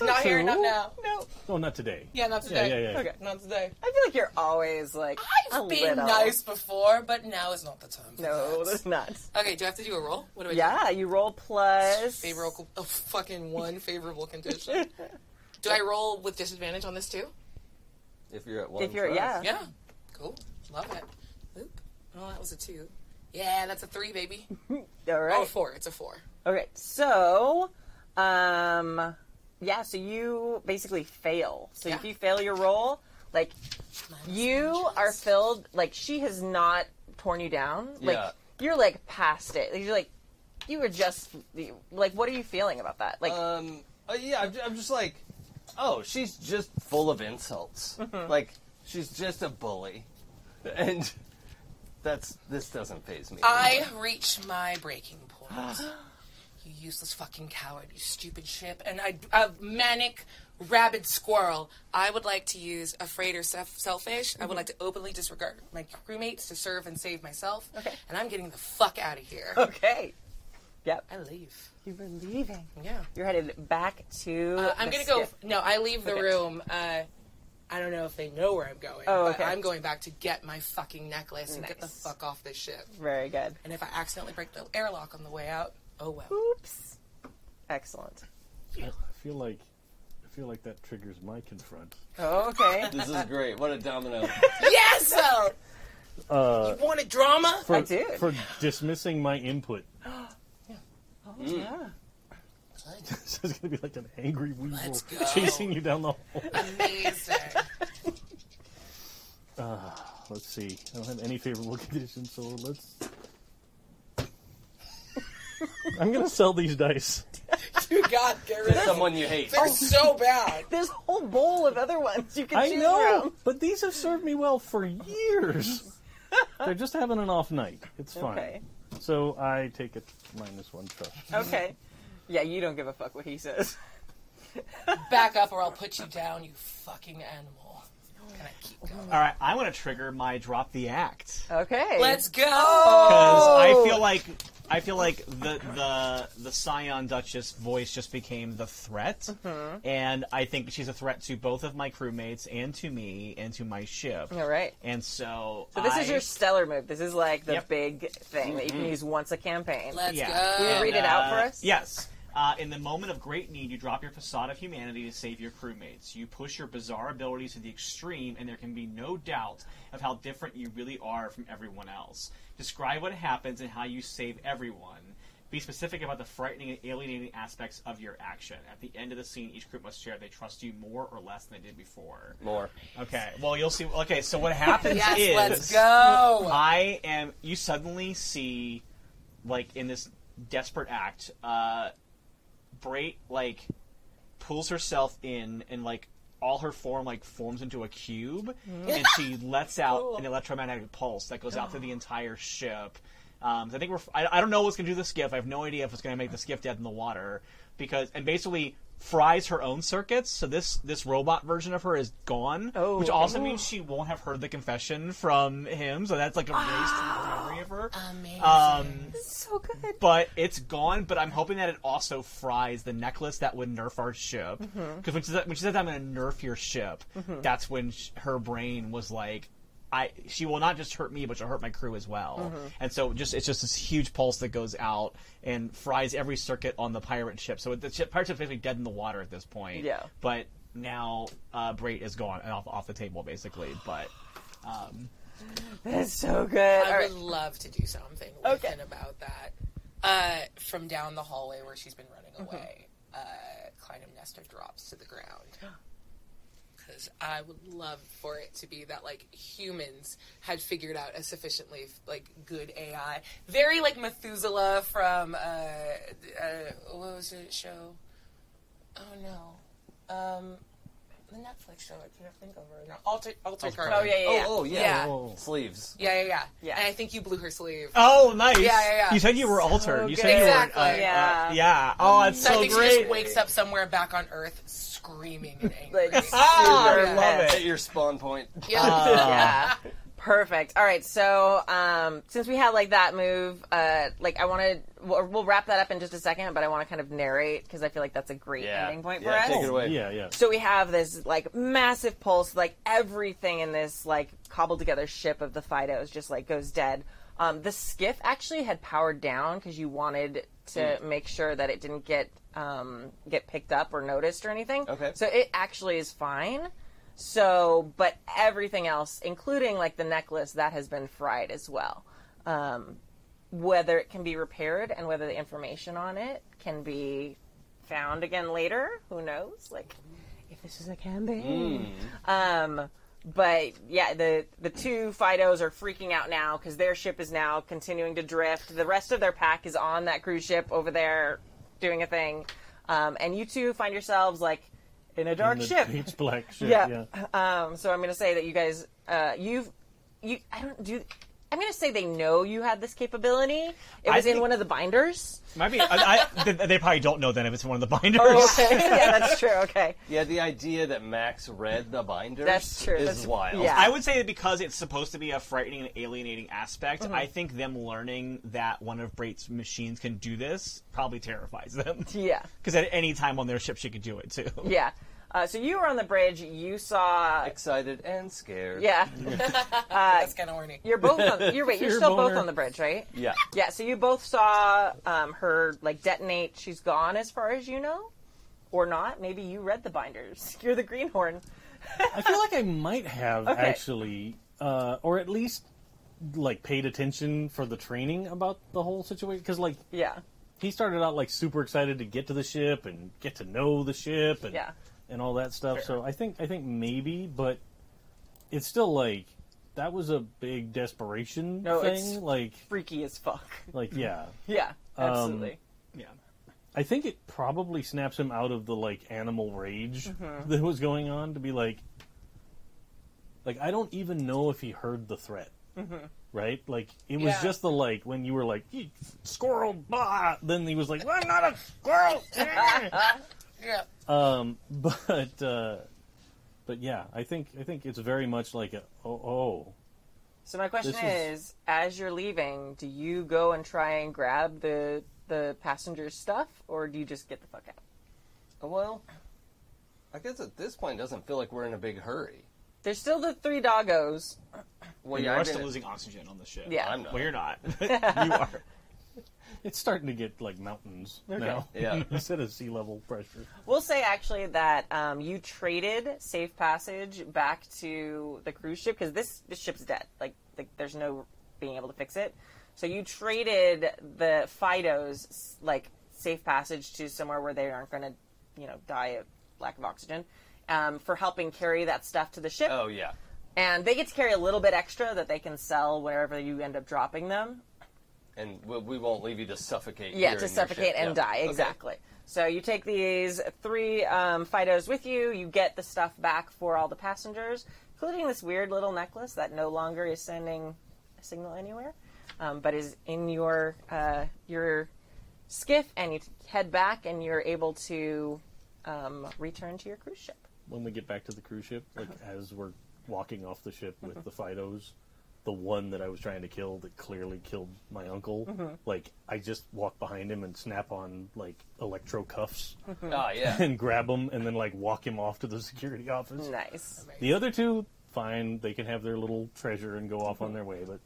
C: not here, not
D: true.
C: now.
A: No.
D: Oh, not today.
C: Yeah, not
D: Yeah,
C: today.
D: yeah, yeah.
A: Okay.
C: Not today.
A: I feel like you're always like a
C: I've been
A: little.
C: nice before, but now is not the time. For
A: No,
C: that.
A: that's not.
C: Okay, do I have to do a roll? What do I do?
A: Yeah, you roll plus.
C: Favorable, oh, fucking one favorable condition. do I roll with disadvantage on this too?
E: If you're at one.
A: If you're
E: first.
A: yeah.
C: Yeah. Cool. Love it. Oop. Oh, that was a two. Yeah, that's a three, baby.
A: All
C: Oh, a
A: right.
C: four. It's a four.
A: Okay. So, um, yeah. So you basically fail. So
C: Yeah.
A: if you fail your roll, like you are filled. Like she has not torn you down. Like
E: Yeah.
A: you're like past it. Like, you're like you were just like. What are you feeling about that? Like
E: Um. uh, yeah. I'm, ju- I'm just like, oh, she's just full
A: <laughs>
E: of insults.
A: Mm-hmm.
E: Like she's just a bully, and that's this doesn't phase me.
A: Uh,
C: I reach my breaking point. <gasps> you useless fucking coward. You stupid ship. And I, a manic, rabid squirrel. I would like to use afraid or self- selfish.
A: Mm-hmm.
C: I would like to openly disregard my crewmates to serve and save myself.
A: Okay. Oh.
C: And I'm getting the fuck out of here.
A: okay. Yep.
C: I leave.
A: You were leaving.
C: Yeah.
A: You're headed back to.
C: Uh, I'm
A: the
C: gonna go.
A: skip.
C: No, I leave the
A: Oh, Okay.
C: room. Uh, I don't know if they know where I'm going,
A: Oh,
C: but
A: okay.
C: I'm going back to get my fucking necklace and get the
A: Nice.
C: fuck off this ship.
A: Very good.
C: And if I accidentally break the airlock on the way out, oh well.
A: Oops. Excellent.
D: I, I feel like I feel like that triggers my confront.
A: Okay.
E: This is great. What
A: <laughs>
E: a domino.
C: yes, sir. you want a drama?
D: For,
A: I did.
D: for dismissing
A: <gasps>
D: my input.
A: Oh,
D: Mm.
A: yeah.
D: <laughs> So it's gonna be like an angry weasel
C: Let's go.
D: chasing you down the hall.
C: Amazing.
D: Let's see. I don't have any favorable <laughs> conditions,
A: <laughs>
D: so let's. I'm gonna sell these dice.
C: you got get rid of them.
E: Someone you hate.
C: They're so bad.
A: There's a whole bowl of other ones you can
D: I
A: choose
D: know,
A: from.
D: but these have served me well
A: <laughs>
D: for years. They're just having an off night. It's fine.
A: Okay.
D: So I take a minus one trust.
A: Okay. Yeah, you don't give a fuck what he says.
C: Back up, or I'll put you down, you fucking animal. Can I keep going?
B: All right, I want to trigger my drop the act.
A: Okay.
C: Let's go.
B: because
A: Oh.
B: I feel like I feel like the the the Scion Duchess voice just became the threat,
A: Mm-hmm.
B: and I think she's a threat to both of my crewmates and to me and to my ship.
A: All right.
B: And so,
A: So this
B: I,
A: is your stellar move. This is like the
B: Yep.
A: big thing that you can use once a campaign.
C: Let's
B: Yeah.
C: go.
A: Will you read it out for
B: Uh,
A: us?
B: Yes. Uh, in the moment of great need, you drop your facade of humanity to save your crewmates. You push your bizarre abilities to the extreme, and there can be no doubt of how different you really are from everyone else. Describe what happens and how you save everyone. Be specific about the frightening and alienating aspects of your action. At the end of the scene, each group must share if they trust you more or less than they did before.
E: More.
B: Okay, well, you'll see. Okay, so
A: <laughs>
B: what happens
C: Yes,
B: is.
C: let's go.
B: I am. You suddenly see, like in this desperate act, uh, Brait like pulls herself in and like all her form like forms into a cube,
A: Mm-hmm.
B: and
A: <laughs>
B: she lets out an electromagnetic pulse that goes out
A: Oh.
B: through the entire ship. Um, so I think we're. I, I don't know what's gonna do the skiff. I have no idea if it's gonna make the skiff dead in the water because and basically fries her own circuits. So this this robot version of her is gone,
A: Oh,
B: which
A: okay.
B: also means she won't have heard the confession from him. So that's like a
A: Ah.
B: raised memory of her.
C: Amazing.
B: Um,
F: so good.
B: but it's gone. But I'm hoping that it also fries the necklace that would nerf our ship. Because
C: Mm-hmm.
B: when she said, when she said, "I'm going to nerf your ship," that's when sh- her brain was like, "I." She will not just hurt me, but she'll hurt my crew as well.
C: Mm-hmm.
B: And so, just it's just this huge pulse that goes out and fries every circuit on the pirate ship. So the ship, pirate ship's basically dead in the water at this point.
A: Yeah.
B: But now, uh, Brait is gone and off off the table basically. But. Um,
A: That's so good.
C: I
A: All right.
C: would love to do something with
A: Okay.
C: and about that. Uh, from down the hallway where she's been running
A: Mm-hmm.
C: away, uh, Clytemnestra drops to the ground.
A: <gasps>
C: Because I would love for it to be that like humans had figured out a sufficiently like good AI, very like Methuselah from uh, uh, what was it show? Oh no, um, the Netflix show. I can't think of her now. Alter, Alter, Carbon.
A: Oh yeah, yeah, yeah.
E: Oh, oh yeah.
C: Yeah.
E: Sleeves.
C: Yeah, yeah, yeah.
A: Yeah.
C: And I think you blew her sleeve.
B: Oh, nice!
C: Yeah, yeah, yeah.
B: You said you were altered. you
A: good.
B: said you
C: Exactly.
B: were. uh,
A: Yeah.
B: Uh, yeah. Oh, that's
C: so, I
B: so
C: think
B: great.
C: she just wakes up somewhere back on Earth screaming and angry.
A: Like,
B: Ah, I
A: Yeah.
B: love
E: At
B: it.
E: your spawn point.
C: yeah.
A: yeah. <laughs> Perfect. All right. So, um, since we had like that move, uh, like I want to, we'll, we'll wrap that up in just a second, but I want to kind of narrate because I feel like that's a great ending point for
E: yeah,
A: us.
E: Take it away.
D: Yeah, yeah.
A: So we have this like massive pulse, like everything in this like cobbled together ship of the Fidos just like goes dead. Um, the skiff actually had powered down because you wanted to make sure that it didn't get um, get picked up or noticed or anything.
E: Okay.
A: So it actually is fine. So, but everything else, including like the necklace, that has been fried as well. Um, whether it can be repaired and whether the information on it can be found again later, who knows? Like, if this is a campaign. Um, but yeah, the the two Fidos are freaking out now because their ship is now continuing to drift. The rest of their pack is on that cruise ship over there, doing a thing. Um, and you two find yourselves like in a dark
D: And the
A: ship.
D: pitch black ship.
A: Yeah.
D: Yeah.
A: <laughs> Um, so I'm going to say that you guys, uh, you've, you, I don't do. I'm going to say they know you had this capability. It
B: I
A: was in
B: think-
A: one of the binders.
B: Might be. I, I, they, they probably don't know then if it's one of the binders.
A: Oh, <laughs> yeah, that's true. Okay.
E: Yeah, the idea that Max read the binders
A: That's true.
E: is
A: That's-
E: wild.
A: yeah.
B: I would say that because it's supposed to be a frightening and alienating aspect,
A: Mm-hmm.
B: I think them learning that one of Brait's machines can do this probably terrifies them. <laughs>
A: Yeah.
B: Because at any time on their ship, she could do it too.
A: Yeah. Uh, so you were on the bridge. You saw.
E: Excited and scared.
A: Yeah.
C: That's kind of horny.
A: You're both. On, you're wait. You're
D: Fear
A: still both
D: boner.
A: on the bridge, right?
E: Yeah.
A: Yeah. So you both saw um, her like detonate. She's gone, as far as you know, or not. Maybe you read the binders. <laughs> You're the greenhorn.
D: I feel like I might have
A: Okay.
D: actually, uh, or at least like paid attention for the training about the whole situation because like
A: Yeah.
D: he started out like super excited to get to the ship and get to know the ship and
A: Yeah.
D: and all that stuff. So I think I think maybe, but it's still like that was a big desperation
A: No,
D: thing.
A: it's-
D: Like
A: Freaky as fuck. <laughs>
D: like yeah,
A: Yeah. Absolutely.
B: Yeah.
D: I think it probably snaps him out of the like animal rage
A: Mm-hmm.
D: <laughs> that was going on to be like, like I don't even know if he heard the threat,
A: Mm-hmm.
D: right? Like it was
C: Yeah.
D: just the like when you were like "You squirrel blah, then he was like well, I'm not a squirrel, <laughs>
C: Yeah.
D: um, but uh, But yeah, I think I think it's very much like a oh, oh.
A: So my question
D: This
A: is, as you're leaving, do you go and try and grab the the passenger's stuff, or do you just get the fuck out?
E: Well, I guess at this point, it doesn't feel like we're in a big hurry.
A: There's still the three doggos.
E: Well,
B: You
E: yeah, I
B: are still
E: didn't-
B: losing oxygen on the ship.
A: Yeah.
E: I'm not.
B: Well,
A: <laughs>
B: you're not. <laughs> you are.
D: It's starting to get like mountains now
E: Yeah.
D: <laughs> instead of sea level pressure.
A: We'll say actually that um, you traded safe passage back to the cruise ship because this, this ship's dead. Like, like there's no being able to fix it. So you traded the Fido's like safe passage to somewhere where they aren't going to, you know, die of lack of oxygen. Um, for helping carry that stuff to the ship,
E: Oh yeah.
A: and they get to carry a little bit extra that they can sell wherever you end up dropping them.
E: And we, we won't leave you to suffocate.
A: Yeah,
E: during
A: to
E: your
A: suffocate
E: shift.
A: and
E: Yeah.
A: die.
E: Okay.
A: Exactly. So you take these three um, Fidos with you. You get the stuff back for all the passengers, including this weird little necklace that no longer is sending a signal anywhere, um, but is in your uh, your skiff. And you t- head back, and you're able to um, return to your cruise ship.
D: When we get back to the cruise ship, like as we're walking off the ship with the Fidos, the one that I was trying to kill that clearly killed my uncle, like I just walk behind him and snap on like electro cuffs
E: <laughs>
D: <laughs>
E: Ah, yeah.
D: and grab him and then like walk him off to the security office.
A: Nice,
D: The other two, fine, they can have their little treasure and go off on their way, but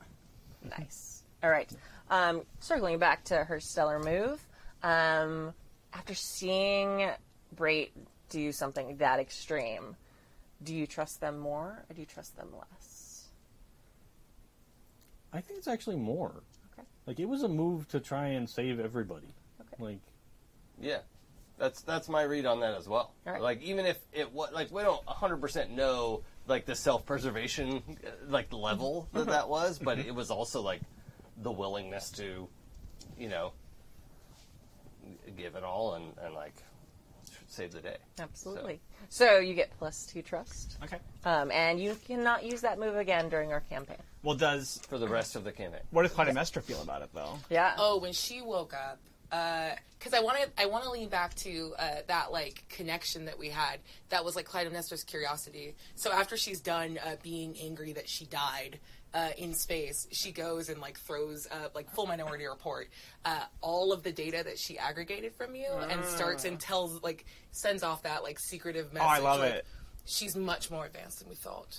A: nice. All right. Um, circling back to her stellar move. Um, after seeing Brait do something that extreme, do you trust them more or do you trust them less?
D: I think it's actually more.
A: Okay.
D: Like it was a move to try and save everybody.
A: Okay.
D: Like
E: Yeah. That's that's my read on that as well.
A: All right.
E: Like even if it was like we don't 100% know like the self-preservation uh, like level
A: Mm-hmm.
E: that that was, but it was also like the willingness to, you know, give it all and and like save the day.
A: Absolutely. So you get plus two trust,
B: Okay.
A: um, and you cannot use that move again during our campaign.
B: Well, does
E: For the rest of the campaign.
B: what does Clytemnestra feel about it though?
A: Yeah.
C: Oh, when she woke up, because I want to, I want to lean back to uh, that like connection that we had. That was like Clytemnestra's curiosity. So after she's done uh, being angry that she died uh, in space, she goes and like throws up like full minority report, uh, all of the data that she aggregated from you, and starts and tells like sends off that like secretive message.
B: Ah. Oh, I love
C: like,
B: it.
C: She's much more advanced than we thought.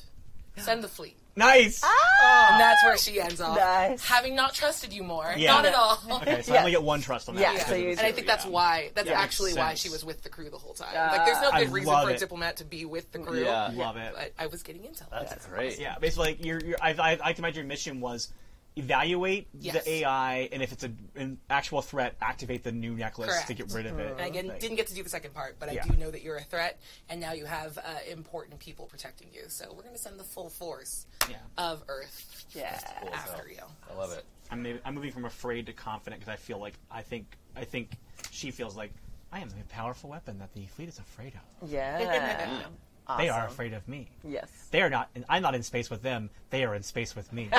C: Send the fleet.
B: Nice.
A: Ah!
B: Oh.
C: And that's where she ends off.
A: Nice.
C: Having not trusted you more.
B: Yeah.
C: Not at all.
B: <laughs> Okay, so I
A: Yeah.
B: only get one trust on that.
A: Yeah,
B: because
A: so
B: of
A: you-
B: the
A: And
C: And I
B: two,
A: too,
C: think that's
B: yeah.
C: why that's
B: Yeah, makes
C: actually why
B: sense.
C: she was with the crew the whole time. like, there's no
B: I
C: good reason
B: love
C: for a
B: it.
C: diplomat to be with the crew.
E: Yeah.
B: Love it.
C: But I was getting intel.
E: That's great.
B: Yeah, basically, like your, your I, I like to imagine your mission was evaluate
C: Yes.
B: the AI, and if it's a, an actual threat, activate the new necklace to get
C: Correct.
B: rid of it.
C: And I get-
B: Like,
C: didn't get to do the second part, but
B: Yeah.
C: I do know that you're a threat, and now you have uh, important people protecting you. So we're going to send the full force
B: Yeah.
C: of Earth
A: yeah.
E: Cool as hell.
C: after you.
E: I love it.
B: I'm, mov- I'm moving from afraid to confident because I feel like I think I think she feels like I am a powerful weapon that the fleet is afraid
A: <laughs>
B: of.
A: Yeah.
B: They are afraid of me.
A: yes.
B: They are not. I'm not in space with them. They are in space with
C: <laughs>
B: me.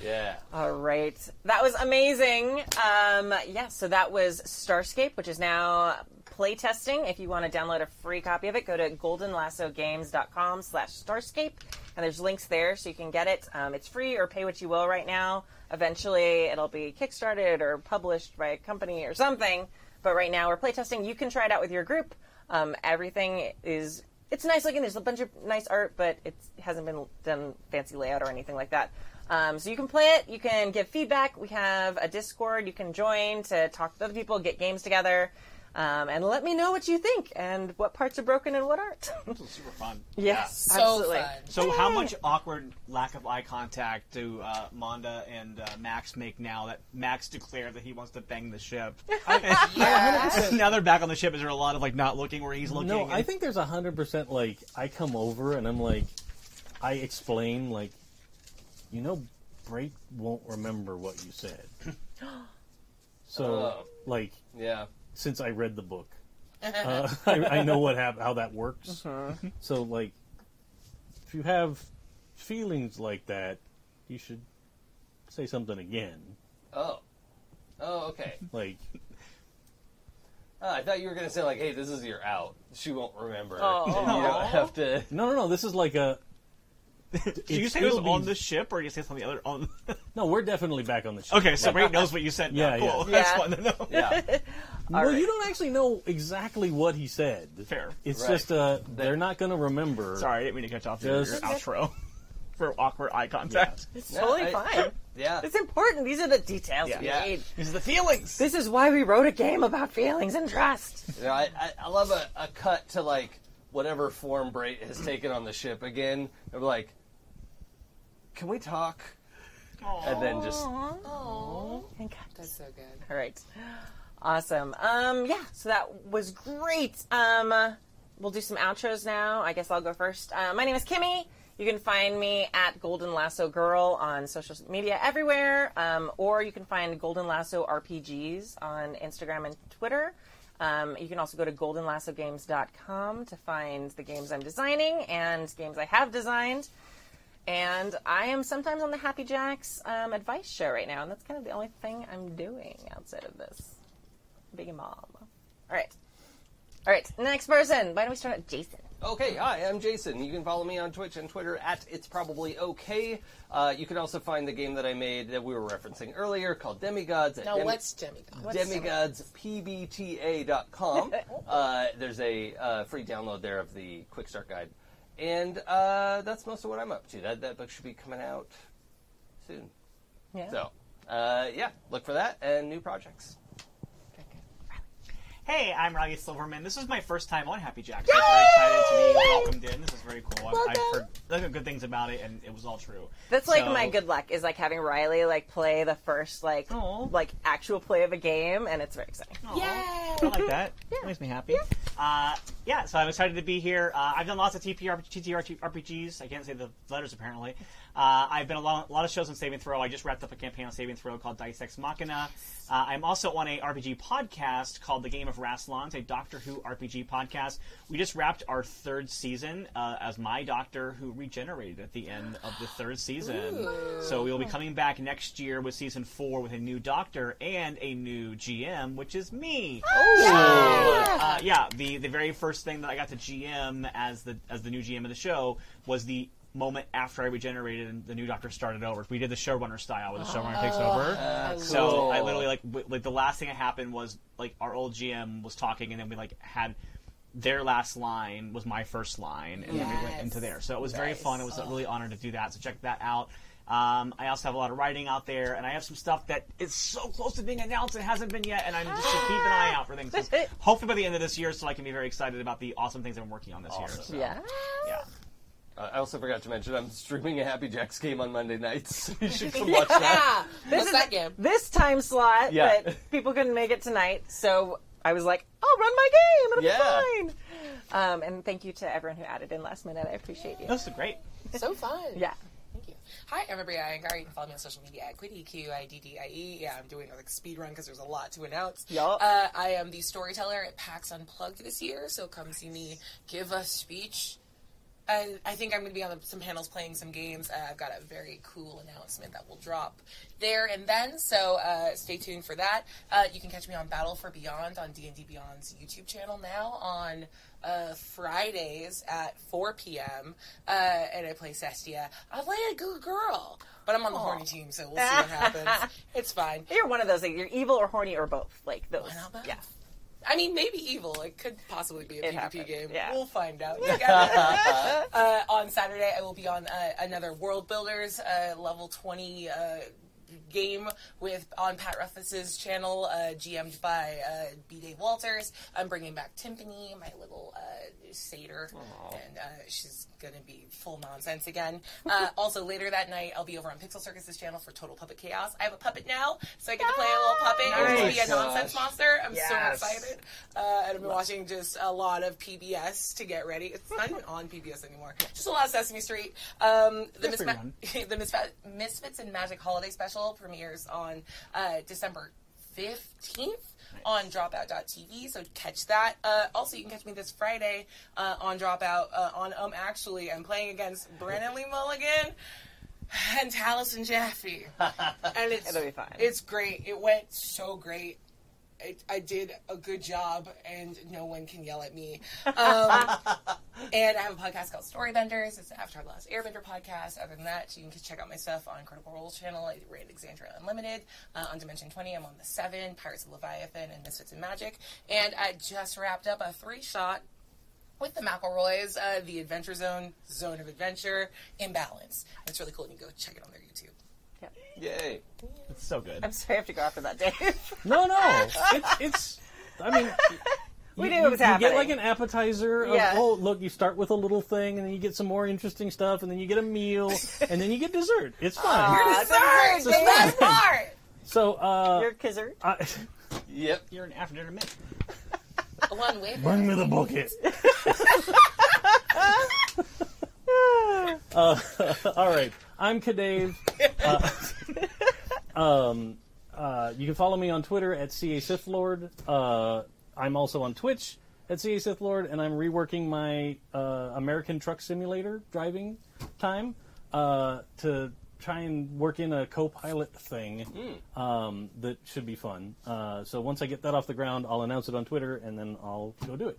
E: Yeah.
A: All right. That was amazing. Um, yeah, so that was Starscape, which is now playtesting. If you want to download a free copy of it, go to goldenlassogames.com slash Starscape, and there's links there so you can get it. Um, it's free or pay what you will right now. Eventually, it'll be kickstarted or published by a company or something. But right now, we're playtesting. You can try it out with your group. Um, everything is it's nice looking. There's a bunch of nice art, but it hasn't been done fancy layout or anything like that. Um, so you can play it. You can give feedback. We have a Discord you can join to talk to other people, get games together, um, and let me know what you think and what parts are broken and what aren't. <laughs>
B: This was super fun.
A: yes,
C: So
A: absolutely.
C: fun.
B: So, how much awkward lack of eye contact do uh, Monda and uh, Max make now that Max declared that he wants to bang the ship?
D: <laughs>
B: now they're back on the ship. Is there a lot of like not looking where he's looking?
D: No, I
B: and-
D: think there's a hundred percent. Like I come over and I'm like, I explain like, you know, Brake won't remember what you said. so
E: Oh.
D: like,
E: Yeah.
D: since I read the book, uh, I, I know what hap- how that works. <laughs> So like, if you have feelings like that, you should say something again.
E: Oh. Oh, okay.
D: Like,
E: Oh, I thought you were gonna say like, "Hey, this is your out." She won't remember.
A: Oh.
E: <laughs> and you don't have to.
D: No, no, no. This is like a. <laughs>
B: Did you say it was on the ship, or you say something other on? <laughs>
D: No, we're definitely back on the ship.
B: okay, so Ray knows what you said. Now.
D: Yeah, yeah.
B: cool. <laughs>
A: Yeah.
B: That's fun to know.
E: Yeah,
D: well,
A: right.
D: you don't actually know exactly what he said.
B: Fair.
D: It's
E: Right.
D: just uh, they're not going to remember.
B: Sorry, I didn't mean to catch off to your
D: Just-
B: outro <laughs> for awkward eye contact.
A: It's
E: Yeah,
A: totally
E: I-
A: fine. <laughs>
E: yeah.
A: It's important. These are the details we
E: Yeah.
A: need.
B: These are the feelings.
A: This is why we wrote a game about feelings and trust.
E: You know, I, I, I love a, a cut to like whatever form Brait has taken on the ship again. And we're like, "Can we talk?" And then just
A: Thank God.
C: That's so good.
A: All right. Awesome. Um, yeah, so that was great. Um, we'll do some outros now. I guess I'll go first. Uh, my name is Kimmy. You can find me at Golden Lasso Girl on social media everywhere, um, or you can find Golden Lasso RPGs on Instagram and Twitter. Um, you can also go to goldenlassogames.com to find the games I'm designing and games I have designed. And I am sometimes on the Happy Jacks um, advice show right now, and that's kind of the only thing I'm doing outside of this. Being a mom. All right. All right, next person. Why don't we start with Jason?
E: Okay, hi, I'm Jason. You can follow me on Twitch and Twitter at It's Probably Okay. Uh, you can also find the game that I made that we were referencing earlier called Demigods. At
C: No,
E: Demi-
C: what's Oh. demigod? <laughs>
E: DemigodsPBTA.com. uh, there's a uh, free download there of the Quick Start Guide. And uh, that's most of what I'm up to. That, that book should be coming out soon.
A: Yeah.
E: So, uh, yeah, look for that and new projects.
B: Hey, I'm Robbie Silverman. This is my first time on Happy Jack. So I'm very excited to be welcomed in. This is very cool. I've, I've heard nothing but good things about it, and it was all true.
A: That's like
B: So-
A: my good luck is like having Riley like play the first like
B: Aw.
A: like actual play of a game, and it's very exciting.
B: Aw, I like
A: <laughs>
B: that. It makes me happy. Uh, yeah, so I'm excited to be here. Uh, I've done lots of TPR, TTR, RPGs. I can't say the letters apparently. Uh, I've been a lot, a lot of shows on Saving Throw. I just wrapped up a campaign on Saving Throw called Dice Ex Machina. Uh, I'm also on a RPG podcast called The Game of Rassilon. It's a Doctor Who RPG podcast. We just wrapped our third season uh, as my Doctor Who regenerated at the end of the third season. So we will be coming back next year with season four with a new Doctor and a new GM, which is me. Uh, yeah, the the very first thing that I got to GM as the as the new GM of the show was the moment after I regenerated and the new Doctor started over. We did the showrunner style where the showrunner takes over. So I literally like w- like the last thing that happened was like our old GM was talking and then we like had their last line was my first line and then we went
C: Yes.
B: into there. So it was very fun. It was a really honor to do that. So check that out. Um, I also have a lot of writing out there, and I have some stuff that is so close to being announced it hasn't been yet, and I'm just to keep an eye out for things. 'Cause Hopefully by the end of this year, so I can be very excited about the awesome things I'm working on this year. So,
A: Yeah.
B: yeah.
E: Uh, I also forgot to mention I'm streaming a Happy Jacks game on Monday nights. <laughs> you
C: <laughs>
E: should come watch that.
C: Ah, what's that game?
A: This time slot,
E: Yeah.
A: but people couldn't make it tonight, so I was like, I'll run my game. It'll
E: Yeah.
A: be fine. Um, and thank you to everyone who added in last minute. I appreciate you.
B: That's great.
C: <laughs> So fun.
A: Yeah.
C: Thank you. Hi, I'm Abria Iyengar. You can follow me on social media at Quiddy, Q-I-D-D-I-E. E. Yeah, I'm doing a like, speed run because there's a lot to announce.
A: Yup.
C: Uh, I am the storyteller at PAX Unplugged this year, so come see me give a speech. And I think I'm going to be on some panels playing some games. Uh, I've got a very cool announcement that will drop there and then, so uh, stay tuned for that. Uh, you can catch me on Battle for Beyond on D&D Beyond's YouTube channel now on uh, Fridays at 4 p.m. Uh, and I play Sestia. I play a good girl, but I'm on the horny team, so we'll see what happens. it's fine.
A: You're one of those. Like, you're evil or horny or both. Like those.
C: not both?
A: Yeah.
C: I mean, maybe evil. It could possibly be a PvP
A: happened,
C: game.
A: yeah.
C: We'll find out together. uh, on Saturday, I will be on uh, another World Builders uh, level 20 uh, game with on Pat Ruffus's channel, uh, GM'd by uh, B. Dave Walters. I'm bringing back Timpani, my little uh, satyr, and uh, she's going to be full nonsense again. Uh, also, later that night, I'll be over on Pixel Circus's channel for Total Puppet Chaos. I have a puppet now, so I get to play a little puppet and
E: Nice.
C: be a nonsense
E: Gosh.
C: monster. I'm so
A: Yes.
C: excited. Uh, and I've been watching just a lot of PBS to get ready. It's not even on PBS anymore. Just a lot of Sesame Street. Um, the Misma-
B: Everyone.
C: <laughs> the Misfa- Misfits and Magic Holiday Special premieres on uh, December 15th. On dropout.tv, so catch that. Uh, also, you can catch me this Friday uh, on Dropout. Uh, on um, actually, I'm playing against Brennan Lee Mulligan and Taliesin Jaffe, and it's
A: It'll be fine.
C: It's great. It went so great. I, I did a good job, and no one can yell at me. Um, and I have a podcast called Story Vendors. It's the After Last Airbender podcast. Other than that, you can check out my stuff on Critical Role's channel at Ray Alexandria Unlimited. Uh, on Dimension 20, I'm on The Seven, Pirates of Leviathan, and Misfits and Magic. And I just wrapped up a three shot with the McElroys, uh, The Adventure Zone, Zone of Adventure, Imbalance. It's really cool. You can go check it on their YouTube.
E: Yay.
K: It's so good.
A: I'm sorry, I have to go after that, Dave. <laughs>
D: No, no. It's, it's I mean,
A: we
D: you-
A: knew
D: you-
A: it was
D: you
A: happening.
D: get like an appetizer of,
A: Yeah.
D: oh, look, you start with a little thing, and then you get some more interesting stuff, and then you get
A: <laughs>
D: a meal, and then you get dessert. It's fun.
C: Uh,
A: Aw,
C: Sorry,
A: Dave.
C: that's hard.
D: So, uh,
A: You're a kisser.
D: I, <laughs>
E: Yep.
K: You're an after dinner mint.
C: One way.
D: bring me the bucket. <laughs> uh, <laughs> all right. I'm Kadave. Uh, <laughs> um, uh, you can follow me on Twitter at CA Sithlord. Uh, I'm also on Twitch at CA Sithlord, and I'm reworking my uh, American Truck Simulator driving time uh, to try and work in a co pilot thing um, that should be fun. Uh, so once I get that off the ground, I'll announce it on Twitter, and then I'll go do it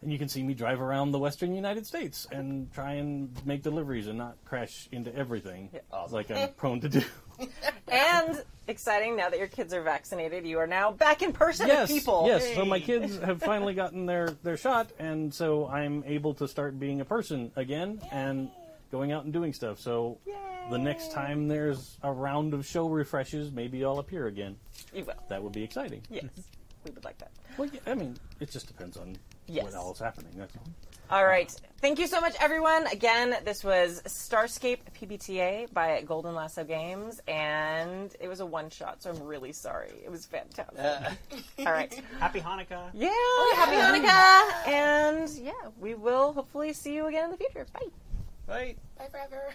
D: and you can see me drive around the western United States and try and make deliveries and not crash into everything like I'm prone to do.
A: And exciting, now that your kids are vaccinated, you are now back in person
D: yes,
A: with people.
D: yes. So my kids have finally gotten their their shot, and so I'm able to start being a person again and going out and doing stuff. So the next time there's a round of show refreshes, maybe I'll appear again.
A: You will.
D: That would be exciting.
A: Yes. We would like that.
D: Well, yeah, I mean, it just depends on
A: Yes.
D: what all is happening. That's all.
A: All right. Thank you so much, everyone. Again, this was Starscape PBTA by Golden Lasso Games, and it was a one shot, so I'm really sorry. It was fantastic.
D: Uh.
A: All right.
K: Happy Hanukkah.
A: Yeah. Happy Hanukkah. And yeah, we will hopefully see you again in the future. Bye.
E: Right.
C: Bye forever.